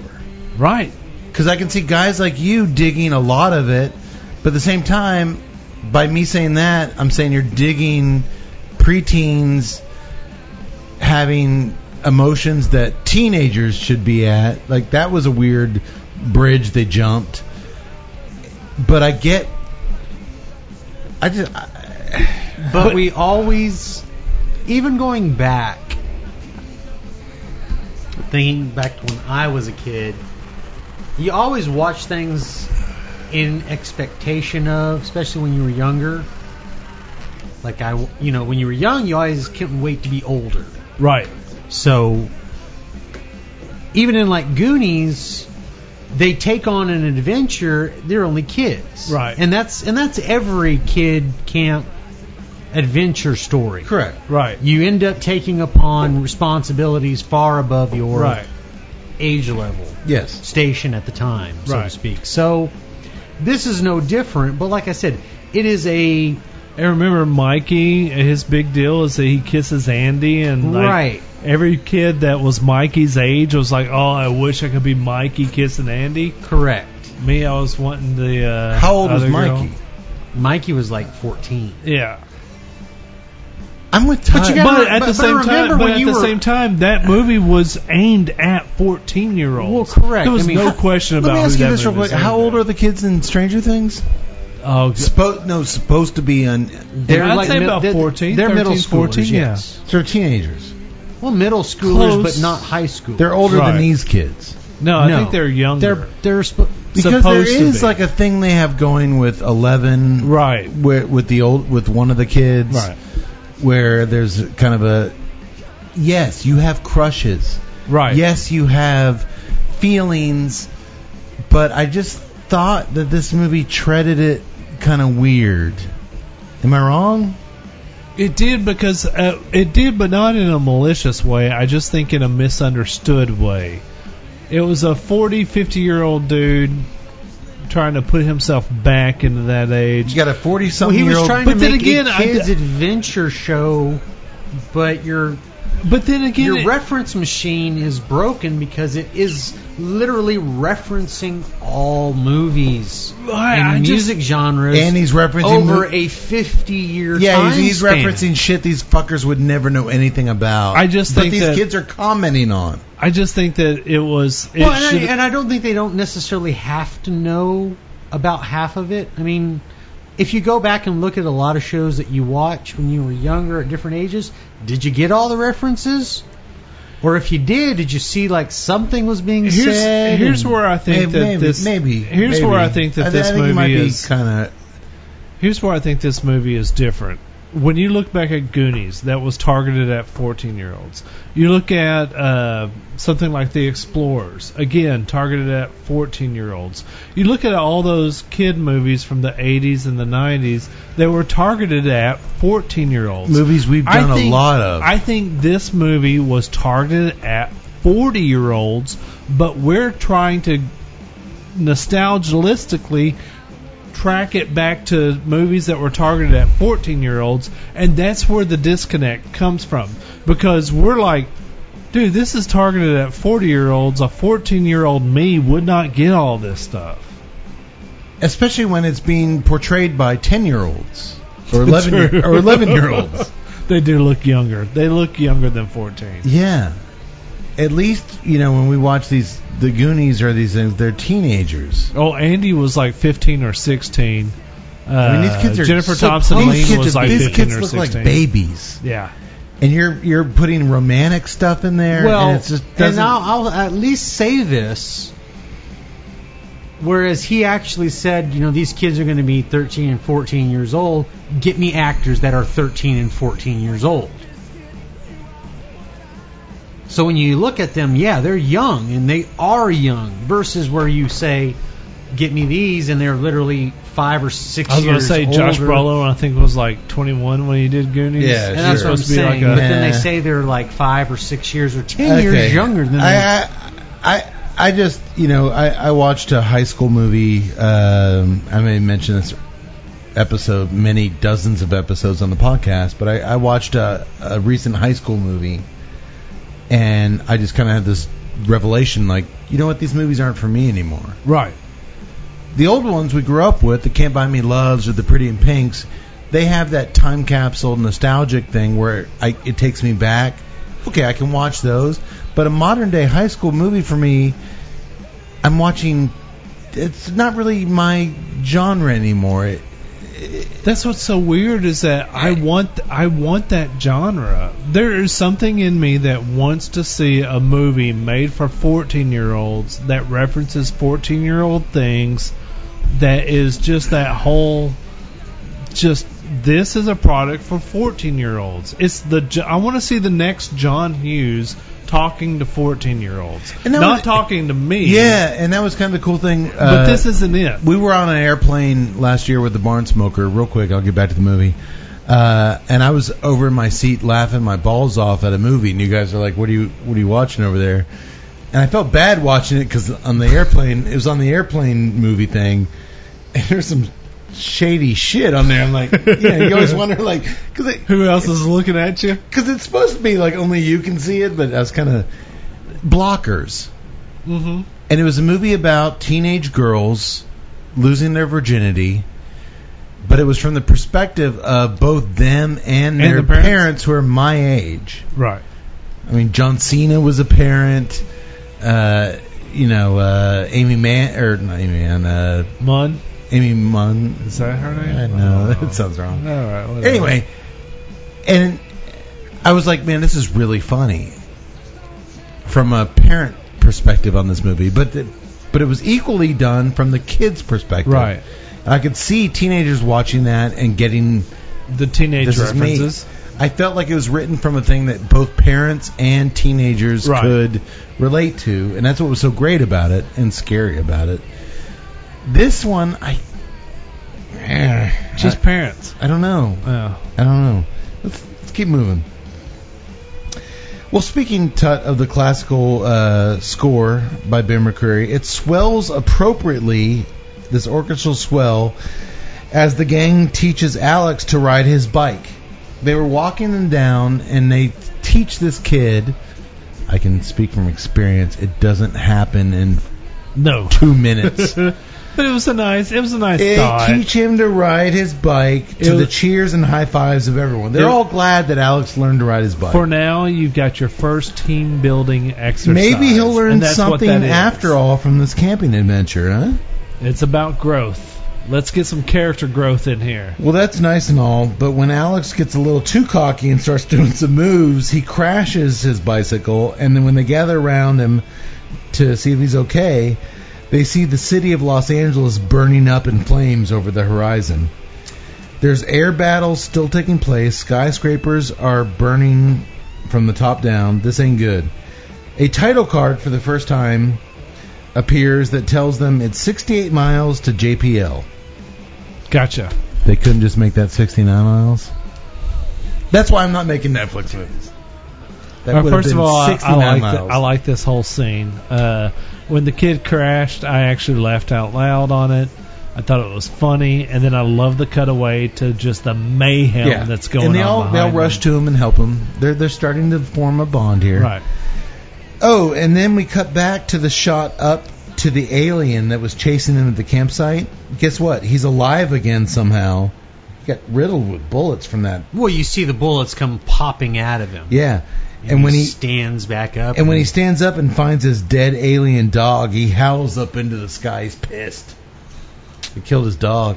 Speaker 5: Right.
Speaker 4: Because I can see guys like you digging a lot of it, but at the same time, by me saying that, I'm saying you're digging preteens having emotions that teenagers should be at. Like that was a weird bridge they jumped. But I get, I just, I,
Speaker 6: But, we always, even going back, thinking back to when I was a kid, you always watch things in expectation of, especially when you were younger. Like I, you know, when you were young, you always couldn't wait to be older.
Speaker 5: Right.
Speaker 6: So even in like Goonies, they take on an adventure. They're only kids,
Speaker 5: Right.
Speaker 6: And that's and that's every kid camp adventure story.
Speaker 4: Correct.
Speaker 5: Right.
Speaker 6: You end up taking upon responsibilities far above your
Speaker 5: Right.
Speaker 6: age level
Speaker 4: Yes.
Speaker 6: station at the time, so to
Speaker 5: Right.
Speaker 6: speak. So this is no different. But like I said, it is a
Speaker 5: And remember, Mikey, his big deal is that he kisses Andy, and like,
Speaker 6: Right.
Speaker 5: every kid that was Mikey's age was like, "Oh, I wish I could be Mikey kissing Andy."
Speaker 6: correct.
Speaker 5: Me, I was wanting the. Uh,
Speaker 4: How old was
Speaker 5: other girl.
Speaker 4: Mikey?
Speaker 6: Mikey was like 14.
Speaker 5: Yeah,
Speaker 4: I'm with Todd.
Speaker 6: But you
Speaker 5: but,
Speaker 6: gotta-
Speaker 5: at
Speaker 6: but-
Speaker 5: the
Speaker 6: but
Speaker 5: same
Speaker 6: remember
Speaker 5: time, but
Speaker 6: when
Speaker 5: at
Speaker 6: you
Speaker 5: the
Speaker 6: were-
Speaker 5: same time, that movie was aimed at fourteen-year-olds.
Speaker 6: Well, correct.
Speaker 5: There was
Speaker 6: I mean,
Speaker 5: no
Speaker 6: how-
Speaker 5: question about.
Speaker 4: Let me ask you
Speaker 5: who that
Speaker 4: this real
Speaker 5: movie was
Speaker 4: quick. How
Speaker 5: aimed
Speaker 4: old
Speaker 5: at.
Speaker 4: are the kids in Stranger Things?
Speaker 5: Oh, g-
Speaker 7: Supposed no, supposed to be on.
Speaker 5: I'd say about
Speaker 6: they're-
Speaker 5: 14,
Speaker 6: They're middle
Speaker 5: 13,
Speaker 6: schoolers,
Speaker 5: 14, yeah.
Speaker 6: yes.
Speaker 4: They're teenagers.
Speaker 6: Well, middle schoolers,
Speaker 5: Close.
Speaker 6: but not high school.
Speaker 4: They're older
Speaker 5: Right.
Speaker 4: than these kids.
Speaker 5: no, I
Speaker 6: No.
Speaker 5: think they're younger.
Speaker 6: They're they're sp-
Speaker 4: Because there
Speaker 5: Supposed to
Speaker 4: is
Speaker 5: be.
Speaker 4: like a thing they have going with Eleven,
Speaker 5: right,
Speaker 4: with, with the old with one of the kids,
Speaker 5: right,
Speaker 4: where there's kind of a yes, you have crushes.
Speaker 5: right.
Speaker 4: Yes, you have feelings, but I just thought that this movie treaded it kind of weird. Am I wrong?
Speaker 5: It did because uh, it did, but not in a malicious way. I just think in a misunderstood way. It was a 40, 50 year old dude trying to put himself back into that age.
Speaker 4: got a forty-something
Speaker 6: Well, he was trying
Speaker 5: But
Speaker 6: to
Speaker 5: then
Speaker 6: make
Speaker 5: again,
Speaker 6: a
Speaker 5: I-
Speaker 6: kids' adventure show, but your
Speaker 5: But then again,
Speaker 6: your
Speaker 5: it-
Speaker 6: reference machine is broken because it is literally referencing all movies
Speaker 5: I-
Speaker 6: and
Speaker 5: I just-
Speaker 6: music genres.
Speaker 4: and he's referencing
Speaker 6: over a 50-year
Speaker 4: yeah,
Speaker 6: time
Speaker 4: he's, he's
Speaker 6: span.
Speaker 4: referencing shit these fuckers would never know anything about.
Speaker 5: I just
Speaker 4: but
Speaker 5: think
Speaker 4: these
Speaker 5: that-
Speaker 4: kids are commenting on.
Speaker 5: I just think that it was. It
Speaker 6: Well, and I,
Speaker 5: should-
Speaker 6: and I don't think they don't necessarily have to know about half of it. I mean, if you go back and look at a lot of shows that you watch when you were younger at different ages, did you get all the references? Or if you did, did you see like something was being
Speaker 5: here's
Speaker 6: said?
Speaker 5: here's
Speaker 6: and-
Speaker 5: where I think
Speaker 4: maybe,
Speaker 5: that
Speaker 4: maybe,
Speaker 5: this
Speaker 4: maybe
Speaker 5: here's
Speaker 4: maybe.
Speaker 5: where I think that
Speaker 4: I,
Speaker 5: this
Speaker 4: I think it
Speaker 5: movie
Speaker 4: might
Speaker 5: is
Speaker 4: be kind of
Speaker 5: Here's where I think this movie is different. When you look back at Goonies, that was targeted at 14 year olds. You look at uh, something like The Explorers, again, targeted at 14 year olds. You look at all those kid movies from the 80s and the 90s that were targeted at 14 year olds.
Speaker 4: movies we've done a lot of.
Speaker 5: I think this movie was targeted at 40 year olds, but we're trying to nostalgistically track it back to movies that were targeted at 14 year olds, and that's where the disconnect comes from because we're like, dude, this is targeted at 40 year olds. A 14 year old me would not get all this stuff.
Speaker 4: especially when it's being portrayed by 10 year olds or 11 year, or 11 year olds
Speaker 5: They do look younger. They look younger than 14.
Speaker 4: yeah at least you know when we watch these the goonies or these things they're teenagers
Speaker 5: Oh, Andy was like 15 or 16. Uh,
Speaker 4: I mean, these kids are
Speaker 5: Jennifer
Speaker 4: so-
Speaker 5: Thompson
Speaker 4: these
Speaker 5: Lane
Speaker 4: kids
Speaker 5: was
Speaker 4: are-
Speaker 5: like
Speaker 4: these
Speaker 5: 15
Speaker 4: kids
Speaker 5: or
Speaker 4: look
Speaker 5: 16.
Speaker 4: like babies,
Speaker 5: Yeah,
Speaker 4: and you're you're putting romantic stuff in there.
Speaker 6: Well,
Speaker 4: and it's just
Speaker 6: and
Speaker 4: doesn't.
Speaker 6: I'll, I'll at least say this. Whereas he actually said, you know, these kids are going to be 13 and 14 years old. Get me actors that are 13 and 14 years old. So when you look at them, yeah, they're young and they are young. Versus where you say, get me these, and they're literally five or six
Speaker 5: I was gonna
Speaker 6: years
Speaker 5: say Josh
Speaker 6: older.
Speaker 5: Brolin. I think was like 21 when he did Goonies.
Speaker 4: Yeah,
Speaker 6: And that's
Speaker 4: Sure.
Speaker 6: what
Speaker 5: supposed
Speaker 6: I'm
Speaker 5: to be
Speaker 6: saying. but
Speaker 5: like a.
Speaker 6: then they
Speaker 4: Nah.
Speaker 6: say they're like five or six years or ten
Speaker 4: Okay.
Speaker 6: years younger than
Speaker 4: I,
Speaker 6: they
Speaker 4: I, I, I just you know I, I watched a high school movie. Um, I may mention this episode many dozens of episodes on the podcast, but I, I watched a, a recent high school movie, and I just kind of had this revelation like you know what these movies aren't for me anymore.
Speaker 5: Right.
Speaker 4: The old ones we grew up with, the Can't Buy Me Loves or the Pretty in Pinks, they have that time capsule nostalgic thing where I, it takes me back. Okay, I can watch those, but a modern day high school movie for me, I'm watching. It's not really my genre anymore. It,
Speaker 5: That's what's so weird is that I want I want that genre. There is something in me that wants to see a movie made for 14 year olds that references 14 year old things. That is just that whole just this is a product for 14 year olds. It's the Jo- I want to see the next John Hughes talking to 14 year olds,
Speaker 4: And that
Speaker 5: not
Speaker 4: was-
Speaker 5: talking to me.
Speaker 4: Yeah, and that was kind of the cool thing. uh,
Speaker 5: but this isn't it.
Speaker 4: we were on an airplane last year with the barn smoker. Real quick, I'll get back to the movie. Uh, and I was over in my seat laughing my balls off at a movie, and you guys are like, "What are you What are you watching over there?" And I felt bad watching it because on the airplane, it was on the airplane movie thing, and there's some shady shit on there. I'm like, yeah, you always wonder like, because it,
Speaker 5: Who else is looking at you?
Speaker 4: Because it's supposed to be like only you can see it, but I was kind of blockers.
Speaker 5: Mm-hmm.
Speaker 4: And it was a movie about teenage girls losing their virginity, but it was from the perspective of both them and,
Speaker 5: And
Speaker 4: their
Speaker 5: the parents?
Speaker 4: parents who are my age.
Speaker 5: Right.
Speaker 4: I mean, John Cena was a parent. Uh, you know, uh, Amy Mann or not Amy Mann, uh,
Speaker 5: Mun.
Speaker 4: Amy Munn.
Speaker 5: Is that her name?
Speaker 4: I know
Speaker 5: Oh.
Speaker 4: that sounds wrong.
Speaker 5: All right. whatever.
Speaker 4: Anyway, and I was like, man, this is really funny from a parent perspective on this movie, but the, but it was equally done from the kids' perspective.
Speaker 5: Right.
Speaker 4: And I could see teenagers watching that and getting
Speaker 5: The teenage
Speaker 4: this
Speaker 5: references.
Speaker 4: is me. I felt like it was written from a thing that both parents and teenagers
Speaker 5: Right.
Speaker 4: could relate to, and that's what was so great about it and scary about it. This one, I
Speaker 5: Just parents.
Speaker 4: I don't know.
Speaker 5: Yeah.
Speaker 4: I don't know. Let's, let's keep moving. Well, speaking tut of the classical uh, score by Ben McCreary, it swells appropriately. This orchestral swell, as the gang teaches Alex to ride his bike. They were walking them down, and they teach this kid. I can speak from experience. It doesn't happen in
Speaker 5: No.
Speaker 4: two minutes.
Speaker 5: But it was a nice. It was a nice
Speaker 4: They
Speaker 5: thought.
Speaker 4: teach him to ride his bike to
Speaker 5: It-
Speaker 4: the cheers and high fives of everyone. They're
Speaker 5: It-
Speaker 4: all glad that Alex learned to ride his bike.
Speaker 5: For now, you've got your first team building exercise.
Speaker 4: Maybe he'll learn
Speaker 5: and that's what
Speaker 4: something
Speaker 5: that is.
Speaker 4: after all from this camping adventure, huh?
Speaker 5: It's about growth. Let's get some character growth in here.
Speaker 4: Well, that's nice and all, but when Alex gets a little too cocky and starts doing some moves, he crashes his bicycle, and then when they gather around him to see if he's okay, they see the city of Los Angeles burning up in flames over the horizon. There's air battles still taking place, skyscrapers are burning from the top down. This ain't good. A title card for the first time appears that tells them it's 68 miles to JPL.
Speaker 5: Gotcha.
Speaker 4: They couldn't just make that 69 miles. That's why I'm not making Netflix movies. That
Speaker 5: Uh,
Speaker 4: would have
Speaker 5: first of
Speaker 4: been
Speaker 5: all, I, I
Speaker 4: 69
Speaker 5: like
Speaker 4: miles.
Speaker 5: th- I like this whole scene. Uh, when the kid crashed, I actually laughed out loud on it. I thought it was funny, and then I love the cutaway to just the mayhem
Speaker 4: yeah,
Speaker 5: that's going
Speaker 4: And they
Speaker 5: on.
Speaker 4: all they all
Speaker 5: behind
Speaker 4: rush
Speaker 5: them.
Speaker 4: to him and help him. They're they're starting to form a bond here.
Speaker 5: Right.
Speaker 4: Oh, and then we cut back to the shot up to the alien that was chasing him at the campsite. Guess what? He's alive again somehow. He got riddled with bullets from that.
Speaker 6: Well, you see the bullets come popping out of him.
Speaker 4: Yeah. And when he
Speaker 6: stands back up,
Speaker 4: And when he stands up and finds his dead alien dog, he howls up into the sky. He's pissed. He killed his dog.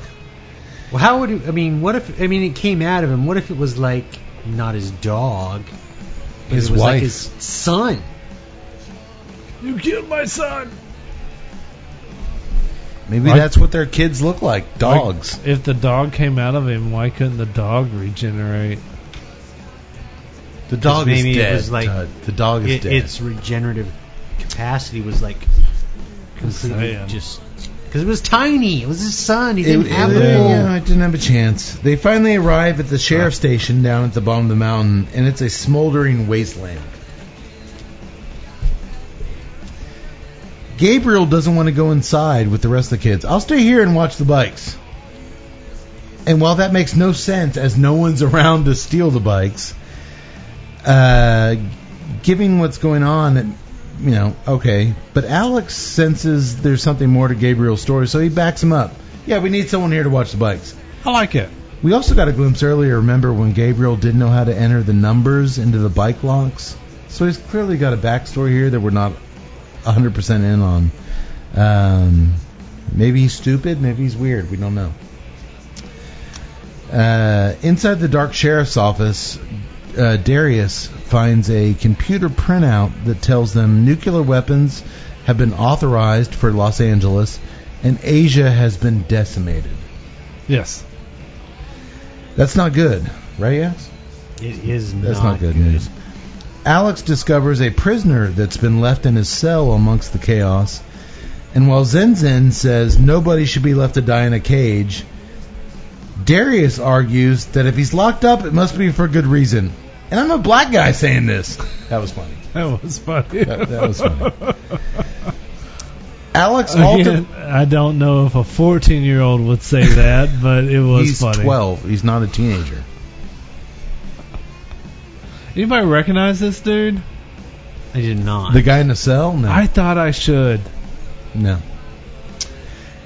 Speaker 6: well, how would he, I mean? What if I mean it came out of him? What if it was like not his dog, but
Speaker 4: His
Speaker 6: it was
Speaker 4: wife.
Speaker 6: like his son?
Speaker 5: You killed my son.
Speaker 4: Maybe
Speaker 5: Right.
Speaker 4: that's what their kids look like dogs.
Speaker 5: If the dog came out of him, why couldn't the dog regenerate?
Speaker 4: the dog is
Speaker 6: maybe it
Speaker 4: dead.
Speaker 6: was like-
Speaker 4: Todd. the dog is
Speaker 6: It,
Speaker 4: dead.
Speaker 6: its regenerative capacity was like completely
Speaker 5: Saying.
Speaker 6: just because it was tiny. It was his son. He
Speaker 4: It-
Speaker 6: didn't have the
Speaker 4: yeah,
Speaker 6: whole.
Speaker 4: yeah, I didn't have a chance. They finally arrive at the sheriff's station down at the bottom of the mountain, and it's a smoldering wasteland. Gabriel doesn't want to go inside with the rest of the kids. I'll stay here and watch the bikes. And while that makes no sense, as no one's around to steal the bikes, uh, giving what's going on, it, you know, okay. But Alex senses there's something more to Gabriel's story, so he backs him up. Yeah, we need someone here to watch the bikes.
Speaker 5: I like it.
Speaker 4: We also got a glimpse earlier, remember, when Gabriel didn't know how to enter the numbers into the bike locks. So he's clearly got a backstory here that we're not 100% in on. Um, maybe he's stupid, maybe he's weird. We don't know. Uh, inside the dark sheriff's office, uh, Darius finds a computer printout that tells them nuclear weapons have been authorized for Los Angeles and Asia has been decimated.
Speaker 5: Yes.
Speaker 4: That's not good, right? Yes.
Speaker 6: It is
Speaker 4: That's
Speaker 6: not,
Speaker 4: not, good, news. Alex discovers a prisoner that's been left in his cell amongst the chaos. And while Zen Zen says nobody should be left to die in a cage, Darius argues that if he's locked up, it must be for good reason. And I'm a black guy saying this. That was funny.
Speaker 5: That was funny.
Speaker 4: That, that was funny. Alex
Speaker 5: Again,
Speaker 4: ulti-
Speaker 5: I don't know if a 14 year old would say that, but it was
Speaker 4: He's
Speaker 5: funny.
Speaker 4: 12. He's not a teenager.
Speaker 5: Anybody recognize this dude?
Speaker 6: I did not.
Speaker 4: The guy in the cell? No.
Speaker 5: I thought I should.
Speaker 4: No.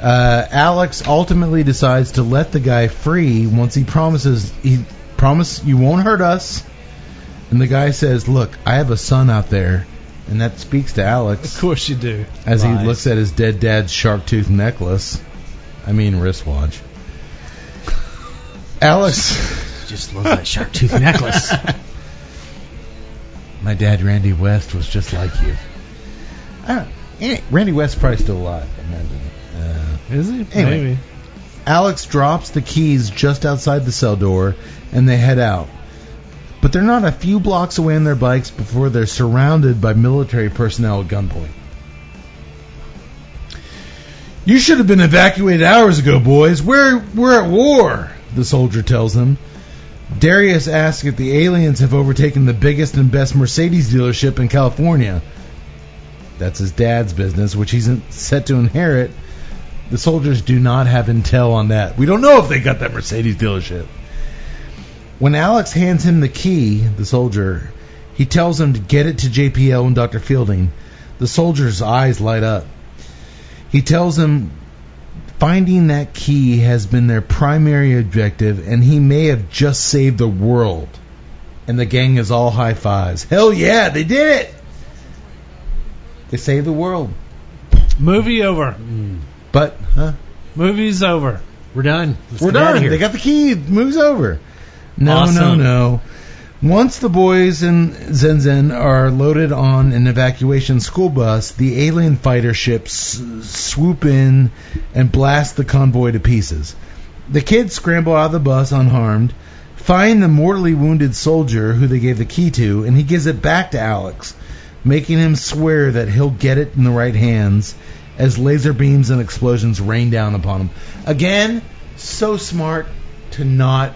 Speaker 4: Uh, Alex ultimately decides to let the guy free once he promises he promise you won't hurt us. And the guy says, "Look, I have a son out there," and that speaks to
Speaker 5: Of
Speaker 4: Alex
Speaker 5: course you do.
Speaker 4: as
Speaker 6: Lies.
Speaker 4: he looks at his dead dad's shark tooth necklace. I mean wristwatch. Alex,
Speaker 6: just love that shark tooth necklace.
Speaker 4: my dad Randy West was just like you. I don't, eh, Randy West probably still alive. I imagine. Uh,
Speaker 5: Is he?
Speaker 4: Anyway.
Speaker 5: Maybe.
Speaker 4: Alex drops the keys just outside the cell door and they head out. But they're not a few blocks away on their bikes before they're surrounded by military personnel at gunpoint. You should have been evacuated hours ago, boys. We're we're at war, the soldier tells them. Darius asks if the aliens have overtaken the biggest and best Mercedes dealership in California. That's his dad's business, which he's set to inherit the soldiers do not have intel on that. We don't know if they got that Mercedes dealership. When Alex hands him the key, the soldier, he tells him to get it to JPL and Dr. Fielding. The soldier's eyes light up. He tells him finding that key has been their primary objective and he may have just saved the world. And the gang is all high fives. Hell yeah, they did it! They saved the world.
Speaker 5: Movie over.
Speaker 4: But, huh?
Speaker 5: Movie's over.
Speaker 6: We're done. Let's
Speaker 4: We're
Speaker 6: get outta
Speaker 4: done.
Speaker 6: Here.
Speaker 4: They got the key. Moves over. No, no,
Speaker 5: Awesome.
Speaker 4: no. Once the boys and Zen Zen are loaded on an evacuation school bus, the alien fighter ships s- swoop in and blast the convoy to pieces. The kids scramble out of the bus unharmed, find the mortally wounded soldier who they gave the key to, and he gives it back to Alex, making him swear that he'll get it in the right hands as laser beams and explosions rain down upon him. Again, so smart to not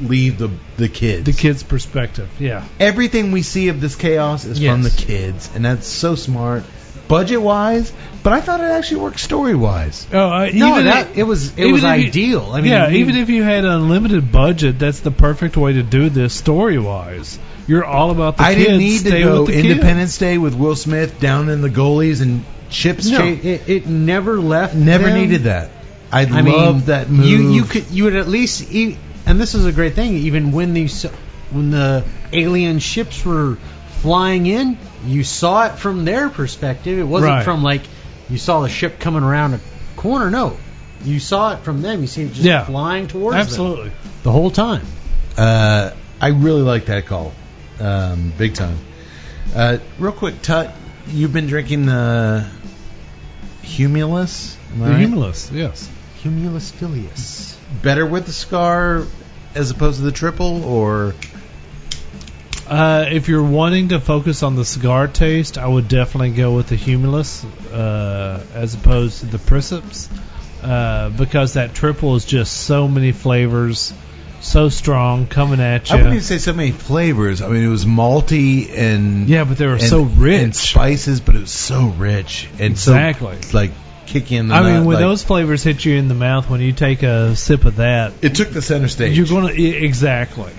Speaker 4: leave the the kids.
Speaker 5: The kid's perspective. Yeah.
Speaker 4: Everything we see of this chaos is from the
Speaker 5: Yes.
Speaker 4: kids, and that's so smart, budget wise. But I thought it actually worked story wise.
Speaker 5: Oh, uh,
Speaker 6: no,
Speaker 5: even
Speaker 6: that
Speaker 5: if-
Speaker 6: it was it
Speaker 5: even
Speaker 6: was
Speaker 5: if you-
Speaker 6: ideal. I mean,
Speaker 5: yeah,
Speaker 6: you-
Speaker 5: even if you had unlimited budget, that's the perfect way to do this story wise. You're all about the
Speaker 4: I
Speaker 5: kids.
Speaker 4: didn't need to
Speaker 5: Stay
Speaker 4: go
Speaker 5: with the
Speaker 4: Independence Day with Will Smith down in the goalies and chips.
Speaker 6: no,
Speaker 4: cha-
Speaker 6: it, it never left.
Speaker 4: never
Speaker 6: them.
Speaker 4: needed that. I,
Speaker 6: I
Speaker 4: love
Speaker 6: mean,
Speaker 4: that move.
Speaker 6: You you could you would at least e and this is a great thing. Even when these when the alien ships were flying in, you saw it from their perspective. It wasn't
Speaker 5: Right.
Speaker 6: from like you saw the ship coming around a corner. No, you saw it from them. You see it just
Speaker 5: Yeah.
Speaker 6: flying towards
Speaker 5: kid.
Speaker 6: them
Speaker 5: Absolutely.
Speaker 6: the whole time.
Speaker 4: Uh, I really like that call, um, big time. Uh, real quick, Tut, you've been drinking the Humulus, am I
Speaker 5: The
Speaker 4: right?
Speaker 5: humorless, yes.
Speaker 6: Cumulus filius.
Speaker 4: Better with the scar as opposed to the triple, or
Speaker 5: Uh, if you're wanting to focus on the cigar taste, I would definitely go with the Humulus uh, as opposed to the Priseps uh, because that triple is just so many flavors, so strong coming at
Speaker 4: I wouldn't even
Speaker 5: you.
Speaker 4: say so many flavors. I mean, it was malty and
Speaker 5: Yeah, but they were
Speaker 4: and-
Speaker 5: so rich.
Speaker 4: and spices, but it was so rich and
Speaker 5: Exactly.
Speaker 4: so like kicking. in the
Speaker 5: I mean,
Speaker 4: nut,
Speaker 5: when
Speaker 4: like-
Speaker 5: those flavors hit you in the mouth when you take a sip of that,
Speaker 4: it took the center stage.
Speaker 5: You're going to exactly.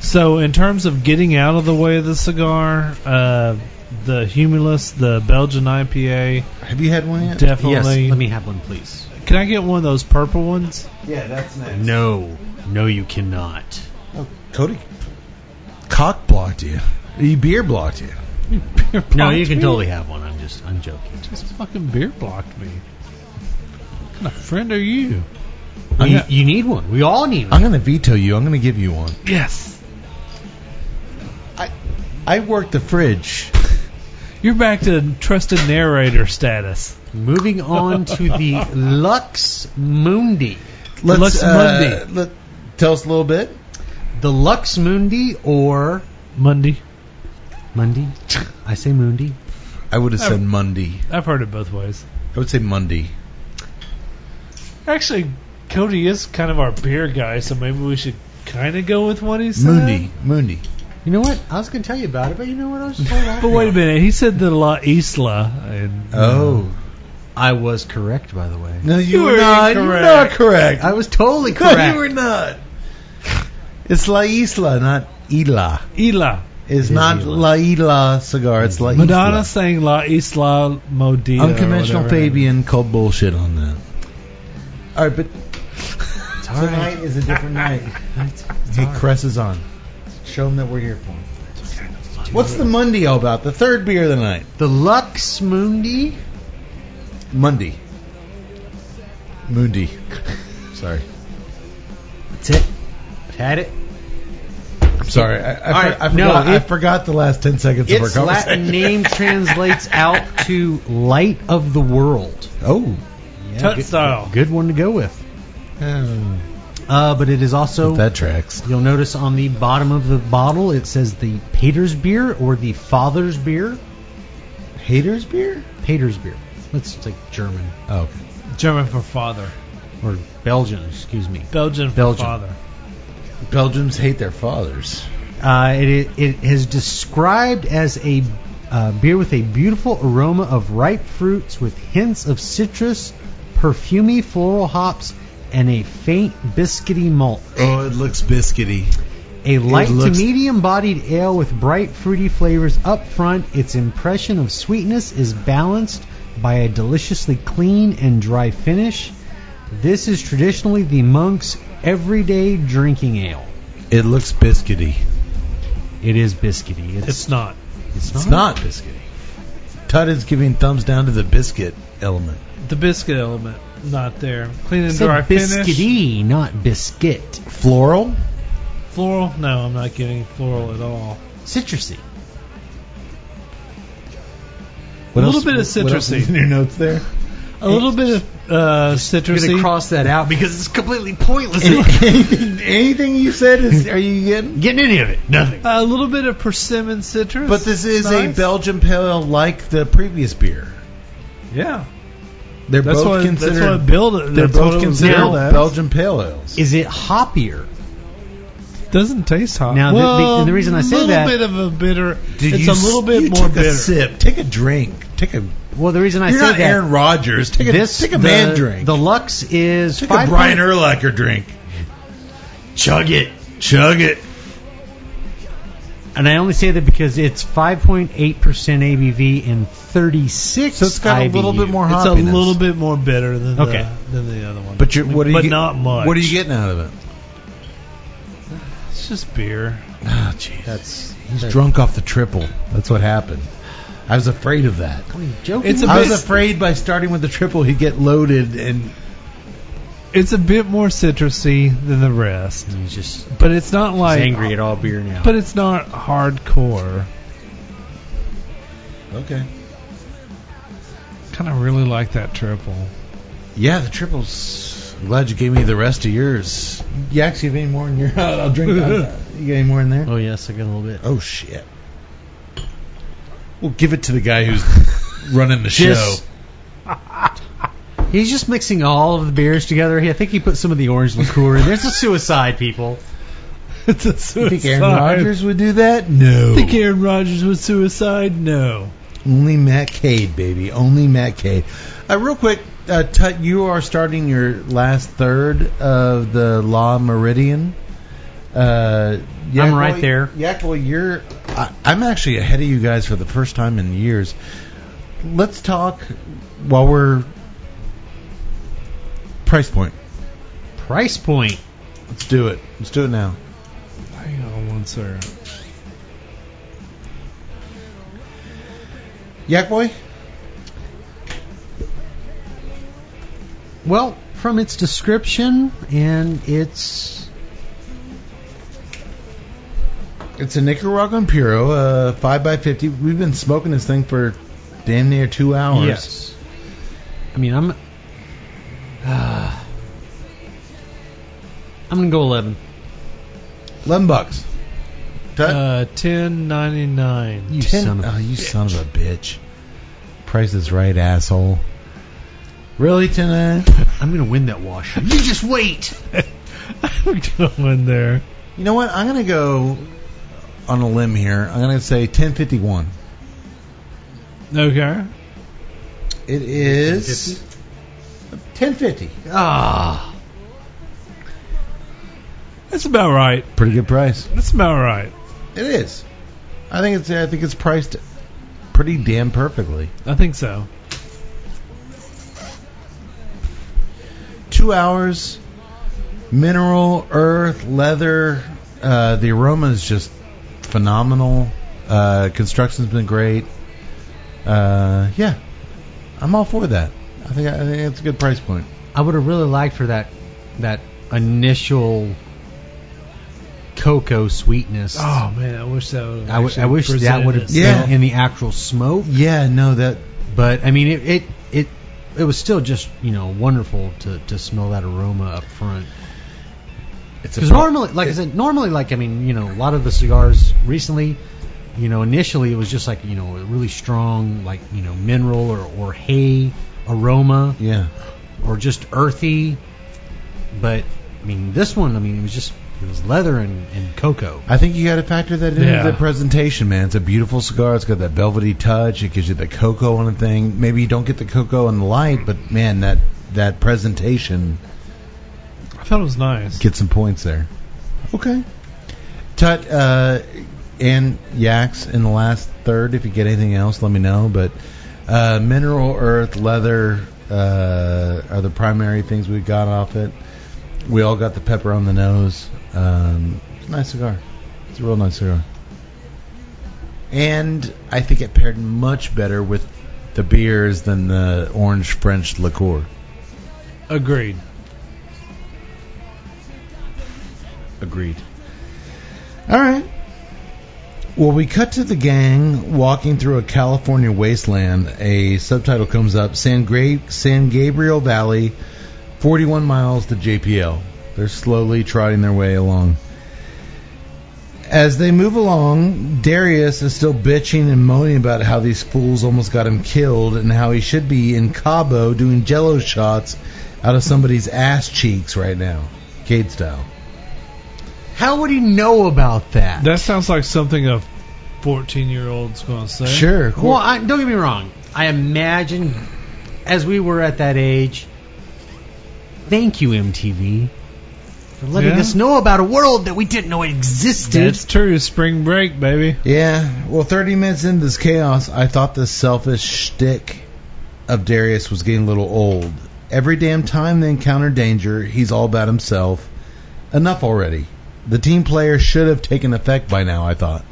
Speaker 5: So in terms of getting out of the way of the cigar, uh, the Humulus, the Belgian IPA,
Speaker 4: Have you had one yet?
Speaker 5: definitely.
Speaker 6: Yes, let me have one, please.
Speaker 5: Can I get one of those purple ones?
Speaker 4: yeah, that's nice.
Speaker 6: No, no, you cannot.
Speaker 4: Oh, Cody cock blocked you. He beer blocked you.
Speaker 6: No, you can totally have one. I'm just, I'm joking.
Speaker 5: This fucking beer blocked me. What kind of friend are you? I'm
Speaker 6: You,
Speaker 5: not-
Speaker 6: you need one. We all need
Speaker 4: I'm
Speaker 6: one.
Speaker 4: going to veto you. I'm going to give you one.
Speaker 5: Yes.
Speaker 4: I I worked the fridge.
Speaker 5: You're back to trusted narrator status.
Speaker 6: Moving on to the Lux Mundi.
Speaker 4: Let's,
Speaker 5: Lux
Speaker 4: uh,
Speaker 5: Mundi.
Speaker 4: let-
Speaker 8: Tell us a little bit.
Speaker 6: The Lux Mundi or
Speaker 5: Monday.
Speaker 6: Mundi? I say Mundi.
Speaker 4: I would have
Speaker 5: Oh.
Speaker 4: said Monday.
Speaker 5: I've heard it both ways.
Speaker 4: I would say Monday.
Speaker 5: Actually, Cody is kind of our beer guy, so maybe we should kind of go with what he said.
Speaker 4: Moondy. Moondy.
Speaker 6: You know what? I was gonna tell you about it, but you know what? I was just hold on.
Speaker 5: But wait a minute, he said the La Isla, and
Speaker 4: Oh.
Speaker 6: I was correct, by the way.
Speaker 4: No,
Speaker 5: You
Speaker 4: you, were
Speaker 5: were
Speaker 4: not. You were not correct.
Speaker 6: I was totally correct.
Speaker 4: you were not. It's La Isla, not Ila.
Speaker 5: Ila.
Speaker 4: It's
Speaker 6: It is
Speaker 4: not
Speaker 6: Ila.
Speaker 4: La Isla cigar. It's La
Speaker 5: Madonna
Speaker 4: Isla.
Speaker 5: sang La Isla Modita. or
Speaker 4: Unconventional
Speaker 5: whatever.
Speaker 4: Fabian called bullshit on that. All right, but
Speaker 6: Tonight is a different night. It's- it's
Speaker 4: he
Speaker 6: all right.
Speaker 4: cresses on.
Speaker 6: Show them that we're here for 'em.
Speaker 4: What's the Monday all about? The third beer of the night.
Speaker 6: The Lux Mundi.
Speaker 4: Monday. Moondy. Sorry.
Speaker 6: That's it. I've had it.
Speaker 4: I'm sorry. I, I,
Speaker 6: All
Speaker 4: for-
Speaker 6: right,
Speaker 4: I,
Speaker 6: no,
Speaker 4: forgot, I
Speaker 6: it-
Speaker 4: forgot the last 10 seconds of our
Speaker 6: Its
Speaker 4: conversation.
Speaker 6: Latin name translates out to "light of the world."
Speaker 4: Oh.
Speaker 6: Yeah,
Speaker 5: Tut
Speaker 6: good-
Speaker 5: style.
Speaker 6: Good one to go with.
Speaker 4: Oh.
Speaker 6: Uh, but it is also
Speaker 4: that tracks.
Speaker 6: You'll notice on the bottom of the bottle it says the Pater's beer or the Father's beer.
Speaker 4: Haters beer?
Speaker 6: Pater's beer. That's it's like German
Speaker 4: Oh, okay.
Speaker 5: German for father,
Speaker 6: or Belgian, excuse me.
Speaker 5: Belgian for
Speaker 6: Belgian.
Speaker 5: father.
Speaker 4: Belgians hate their fathers.
Speaker 6: Uh, it, it is described as a uh, beer with a beautiful aroma of ripe fruits with hints of citrus, perfumy floral hops, and a faint biscuity malt.
Speaker 4: Oh, it looks biscuity.
Speaker 6: A light
Speaker 4: looks-
Speaker 6: to medium bodied ale with bright fruity flavors up front. Its impression of sweetness is balanced by a deliciously clean and dry finish. This is traditionally the monk's everyday drinking ale.
Speaker 4: It looks biscuity.
Speaker 6: It is biscuity. It's,
Speaker 5: It's not.
Speaker 6: it's
Speaker 4: It's not biscuity. Todd is giving thumbs down to the biscuit element.
Speaker 5: The biscuit element not there. Clean
Speaker 6: I
Speaker 5: and
Speaker 6: said
Speaker 5: dry finish.
Speaker 6: biscuity, not biscuit.
Speaker 4: Floral?
Speaker 5: Floral? No, I'm not getting floral at all.
Speaker 6: Citrusy.
Speaker 5: A little bit of
Speaker 4: what else
Speaker 5: citrusy.
Speaker 4: is in your notes there?
Speaker 5: A little bit of uh,
Speaker 6: I'm gonna
Speaker 5: citrusy.
Speaker 6: cross that out because it's completely pointless.
Speaker 4: anything, anything you said is are you getting?
Speaker 6: Getting any of it? Nothing.
Speaker 5: a little bit of persimmon citrus.
Speaker 4: But this is a
Speaker 5: Nice.
Speaker 4: Belgian pale ale like the previous beer.
Speaker 5: Yeah,
Speaker 4: They're
Speaker 5: that's
Speaker 4: both
Speaker 5: what
Speaker 4: considered.
Speaker 5: that's what build it.
Speaker 4: they're
Speaker 5: that's what it
Speaker 4: both
Speaker 5: was
Speaker 4: considered
Speaker 5: built as.
Speaker 4: Belgian pale ales.
Speaker 6: Is it hoppier?
Speaker 5: Doesn't taste hot.
Speaker 6: Now, the-
Speaker 5: well,
Speaker 6: the- the reason I say
Speaker 5: a little
Speaker 6: that-
Speaker 5: bit of a bitter.
Speaker 4: Did
Speaker 5: it's
Speaker 4: you
Speaker 5: a little
Speaker 4: s-
Speaker 5: bit
Speaker 4: you
Speaker 5: more
Speaker 4: took
Speaker 5: bitter.
Speaker 4: A sip. Take a drink. Take a.
Speaker 6: Well, the reason I
Speaker 4: you're
Speaker 6: say
Speaker 4: not
Speaker 6: that
Speaker 4: Aaron Rodgers. Take a
Speaker 6: this
Speaker 4: take a
Speaker 6: the,
Speaker 4: man drink.
Speaker 6: The Lux is
Speaker 4: take a
Speaker 6: five
Speaker 4: Brian
Speaker 6: point-
Speaker 4: Urlacher drink. Chug it. Chug it.
Speaker 6: and I only say that because it's 5.8% ABV and 36.
Speaker 4: So it's got a little
Speaker 6: IBU.
Speaker 4: bit more
Speaker 5: It's a
Speaker 4: hoppiness.
Speaker 5: little bit more bitter than
Speaker 6: Okay.
Speaker 5: the, than the other one.
Speaker 4: But you're, what are you?
Speaker 5: But
Speaker 4: get-
Speaker 5: not much.
Speaker 4: What are you getting out of it?
Speaker 5: It's just beer.
Speaker 4: Oh, jeez. That's he's drunk off the triple. That's what happened. I was afraid of that.
Speaker 6: What are you joking?
Speaker 5: It's a
Speaker 4: I
Speaker 5: bit.
Speaker 4: was afraid by starting with the triple he'd get loaded and
Speaker 5: it's a bit more citrusy than the rest.
Speaker 6: He's just
Speaker 5: But it's not like.
Speaker 6: angry at all beer now.
Speaker 5: But it's not hardcore.
Speaker 4: Okay.
Speaker 5: Kind of really like that triple.
Speaker 4: Yeah, the triples. I'm glad you gave me the rest of yours. You actually have any more in your I'll drink that. You got any more in there?
Speaker 6: oh yes, I got a little bit.
Speaker 4: Oh shit. We'll give it to the guy who's running the
Speaker 6: Just-
Speaker 4: show.
Speaker 6: He's just mixing all of the beers together. He, I think he put some of the orange liqueur in. There's a suicide, people.
Speaker 5: it's a
Speaker 4: You
Speaker 5: suicide.
Speaker 4: think Aaron Rodgers would do that? No.
Speaker 5: Think Aaron Rodgers was suicide? No.
Speaker 4: Only Matt Cade, baby. Only Matt Cade. Uh, real quick, uh, Tut, you are starting your last third of the La Meridian. Uh,
Speaker 6: I'm right there.
Speaker 4: Yeah, well, you're. I, I'm actually ahead of you guys for the first time in years. Let's talk while we're price point.
Speaker 6: Price point.
Speaker 4: Let's do it. Let's do it now.
Speaker 5: Hang on one second.
Speaker 4: Yak boy.
Speaker 6: Well, from its description and its
Speaker 4: It's a Nicaraguan Puro, uh, 5x50. We've been smoking this thing for damn near two hours.
Speaker 6: Yes. I mean, I'm. Uh, I'm gonna go eleven.
Speaker 4: Eleven bucks. Tut.
Speaker 5: Uh, ten ninety nine.
Speaker 4: you son of a Oh, you son of a bitch. Price is right, asshole. Really, tonight?
Speaker 6: I'm gonna win that wash.
Speaker 4: You just wait.
Speaker 5: I'm going there.
Speaker 4: You know what? I'm gonna go on a limb here. I'm gonna say 1051.
Speaker 5: Okay.
Speaker 4: It is 1050.
Speaker 5: Ah. That's about right.
Speaker 4: Pretty good price.
Speaker 5: That's about right.
Speaker 4: It is. I think it's I think it's priced pretty damn perfectly.
Speaker 5: I think so.
Speaker 4: Two hours, mineral, earth, leather. Uh, the aroma is just phenomenal. Uh, construction's been great. Uh, yeah, I'm all for that. I think I think it's a good price point.
Speaker 6: I would have really liked for that that initial cocoa sweetness.
Speaker 5: Oh man, I wish that. Would
Speaker 6: I, w- I wish that would have
Speaker 4: itself.
Speaker 6: been in the actual smoke.
Speaker 4: Yeah, no, that
Speaker 6: But I mean, it it it, it was still just you know wonderful to, to smell that aroma up front.
Speaker 4: it's
Speaker 6: Because normally, like I said, normally like I mean, you know, a lot of the cigars recently, you know, initially it was just like you know a really strong like you know mineral or or hay aroma
Speaker 4: yeah.
Speaker 6: or just earthy. But I mean, this one, I mean, it was just it was leather and, and cocoa.
Speaker 4: I think you got to factor that into
Speaker 5: Yeah.
Speaker 4: the presentation, man. It's a beautiful cigar. It's got that velvety touch. It gives you the cocoa on a thing. Maybe you don't get the cocoa in the light, but man, that that presentation
Speaker 5: I thought it was nice.
Speaker 4: gets some points there. Okay. Tut uh, and yaks in the last third. If you get anything else, let me know. But uh, mineral, earth, leather uh, are the primary things we got off it. We all got the pepper on the nose. Um, it's a nice cigar. It's a real nice cigar. And I think it paired much better with the beers than the orange French liqueur.
Speaker 5: Agreed.
Speaker 4: Agreed. All right. Well, we cut to the gang walking through a California wasteland. A subtitle comes up San, Gra- San Gabriel Valley, 41 miles to JPL. They're slowly trotting their way along. As they move along, Darius is still bitching and moaning about how these fools almost got him killed and how he should be in Cabo doing jello shots out of somebody's ass cheeks right now. Cade style.
Speaker 6: How would he know about that?
Speaker 5: That sounds like something a fourteen-year-old's going to say.
Speaker 4: Sure.
Speaker 6: Well, I, don't get me wrong. I imagine as we were at that age. Thank you, MTV, for letting
Speaker 5: Yeah.
Speaker 6: us know about a world that we didn't know existed.
Speaker 5: That's true. Spring break, baby.
Speaker 4: Yeah. Well, 30 minutes into this chaos, I thought the selfish shtick of Darius was getting a little old. Every damn time they encounter danger, he's all about himself. Enough already. The team player should have taken effect by now, I thought.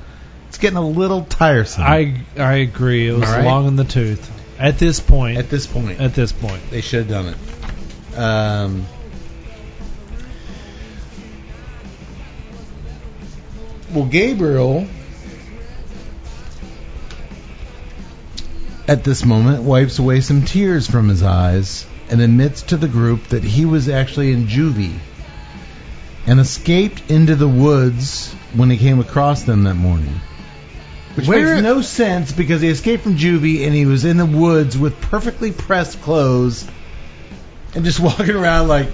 Speaker 4: It's getting a little tiresome
Speaker 5: I
Speaker 6: Mm-hmm.
Speaker 5: I agree. It was
Speaker 4: All right.
Speaker 5: long in the tooth at this point.
Speaker 4: at this point.
Speaker 5: at this point.
Speaker 4: They should have done it. Um, well, Gabriel, at this moment, wipes away some tears from his eyes and admits to the group that he was actually in juvie and escaped into the woods when he came across them that morning. Which makes no sense because he escaped from juvie and he was in the woods with perfectly pressed clothes and just walking around like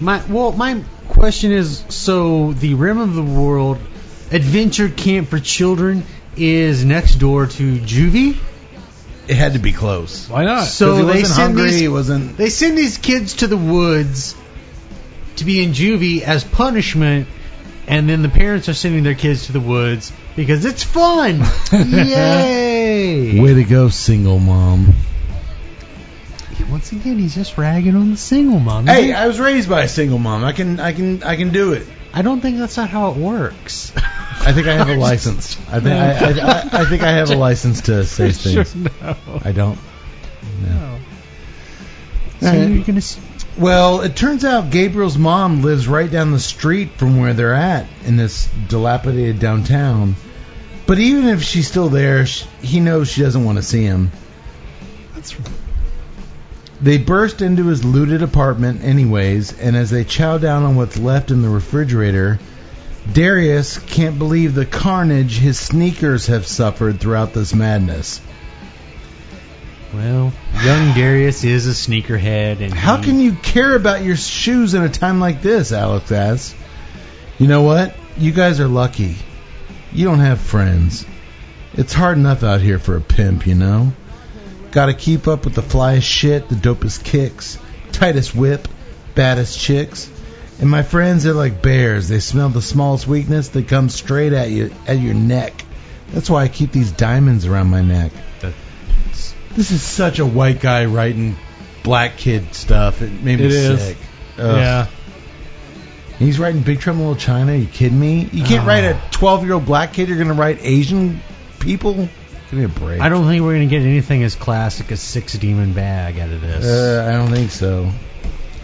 Speaker 6: My well, my question is: so the rim of the world adventure camp for children is next door to juvie.
Speaker 4: it had to be close.
Speaker 5: Why not?
Speaker 4: 'Cause
Speaker 6: So
Speaker 4: he
Speaker 6: they
Speaker 4: wasn't
Speaker 6: send
Speaker 4: hungry.
Speaker 6: these-
Speaker 4: He wasn't.
Speaker 6: They send these kids to the woods to be in juvie as punishment, and then the parents are sending their kids to the woods because it's fun. Yay!
Speaker 4: Way to go, single mom.
Speaker 6: Once again, he's just ragging on the single mom.
Speaker 4: Hey, I was raised by a single mom. I can, I can, I can do it.
Speaker 6: I don't think that's not how it works.
Speaker 4: I think I have a license. I think, I, I, I, I think I have a license to say
Speaker 5: sure,
Speaker 4: things.
Speaker 5: no.
Speaker 4: I don't.
Speaker 5: No.
Speaker 6: so
Speaker 4: All right.
Speaker 6: you're gonna. s-
Speaker 4: Well, it turns out Gabriel's mom lives right down the street from where they're at in this dilapidated downtown. But even if she's still there, sh he knows she doesn't want to see him.
Speaker 5: That's
Speaker 4: They burst into his looted apartment, anyways, and as they chow down on what's left in the refrigerator, Darius can't believe the carnage his sneakers have suffered throughout this madness.
Speaker 6: Well, young Darius is a sneakerhead, and
Speaker 4: How can you care about your shoes in a time like this? Alex asks. You know what? You guys are lucky. You don't have friends. It's hard enough out here for a pimp, you know? Gotta keep up with the flyest shit, the dopest kicks, tightest whip, baddest chicks. And my friends, they're like bears. They smell the smallest weakness, they come straight at you at your neck. That's why I keep these diamonds around my neck. This is such a white guy writing black kid stuff. It made me
Speaker 5: It is.
Speaker 4: sick. Ugh.
Speaker 5: Yeah.
Speaker 4: He's writing Big Trouble in Little China. Are you kidding me? You can't
Speaker 6: Ah.
Speaker 4: write a 12 year old black kid. You're going to write Asian people? Give me a break.
Speaker 6: I don't think we're gonna get anything as classic as Six Demon Bag out of this.
Speaker 4: Uh, I don't think so.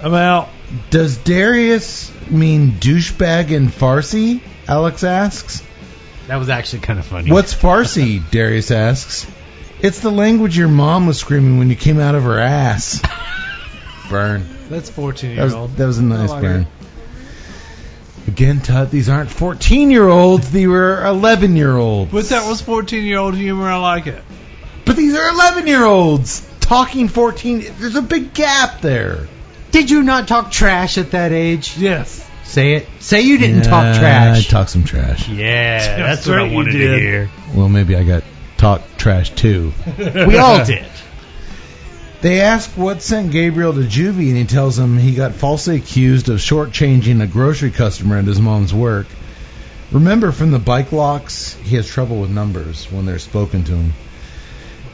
Speaker 5: I'm out.
Speaker 4: Does Darius mean douchebag in Farsi? Alex asks.
Speaker 6: that was actually kind of funny.
Speaker 4: What's Farsi? Darius asks. It's the language your mom was screaming when you came out of her ass. Burn.
Speaker 5: That's 14
Speaker 4: That
Speaker 5: year old.
Speaker 4: was, that was a nice
Speaker 5: like
Speaker 4: burn. Again, Tut, these aren't 14 year olds. They were 11 year olds.
Speaker 5: But that was 14 year old humor. I like it.
Speaker 4: But these are 11 year olds talking 14. There's a big gap there.
Speaker 6: Did you not talk trash at that age?
Speaker 5: Yes.
Speaker 6: Say it. Say you didn't
Speaker 4: Yeah,
Speaker 6: talk trash.
Speaker 4: I talk some trash.
Speaker 6: yeah,
Speaker 5: that's what I wanted to hear.
Speaker 4: Well, maybe I got talk trash too.
Speaker 6: We all did.
Speaker 4: They ask what sent Gabriel to juvie, and he tells them he got falsely accused of shortchanging a grocery customer at his mom's work. Remember from the bike locks, he has trouble with numbers when they're spoken to him.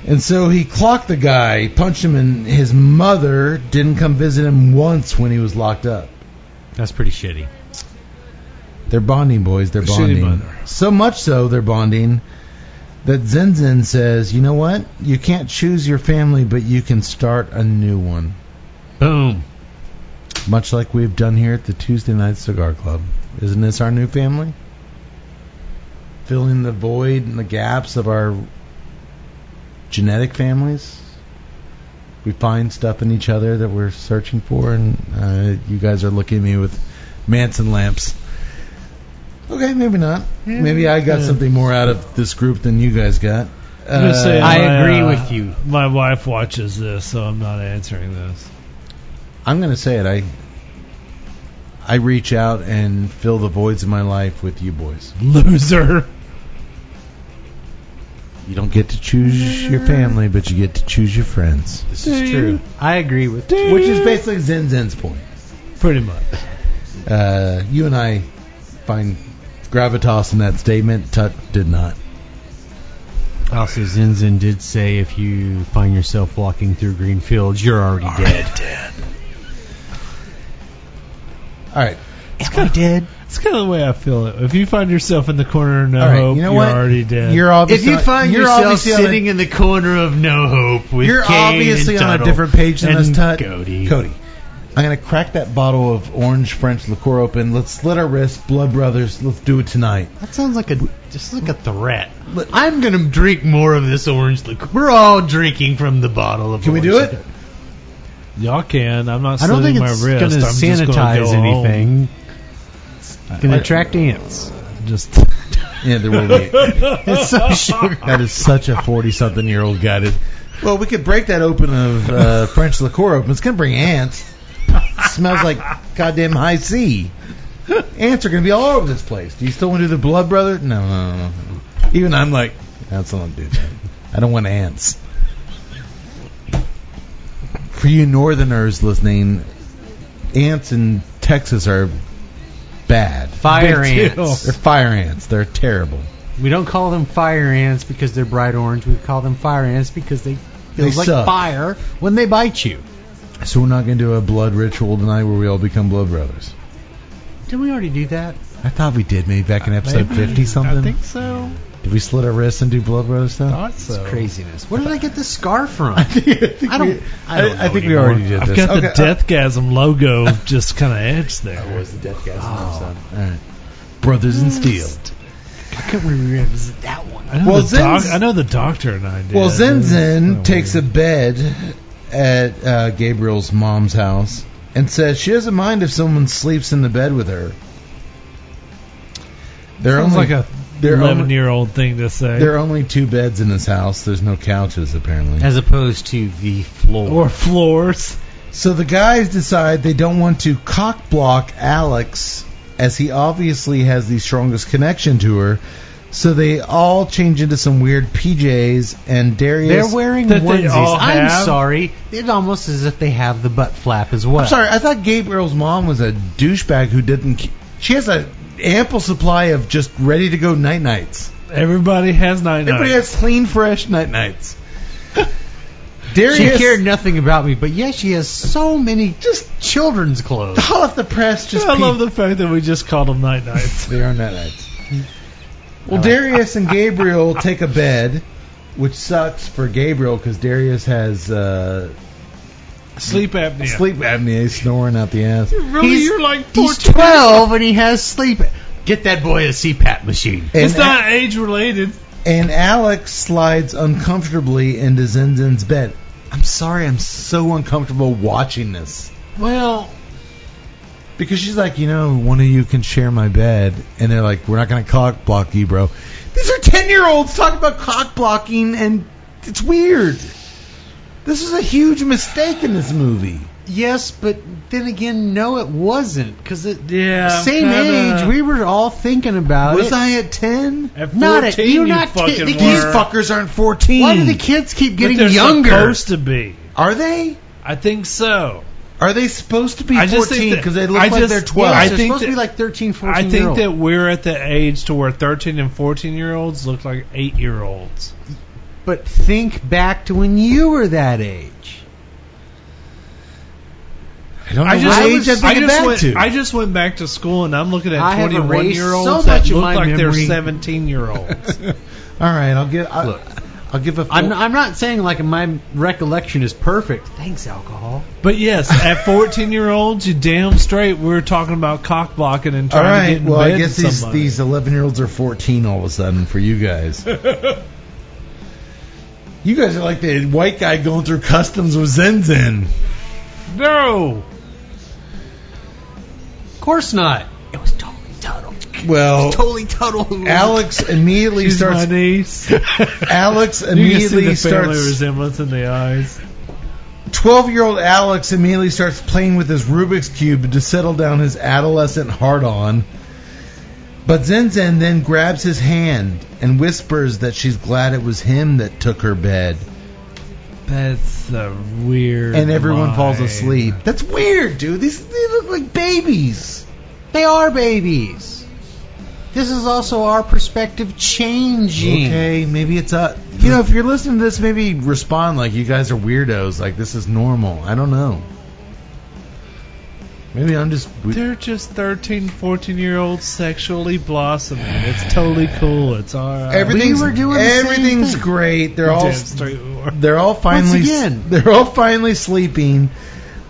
Speaker 4: And so he clocked the guy, punched him, and his mother didn't come visit him once when he was locked up.
Speaker 6: That's pretty shitty.
Speaker 4: They're bonding, boys. They're
Speaker 5: Shitty
Speaker 4: bonding.
Speaker 5: mother.
Speaker 4: So much so, they're bonding that Zenzen says, "You know what? You can't choose your family, but you can start a new one."
Speaker 6: Boom.
Speaker 4: Much like we've done here at the Tuesday Night Cigar Club. Isn't this our new family? Filling the void and the gaps of our genetic families. We find stuff in each other that we're searching for, and uh, you guys are looking at me with Manson lamps. Okay, maybe not. Maybe I got something more out of this group than you guys got.
Speaker 5: I'm just saying,
Speaker 6: I
Speaker 5: my,
Speaker 6: agree
Speaker 5: uh,
Speaker 6: with you.
Speaker 5: My wife watches this, so I'm not answering this.
Speaker 4: I'm gonna say it. I I reach out and fill the voids in my life with you boys.
Speaker 5: Loser.
Speaker 4: You don't get to choose your family, but you get to choose your friends,
Speaker 6: This is true. I agree with you.
Speaker 4: which is basically Zen Zen's point.
Speaker 5: Pretty much.
Speaker 4: Uh, you and I find gravitas in that statement. Tut did not.
Speaker 6: Also, Zinzin did say if you find yourself walking through green fields, you're already dead.
Speaker 4: All right,
Speaker 6: It's kind of dead.
Speaker 5: It's kind of the way I feel it. If you find yourself in the corner of no
Speaker 4: all right.
Speaker 5: hope,
Speaker 4: you know
Speaker 5: are
Speaker 4: what?
Speaker 5: already dead.
Speaker 4: You're
Speaker 6: If
Speaker 4: obviously
Speaker 6: you find
Speaker 4: you're
Speaker 6: yourself
Speaker 4: obviously on a-
Speaker 6: sitting in the corner of no hope with
Speaker 4: You're
Speaker 6: Kane
Speaker 4: obviously
Speaker 6: and
Speaker 4: on a
Speaker 6: Tuttle
Speaker 4: different page than
Speaker 6: and
Speaker 4: us, Tut.
Speaker 6: Cody.
Speaker 4: Cody, I'm gonna crack that bottle of orange French liqueur open. Let's slit our wrists, blood brothers. Let's do it tonight.
Speaker 6: That sounds like a just like a threat. I'm gonna drink more of this orange liqueur. We're all drinking from the bottle of.
Speaker 4: Can we
Speaker 6: orange
Speaker 4: do it?
Speaker 6: liqueur.
Speaker 5: Y'all can. I'm not
Speaker 6: I don't think
Speaker 5: slitting my
Speaker 6: it's
Speaker 5: wrist.
Speaker 6: gonna
Speaker 5: I'm just gonna
Speaker 6: sanitize
Speaker 5: go home.
Speaker 6: anything. It's gonna attract ants.
Speaker 5: Just
Speaker 4: Yeah, there will be.
Speaker 6: It's so sugar.
Speaker 4: That is such a forty-something-year-old guy. to- Well, we could break that open of uh, French liqueur open. It's gonna bring ants. smells like goddamn high C. Ants are gonna be all over this place. Do you still want to do the blood brother? No, no, no. no. Even I'm like, that's not do that. I don't want ants. For you Northerners listening, ants in Texas are bad.
Speaker 6: Fire
Speaker 5: Big deal.
Speaker 6: ants.
Speaker 4: They're fire ants. They're terrible.
Speaker 6: We don't call them fire ants because they're bright orange. We call them fire ants because they feels like
Speaker 4: suck.
Speaker 6: fire when they bite you.
Speaker 4: So we're not going to do a blood ritual tonight where we all become blood brothers.
Speaker 6: Did we already do that?
Speaker 4: I thought we did maybe back in episode 50 something.
Speaker 5: I think so.
Speaker 4: did we slit our wrists and do blood brother stuff?
Speaker 5: Thought so.
Speaker 6: Mm. It's craziness. Where did I get this scar from? I don't. I,
Speaker 4: I-
Speaker 6: don't know
Speaker 4: I think we
Speaker 6: anymore.
Speaker 4: already did
Speaker 5: I've
Speaker 4: this.
Speaker 5: got
Speaker 4: okay,
Speaker 6: uh,
Speaker 5: the Deathgasm logo just kind of etched there.
Speaker 4: was the death gas Oh, All right. Brothers in Steel.
Speaker 6: Why couldn't we revisit that one?
Speaker 5: I know,
Speaker 4: Well,
Speaker 5: the doc-
Speaker 4: Zen's-
Speaker 5: I know the doctor and I did.
Speaker 4: Well,
Speaker 5: It
Speaker 4: Zen
Speaker 5: was kinda
Speaker 4: Zen takes
Speaker 5: weird.
Speaker 4: a bed at uh, Gabriel's mom's house and says she doesn't mind if someone sleeps in the bed with her. There are
Speaker 5: Sounds
Speaker 4: only
Speaker 5: like a
Speaker 4: they're only-
Speaker 5: eleven-year-old thing to say.
Speaker 4: there are only two beds in this house. There's no couches apparently.
Speaker 6: As opposed to the floor.
Speaker 5: or floors.
Speaker 4: So the guys decide they don't want to cock block Alex, as he obviously has the strongest connection to her. So they all change into some weird PJs, and Darius.
Speaker 6: They're wearing
Speaker 5: That
Speaker 6: onesies.
Speaker 5: they all
Speaker 6: I'm
Speaker 5: have?
Speaker 6: sorry. It's almost as if they have the butt flap as well.
Speaker 4: I'm sorry, I thought Gabriel's mom was a douchebag who didn't. ke- She has an ample supply of just ready to go night nights.
Speaker 5: Everybody has nine
Speaker 4: Everybody
Speaker 5: nights.
Speaker 4: has clean, fresh night nights.
Speaker 6: She
Speaker 4: Darius
Speaker 6: cared nothing about me, but yet she has so many just children's clothes.
Speaker 4: hot off the press. Just
Speaker 5: I love
Speaker 4: peed.
Speaker 5: the fact that we just called them night nights.
Speaker 4: They are night nights. Well, Darius and Gabriel take a bed, which sucks for Gabriel because Darius has uh,
Speaker 5: Sleep apnea.
Speaker 4: sleep apnea, he's snoring out the ass.
Speaker 5: Really,
Speaker 6: He's-
Speaker 5: you're like
Speaker 6: He's
Speaker 5: 14.
Speaker 6: 12 and he has sleep. Get that boy a CPAP machine.
Speaker 4: And,
Speaker 5: It's not age related.
Speaker 4: and Alex slides uncomfortably into Zenzen's bed. I'm sorry, I'm so uncomfortable watching this.
Speaker 6: Well,
Speaker 4: Because she's like, you know, one of you can share my bed, and they're like, we're not gonna cock block you, bro. These are ten year olds talking about cock blocking, and it's weird. This is a huge mistake in this movie.
Speaker 6: yes, but then again, no, it wasn't. Because the
Speaker 5: Yeah.
Speaker 6: same age, we were all thinking
Speaker 5: Uh,
Speaker 6: about
Speaker 4: Was
Speaker 6: it.
Speaker 4: I at ten?
Speaker 5: At 14,
Speaker 6: Not it. You're
Speaker 5: you
Speaker 6: not
Speaker 5: fucking
Speaker 6: kidding. These
Speaker 4: These
Speaker 5: were.
Speaker 4: fuckers aren't fourteen.
Speaker 6: Why do the kids keep
Speaker 5: But
Speaker 6: getting
Speaker 5: they're
Speaker 6: younger?
Speaker 5: supposed to be.
Speaker 4: are they?
Speaker 5: I think so.
Speaker 4: Are they supposed to be
Speaker 5: I just think
Speaker 4: fourteen?
Speaker 5: that-
Speaker 4: Because they look
Speaker 5: I
Speaker 4: like
Speaker 5: just-
Speaker 4: they're twelve.
Speaker 5: yeah, I
Speaker 6: they're
Speaker 5: think
Speaker 6: supposed to
Speaker 5: that-
Speaker 6: be like 13, 14
Speaker 5: I
Speaker 6: year
Speaker 5: think
Speaker 6: old.
Speaker 5: that we're at the age to where 13 and 14 year olds look like 8 year olds.
Speaker 6: But think back to when you were that age.
Speaker 4: I don't know
Speaker 5: I
Speaker 4: what
Speaker 5: just,
Speaker 4: age I
Speaker 5: I,
Speaker 4: think
Speaker 5: just
Speaker 4: back
Speaker 5: went,
Speaker 4: to.
Speaker 5: I just went back to school and I'm looking
Speaker 6: I
Speaker 5: at
Speaker 6: have
Speaker 5: 21 year olds
Speaker 6: erased so
Speaker 5: that
Speaker 6: much of
Speaker 5: look
Speaker 6: my
Speaker 5: like they're
Speaker 6: memory.
Speaker 5: 17 year olds.
Speaker 4: All right, I'll give. I,
Speaker 6: Look.
Speaker 4: I'll give a.
Speaker 6: I'm, I'm not saying like my recollection is perfect. Thanks, alcohol.
Speaker 5: but yes, at 14 year olds, you damn straight we're talking about cock blocking and
Speaker 4: All
Speaker 5: trying to
Speaker 4: right.
Speaker 5: get in
Speaker 4: Well,
Speaker 5: bed
Speaker 4: I guess
Speaker 5: with
Speaker 4: these
Speaker 5: somebody.
Speaker 4: these eleven year olds are fourteen all of a sudden for you guys. you guys are like the white guy going through customs with Zenzen.
Speaker 5: No!
Speaker 6: Of course not. It was totally Tuttle.
Speaker 4: Well,
Speaker 6: Totally Tuttle. who-
Speaker 4: Alex immediately
Speaker 5: She's my
Speaker 4: starts.
Speaker 5: niece.
Speaker 4: Alex
Speaker 5: you can see
Speaker 4: immediately
Speaker 5: the family
Speaker 4: starts.
Speaker 5: resemblance in the eyes.
Speaker 4: Twelve year old Alex immediately starts playing with his Rubik's cube to settle down his adolescent heart on. But Zenzen then grabs his hand and whispers that she's glad it was him that took her bed.
Speaker 5: That's a weird.
Speaker 4: and everyone falls
Speaker 5: line.
Speaker 4: asleep. That's weird, dude. These they look like babies.
Speaker 6: They are babies. This is also our perspective changing.
Speaker 4: Okay, maybe it's a. You know, if you're listening to this, maybe respond like you guys are weirdos. Like this is normal. I don't know. Maybe I'm just. We-
Speaker 5: They're just 13, 14 year olds sexually blossoming. It's totally cool. It's alright.
Speaker 4: everything's
Speaker 6: were doing the same
Speaker 4: everything's
Speaker 6: thing.
Speaker 4: great. They're all
Speaker 5: Damn straight we were.
Speaker 4: they're all finally
Speaker 6: again.
Speaker 4: they're all finally sleeping.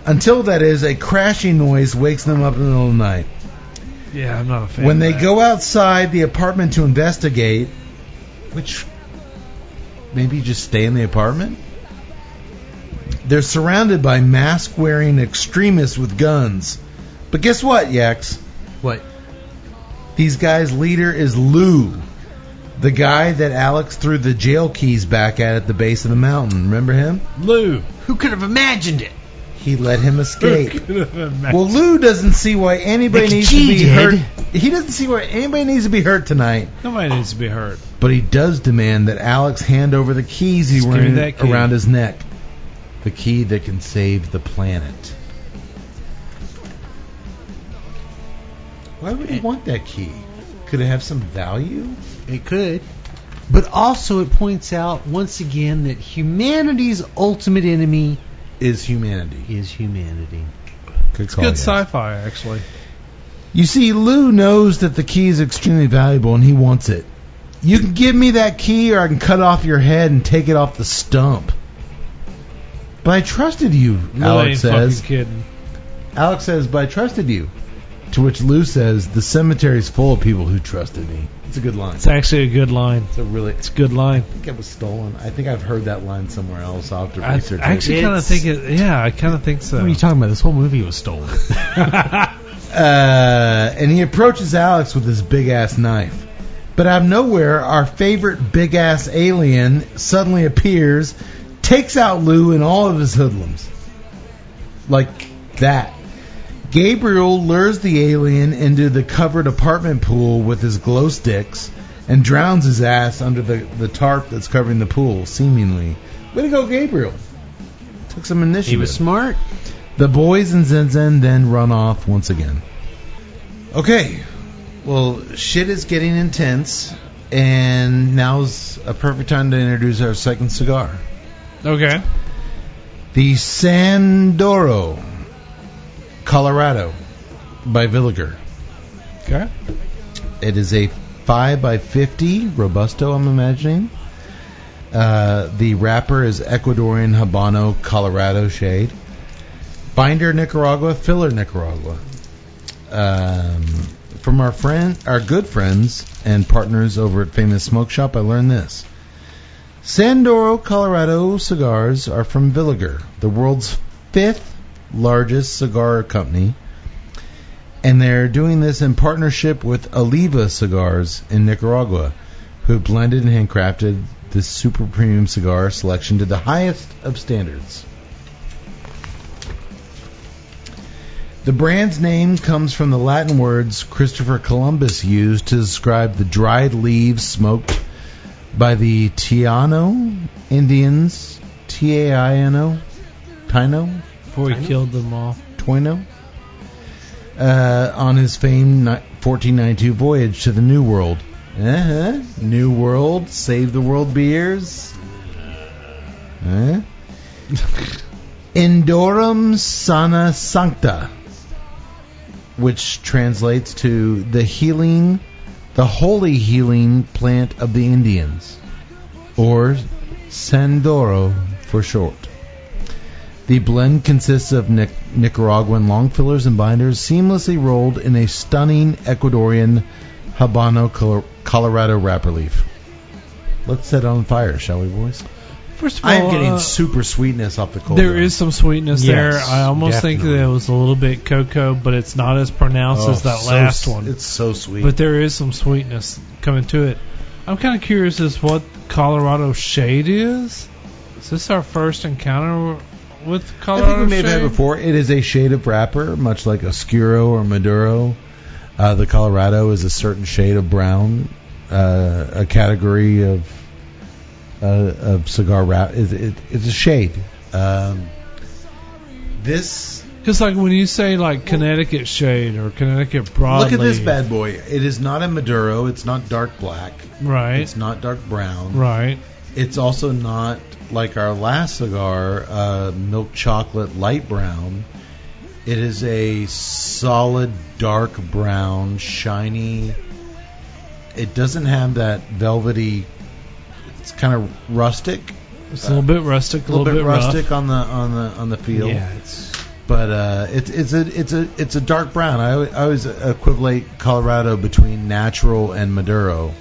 Speaker 4: Until that is a crashing noise wakes them up in the middle of the night.
Speaker 5: Yeah, I'm not a fan.
Speaker 4: When
Speaker 5: of
Speaker 4: they
Speaker 5: that.
Speaker 4: go outside the apartment to investigate, which maybe just stay in the apartment, they're surrounded by mask wearing extremists with guns. But guess what, Yaks?
Speaker 6: What?
Speaker 4: These guys' leader is Lou, the guy that Alex threw the jail keys back at at the base of the mountain. Remember him?
Speaker 5: Lou.
Speaker 6: Who could have imagined it?
Speaker 4: He let him escape.
Speaker 5: well,
Speaker 4: Well, Lou doesn't see why anybody
Speaker 6: Nick
Speaker 4: needs
Speaker 6: G
Speaker 4: to be
Speaker 6: did.
Speaker 4: hurt. He doesn't see why anybody needs to be hurt tonight.
Speaker 5: nobody needs to be hurt.
Speaker 4: but he does demand that Alex hand over the keys he
Speaker 5: Just give
Speaker 4: wearing
Speaker 5: me that key.
Speaker 4: around his neck, the key that can save the planet. Why would he want that key? Could it have some value?
Speaker 6: It could. But also, it points out once again that humanity's ultimate enemy
Speaker 4: Is humanity?
Speaker 6: is humanity.
Speaker 4: Good
Speaker 5: Good sci-fi, actually.
Speaker 4: You see, Lou knows that the key is extremely valuable and he wants it. You can give me that key or I can cut off your head and take it off the stump. But I trusted you,
Speaker 5: Lou ain't
Speaker 4: Alex says.
Speaker 5: fucking kidding.
Speaker 4: Alex says, "But I trusted you." To which Lou says, "The cemetery's full of people who trusted me." It's a good line.
Speaker 5: It's actually a good line.
Speaker 4: It's a really.
Speaker 5: It's a good line.
Speaker 4: I think it was stolen. I think I've heard that line somewhere else. I'll have to
Speaker 5: I
Speaker 4: research
Speaker 5: actually
Speaker 4: it.
Speaker 5: kind of
Speaker 6: It's-
Speaker 5: think it. Yeah, I kind of think so.
Speaker 6: talking about? This whole movie was stolen. Uh, and he approaches Alex with his big ass knife. But out of nowhere, our favorite big ass alien suddenly appears, takes out Lou and all of his hoodlums. Like that. Gabriel lures the alien into the covered apartment pool with his glow sticks and drowns his ass under the, the tarp that's covering the pool, seemingly. Way to go, Gabriel. Took some initiative.
Speaker 4: He was smart.
Speaker 6: The boys and Zenzen then run off once again. Okay. Well, shit is getting intense, and now's a perfect time to introduce our second cigar.
Speaker 5: Okay.
Speaker 6: The Sandoro, Colorado, by Villiger.
Speaker 5: Okay.
Speaker 6: It is a 5 by 50 Robusto, I'm imagining. Uh, the wrapper is Ecuadorian Habano Colorado shade. Binder Nicaragua, filler Nicaragua. Um, from our friend, our good friends and partners over at Famous Smoke Shop, I learned this. Sandoro Colorado cigars are from Villiger, the world's fifth largest cigar company, and they're doing this in partnership with Oliva Cigars in Nicaragua, who blended and handcrafted this super premium cigar selection to the highest of standards. The brand's name comes from the Latin words Christopher Columbus used to describe the dried leaves smoked by the Tiano Indians, T A I N O, Tino,
Speaker 5: Before he killed them all.
Speaker 6: Twino, uh, on his famed ni- 1492 voyage to the New World. Uh-huh. New World, Save the World beers. Huh? Indorum Sana Sancta, which translates to the healing, the holy healing plant of the Indians, or Sandoro for short. The blend consists of Nic- Nicaraguan long fillers and binders, seamlessly rolled in a stunning Ecuadorian Habano Col- Colorado wrapper leaf. Let's set it on fire, shall we, boys?
Speaker 5: First of all,
Speaker 6: I am getting
Speaker 5: uh,
Speaker 6: super sweetness off the cold.
Speaker 5: There
Speaker 6: one.
Speaker 5: is some sweetness there.
Speaker 6: Yes,
Speaker 5: I almost think that
Speaker 6: definitely.
Speaker 5: it was a little bit cocoa, but it's not as pronounced
Speaker 6: Oh,
Speaker 5: as that
Speaker 6: so
Speaker 5: last
Speaker 6: s-
Speaker 5: one.
Speaker 6: It's so sweet.
Speaker 5: But there is some sweetness coming to it. I'm kind of curious as what Colorado shade is. Is this our first encounter with
Speaker 6: I
Speaker 5: Colorado
Speaker 6: think we may have had
Speaker 5: shade?
Speaker 6: before. It is a shade of wrapper, much like Oscuro or Maduro. Uh, the Colorado is a certain shade of brown, uh, a category of uh, of cigar wrap. It, it, it's a shade. Um, this
Speaker 5: Because like when you say like Connecticut shade or Connecticut broadleaf.
Speaker 6: look at this bad boy. It is not a Maduro. It's not dark black.
Speaker 5: Right.
Speaker 6: It's not dark brown.
Speaker 5: Right.
Speaker 6: It's also not like our last cigar, uh, milk chocolate light brown. It is a solid dark brown, shiny. It doesn't have that velvety. It's kind of rustic,
Speaker 5: It's a little bit rustic,
Speaker 6: a little, bit,
Speaker 5: rough.
Speaker 6: rustic on the on the on the feel.
Speaker 4: Yeah, it's
Speaker 6: But uh, it's it's a it's a it's a dark brown. I, al- I always equate Colorado between natural and Maduro.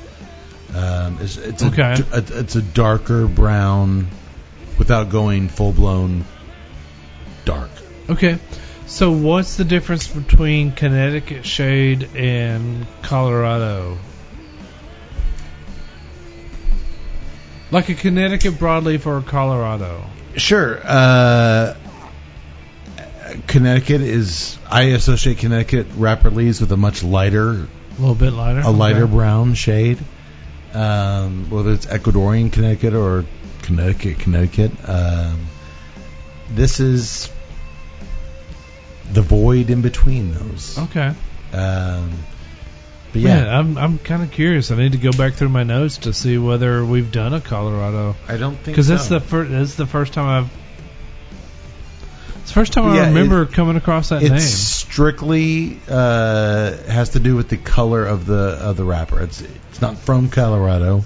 Speaker 6: Um, it's it's a,
Speaker 5: Okay.
Speaker 6: a it's a darker brown, without going full blown dark.
Speaker 5: Okay. So what's the difference between Connecticut shade and Colorado? Like a Connecticut broadleaf or a Colorado.
Speaker 6: Sure. Uh, Connecticut is I associate Connecticut wrapper leaves with a much lighter
Speaker 5: A little bit lighter.
Speaker 6: a lighter
Speaker 5: Okay.
Speaker 6: brown shade, um, whether it's Ecuadorian Connecticut or Connecticut, Connecticut. Um, this is the void in between those.
Speaker 5: Okay.
Speaker 6: Um, but
Speaker 5: Yeah,
Speaker 6: yeah,
Speaker 5: I'm I'm kind of curious. I need to go back through my notes to see whether we've done a Colorado
Speaker 6: I don't think
Speaker 5: because that's
Speaker 6: so.
Speaker 5: the first that's the first time I've it's the first time
Speaker 6: Yeah,
Speaker 5: I remember coming across that
Speaker 6: it's
Speaker 5: name.
Speaker 6: strictly uh, has to do with the color of the of the wrapper. It's it's not from Colorado.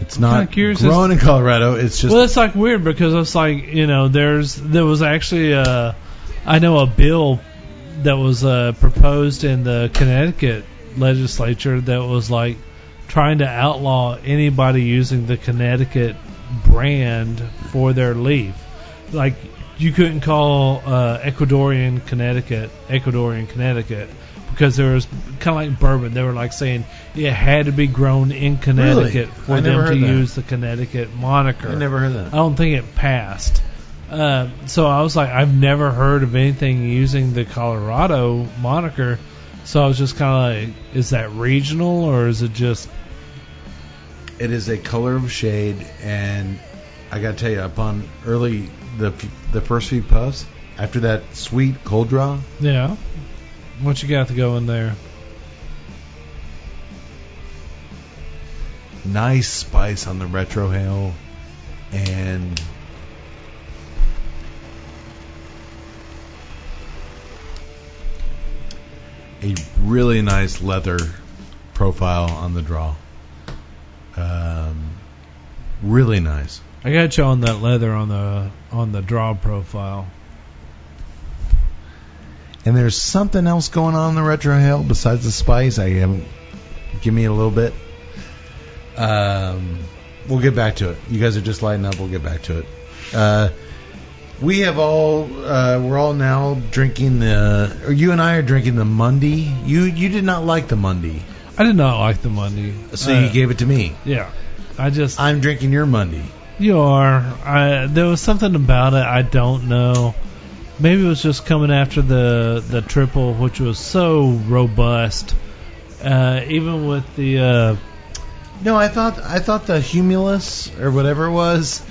Speaker 6: It's not
Speaker 5: kinda curious as-
Speaker 6: grown in Colorado. It's just
Speaker 5: well, it's like weird because it's like you know, there's there was actually a I know a bill that was uh, proposed in the Connecticut legislature that was like trying to outlaw anybody using the Connecticut brand for their leaf. Like you couldn't call uh, Ecuadorian Connecticut Ecuadorian Connecticut because there was kind of like bourbon. They were like saying it had to be grown in Connecticut for
Speaker 4: I never
Speaker 5: them to
Speaker 4: heard that.
Speaker 5: use the Connecticut moniker.
Speaker 4: I never heard that.
Speaker 5: I don't think it passed. Uh, so I was like, I've never heard of anything using the Colorado moniker. So I was just kind of like, is that regional or is it just
Speaker 4: It is a color of shade, and I gotta tell you, upon early the f- the first few puffs, after that sweet cold draw,
Speaker 5: yeah? What you got to go in there?
Speaker 4: nice spice on the retrohale, and a really nice leather profile on the draw. Um, really nice.
Speaker 5: I got you on that leather on the on the draw profile.
Speaker 4: And there's something else going on in the retro hill besides the spice. I haven't. Give me a little bit. Um, we'll get back to it. You guys are just lighting up. We'll get back to it. Uh, we have all. Uh, we're all now drinking the. Or you and I are drinking the Mundy. You you did not like the Mundy,
Speaker 5: I did not like the Monday.
Speaker 4: so
Speaker 5: Uh,
Speaker 4: you gave it to me.
Speaker 5: yeah. I just
Speaker 4: I'm drinking your Mundy.
Speaker 5: You are. I, there was something about it I don't know. Maybe it was just coming after the the triple, which was so robust. Uh, even with the uh,
Speaker 4: No, I thought I thought the humulus or whatever it was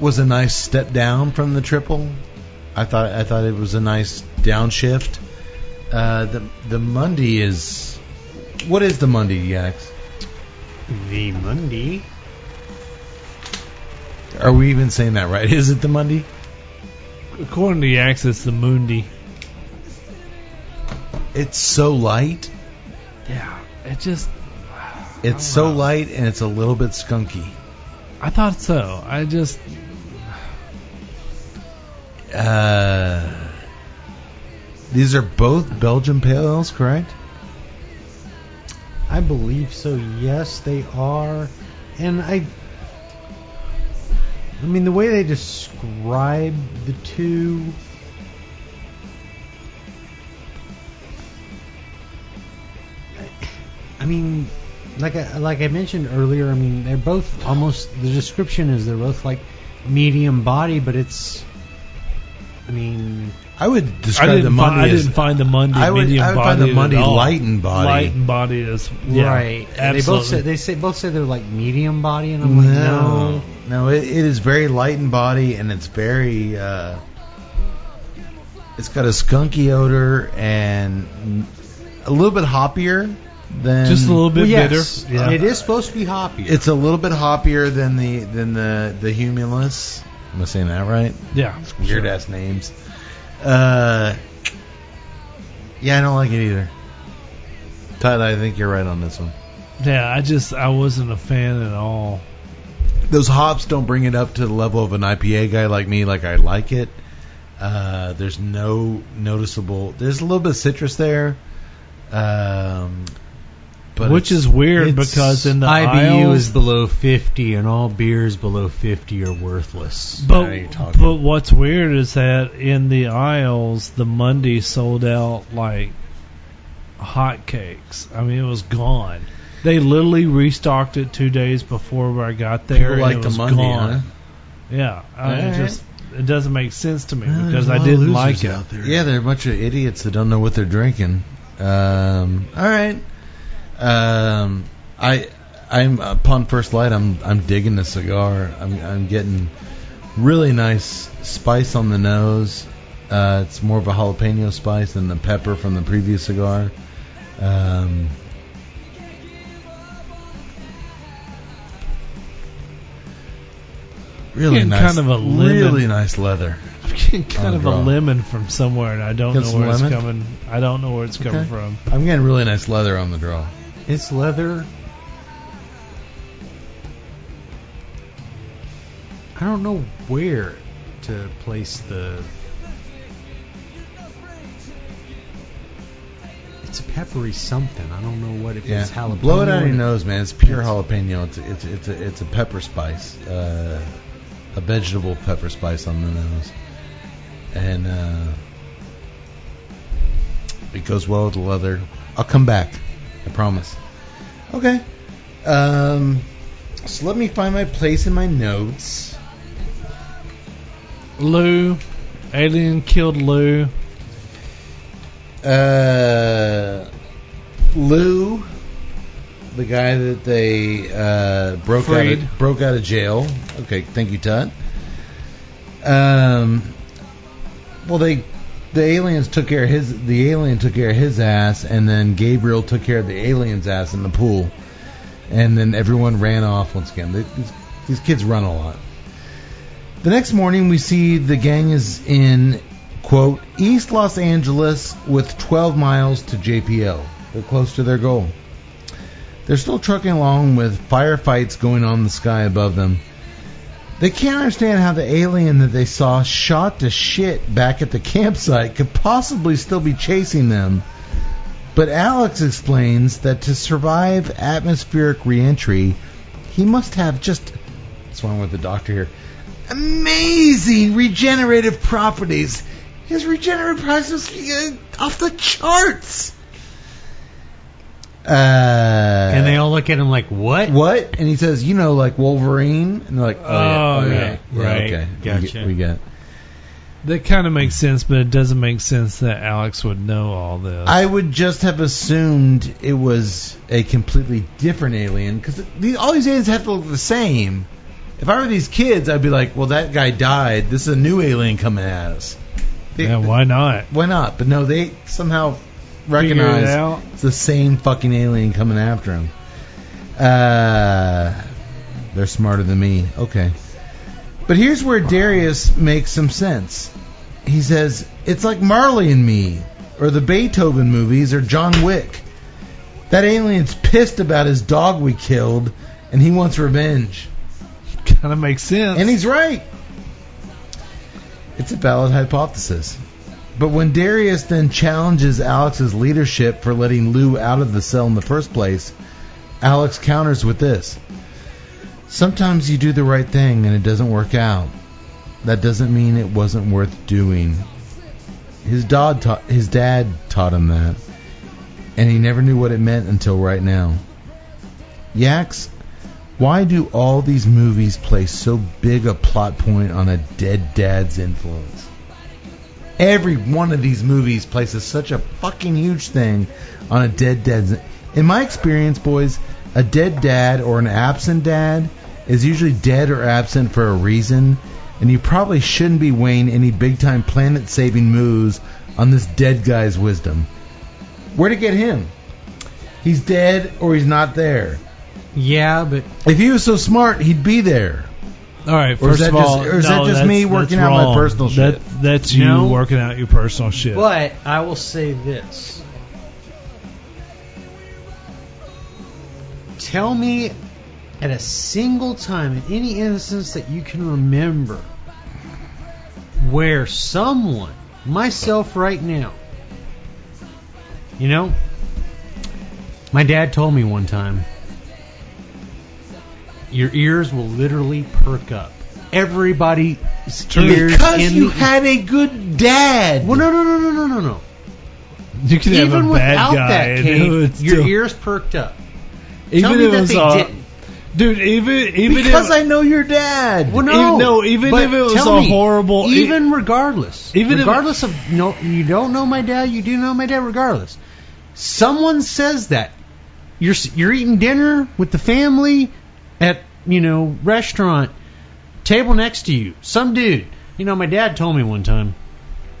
Speaker 4: was a nice step down from the triple. I thought I thought it was a nice downshift. Uh, the the Mundy is what is the Mundy, Yax?
Speaker 6: The Monday.
Speaker 4: Are we even saying that right? Is it the Mundy?
Speaker 5: according to the Axis, the Mundi.
Speaker 4: It's so light.
Speaker 5: Yeah, it just.
Speaker 4: It's
Speaker 5: Oh,
Speaker 4: so light and it's a little bit skunky.
Speaker 5: I thought so. I just.
Speaker 4: Uh, these are both Belgian pale ales, correct?
Speaker 6: I believe so. Yes, they are. And I I mean the way they describe the two I mean like I, like I mentioned earlier, I mean they're both almost the description is they're both like medium body, but it's I mean
Speaker 4: I would describe
Speaker 5: I didn't,
Speaker 4: the Mundy
Speaker 5: find, I
Speaker 4: as
Speaker 5: didn't find the Mundi
Speaker 4: I would-
Speaker 5: medium
Speaker 4: I would
Speaker 5: body.
Speaker 4: find the Mundi
Speaker 5: at all.
Speaker 4: light in body.
Speaker 5: Light in body is yeah,
Speaker 6: right. And They both
Speaker 5: Absolutely.
Speaker 6: say they say both say they're like medium body, and I'm like no.
Speaker 4: no, no, it, it is very light in body, and it's very. Uh, it's got a skunky odor and a little bit hoppier than
Speaker 5: just a little bit
Speaker 6: Well, yes,
Speaker 5: bitter. Yeah.
Speaker 6: It is supposed to be hoppy.
Speaker 4: It's a little bit hoppier than the than the the humulus. Am I saying that right?
Speaker 5: yeah.
Speaker 4: Weird ass names. Uh, yeah, I don't like it either. Todd, I think you're right on this one.
Speaker 5: Yeah, I just I wasn't a fan at all.
Speaker 4: those hops don't bring it up to the level of an IPA guy like me. Like I like it. Uh, there's no noticeable. There's a little bit of citrus there, um, but
Speaker 5: Which
Speaker 4: it's-
Speaker 5: is weird
Speaker 4: it's-
Speaker 5: because in the
Speaker 6: IBU
Speaker 5: aisles,
Speaker 6: is below 50, and all beers below 50 are worthless.
Speaker 4: Now you're
Speaker 5: But
Speaker 4: talking.
Speaker 5: but what's weird is that in the aisles, the Monday sold out like hotcakes. I mean, it was gone. They literally restocked it two days before I got there.
Speaker 4: people
Speaker 5: and
Speaker 4: like
Speaker 5: it
Speaker 4: the
Speaker 5: was
Speaker 4: Monday,
Speaker 5: gone.
Speaker 4: huh?
Speaker 5: Yeah, I
Speaker 4: Alright.
Speaker 5: it just it doesn't make sense to me
Speaker 4: Yeah, there's
Speaker 5: because
Speaker 4: a
Speaker 5: I
Speaker 4: lot of
Speaker 5: didn't
Speaker 4: losers
Speaker 5: like it.
Speaker 4: out there. Yeah, they're a bunch of idiots that don't know what they're drinking. Um, all right. Um, I I'm upon first light. I'm I'm digging the cigar. I'm I'm getting really nice spice on the nose. Uh, it's more of a jalapeno spice than the pepper from the previous cigar. Um, really
Speaker 5: Getting
Speaker 4: nice,
Speaker 5: kind of a lemon-
Speaker 4: really nice leather.
Speaker 5: I'm getting kind
Speaker 4: the
Speaker 5: of
Speaker 4: draw.
Speaker 5: a lemon from somewhere, and I don't
Speaker 4: Got
Speaker 5: know
Speaker 4: some
Speaker 5: where it's
Speaker 4: lemon?
Speaker 5: coming. I don't know where it's coming
Speaker 4: Okay.
Speaker 5: from.
Speaker 4: I'm getting really nice leather on the draw.
Speaker 6: It's leather. I don't know where to place the. It's a peppery something. I don't know what it is.
Speaker 4: Yeah,
Speaker 6: Jalapeno.
Speaker 4: blow it out of your
Speaker 6: or-
Speaker 4: nose, man. It's pure jalapeno. It's it's it's a, it's a pepper spice, uh, a vegetable pepper spice on the nose. and uh, it goes well with the leather. I'll come back, I promise. Okay. Um, so let me find my place in my notes.
Speaker 5: Lou, alien killed Lou.
Speaker 4: Uh, Lou, the guy that they uh, broke out
Speaker 5: Freed.
Speaker 4: of, broke out of jail. Okay, thank you, Tut. Um, well, they the aliens took care of his the alien took care of his ass, and then Gabriel took care of the alien's ass in the pool, and then everyone ran off once again. They- These, these kids run a lot. The next morning, we see the gang is in quote, East Los Angeles with 12 miles to JPL. They're close to their goal. They're still trucking along with firefights going on in the sky above them. They can't understand how the alien that they saw shot to shit back at the campsite could possibly still be chasing them. But Alex explains that to survive atmospheric reentry, he must have just. That's why I'm with the doctor here amazing regenerative properties. His regenerative properties uh, off the charts. Uh,
Speaker 6: and they all look at him like, what?
Speaker 4: what? And he says, you know, like Wolverine, and they're like, oh, yeah,
Speaker 5: Oh,
Speaker 4: oh,
Speaker 5: yeah,
Speaker 4: yeah, yeah,
Speaker 5: right.
Speaker 4: okay, we
Speaker 6: Gotcha.
Speaker 4: get, we get. it."
Speaker 5: That kind of makes sense, but it doesn't make sense that Alex would know all this.
Speaker 4: I would just have assumed it was a completely different alien because all these aliens have to look the same. If I were these kids, I'd be like, well, that guy died. This is a new alien coming at us. They-
Speaker 5: yeah, why not?
Speaker 4: Why not? But no, they somehow
Speaker 5: Figure it
Speaker 4: recognize
Speaker 5: out.
Speaker 4: it's the same fucking alien coming after him. Uh, they're smarter than me. Okay. But here's where Darius makes some sense. He says, It's like Marley and me, or the Beethoven movies, or John Wick. That alien's pissed about his dog we killed, and he wants revenge.
Speaker 5: Kind of makes sense.
Speaker 4: And he's right. It's a valid hypothesis. But when Darius then challenges Alex's leadership for letting Lou out of the cell in the first place, Alex counters with this. Sometimes you do the right thing and it doesn't work out. That doesn't mean it wasn't worth doing. His dad taught his dad taught him that, and he never knew what it meant until right now. Yaks why do all these movies place so big a plot point on a dead dad's influence? Every one of these movies places such a fucking huge thing on a dead dad's. In my experience, boys, a dead dad or an absent dad is usually dead or absent for a reason, and you probably shouldn't be weighing any big time planet saving moves on this dead guy's wisdom. Where to get him? He's dead or he's not there.
Speaker 6: Yeah, but
Speaker 4: If he was so smart, he'd be there.
Speaker 5: all right,
Speaker 4: Or is
Speaker 5: first
Speaker 4: that
Speaker 5: of all,
Speaker 4: just- or is that
Speaker 5: no,
Speaker 4: just
Speaker 5: that's-
Speaker 4: me
Speaker 5: that's
Speaker 4: working out my
Speaker 5: wrong.
Speaker 4: personal
Speaker 5: That- That's you
Speaker 6: No.
Speaker 5: working out your personal shit.
Speaker 6: but I will say this. Tell me at a single time in any instance that you can remember where someone, myself right now, you know, my dad told me one time, your ears will literally perk up. Everybody's ears
Speaker 4: Because
Speaker 6: in
Speaker 4: you
Speaker 6: the
Speaker 4: had a good dad.
Speaker 6: well, no, no, no, no, no, no, no.
Speaker 5: you could have
Speaker 6: Even
Speaker 5: a bad
Speaker 6: without
Speaker 5: guy.
Speaker 6: that,
Speaker 5: and
Speaker 6: Kate,
Speaker 5: it would
Speaker 6: your
Speaker 5: still-
Speaker 6: ears perked up.
Speaker 5: even
Speaker 6: Tell me
Speaker 5: if it
Speaker 6: that
Speaker 5: was
Speaker 6: they
Speaker 5: all-
Speaker 6: didn't.
Speaker 5: dude. Even even
Speaker 4: Because
Speaker 5: if,
Speaker 4: I know your dad.
Speaker 6: Well, no,
Speaker 5: Even- no, even
Speaker 6: but
Speaker 5: if it was
Speaker 6: tell
Speaker 5: a
Speaker 6: me,
Speaker 5: horrible-
Speaker 6: Even regardless,
Speaker 5: Even
Speaker 6: even
Speaker 5: if-
Speaker 6: regardless of no, you don't know my dad. You do know my dad, regardless. Someone says that you're s- you're eating dinner with the family at you know restaurant table next to you. Some dude, you know, my dad told me one time.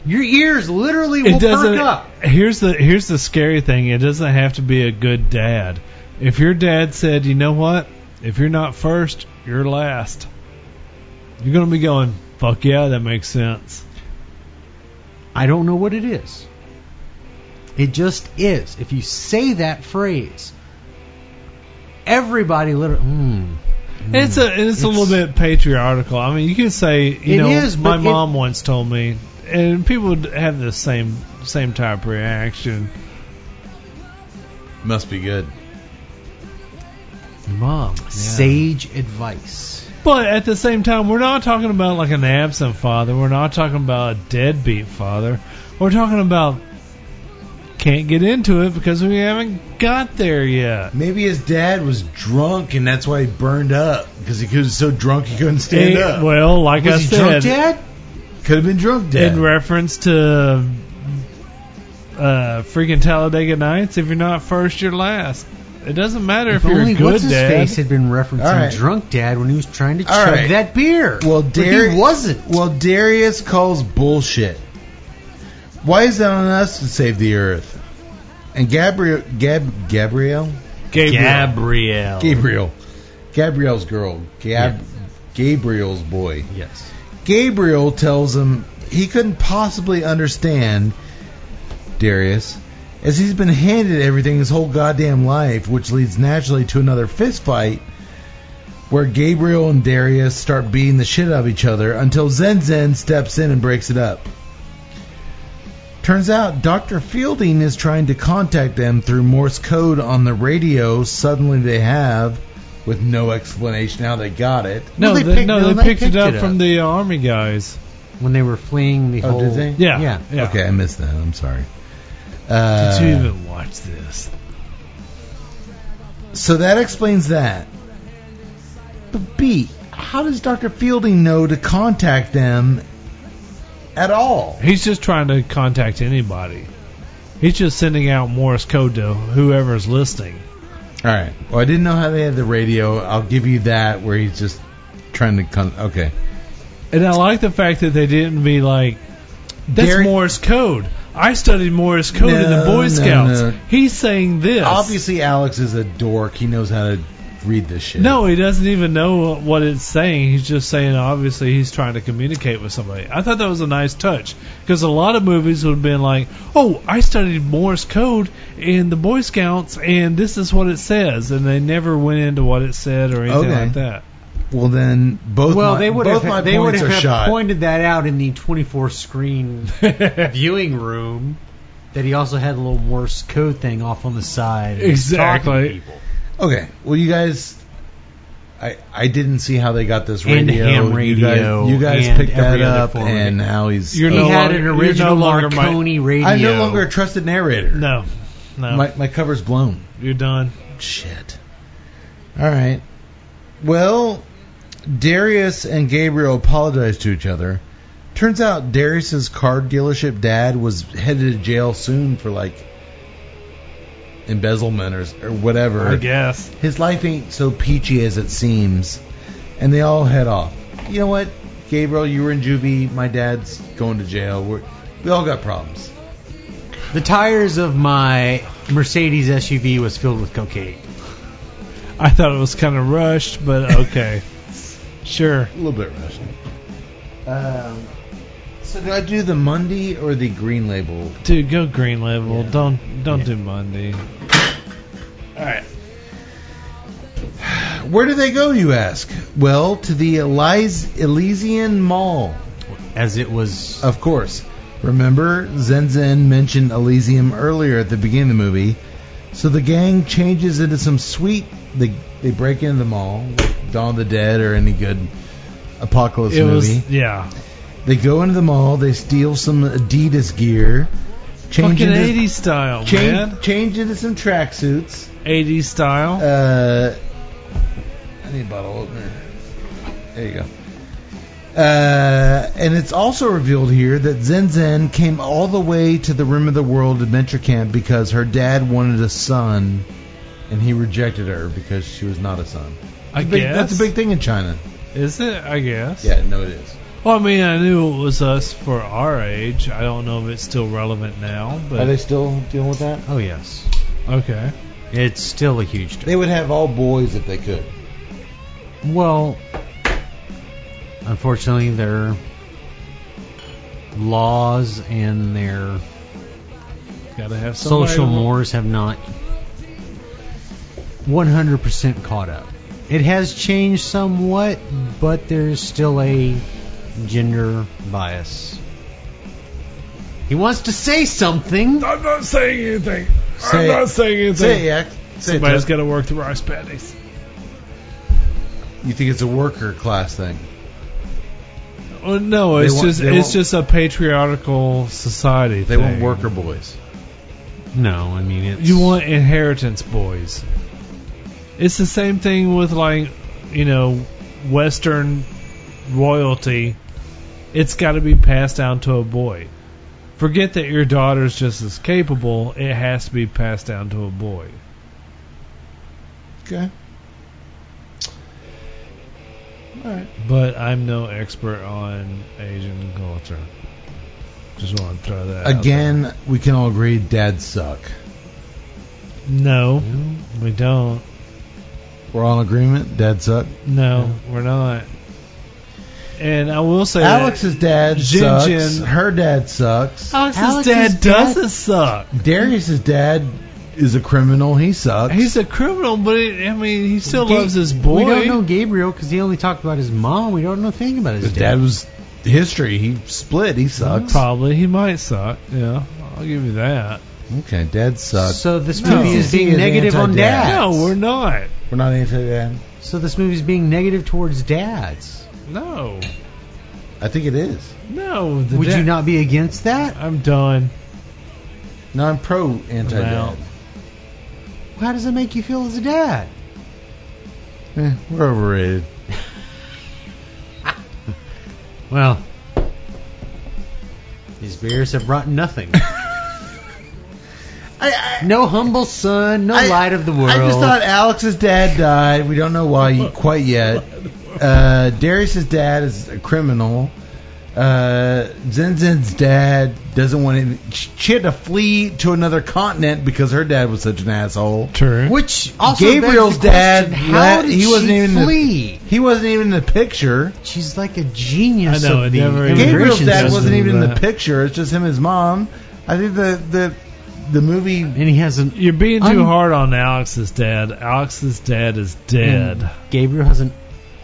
Speaker 6: Your ears literally will
Speaker 5: it doesn't.
Speaker 6: perk up.
Speaker 5: Here's the here's the scary thing. It doesn't have to be a good dad. If your dad said, you know what, if you're not first, you're last. You're gonna be going, fuck yeah, that makes sense.
Speaker 6: I don't know what it is. It just is. If you say that phrase, everybody literally. Mm,
Speaker 5: And it's a and it's, a
Speaker 6: It's-
Speaker 5: little bit patriarchal. I mean, you could say, you
Speaker 6: It
Speaker 5: know,
Speaker 6: is,
Speaker 5: my
Speaker 6: but it-
Speaker 5: mom once told me, and people would have the same same type of reaction.
Speaker 4: Must be good.
Speaker 5: Mom, yeah.
Speaker 6: Sage advice.
Speaker 5: But at the same time, we're not talking about like an absent father. We're not talking about a deadbeat father. We're talking about can't get into it because we haven't got there yet.
Speaker 4: Maybe his dad was drunk and that's why he burned up because he was so drunk he couldn't stand
Speaker 5: Eh,
Speaker 4: up.
Speaker 5: Well, like
Speaker 4: was
Speaker 5: I
Speaker 4: he
Speaker 5: said,
Speaker 4: drunk, Dad? Could have been drunk, Dad.
Speaker 5: in reference to uh, freaking Talladega Nights, if you're not first, you're last. It doesn't matter if, you're
Speaker 6: Only
Speaker 5: a good
Speaker 6: what's his
Speaker 5: dad.
Speaker 6: face had been referencing
Speaker 4: All right.
Speaker 6: drunk dad when he was trying to
Speaker 4: All
Speaker 6: chug
Speaker 4: right.
Speaker 6: that beer.
Speaker 4: Well,
Speaker 6: But
Speaker 4: Derek-
Speaker 6: he wasn't.
Speaker 4: well, Darius calls bullshit. Why is that on us to save the earth? And Gabriel, Gab, Gabrielle,
Speaker 5: Gabriel.
Speaker 6: Gabriel.
Speaker 4: Gabriel, Gabriel's girl, Gab, Gabriel's boy.
Speaker 6: Yes.
Speaker 4: Gabriel tells him he couldn't possibly understand Darius, as he's been handed everything his whole goddamn life, which leads naturally to another fist fight where Gabriel and Darius start beating the shit out of each other until Zen Zen steps in and breaks it up. Turns out Dr. Fielding is trying to contact them through Morse code on the radio suddenly they have with no explanation how they got it.
Speaker 5: No,
Speaker 6: Well,
Speaker 5: they,
Speaker 6: they picked-
Speaker 5: no,
Speaker 6: no,
Speaker 5: they,
Speaker 6: they
Speaker 5: picked,
Speaker 6: picked
Speaker 5: it up
Speaker 6: it
Speaker 5: from
Speaker 6: up.
Speaker 5: the army guys.
Speaker 6: When they were fleeing the
Speaker 4: Oh,
Speaker 6: whole.
Speaker 4: did they?
Speaker 5: Yeah,
Speaker 6: Yeah.
Speaker 5: yeah.
Speaker 4: Okay, I missed that. I'm sorry.
Speaker 5: Did
Speaker 4: Uh,
Speaker 5: you even watch this?
Speaker 4: So that explains that. But B, how does Dr. Fielding know to contact them at all?
Speaker 5: He's just trying to contact anybody. He's just sending out Morse code to whoever's listening.
Speaker 4: All right. Well, I didn't know how they had the radio. I'll give you that where he's just trying to con. Okay.
Speaker 5: And I like the fact that they didn't be like, that's
Speaker 4: Gary-
Speaker 5: Morse code. I studied Morse code in the
Speaker 4: No,
Speaker 5: Boy
Speaker 4: no,
Speaker 5: Scouts.
Speaker 4: no.
Speaker 5: He's saying this.
Speaker 4: Obviously, Alex is a dork. He knows how to read this shit.
Speaker 5: No, he doesn't even know what it's saying. He's just saying, obviously, he's trying to communicate with somebody. I thought that was a nice touch because a lot of movies would have been like, "Oh, I studied Morse code in the Boy Scouts, and this is what it says," and they never went into what it said or anything
Speaker 4: Okay.
Speaker 5: like that.
Speaker 4: Well, then both.
Speaker 6: Well,
Speaker 4: my,
Speaker 6: they would
Speaker 4: both
Speaker 6: have.
Speaker 4: my
Speaker 6: they would
Speaker 4: points
Speaker 6: have
Speaker 4: are shot.
Speaker 6: pointed that out in the 24 screen viewing room. That he also had a little Morse code thing off on the side. and was talking to
Speaker 5: Exactly.
Speaker 6: people.
Speaker 4: Okay. Well, you guys, I I didn't see how they got this
Speaker 6: And
Speaker 4: radio.
Speaker 6: ham radio
Speaker 4: You guys, you guys
Speaker 6: and
Speaker 4: picked that
Speaker 6: every other
Speaker 4: up,
Speaker 6: form of
Speaker 4: and
Speaker 6: media.
Speaker 4: how he's.
Speaker 5: You're
Speaker 6: He
Speaker 5: no
Speaker 6: had
Speaker 5: longer-
Speaker 6: an
Speaker 5: you're no
Speaker 6: original
Speaker 5: longer my-
Speaker 6: Marconi radio.
Speaker 4: I'm no longer a trusted narrator.
Speaker 5: No, no,
Speaker 4: My my cover's blown.
Speaker 5: you're done.
Speaker 4: Shit. All right. Well, Darius and Gabriel apologize to each other. Turns out Darius's car dealership dad was headed to jail soon for like embezzlement or, or whatever.
Speaker 5: I guess.
Speaker 4: His life ain't so peachy as it seems. And they all head off. You know what, Gabriel, you were in juvie. My dad's going to jail. We're, we all got problems.
Speaker 6: The tires of my Mercedes SUV was filled with cocaine.
Speaker 5: I thought it was kind of rushed, but okay, sure.
Speaker 4: A little bit rushed. Um, so do I do the Monday or the green label?
Speaker 5: Dude, go green level. Don't don't do Monday. All right.
Speaker 4: Where do they go, you ask? Well, to the Eliz- Elysian Mall,
Speaker 6: As it was
Speaker 4: of course. Remember, Zen Zen mentioned Elysium earlier at the beginning of the movie. So the gang changes into some sweet. They they break into the mall. Dawn of the Dead or any good apocalypse
Speaker 5: It
Speaker 4: movie.
Speaker 5: was yeah.
Speaker 4: They go into the mall. They steal some Adidas gear. Change
Speaker 5: Fucking
Speaker 4: into-
Speaker 5: 80s style, man.
Speaker 4: change, change into some tracksuits.
Speaker 5: 80s style.
Speaker 4: Uh, I need a bottle opener. There you go. Uh, and it's also revealed here that Zen Zen came all the way to the Rim of the World Adventure Camp because her dad wanted a son, and he rejected her because she was not a son.
Speaker 5: I
Speaker 4: Big-
Speaker 5: guess.
Speaker 4: That's a big thing in China.
Speaker 5: Is it? I guess.
Speaker 4: Yeah, no, it is.
Speaker 5: Well, I mean, I knew it was us for our age. I don't know if it's still relevant now,
Speaker 4: Are
Speaker 5: but
Speaker 4: they still dealing with that?
Speaker 6: oh yes,
Speaker 5: okay.
Speaker 6: it's still a huge.
Speaker 4: They would have all boys if they could.
Speaker 6: Well, unfortunately, their laws and their
Speaker 5: Got to have somebody
Speaker 6: social
Speaker 5: to-
Speaker 6: mores have not 100% caught up. It has changed somewhat, but there's still a gender bias. He wants to say something.
Speaker 5: I'm not saying anything.
Speaker 4: Say
Speaker 5: I'm
Speaker 4: it.
Speaker 5: not saying anything.
Speaker 4: Say it, Yak. Say it,
Speaker 5: Somebody's
Speaker 4: Jeff.
Speaker 5: got to work the rice patties.
Speaker 4: You think it's a worker class thing?
Speaker 5: Well, Oh, no,
Speaker 4: They
Speaker 5: it's
Speaker 4: want-
Speaker 5: just
Speaker 4: they
Speaker 5: it's
Speaker 4: want-
Speaker 5: just a patriarchal society.
Speaker 4: They
Speaker 5: thing.
Speaker 4: want worker boys.
Speaker 6: No, I mean it's
Speaker 5: You want inheritance, boys. It's the same thing with like, you know, Western royalty. It's got to be passed down to a boy. Forget that your daughter's just as capable. It has to be passed down to a boy.
Speaker 4: Okay. All right.
Speaker 5: But I'm no expert on Asian culture. Just want to throw that out
Speaker 4: Again, we can all agree dads suck.
Speaker 5: there. No, we don't.
Speaker 4: We're all in agreement. Dads suck.
Speaker 5: No, we're not. And I will say that-
Speaker 4: Alex's dad
Speaker 5: Jin
Speaker 4: sucks.
Speaker 5: Jin.
Speaker 4: Her dad sucks.
Speaker 5: Alex's,
Speaker 6: Alex's
Speaker 5: dad,
Speaker 6: dad-
Speaker 5: doesn't suck.
Speaker 4: Darius's dad is a criminal. He sucks.
Speaker 5: He's a criminal, but it, I mean, he still
Speaker 6: Ga-
Speaker 5: loves his boy.
Speaker 6: We don't know Gabriel because he only talked about his mom. We don't know a thing about his,
Speaker 4: His dad was history. He split. He sucks.
Speaker 5: Probably he might suck. Yeah, I'll give you that.
Speaker 4: Okay, dad sucks.
Speaker 6: So this
Speaker 5: No.
Speaker 6: movie is being
Speaker 4: Is
Speaker 6: negative on
Speaker 4: anti-dad.
Speaker 6: dads.
Speaker 5: No, we're not.
Speaker 4: We're not into that.
Speaker 6: so this movie is being negative towards dads.
Speaker 5: No,
Speaker 4: I think it is.
Speaker 5: no. the
Speaker 6: Would
Speaker 5: da-
Speaker 6: you not be against that?
Speaker 5: I'm done.
Speaker 4: No, I'm pro anti
Speaker 5: Well.
Speaker 4: dad.
Speaker 6: How does it make you feel as a dad?
Speaker 4: Eh, we're overrated.
Speaker 6: Well, these beers have brought nothing. no humble son, no
Speaker 4: I-
Speaker 6: light of the world.
Speaker 4: I just thought Alex's dad died. We don't know why y- quite yet. Uh, Darius's dad is a criminal. Uh, Zinzin's dad doesn't want any. She had to flee to another continent because her dad was such an asshole.
Speaker 5: True.
Speaker 6: which also
Speaker 4: Gabriel's
Speaker 6: begs the question,
Speaker 4: dad,
Speaker 6: How
Speaker 4: la-
Speaker 6: did
Speaker 4: he wasn't
Speaker 6: she
Speaker 4: even in the-
Speaker 6: flee?
Speaker 4: He wasn't even in the picture.
Speaker 6: She's like a genius.
Speaker 5: I know,
Speaker 6: of
Speaker 5: it
Speaker 6: the
Speaker 5: never even-
Speaker 4: Gabriel's
Speaker 6: immigration
Speaker 4: dad
Speaker 5: doesn't
Speaker 4: wasn't
Speaker 5: do
Speaker 4: even in the
Speaker 5: that.
Speaker 4: picture. It's just him and his mom. I think the the the movie
Speaker 6: and he has an
Speaker 5: You're being too
Speaker 6: I'm-
Speaker 5: hard on Alex's dad. Alex's dad is dead.
Speaker 6: Gabriel has an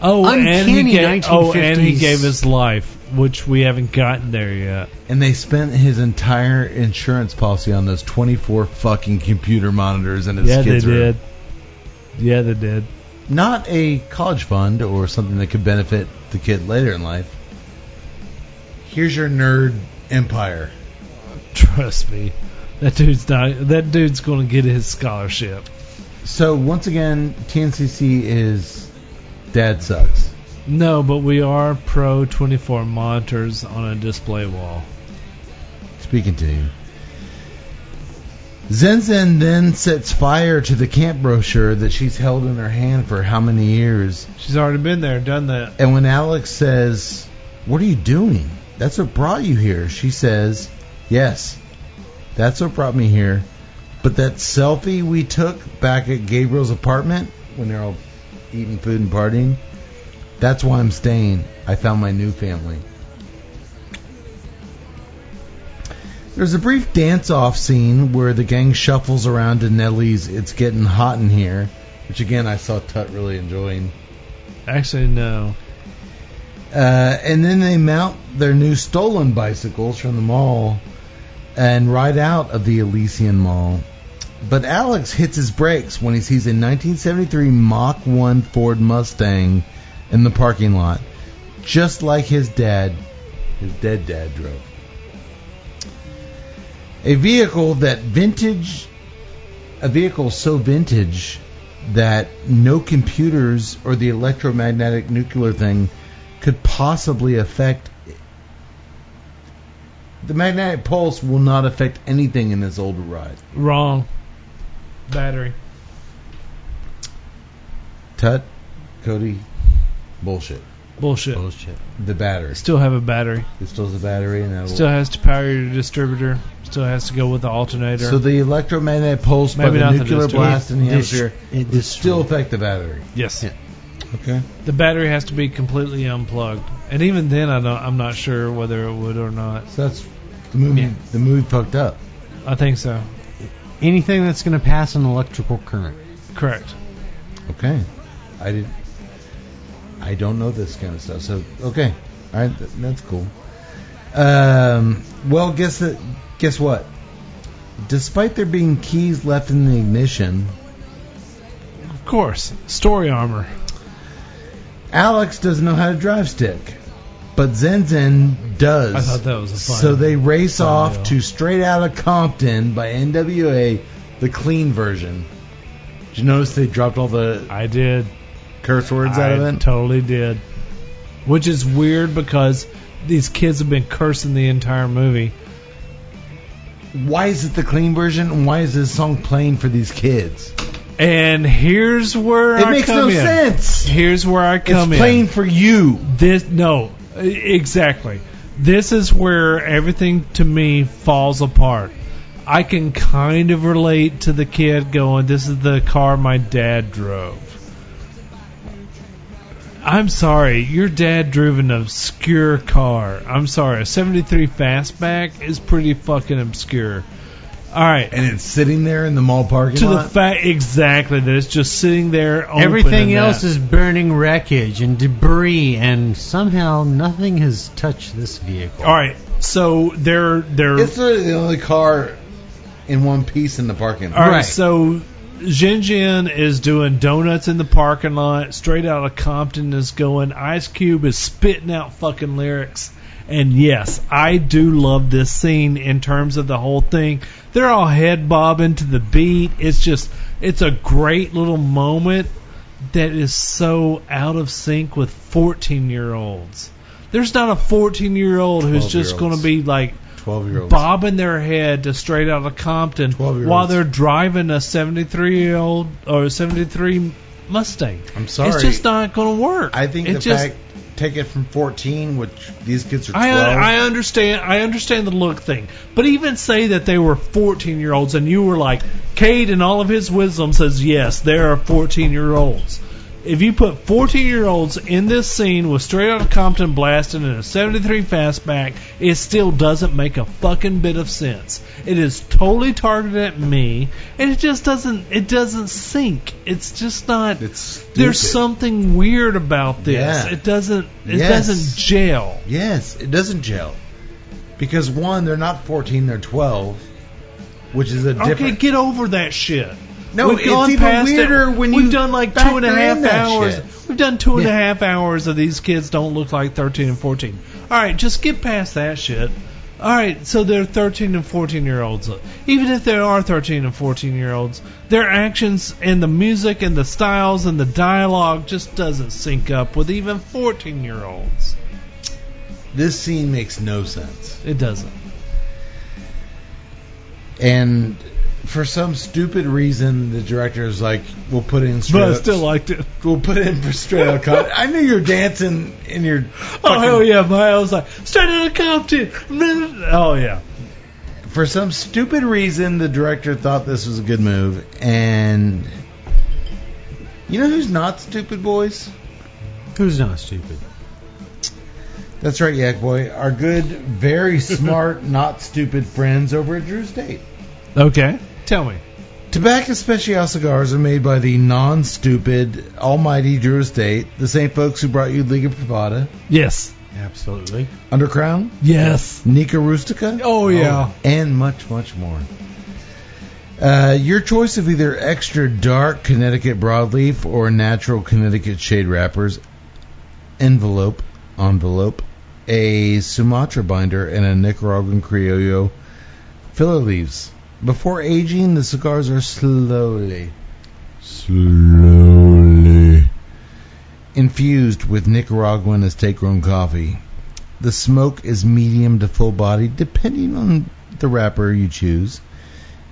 Speaker 5: oh, and he
Speaker 6: uncanny
Speaker 5: gave, oh, and he
Speaker 6: 1950s.
Speaker 5: gave his life, which we haven't gotten there yet.
Speaker 4: And they spent his entire insurance policy on those 24 fucking computer monitors in his
Speaker 5: yeah, they
Speaker 4: kids' room.
Speaker 5: did. Yeah, they did.
Speaker 4: Not a college fund or something that could benefit the kid later in life. Here's your nerd empire.
Speaker 5: Trust me, that dude's not. That dude's gonna get his scholarship.
Speaker 4: So once again, TNCC is dad sucks.
Speaker 5: No, but we are pro 24 monitors on a display wall.
Speaker 4: Speaking to you. Zenzen then sets fire to the camp brochure that she's held in her hand for how many years
Speaker 5: She's already been there, done that.
Speaker 4: And when Alex says, What are you doing? That's what brought you here. She says, Yes, that's what brought me here. But that selfie we took back at Gabriel's apartment when they're all eating food and partying, that's why I'm staying. I found my new family. There's a brief dance off scene where the gang shuffles around to Nellie's It's Getting Hot in Here, which again I saw Tut really enjoying.
Speaker 5: Actually, no.
Speaker 4: Uh, and then they mount their new stolen bicycles from the mall and ride out of the Elysian Mall. But Alex hits his brakes when he sees a 1973 Mach 1 Ford Mustang in the parking lot, just like his dad, his dead dad drove. A vehicle that vintage, a vehicle so vintage that no computers or the electromagnetic nuclear thing could possibly affect the magnetic pulse will not affect anything in this older ride.
Speaker 5: Wrong. Battery.
Speaker 4: Tut, Cody, bullshit.
Speaker 5: Bullshit.
Speaker 6: bullshit.
Speaker 4: The battery.
Speaker 5: Still have a battery.
Speaker 4: It still has a battery and that will-
Speaker 5: Still has to power your distributor. Still has to go with the alternator.
Speaker 4: so the electromagnetic pulse by the
Speaker 5: Maybe not the
Speaker 4: nuclear
Speaker 5: distributor.
Speaker 4: blast in the
Speaker 6: Dis-
Speaker 4: atmosphere
Speaker 6: it
Speaker 4: would still
Speaker 6: destroyed.
Speaker 4: affect the battery.
Speaker 5: yes.
Speaker 6: Yeah.
Speaker 4: Okay.
Speaker 5: The battery has to be completely unplugged. And even then, I don't, I'm not sure whether it would or not.
Speaker 4: So that's the movie.
Speaker 6: Yeah.
Speaker 4: The movie fucked up.
Speaker 5: I think so.
Speaker 6: Anything that's going to pass an electrical current.
Speaker 5: Correct.
Speaker 4: Okay. I did. I don't know this kind of stuff. So okay, all right, th- that's cool. Um, well, guess that. Guess what? Despite there being keys left in the ignition,
Speaker 5: Of course. Story armor.
Speaker 4: Alex doesn't know how to drive stick, but Zen Zen does.
Speaker 5: I thought that was a fun.
Speaker 4: so they race
Speaker 5: fun
Speaker 4: off
Speaker 5: deal.
Speaker 4: to Straight Outta Compton by NWA, the clean version. Did you notice they dropped all the
Speaker 5: I did.
Speaker 4: curse words
Speaker 5: I
Speaker 4: out of it?
Speaker 5: totally did. Which is weird because these kids have been cursing the entire movie.
Speaker 4: Why is it the clean version? And why is this song playing for these kids?
Speaker 5: And here's where
Speaker 4: It
Speaker 5: I
Speaker 4: makes no
Speaker 5: come in.
Speaker 4: sense.
Speaker 5: Here's where I
Speaker 4: It's
Speaker 5: come in.
Speaker 4: playing for you.
Speaker 5: This no, e- exactly. This is where everything to me falls apart. I can kind of relate to the kid going, "This is the car my dad drove." I'm sorry, your dad drove an obscure car. I'm sorry, a 73 Fastback is pretty fucking obscure. All right,
Speaker 4: And it's sitting there in the mall parking
Speaker 5: to the
Speaker 4: lot.
Speaker 5: fact exactly that it's just sitting there. Open
Speaker 6: Everything
Speaker 5: and
Speaker 6: else
Speaker 5: that.
Speaker 6: is burning wreckage and debris, and somehow nothing has touched this vehicle.
Speaker 5: all right. So they're they're
Speaker 4: it's literally the only car in one piece in the parking lot.
Speaker 5: All right. So Jin Jin is doing donuts in the parking lot. Straight out of Compton is going. Ice Cube is spitting out fucking lyrics. And yes, I do love this scene in terms of the whole thing. They're all head bobbing to the beat. It's just, it's a great little moment that is so out of sync with 14 year olds. There's not a 14 year old who's just going to be like
Speaker 4: 12 year olds.
Speaker 5: bobbing their head to straight out of Compton
Speaker 4: 12-year-olds.
Speaker 5: while they're driving a 73 year old or 73 Mustang.
Speaker 4: I'm sorry.
Speaker 5: It's just not going to work.
Speaker 4: I think
Speaker 5: it
Speaker 4: the
Speaker 5: just,
Speaker 4: fact take it from 14, which these kids are 12.
Speaker 5: I, I understand I understand the look thing, but even say that they were 14 year olds and you were like Cade and all of his wisdom says yes they are 14 year olds. If you put 14 year olds in this scene with straight out of Compton blasting and a 73 fastback, it still doesn't make a fucking bit of sense. It is totally targeted at me, and it just doesn't it doesn't sink. It's just not.
Speaker 4: It's stupid.
Speaker 5: there's something weird about this.
Speaker 4: Yeah.
Speaker 5: It doesn't it
Speaker 4: Yes.
Speaker 5: doesn't gel.
Speaker 4: Yes, it doesn't gel. Because one, they're not 14, they're 12, which is a
Speaker 5: Okay,
Speaker 4: different.
Speaker 5: get over that shit.
Speaker 4: No,
Speaker 5: we've
Speaker 4: it's
Speaker 5: gone
Speaker 4: even
Speaker 5: past
Speaker 4: weirder
Speaker 5: it.
Speaker 4: when
Speaker 5: we've
Speaker 4: you
Speaker 5: done like two
Speaker 4: factor
Speaker 5: and a half
Speaker 4: in that
Speaker 5: hours.
Speaker 4: shit.
Speaker 5: We've done two and a
Speaker 4: Yeah.
Speaker 5: half hours of these kids don't look like thirteen and fourteen. All right, just get past that shit. All right, so they're thirteen and fourteen year olds. Even if they are thirteen and fourteen year olds, their actions and the music and the styles and the dialogue just doesn't sync up with even fourteen year olds.
Speaker 4: This scene makes no sense.
Speaker 5: It doesn't.
Speaker 4: And for some stupid reason, the director is like, we'll put in straight
Speaker 5: But I
Speaker 4: out-
Speaker 5: still liked it.
Speaker 4: We'll put in for straight out Compton. I knew you were dancing in your.
Speaker 5: Oh
Speaker 4: fucking-
Speaker 5: hell yeah, my I was like straight out of Compton. Oh yeah.
Speaker 4: For some stupid reason, the director thought this was a good move, and you know who's not stupid, boys?
Speaker 6: Who's not stupid?
Speaker 4: That's right, Yak Boy. Our good, very smart, not stupid friends over at Drew's Date.
Speaker 5: Okay. Tell me.
Speaker 4: Tobacco Special cigars are made by the non-stupid, almighty Drew Estate, the same folks who brought you Liga Privada,
Speaker 5: Yes.
Speaker 6: Absolutely.
Speaker 4: Undercrown,
Speaker 5: Yes.
Speaker 4: Nika Rustica,
Speaker 5: Oh yeah.
Speaker 4: and much, much more. Uh, your choice of either extra dark Connecticut broadleaf or natural Connecticut shade wrappers, envelope, envelope, a Sumatra binder, and a Nicaraguan Criollo filler leaves. Before aging, the cigars are slowly, slowly infused with Nicaraguan estate grown coffee. The smoke is medium to full bodied, depending on the wrapper you choose.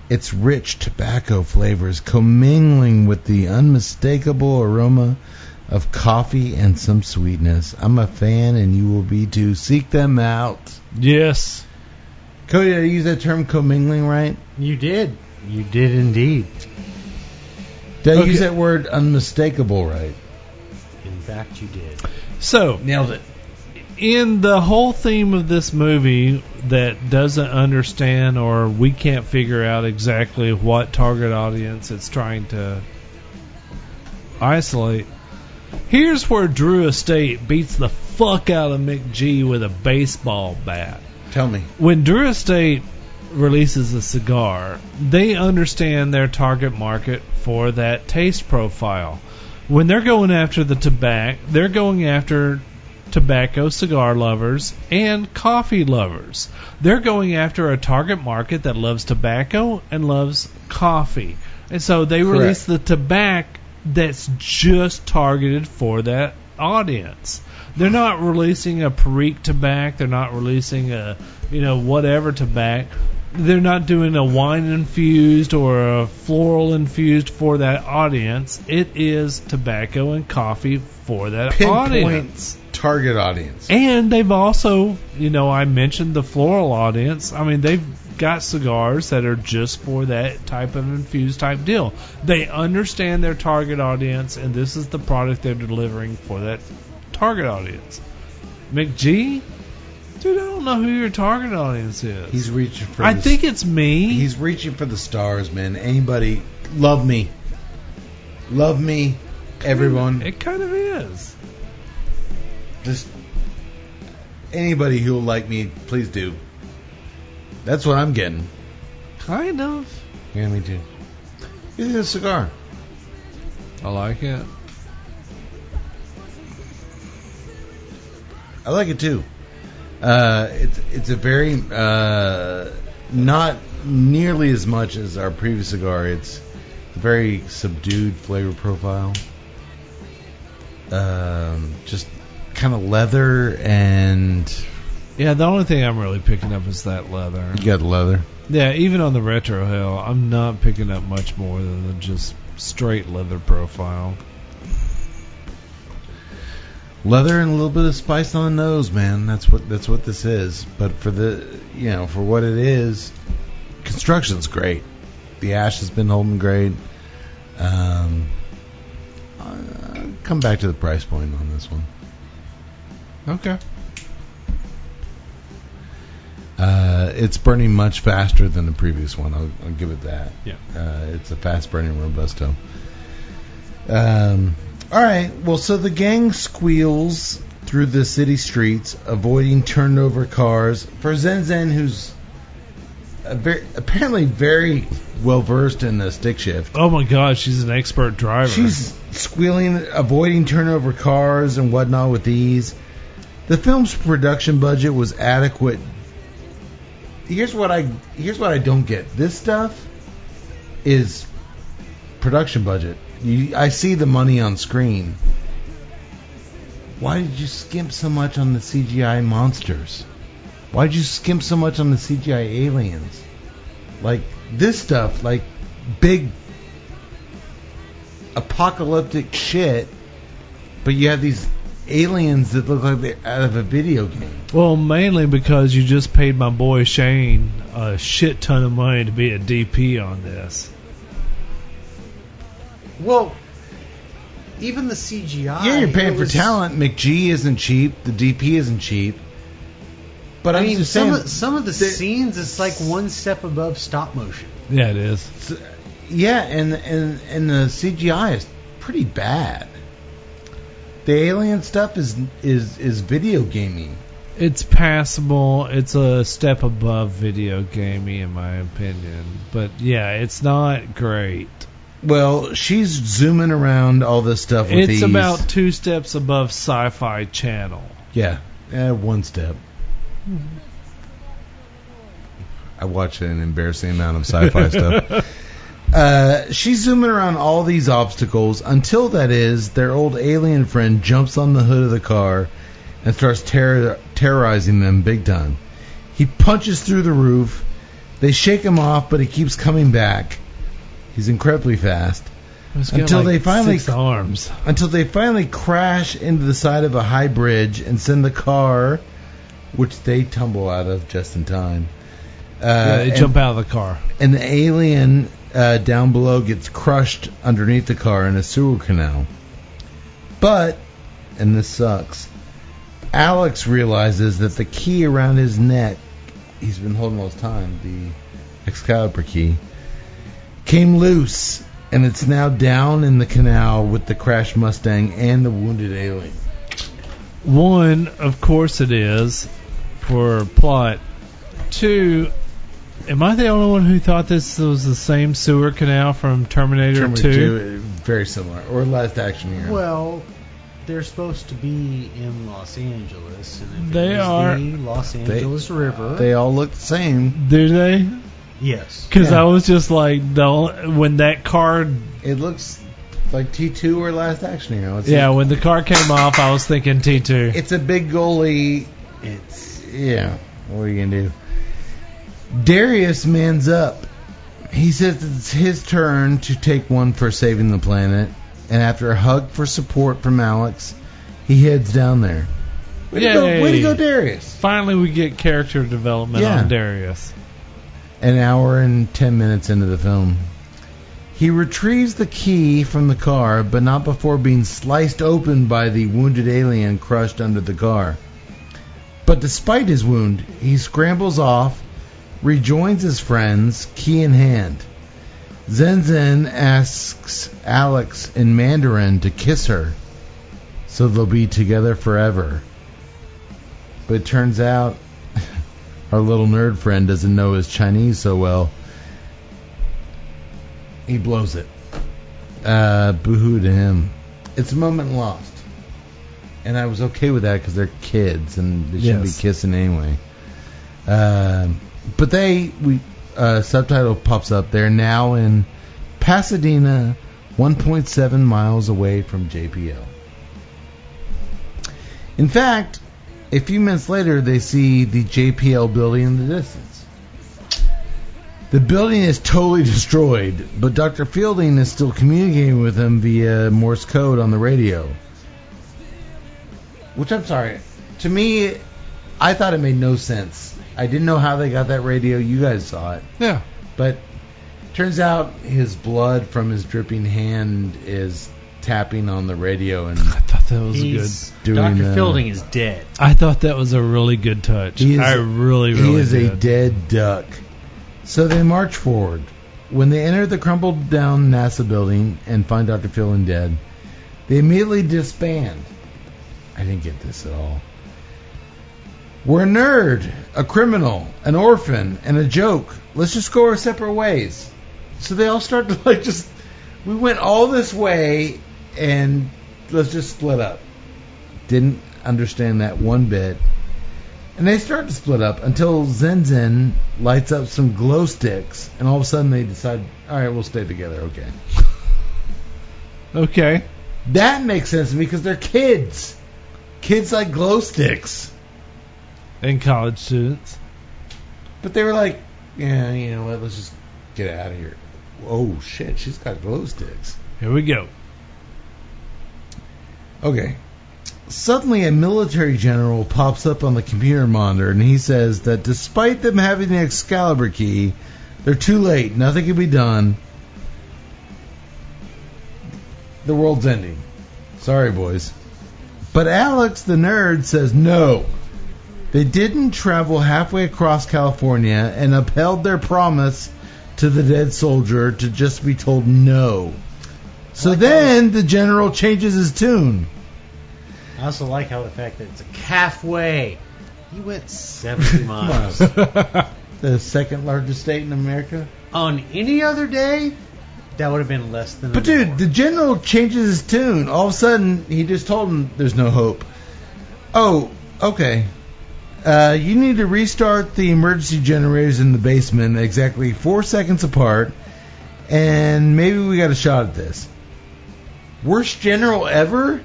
Speaker 4: Its rich tobacco flavors commingling with the unmistakable aroma of coffee and some sweetness. I'm a fan, and you will be too. Seek them out.
Speaker 5: Yes.
Speaker 4: Cody, did I use that term commingling right?
Speaker 6: You did. You did indeed.
Speaker 4: Did I
Speaker 5: Okay.
Speaker 4: use that word unmistakable right?
Speaker 6: In fact, you did.
Speaker 5: So
Speaker 4: Nailed it.
Speaker 5: in the whole theme of this movie that doesn't understand or we can't figure out exactly what target audience it's trying to isolate. Here's where Drew Estate beats the fuck out of McG with a baseball bat.
Speaker 4: Tell me.
Speaker 5: when Dura State releases a cigar, they understand their target market for that taste profile. when they're going after the tobacco, they're going after tobacco cigar lovers and coffee lovers. They're going after a target market that loves tobacco and loves coffee. And so they release the tobacco that's just targeted for that audience. They're not releasing a Perique tobacco, they're not releasing a, you know, whatever tobacco. They're not doing a wine infused or a floral infused for that audience. It is tobacco and coffee for that
Speaker 4: Pinpoint
Speaker 5: audience.
Speaker 4: Target audience.
Speaker 5: And they've also, you know, I mentioned the floral audience. I mean, they've got cigars that are just for that type of infused type deal. They understand their target audience, and this is the product they're delivering for that target audience. McG, dude, I don't know who your target audience is.
Speaker 4: He's reaching for.
Speaker 5: I
Speaker 4: the-
Speaker 5: think it's me.
Speaker 4: he's reaching for the stars, man. Anybody, love me, love me, everyone.
Speaker 5: It kind of is.
Speaker 4: Just anybody who'll like me, please do. That's what I'm getting.
Speaker 5: Kind of.
Speaker 4: Yeah, me too. Is it a cigar?
Speaker 5: I like it.
Speaker 4: I like it too. Uh, it's it's a very uh, not nearly as much as our previous cigar. It's a very subdued flavor profile. Um, just kind of leather and
Speaker 5: Yeah, the only thing I'm really picking up is that leather.
Speaker 4: you got leather.
Speaker 5: Yeah, even on the retro hill, I'm not picking up much more than just straight leather profile.
Speaker 4: leather and a little bit of spice on the nose, man. That's what that's what this is. But for the you know for what it is, construction's great. The ash has been holding great. Um, uh, come back to the price point on this one.
Speaker 5: Okay.
Speaker 4: Uh, it's burning much faster than the previous one. I'll, I'll give it that.
Speaker 5: Yeah.
Speaker 4: Uh, it's a fast burning robusto. Um, all right. Well, so the gang squeals through the city streets, avoiding turned over cars. For Zen Zen, who's a ver- apparently very well versed in the stick shift,
Speaker 5: Oh my God, she's an expert driver.
Speaker 4: She's squealing, avoiding turnover cars and whatnot with ease. The film's production budget was adequate. Here's what I here's what I don't get. This stuff is production budget. You, I see the money on screen. Why did you skimp so much on the CGI monsters? Why did you skimp so much on the CGI aliens? Like this stuff, like big apocalyptic shit, but you have these aliens that look like they're out of a video game.
Speaker 5: well, mainly because you just paid my boy Shane a shit ton of money to be a DP on this.
Speaker 6: Well, even the CGI.
Speaker 4: yeah, you're paying
Speaker 6: Ah, it
Speaker 4: for
Speaker 6: was-
Speaker 4: talent. McGee isn't cheap. The DP isn't cheap. But
Speaker 6: I
Speaker 4: I'm
Speaker 6: mean,
Speaker 4: just
Speaker 6: some
Speaker 4: saying,
Speaker 6: of, some of the
Speaker 4: that-
Speaker 6: scenes, it's like one step above stop motion.
Speaker 5: Yeah, it is.
Speaker 4: yeah, and and and the CGI is pretty bad. The alien stuff is is is video gaming.
Speaker 5: It's passable. It's a step above video gaming, in my opinion. But yeah, it's not great.
Speaker 4: Well, she's zooming around all this stuff with
Speaker 5: it's
Speaker 4: ease.
Speaker 5: about two steps above Sci-Fi Channel.
Speaker 4: Yeah, eh, one step. I watch an embarrassing amount of sci-fi stuff. Uh, she's zooming around all these obstacles until that is their old alien friend jumps on the hood of the car and starts terror- terrorizing them big time. He punches through the roof. They shake him off, but he keeps coming back. He's incredibly fast
Speaker 5: It's got
Speaker 4: Until
Speaker 5: like
Speaker 4: they finally-
Speaker 5: six arms.
Speaker 4: until they finally crash into the side of a high bridge and send the car, which they tumble out of just in time. Uh,
Speaker 5: Yeah, they
Speaker 4: and,
Speaker 5: jump out of the car.
Speaker 4: and the alien uh, down below gets crushed underneath the car in a sewer canal. But, and this sucks, Alex realizes that the key around his neck he's been holding all this time, the Excalibur key, came loose, and it's now down in the canal with the crashed Mustang and the wounded alien.
Speaker 5: One, of course it is, for plot. Two, am I the only one who thought this was the same sewer canal from Terminator,
Speaker 4: Terminator
Speaker 5: 2?
Speaker 4: two, very similar, or Last Action Hero.
Speaker 6: Well, they're supposed to be in Los Angeles, and if it
Speaker 5: They
Speaker 6: was
Speaker 5: are-
Speaker 6: the Los Angeles River.
Speaker 4: they all look the same.
Speaker 5: Do they?
Speaker 6: yes,
Speaker 5: Because
Speaker 4: Yeah.
Speaker 5: I was just like the only- when that car
Speaker 4: It looks like T2 or Last Action Hero. It's
Speaker 5: yeah when the car came off I was thinking T two.
Speaker 4: it's a big goalie. It's yeah. What are you gonna do? Darius mans up. He says it's his turn to take one for saving the planet, and after a hug for support from Alex, he heads down there. Way to go, way to
Speaker 5: Yay.
Speaker 4: go Darius!
Speaker 5: Finally we get character development
Speaker 4: Yeah.
Speaker 5: on Darius.
Speaker 4: An hour and ten minutes into the film. He retrieves the key from the car, but not before being sliced open by the wounded alien crushed under the car. But despite his wound, he scrambles off, rejoins his friends, key in hand. Zen Zen asks Alex in Mandarin to kiss her, so they'll be together forever. But it turns out our little nerd friend doesn't know his Chinese so well. He blows it. Uh, boohoo to him. It's a moment lost. And I was okay with that because they're kids and they shouldn't
Speaker 5: Yes.
Speaker 4: be kissing anyway. Um but they, we uh, subtitle pops up. They're now in Pasadena, 1.7 miles away from JPL. In fact, a few minutes later, they see the JPL building in the distance. The building is totally destroyed, but Dr. Fielding is still communicating with him via Morse code on the radio. Which I'm sorry. To me, I thought it made no sense. I didn't know how they got that radio. You guys saw it.
Speaker 9: Yeah.
Speaker 4: But turns out his blood from his dripping hand is tapping on the radio and
Speaker 5: I thought that was
Speaker 6: he's,
Speaker 4: good. Doing,
Speaker 6: Dr.
Speaker 4: uh,
Speaker 6: Fielding is dead.
Speaker 5: good. I thought that was a really good touch.
Speaker 4: He is-
Speaker 5: I really really
Speaker 4: he is a
Speaker 5: did.
Speaker 4: dead duck. So they march forward. When they enter the crumbled down NASA building and find Dr. Fielding dead, they immediately disband. I didn't get this at all. We're a nerd, a criminal, an orphan, and a joke. Let's just go our separate ways. So they all start to like just. We went all this way, and let's just split up. Didn't understand that one bit. And they start to split up until Zen Zen lights up some glow sticks, and all of a sudden they decide, all right, we'll stay together. Okay.
Speaker 5: Okay.
Speaker 4: That makes sense to me because they're kids. Kids like glow sticks.
Speaker 5: And college students.
Speaker 4: But they were like, yeah, you know what, let's just get out of here. Oh, shit, she's got glow sticks.
Speaker 5: Here we go.
Speaker 4: Okay. Suddenly, a military general pops up on the computer monitor and he says that despite them having the Excalibur key, they're too late. Nothing can be done. The world's ending. Sorry, boys. But Alex the nerd says no. They didn't travel halfway across California and upheld their promise to the dead soldier to just be told no. So then the general changes his tune.
Speaker 6: I also like how the fact that it's a halfway. He went 70 miles.
Speaker 4: the second largest state in America.
Speaker 6: On any other day, that would have been less than.
Speaker 4: But
Speaker 6: an
Speaker 4: dude,
Speaker 6: hour.
Speaker 4: the general changes his tune. All of a sudden, he just told him there's no hope. Oh, okay. Uh, you need to restart the emergency generators in the basement exactly four seconds apart, and maybe we got a shot at this. Worst general ever?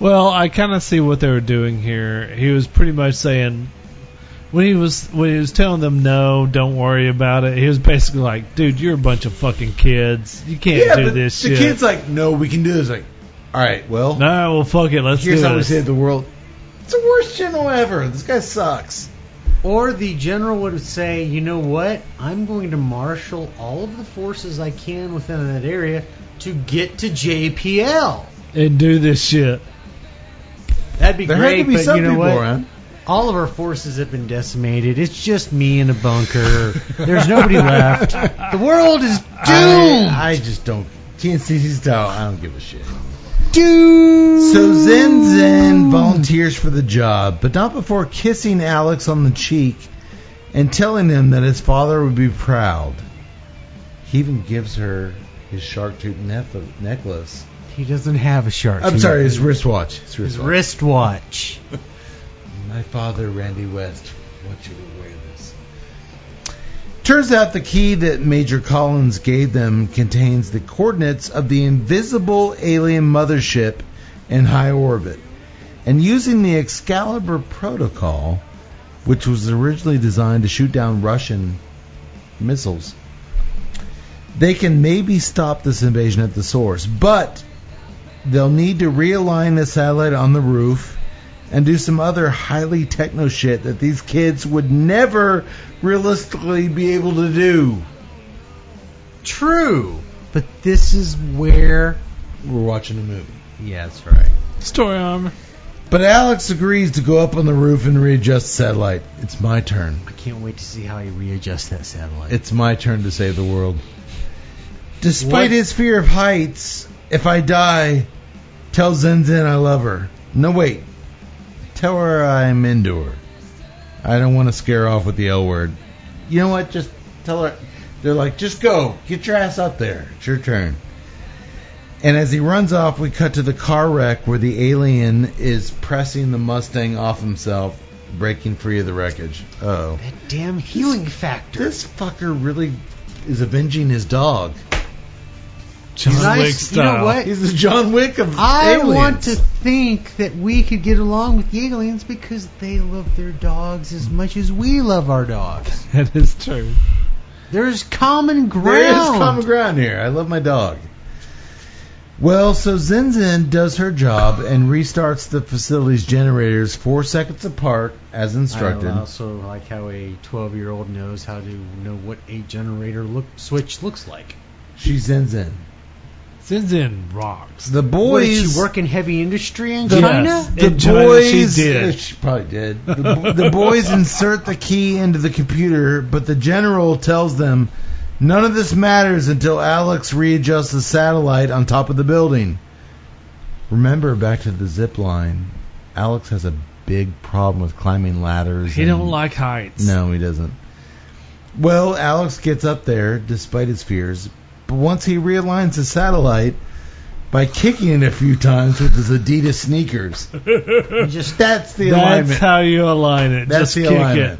Speaker 5: Well, I kind of see what they were doing here. He was pretty much saying when he was when he was telling them no, don't worry about it. He was basically like, "Dude, you're a bunch of fucking kids. You can't do
Speaker 4: but
Speaker 5: this
Speaker 4: the
Speaker 5: shit."
Speaker 4: kid's like, no, we can do this. Like, all right, well,
Speaker 5: no, well, fuck it. Let's
Speaker 4: here's
Speaker 5: do
Speaker 4: how we
Speaker 5: this.
Speaker 4: save the world. It's the worst general ever. This guy sucks.
Speaker 6: Or the general would say, you know what? I'm going to marshal all of the forces I can within that area to get to JPL.
Speaker 5: and do this shit.
Speaker 6: That'd be
Speaker 4: There
Speaker 6: great,
Speaker 4: had to be
Speaker 6: but
Speaker 4: some
Speaker 6: you know
Speaker 4: people
Speaker 6: what?
Speaker 4: around.
Speaker 6: All of our forces have been decimated. It's just me in a bunker. There's nobody left. The world is doomed.
Speaker 4: I, I just don't. TNC's style, I don't give a shit. So Zen Zen volunteers for the job, but not before kissing Alex on the cheek and telling him that his father would be proud. He even gives her his shark tooth nef- necklace.
Speaker 6: He doesn't have a shark.
Speaker 4: I'm
Speaker 6: tooth.
Speaker 4: sorry, his wristwatch. His
Speaker 6: His
Speaker 4: wristwatch.
Speaker 6: wristwatch.
Speaker 4: My father, Randy West, wants you to wear this. Turns out the key that Major Collins gave them contains the coordinates of the invisible alien mothership in high orbit. And using the Excalibur protocol, which was originally designed to shoot down Russian missiles, they can maybe stop this invasion at the source. But they'll need to realign the satellite on the roof and do some other highly techno shit that these kids would never realistically be able to do.
Speaker 6: True, but this is where.
Speaker 4: We're watching a movie.
Speaker 6: Yeah, that's right.
Speaker 10: Story armor.
Speaker 4: But Alex agrees to go up on the roof and readjust the satellite. It's my turn.
Speaker 6: I can't wait to see how he readjusts that satellite.
Speaker 4: It's my turn to save the world. Despite
Speaker 6: What?
Speaker 4: his fear of heights, if I die, tell Zen Zen I love her. No, wait. Tell her I'm into her. I don't want to scare off with the L word. You know what? Just tell her. They're like, just go. Get your ass up there. It's your turn. And as he runs off, we cut to the car wreck where the alien is pressing the Mustang off himself, breaking free of the wreckage. Oh.
Speaker 6: that damn healing factor.
Speaker 4: This fucker really is avenging his dog.
Speaker 10: John
Speaker 6: Nice-
Speaker 10: Wick
Speaker 6: you
Speaker 10: style.
Speaker 6: know what?
Speaker 4: He's the John Wick of
Speaker 6: I
Speaker 4: aliens.
Speaker 6: want to think that we could get along with the aliens because they love their dogs as much as we love our dogs.
Speaker 10: That is true.
Speaker 6: There's common ground.
Speaker 4: There is common ground here. I love my dog. Well, so Zen Zen does her job and restarts the facility's generators four seconds apart as instructed.
Speaker 6: I also like how a 12 year old knows how to know what a generator look, switch looks like.
Speaker 4: She's Zen Zen.
Speaker 5: Zinzin rocks.
Speaker 4: The
Speaker 6: What,
Speaker 4: boys.
Speaker 6: did she work in heavy industry in
Speaker 4: The-
Speaker 6: China?
Speaker 4: The
Speaker 5: In China,
Speaker 4: boys,
Speaker 5: she did.
Speaker 4: She probably did. The, the boys insert the key into the computer, but the general tells them none of this matters until Alex readjusts the satellite on top of the building. Remember back to the zip line. Alex has a big problem with climbing ladders.
Speaker 10: He
Speaker 4: and-
Speaker 10: don't like heights.
Speaker 4: No, he doesn't. Well, Alex gets up there despite his fears, but once he realigns the satellite by kicking it a few times with his Adidas sneakers,
Speaker 6: Just
Speaker 4: that's the
Speaker 5: That's
Speaker 4: alignment.
Speaker 5: how you align it.
Speaker 4: That's
Speaker 5: just
Speaker 4: the
Speaker 5: kick
Speaker 4: alignment.
Speaker 5: it.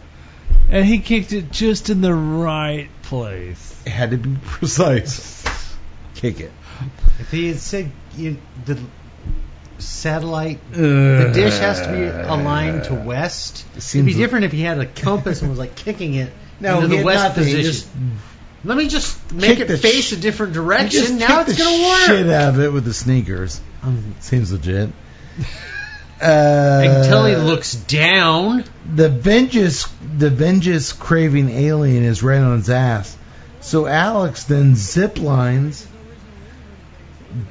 Speaker 5: And he kicked it just in the right place.
Speaker 4: It had to be precise. Kick it.
Speaker 6: If he had said you, the satellite,
Speaker 4: Uh.
Speaker 5: Uh,
Speaker 6: the dish has to be aligned to west. It'd
Speaker 4: seems
Speaker 6: be
Speaker 4: li-
Speaker 6: different if he had a compass and was like kicking it
Speaker 4: No,
Speaker 6: into
Speaker 4: he
Speaker 6: the
Speaker 4: had
Speaker 6: west
Speaker 4: nothing. He
Speaker 6: position.
Speaker 4: just-
Speaker 6: Let me just make
Speaker 4: kicked
Speaker 6: it
Speaker 4: the
Speaker 6: face
Speaker 4: sh-
Speaker 6: a different
Speaker 4: He just
Speaker 6: direction. Now
Speaker 4: kicked
Speaker 6: it's
Speaker 4: the
Speaker 6: gonna work.
Speaker 4: Shit out of it with the sneakers.
Speaker 6: Um,
Speaker 4: Seems legit. Uh,
Speaker 6: until he looks down.
Speaker 4: the vengeance the vengeance craving alien is right on his ass. So Alex then zip lines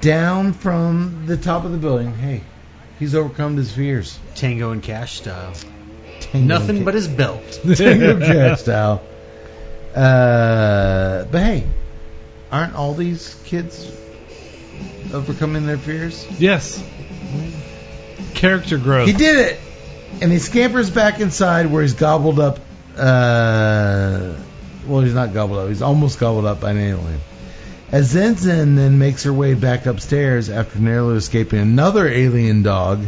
Speaker 4: down from the top of the building. Hey, he's overcome his fears.
Speaker 6: Tango and Cash style.
Speaker 4: Tango
Speaker 6: Nothing
Speaker 4: Cash-
Speaker 6: but his belt.
Speaker 4: Tango Cash style. Uh, but hey, aren't all these kids overcoming their fears?
Speaker 5: Yes. Character growth.
Speaker 4: He did it, and he scampers back inside where he's gobbled up. Uh, well, he's not gobbled up. He's almost gobbled up by an alien. As Zen Zen then makes her way back upstairs after narrowly escaping another alien dog,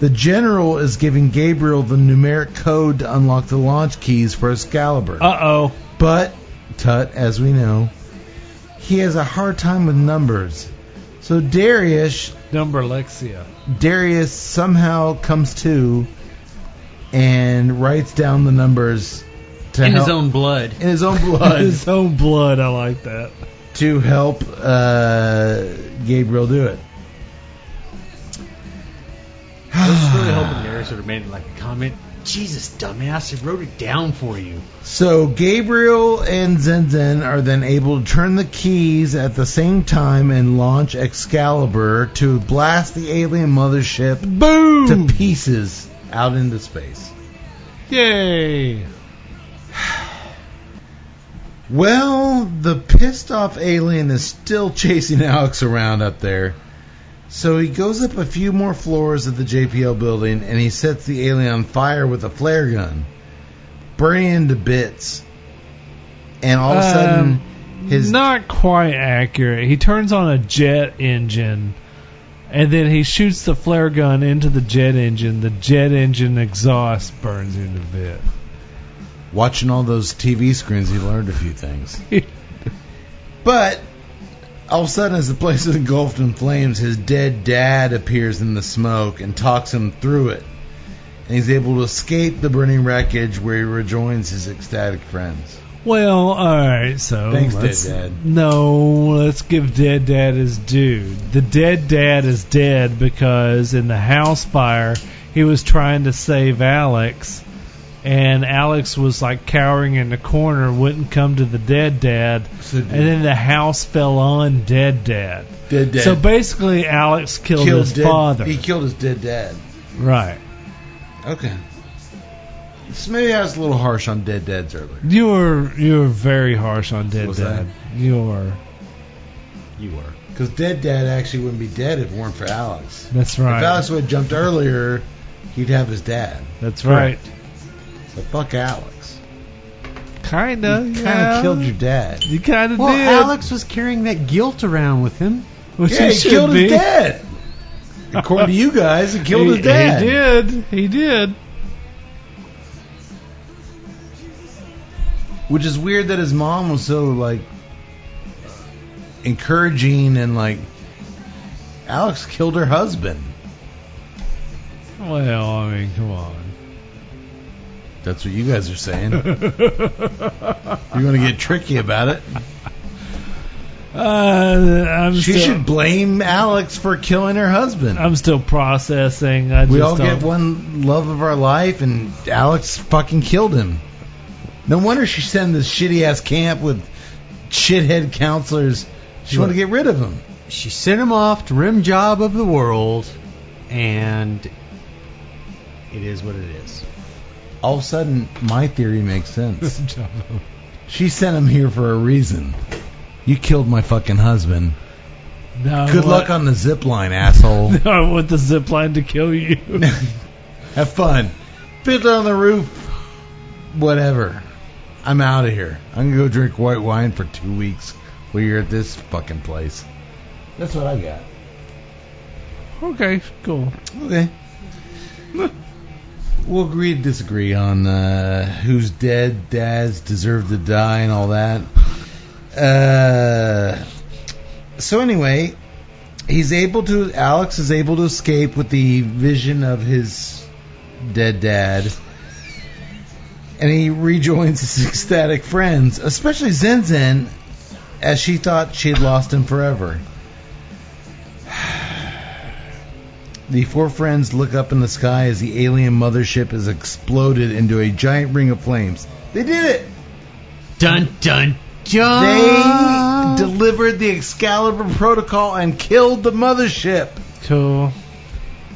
Speaker 4: the general is giving Gabriel the numeric code to unlock the launch keys for Excalibur.
Speaker 5: Uh oh.
Speaker 4: But, Tut, as we know, he has a hard time with numbers. So Darius
Speaker 5: Number Lexia.
Speaker 4: Darius somehow comes to and writes down the numbers to
Speaker 6: In
Speaker 4: help,
Speaker 6: his own blood.
Speaker 4: in his own blood
Speaker 5: His own blood. I like that.
Speaker 4: to help uh, Gabriel do it.
Speaker 6: I was really hoping Darius would have made like a comment. Jesus, dumbass, he wrote it down for you.
Speaker 4: So Gabriel and Zenzen are then able to turn the keys at the same time and launch Excalibur to blast the alien mothership
Speaker 5: Boom!
Speaker 4: to pieces out into space.
Speaker 5: Yay!
Speaker 4: Well, the pissed off alien is still chasing Alex around up there. So he goes up a few more floors of the JPL building and he sets the alien on fire with a flare gun, burning him to bits. And all of a sudden,
Speaker 5: Um,
Speaker 4: His
Speaker 5: not quite accurate. He turns on a jet engine, and then he shoots the flare gun into the jet engine. The jet engine exhaust burns him to bits.
Speaker 4: watching all those TV screens, he learned a few things. but all of a sudden, as the place is engulfed in flames, his dead dad appears in the smoke and talks him through it. And he's able to escape the burning wreckage where he rejoins his ecstatic friends.
Speaker 5: Well, all right. So
Speaker 4: Thanks,
Speaker 5: let's-
Speaker 4: Dead Dad.
Speaker 5: No, let's give Dead Dad his due. The Dead Dad is dead because in the house fire he was trying to save Alex, and Alex was like cowering in the corner, wouldn't come to the Dead Dad,
Speaker 4: So
Speaker 5: and then the house fell on Dead Dad.
Speaker 4: dead dad
Speaker 5: So basically, Alex killed, his
Speaker 4: dead-
Speaker 5: father.
Speaker 4: He killed his dead dad.
Speaker 5: right.
Speaker 4: Okay. So maybe I was a little harsh on dead dads earlier.
Speaker 5: You were you were very harsh on Dead
Speaker 4: Was
Speaker 5: Dad. You were.
Speaker 4: You were. Because dead dad actually wouldn't be dead if it weren't for Alex.
Speaker 5: That's
Speaker 4: If
Speaker 5: right.
Speaker 4: Alex would have jumped earlier, he'd have his dad.
Speaker 5: That's right.
Speaker 4: So fuck Alex.
Speaker 5: Kinda.
Speaker 4: Kind of
Speaker 5: yeah.
Speaker 4: killed your dad.
Speaker 5: You kind of
Speaker 6: Well,
Speaker 5: did.
Speaker 6: Alex was carrying that guilt around with him.
Speaker 5: which
Speaker 4: yeah,
Speaker 5: he
Speaker 4: he
Speaker 5: should
Speaker 4: killed
Speaker 5: be.
Speaker 4: his dad. According to you guys, he killed
Speaker 5: he,
Speaker 4: his dad.
Speaker 5: He did. He did.
Speaker 4: Which is weird that his mom was so like encouraging and like Alex killed her husband.
Speaker 5: Well, I mean, come on.
Speaker 4: That's what you guys are saying. You're going to get tricky about it.
Speaker 5: Uh, I'm
Speaker 4: She
Speaker 5: still,
Speaker 4: should blame Alex for killing her husband.
Speaker 5: I'm still processing. I
Speaker 4: we
Speaker 5: just
Speaker 4: all
Speaker 5: don't,
Speaker 4: get one love of our life, and Alex fucking killed him. No wonder she sent him this shitty ass camp with shithead counselors. She wanted to get rid of him.
Speaker 6: She sent him off to rim job of the world, and it is what it is.
Speaker 4: All of a sudden, my theory makes sense. she sent him here for a reason. You killed my fucking husband.
Speaker 5: No,
Speaker 4: Good luck on the zip line, asshole.
Speaker 5: I want the zipline to kill you.
Speaker 4: Have fun. Fiddle on the roof. Whatever. I'm out of here. I'm gonna go drink white wine for two weeks while you're at this fucking place. That's what I got.
Speaker 5: okay, cool.
Speaker 4: Okay. we'll agree to disagree on uh, who's dead, dads deserve to die, and all that. Uh, so anyway, he's able to. Alex is able to escape with the vision of his dead dad. And he rejoins his ecstatic friends, especially Zen Zen, as she thought she had lost him forever. The four friends look up in the sky as the alien mothership has exploded into a giant ring of flames. They did it!
Speaker 6: Dun dun dun. Ah.
Speaker 4: They delivered the Excalibur protocol and killed the mothership.
Speaker 5: Cool.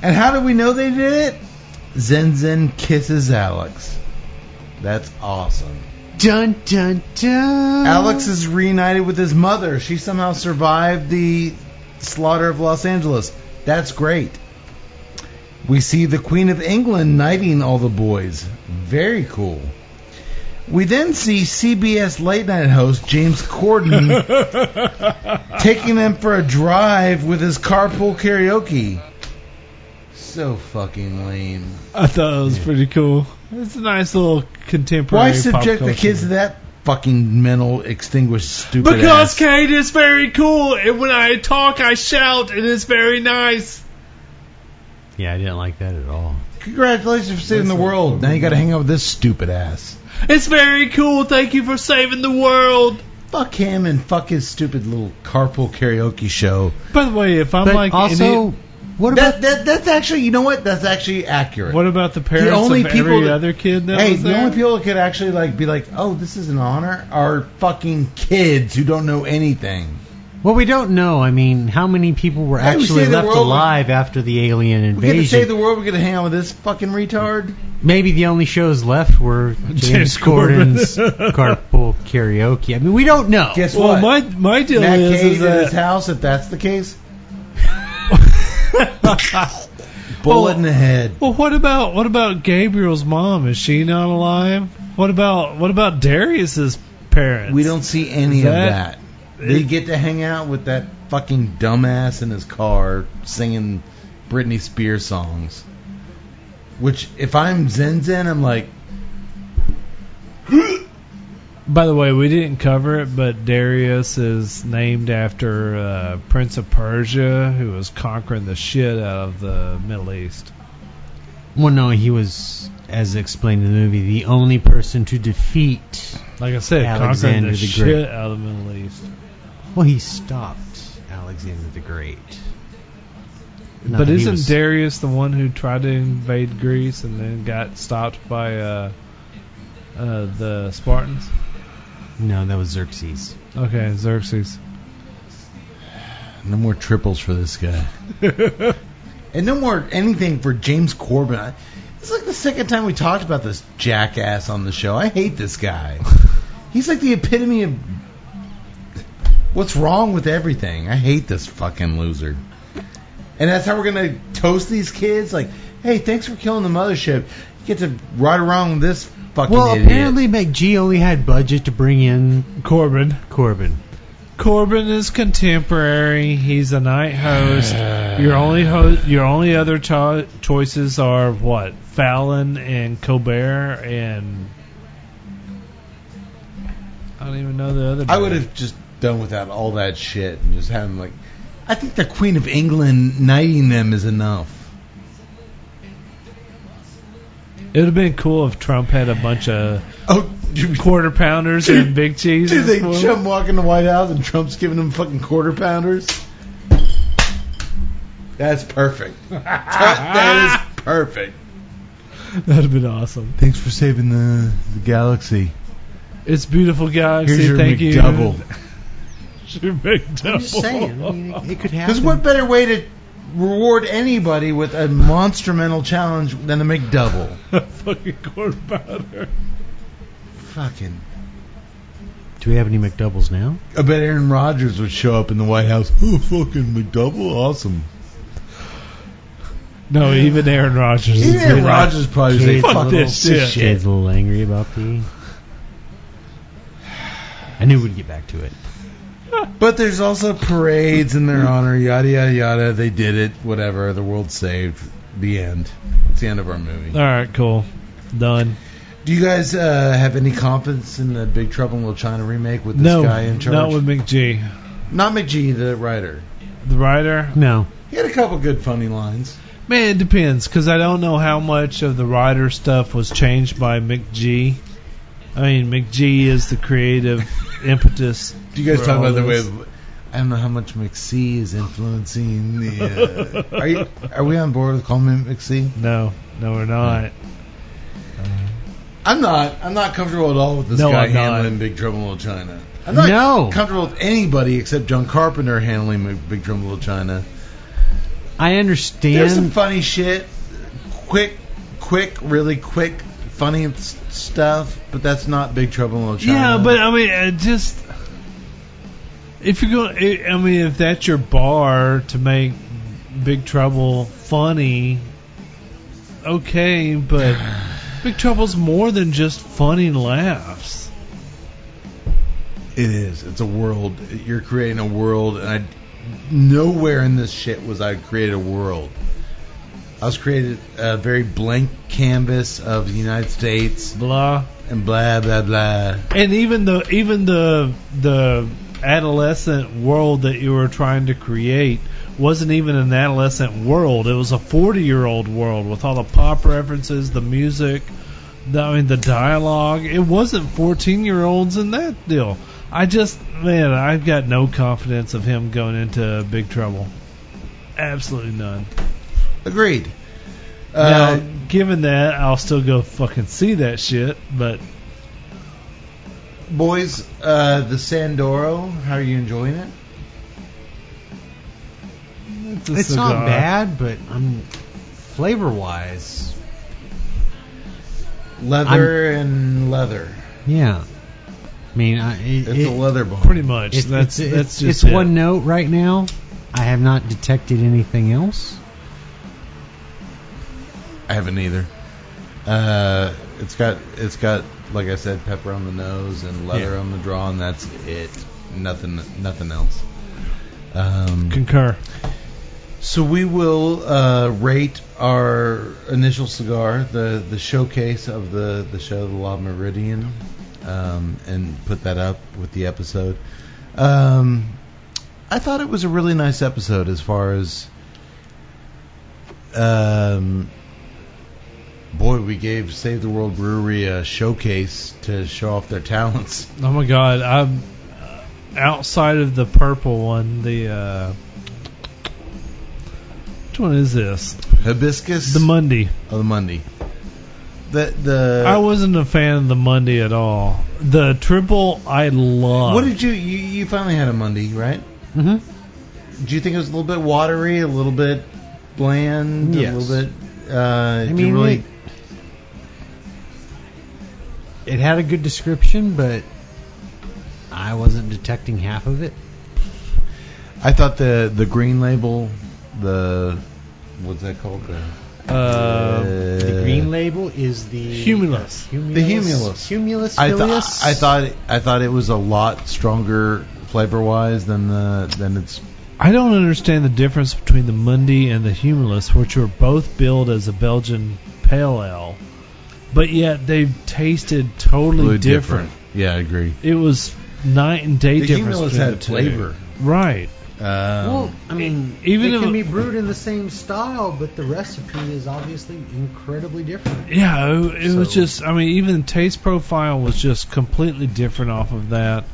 Speaker 4: And how do we know they did it? Zen Zen kisses Alex. That's awesome.
Speaker 6: dun dun dun.
Speaker 4: Alex is reunited with his mother. She somehow survived the slaughter of Los Angeles. That's great. We see the Queen of England knighting all the boys. Very cool. We then see CBS late night host James Corden taking them for a drive with his carpool karaoke. So fucking lame.
Speaker 5: I thought it was pretty cool. It's a nice little contemporary.
Speaker 4: Why
Speaker 5: pop
Speaker 4: subject the
Speaker 5: culture.
Speaker 4: kids to that fucking mental extinguished stupid
Speaker 5: Because
Speaker 4: ass?
Speaker 5: Kate is very cool, and when I talk, I shout, and it's very nice.
Speaker 6: Yeah, I didn't like that at all.
Speaker 4: Congratulations for saving the world. Now you got to hang out with this stupid ass.
Speaker 5: It's very cool. Thank you for saving the world.
Speaker 4: Fuck him and fuck his stupid little carpool karaoke show.
Speaker 5: By the way, if I'm
Speaker 6: But
Speaker 5: like
Speaker 6: also,
Speaker 5: any-
Speaker 6: what about
Speaker 4: That, that that's actually you know what that's actually accurate.
Speaker 5: what about the parents
Speaker 4: only
Speaker 5: of
Speaker 4: people
Speaker 5: every
Speaker 4: that-
Speaker 5: other kid that
Speaker 4: hey,
Speaker 5: was
Speaker 4: the
Speaker 5: there?
Speaker 4: only people that could actually like be like, oh, this is an honor, are fucking kids who don't know anything.
Speaker 6: Well, we don't know. I mean, how many people were
Speaker 4: Hey, we
Speaker 6: actually
Speaker 4: saved the
Speaker 6: left
Speaker 4: world.
Speaker 6: alive after the alien
Speaker 4: We get to save
Speaker 6: invasion?
Speaker 4: the world. We get to hang out with this fucking retard.
Speaker 6: Maybe the only shows left were James Corden's carpool karaoke. I mean, we don't know.
Speaker 4: Guess what?
Speaker 5: well, my my deal
Speaker 4: Matt
Speaker 5: is,
Speaker 4: Cave
Speaker 5: is
Speaker 4: in his
Speaker 5: that
Speaker 4: house. If that's the case, bullet in the head.
Speaker 5: well, what about what about Gabriel's mom? Is she not alive? What about what about Darius's parents.
Speaker 4: We don't see any
Speaker 5: That-
Speaker 4: of that. They get to hang out with that fucking dumbass in his car singing Britney Spears songs. Which, if I'm Zen Zen, I'm like,
Speaker 5: By the way, we didn't cover it, but Darius is named after uh, Prince of Persia, who was conquering the shit out of the Middle East.
Speaker 6: Well, no, he was, as explained in the movie, the only person to defeat.
Speaker 5: Like I said, conquering
Speaker 6: Alexander
Speaker 5: the,
Speaker 6: the
Speaker 5: shit
Speaker 6: Great.
Speaker 5: out of the Middle East.
Speaker 6: Well, he stopped Alexander the Great.
Speaker 5: but
Speaker 6: Not that he
Speaker 5: isn't
Speaker 6: was-
Speaker 5: Darius the one who tried to invade Greece and then got stopped by uh, uh, the Spartans?
Speaker 6: No, that was Xerxes.
Speaker 5: Okay, Xerxes.
Speaker 4: no more triples for this guy. and no more anything for James Corbin. I- It's like the second time we talked about this jackass on the show. I hate this guy. He's like the epitome of what's wrong with everything. I hate this fucking loser. And that's how we're gonna toast these kids. Like, hey, thanks for killing the mothership. You get to right around with this fucking
Speaker 6: Well,
Speaker 4: idiot.
Speaker 6: apparently McGee only had budget to bring in
Speaker 5: Corbin.
Speaker 6: Corbin.
Speaker 5: Corbin is contemporary. He's a night host. your only ho- your only other cho- choices are what Fallon and Colbert and I don't even know the other.
Speaker 4: I
Speaker 5: dude.
Speaker 4: would have just done without all that shit and just had him like. I think the Queen of England knighting them is enough.
Speaker 5: It would have been cool if Trump had a bunch of
Speaker 4: Oh, dude,
Speaker 5: quarter pounders and big cheese.
Speaker 4: do they
Speaker 5: Well,
Speaker 4: Trump walk in the White House and Trump's giving them fucking quarter pounders? That's perfect. that is perfect.
Speaker 5: That'd have been awesome.
Speaker 4: Thanks for saving the, the galaxy.
Speaker 5: It's beautiful, guys.
Speaker 4: Here's your
Speaker 5: Thank you.
Speaker 4: McDouble.
Speaker 5: Your McDouble.
Speaker 6: I'm just saying. I mean, it, it could happen.
Speaker 4: Because what better way to reward anybody with a monstrumental challenge than a McDouble?
Speaker 5: Fucking quarter pounder.
Speaker 4: fucking.
Speaker 6: Do we have any McDoubles now?
Speaker 4: I bet Aaron Rodgers would show up in the White House. Oh, fucking McDouble, awesome.
Speaker 5: No, even Aaron Rodgers. is
Speaker 4: Even
Speaker 5: really-
Speaker 4: Rodgers probably say,
Speaker 6: Kids
Speaker 4: "Fuck
Speaker 5: little
Speaker 4: this shit."
Speaker 6: Shit's a little angry about the. I knew we'd get back to it.
Speaker 4: But there's also parades in their honor, yada yada yada. They did it, whatever. The world saved. The end. It's the end of our movie.
Speaker 5: All right, cool. Done.
Speaker 4: Do you guys uh, have any confidence in the Big Trouble in Little China remake with this
Speaker 5: no,
Speaker 4: guy in charge?
Speaker 5: not with McG.
Speaker 4: Not McGee, the writer.
Speaker 5: The writer,
Speaker 6: No.
Speaker 4: He had a couple good funny lines.
Speaker 5: man, it depends because I don't know how much of the writer stuff was changed by McG. I mean, McG is the creative impetus.
Speaker 4: Do you guys
Speaker 5: for
Speaker 4: talk
Speaker 5: all
Speaker 4: about the way?
Speaker 5: this.
Speaker 4: I don't know how much McSee is influencing the. Uh, are you? Are we on board with calling him McSee?
Speaker 5: No, no, we're not.
Speaker 4: I'm not. I'm not comfortable at all with this
Speaker 5: No,
Speaker 4: guy
Speaker 5: I'm not.
Speaker 4: handling Big Trouble in Little China. I'm not
Speaker 6: No.
Speaker 4: comfortable with anybody except John Carpenter handling M- Big Trouble in Little China.
Speaker 6: I
Speaker 4: There's some
Speaker 6: understand.
Speaker 4: funny shit, quick, quick, really quick, funny s- stuff, but that's not Big Trouble in Little China.
Speaker 5: Yeah, but I mean, it just if you're going, I I mean, if that's your bar to make Big Trouble funny, okay, but Big Trouble's more than just funny laughs.
Speaker 4: it is. It's a world. You're creating a world, and I. Nowhere in this shit was I created a world. I was created a very blank canvas of the United States
Speaker 5: Blah.
Speaker 4: and blah blah blah.
Speaker 5: And even the even the the adolescent world that you were trying to create wasn't even an adolescent world. It was a forty year old world with all the pop references, the music, the, I mean the dialogue. It wasn't fourteen year olds in that deal. I just man, I've got no confidence of him going into big trouble. Absolutely none.
Speaker 4: Agreed.
Speaker 5: Now,
Speaker 4: Uh,
Speaker 5: given that, I'll still go fucking see that shit. But
Speaker 4: boys, uh, the Sandoro, how are you enjoying it?
Speaker 5: it's, a
Speaker 6: It's
Speaker 5: cigar.
Speaker 4: uh,
Speaker 6: not bad, but I'm flavor wise.
Speaker 4: Leather and leather.
Speaker 6: Yeah. I mean, I,
Speaker 4: It's
Speaker 6: it, it-
Speaker 4: a leather bar.
Speaker 5: Pretty much.
Speaker 6: it-
Speaker 5: that's
Speaker 6: it's,
Speaker 5: that's
Speaker 6: it's,
Speaker 5: just
Speaker 6: it's
Speaker 5: it.
Speaker 6: one note right now. I have not detected anything else.
Speaker 4: I haven't either. Uh, It's got it's got like I said, pepper on the nose and leather on the draw, and that's it. Nothing nothing else. Um,
Speaker 5: Concur.
Speaker 4: so we will uh, rate our initial cigar, the the showcase of the the show, the La Meridian, um, and put that up with the episode. Um, I thought it was a really nice episode as far as. Um, boy, we gave Save the World Brewery a showcase to show off their talents.
Speaker 5: Oh my god, I'm uh, outside of the purple one. The uh, which one is this?
Speaker 4: Hibiscus
Speaker 5: The Monday.
Speaker 4: of the Monday. The the
Speaker 5: I wasn't a fan of the Monday at all. The triple I love.
Speaker 4: What did you, you you finally had a Monday, right?
Speaker 6: Mm-hmm.
Speaker 4: Do you think it was a little bit watery, a little bit bland,
Speaker 6: Yes.
Speaker 4: a little bit? Uh, I
Speaker 6: mean,
Speaker 4: you really,
Speaker 6: it- It had a good description, but I wasn't detecting half of it.
Speaker 4: I thought the the green label, the what's that called? The,
Speaker 5: Uh,
Speaker 6: The green label is the
Speaker 5: Humulus.
Speaker 6: humulus
Speaker 4: The humulus.
Speaker 6: Humulus.
Speaker 4: I, thought
Speaker 6: filius?
Speaker 4: I thought I thought it was a lot stronger flavor wise than the than its.
Speaker 5: I don't understand the difference between the Mundy and the Humulus, which were both billed as a Belgian pale ale, but yet they tasted totally
Speaker 4: really
Speaker 5: different.
Speaker 4: Yeah, I agree.
Speaker 5: It was night and day
Speaker 4: The
Speaker 5: difference.
Speaker 4: Humulus
Speaker 5: between
Speaker 4: had
Speaker 5: the two.
Speaker 4: flavor.
Speaker 5: right?
Speaker 4: Um,
Speaker 6: Well, I mean,
Speaker 5: even
Speaker 6: it
Speaker 5: if-
Speaker 6: can be brewed in the same style, but the recipe is obviously incredibly different.
Speaker 5: Yeah, it, it was
Speaker 6: So-
Speaker 5: just. I mean, even the taste profile was just completely different off of that.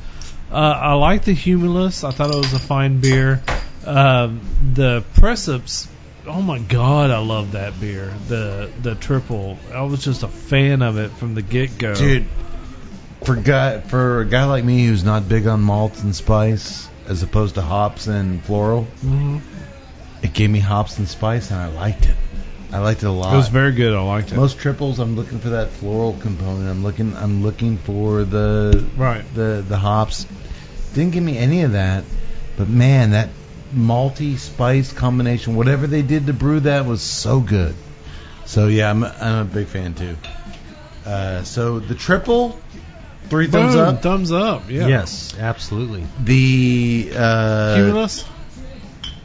Speaker 5: Uh, I like the Humulus. I thought it was a fine beer. Um, the Precips. Oh my God, I love that beer. The the triple. I was just a fan of it from the get go.
Speaker 4: Dude, for guy for a guy like me who's not big on malts and spice as opposed to hops and floral,
Speaker 5: Mhm.
Speaker 4: it gave me hops and spice and I liked it. I liked it a lot.
Speaker 5: it was very good. I liked it.
Speaker 4: Most triples, I'm looking for that floral component. I'm looking I'm looking for the
Speaker 5: Right.
Speaker 4: the the hops. Didn't give me any of that, but man, that malty spice combination, whatever they did to brew that was so good. So yeah, I'm I'm a big fan too. Uh, so the triple, three thumbs
Speaker 5: Boom,
Speaker 4: up.
Speaker 5: Thumbs up. Yeah.
Speaker 6: Yes, absolutely.
Speaker 4: The uh,
Speaker 5: Humulus.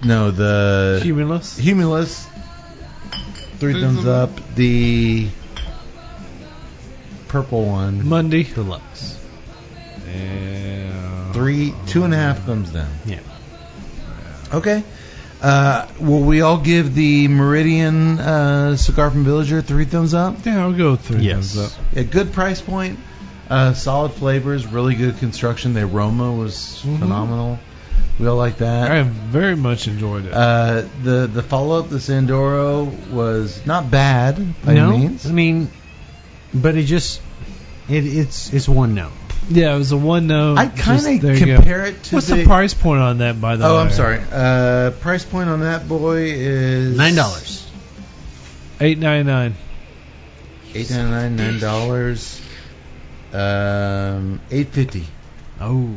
Speaker 4: no the
Speaker 5: Humulus.
Speaker 4: Humulus. Three
Speaker 11: Three
Speaker 4: thumbs
Speaker 11: thumbs
Speaker 4: up. The purple one.
Speaker 5: Monday.
Speaker 6: Deluxe.
Speaker 5: Yeah.
Speaker 4: Three, two and a half thumbs down.
Speaker 6: Yeah.
Speaker 4: Okay. Uh, will we all give the Meridian uh, cigar from Villager three thumbs up?
Speaker 5: Yeah, I'll go through.
Speaker 6: Yes.
Speaker 5: Thumbs up.
Speaker 4: A good price point, uh, solid flavors, really good construction. The aroma was phenomenal. We all like that.
Speaker 5: I very much enjoyed it.
Speaker 4: Uh, the the follow up, the Sandoro, was not bad by
Speaker 6: no, Mm-hmm.
Speaker 4: any means.
Speaker 6: I mean, but it just it, it's it's one note.
Speaker 5: Yeah, it was a one note.
Speaker 4: I kind of
Speaker 5: compare.
Speaker 4: compare it to
Speaker 5: What's
Speaker 4: the,
Speaker 5: the price point on that, by the
Speaker 4: Oh,
Speaker 5: way?
Speaker 4: I'm sorry. Uh, price point on that boy is
Speaker 6: Nine dollars.
Speaker 5: Eight ninety nine.
Speaker 4: Eight ninety nine, nine dollars. Um, eight fifty. You
Speaker 6: Oh,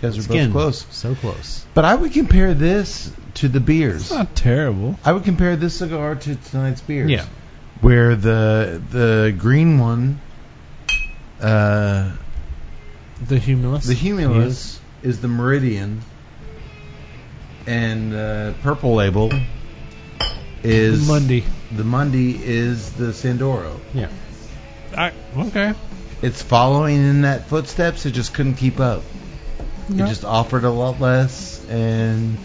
Speaker 4: guys are both
Speaker 6: again,
Speaker 4: close.
Speaker 6: So close.
Speaker 4: But I would compare this to the beers.
Speaker 5: It's not terrible.
Speaker 4: I would compare this cigar to tonight's beers.
Speaker 6: Yeah.
Speaker 4: Where the the green one, uh,
Speaker 5: The Humulus.
Speaker 4: the Humulus is the Meridian, and uh, purple label is
Speaker 5: Monday.
Speaker 4: The Mundi is the Sandoro.
Speaker 6: Yeah.
Speaker 5: I, okay.
Speaker 4: It's following in that footsteps. It just couldn't keep up. It just offered a lot less, and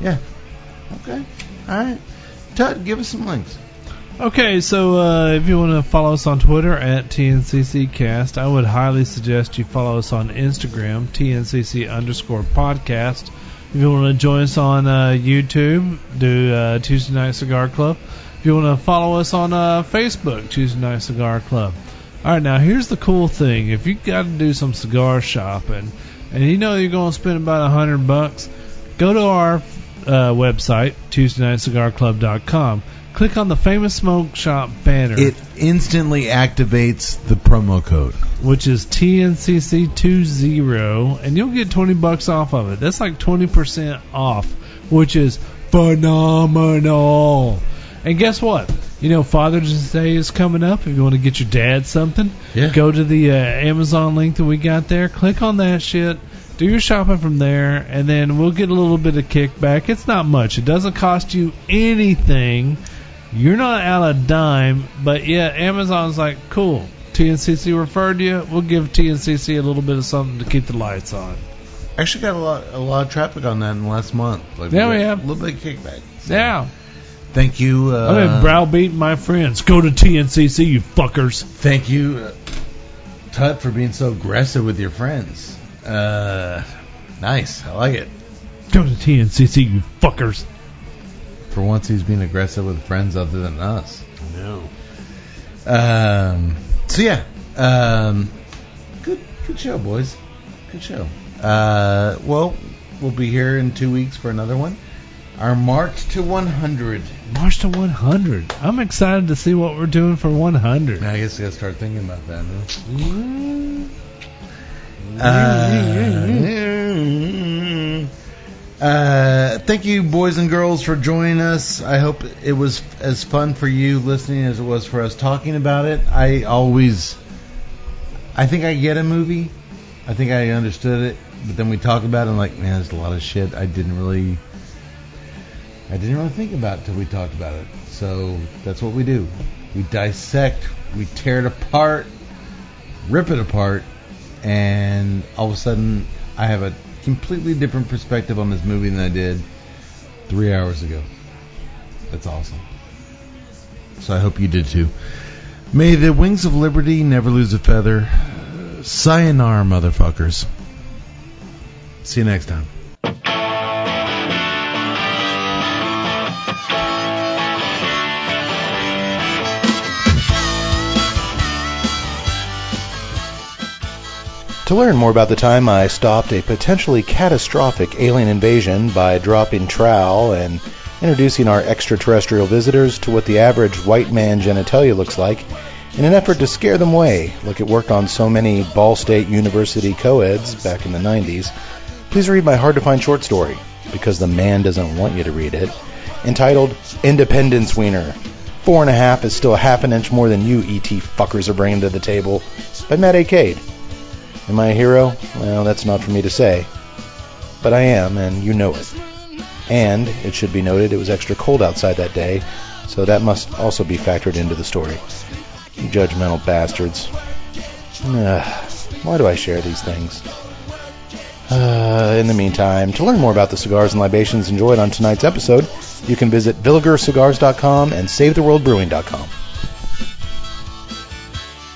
Speaker 4: yeah, okay, all right. Todd, give us some links.
Speaker 5: Okay, so uh, if you want to follow us on Twitter at TNCCcast, I would highly suggest you follow us on Instagram, TNCC underscore podcast. If you want to join us on uh, YouTube, do uh, Tuesday Night Cigar Club. If you want to follow us on uh, Facebook, Tuesday Night Cigar Club. All right, now here's the cool thing: if you got to do some cigar shopping, and you know you're going to spend about a hundred bucks, go to our uh, website, TuesdayNightCigarClub.com. Click on the famous smoke shop banner,
Speaker 4: It instantly activates the promo code.
Speaker 5: which is TNCC20, and you'll get 20 bucks off of it. That's like 20% off, which is phenomenal. And guess what? You know, Father's Day is coming up. If you want to get your dad something,
Speaker 6: Yeah.
Speaker 5: go to the uh, Amazon link that we got there. Click on that shit. Do your shopping from there, and then we'll get a little bit of kickback. It's not much. It doesn't cost you anything. You're not out a dime, but yeah, Amazon's like, cool. TNCC referred you. We'll give TNCC a little bit of something to keep the lights on.
Speaker 6: Actually, got a lot a lot of traffic on that in the last month. Like
Speaker 5: Yeah, we
Speaker 6: got
Speaker 5: have.
Speaker 6: a little bit of kickback. So,
Speaker 5: Yeah, Oh,
Speaker 6: Thank you. Uh,
Speaker 5: I've been browbeating my friends. Go to TNCC, you fuckers.
Speaker 6: Thank you, uh, Tut, for being so aggressive with your friends. Uh, nice. I like it.
Speaker 5: Go to TNCC, you fuckers.
Speaker 6: For once, he's being aggressive with friends other than us. No. Um. So yeah. Um. Good. Good show, boys. Good show. Uh. Well, we'll be here in two weeks for another one. Our march to 100.
Speaker 5: March to 100. I'm excited to see what we're doing for 100.
Speaker 6: I guess I gotta start thinking about that. Huh? Uh, uh, thank you, boys and girls, for joining us. I hope it was as fun for you listening as it was for us talking about it. I always, I think I get a movie. I think I understood it, but then we talk about it. I'm like, man, there's a lot of shit I didn't really. I didn't really think about it till we talked about it. So that's what we do. We dissect, we tear it apart, rip it apart, and all of a sudden I have a completely different perspective on this movie than I did three hours ago. That's awesome. So I hope you did too. May the wings of liberty never lose a feather. Sayonara, motherfuckers. See you next time.
Speaker 4: To learn more about the time I stopped a potentially catastrophic alien invasion by dropping trowel and introducing our extraterrestrial visitors to what the average white man genitalia looks like in an effort to scare them away, like it worked on so many Ball State University co-eds back in the 90s, please read my hard-to-find short story, because the man doesn't want you to read it, entitled Independence Wiener. Four and a half is still a half an inch more than you ET fuckers are bringing to the table by Matt A. Cade. Am I a hero? Well, that's not for me to say. But I am, and you know it. And, it should be noted, it was extra cold outside that day, so that must also be factored into the story. You judgmental bastards. Ugh, why do I share these things? Uh, in the meantime, to learn more about the cigars and libations enjoyed on tonight's episode, you can visit villigercigars.com and savetheworldbrewing.com.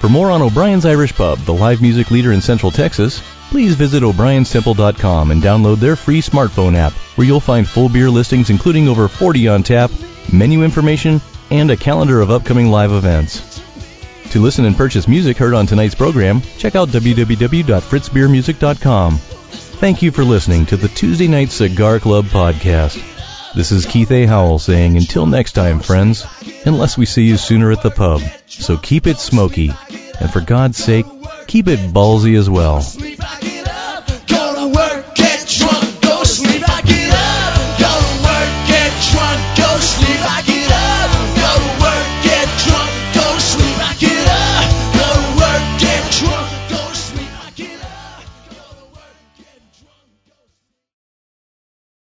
Speaker 1: For more on O'Brien's Irish Pub, the live music leader in Central Texas, please visit o'brienstemple.com and download their free smartphone app, where you'll find full beer listings including over 40 on tap, menu information, and a calendar of upcoming live events. To listen and purchase music heard on tonight's program, check out www.fritzbeermusic.com. Thank you for listening to the Tuesday Night Cigar Club podcast. This is Keith A. Howell saying until next time, friends, unless we see you sooner at the pub. So keep it smoky, and for God's sake, keep it ballsy as well.
Speaker 2: Sleep, I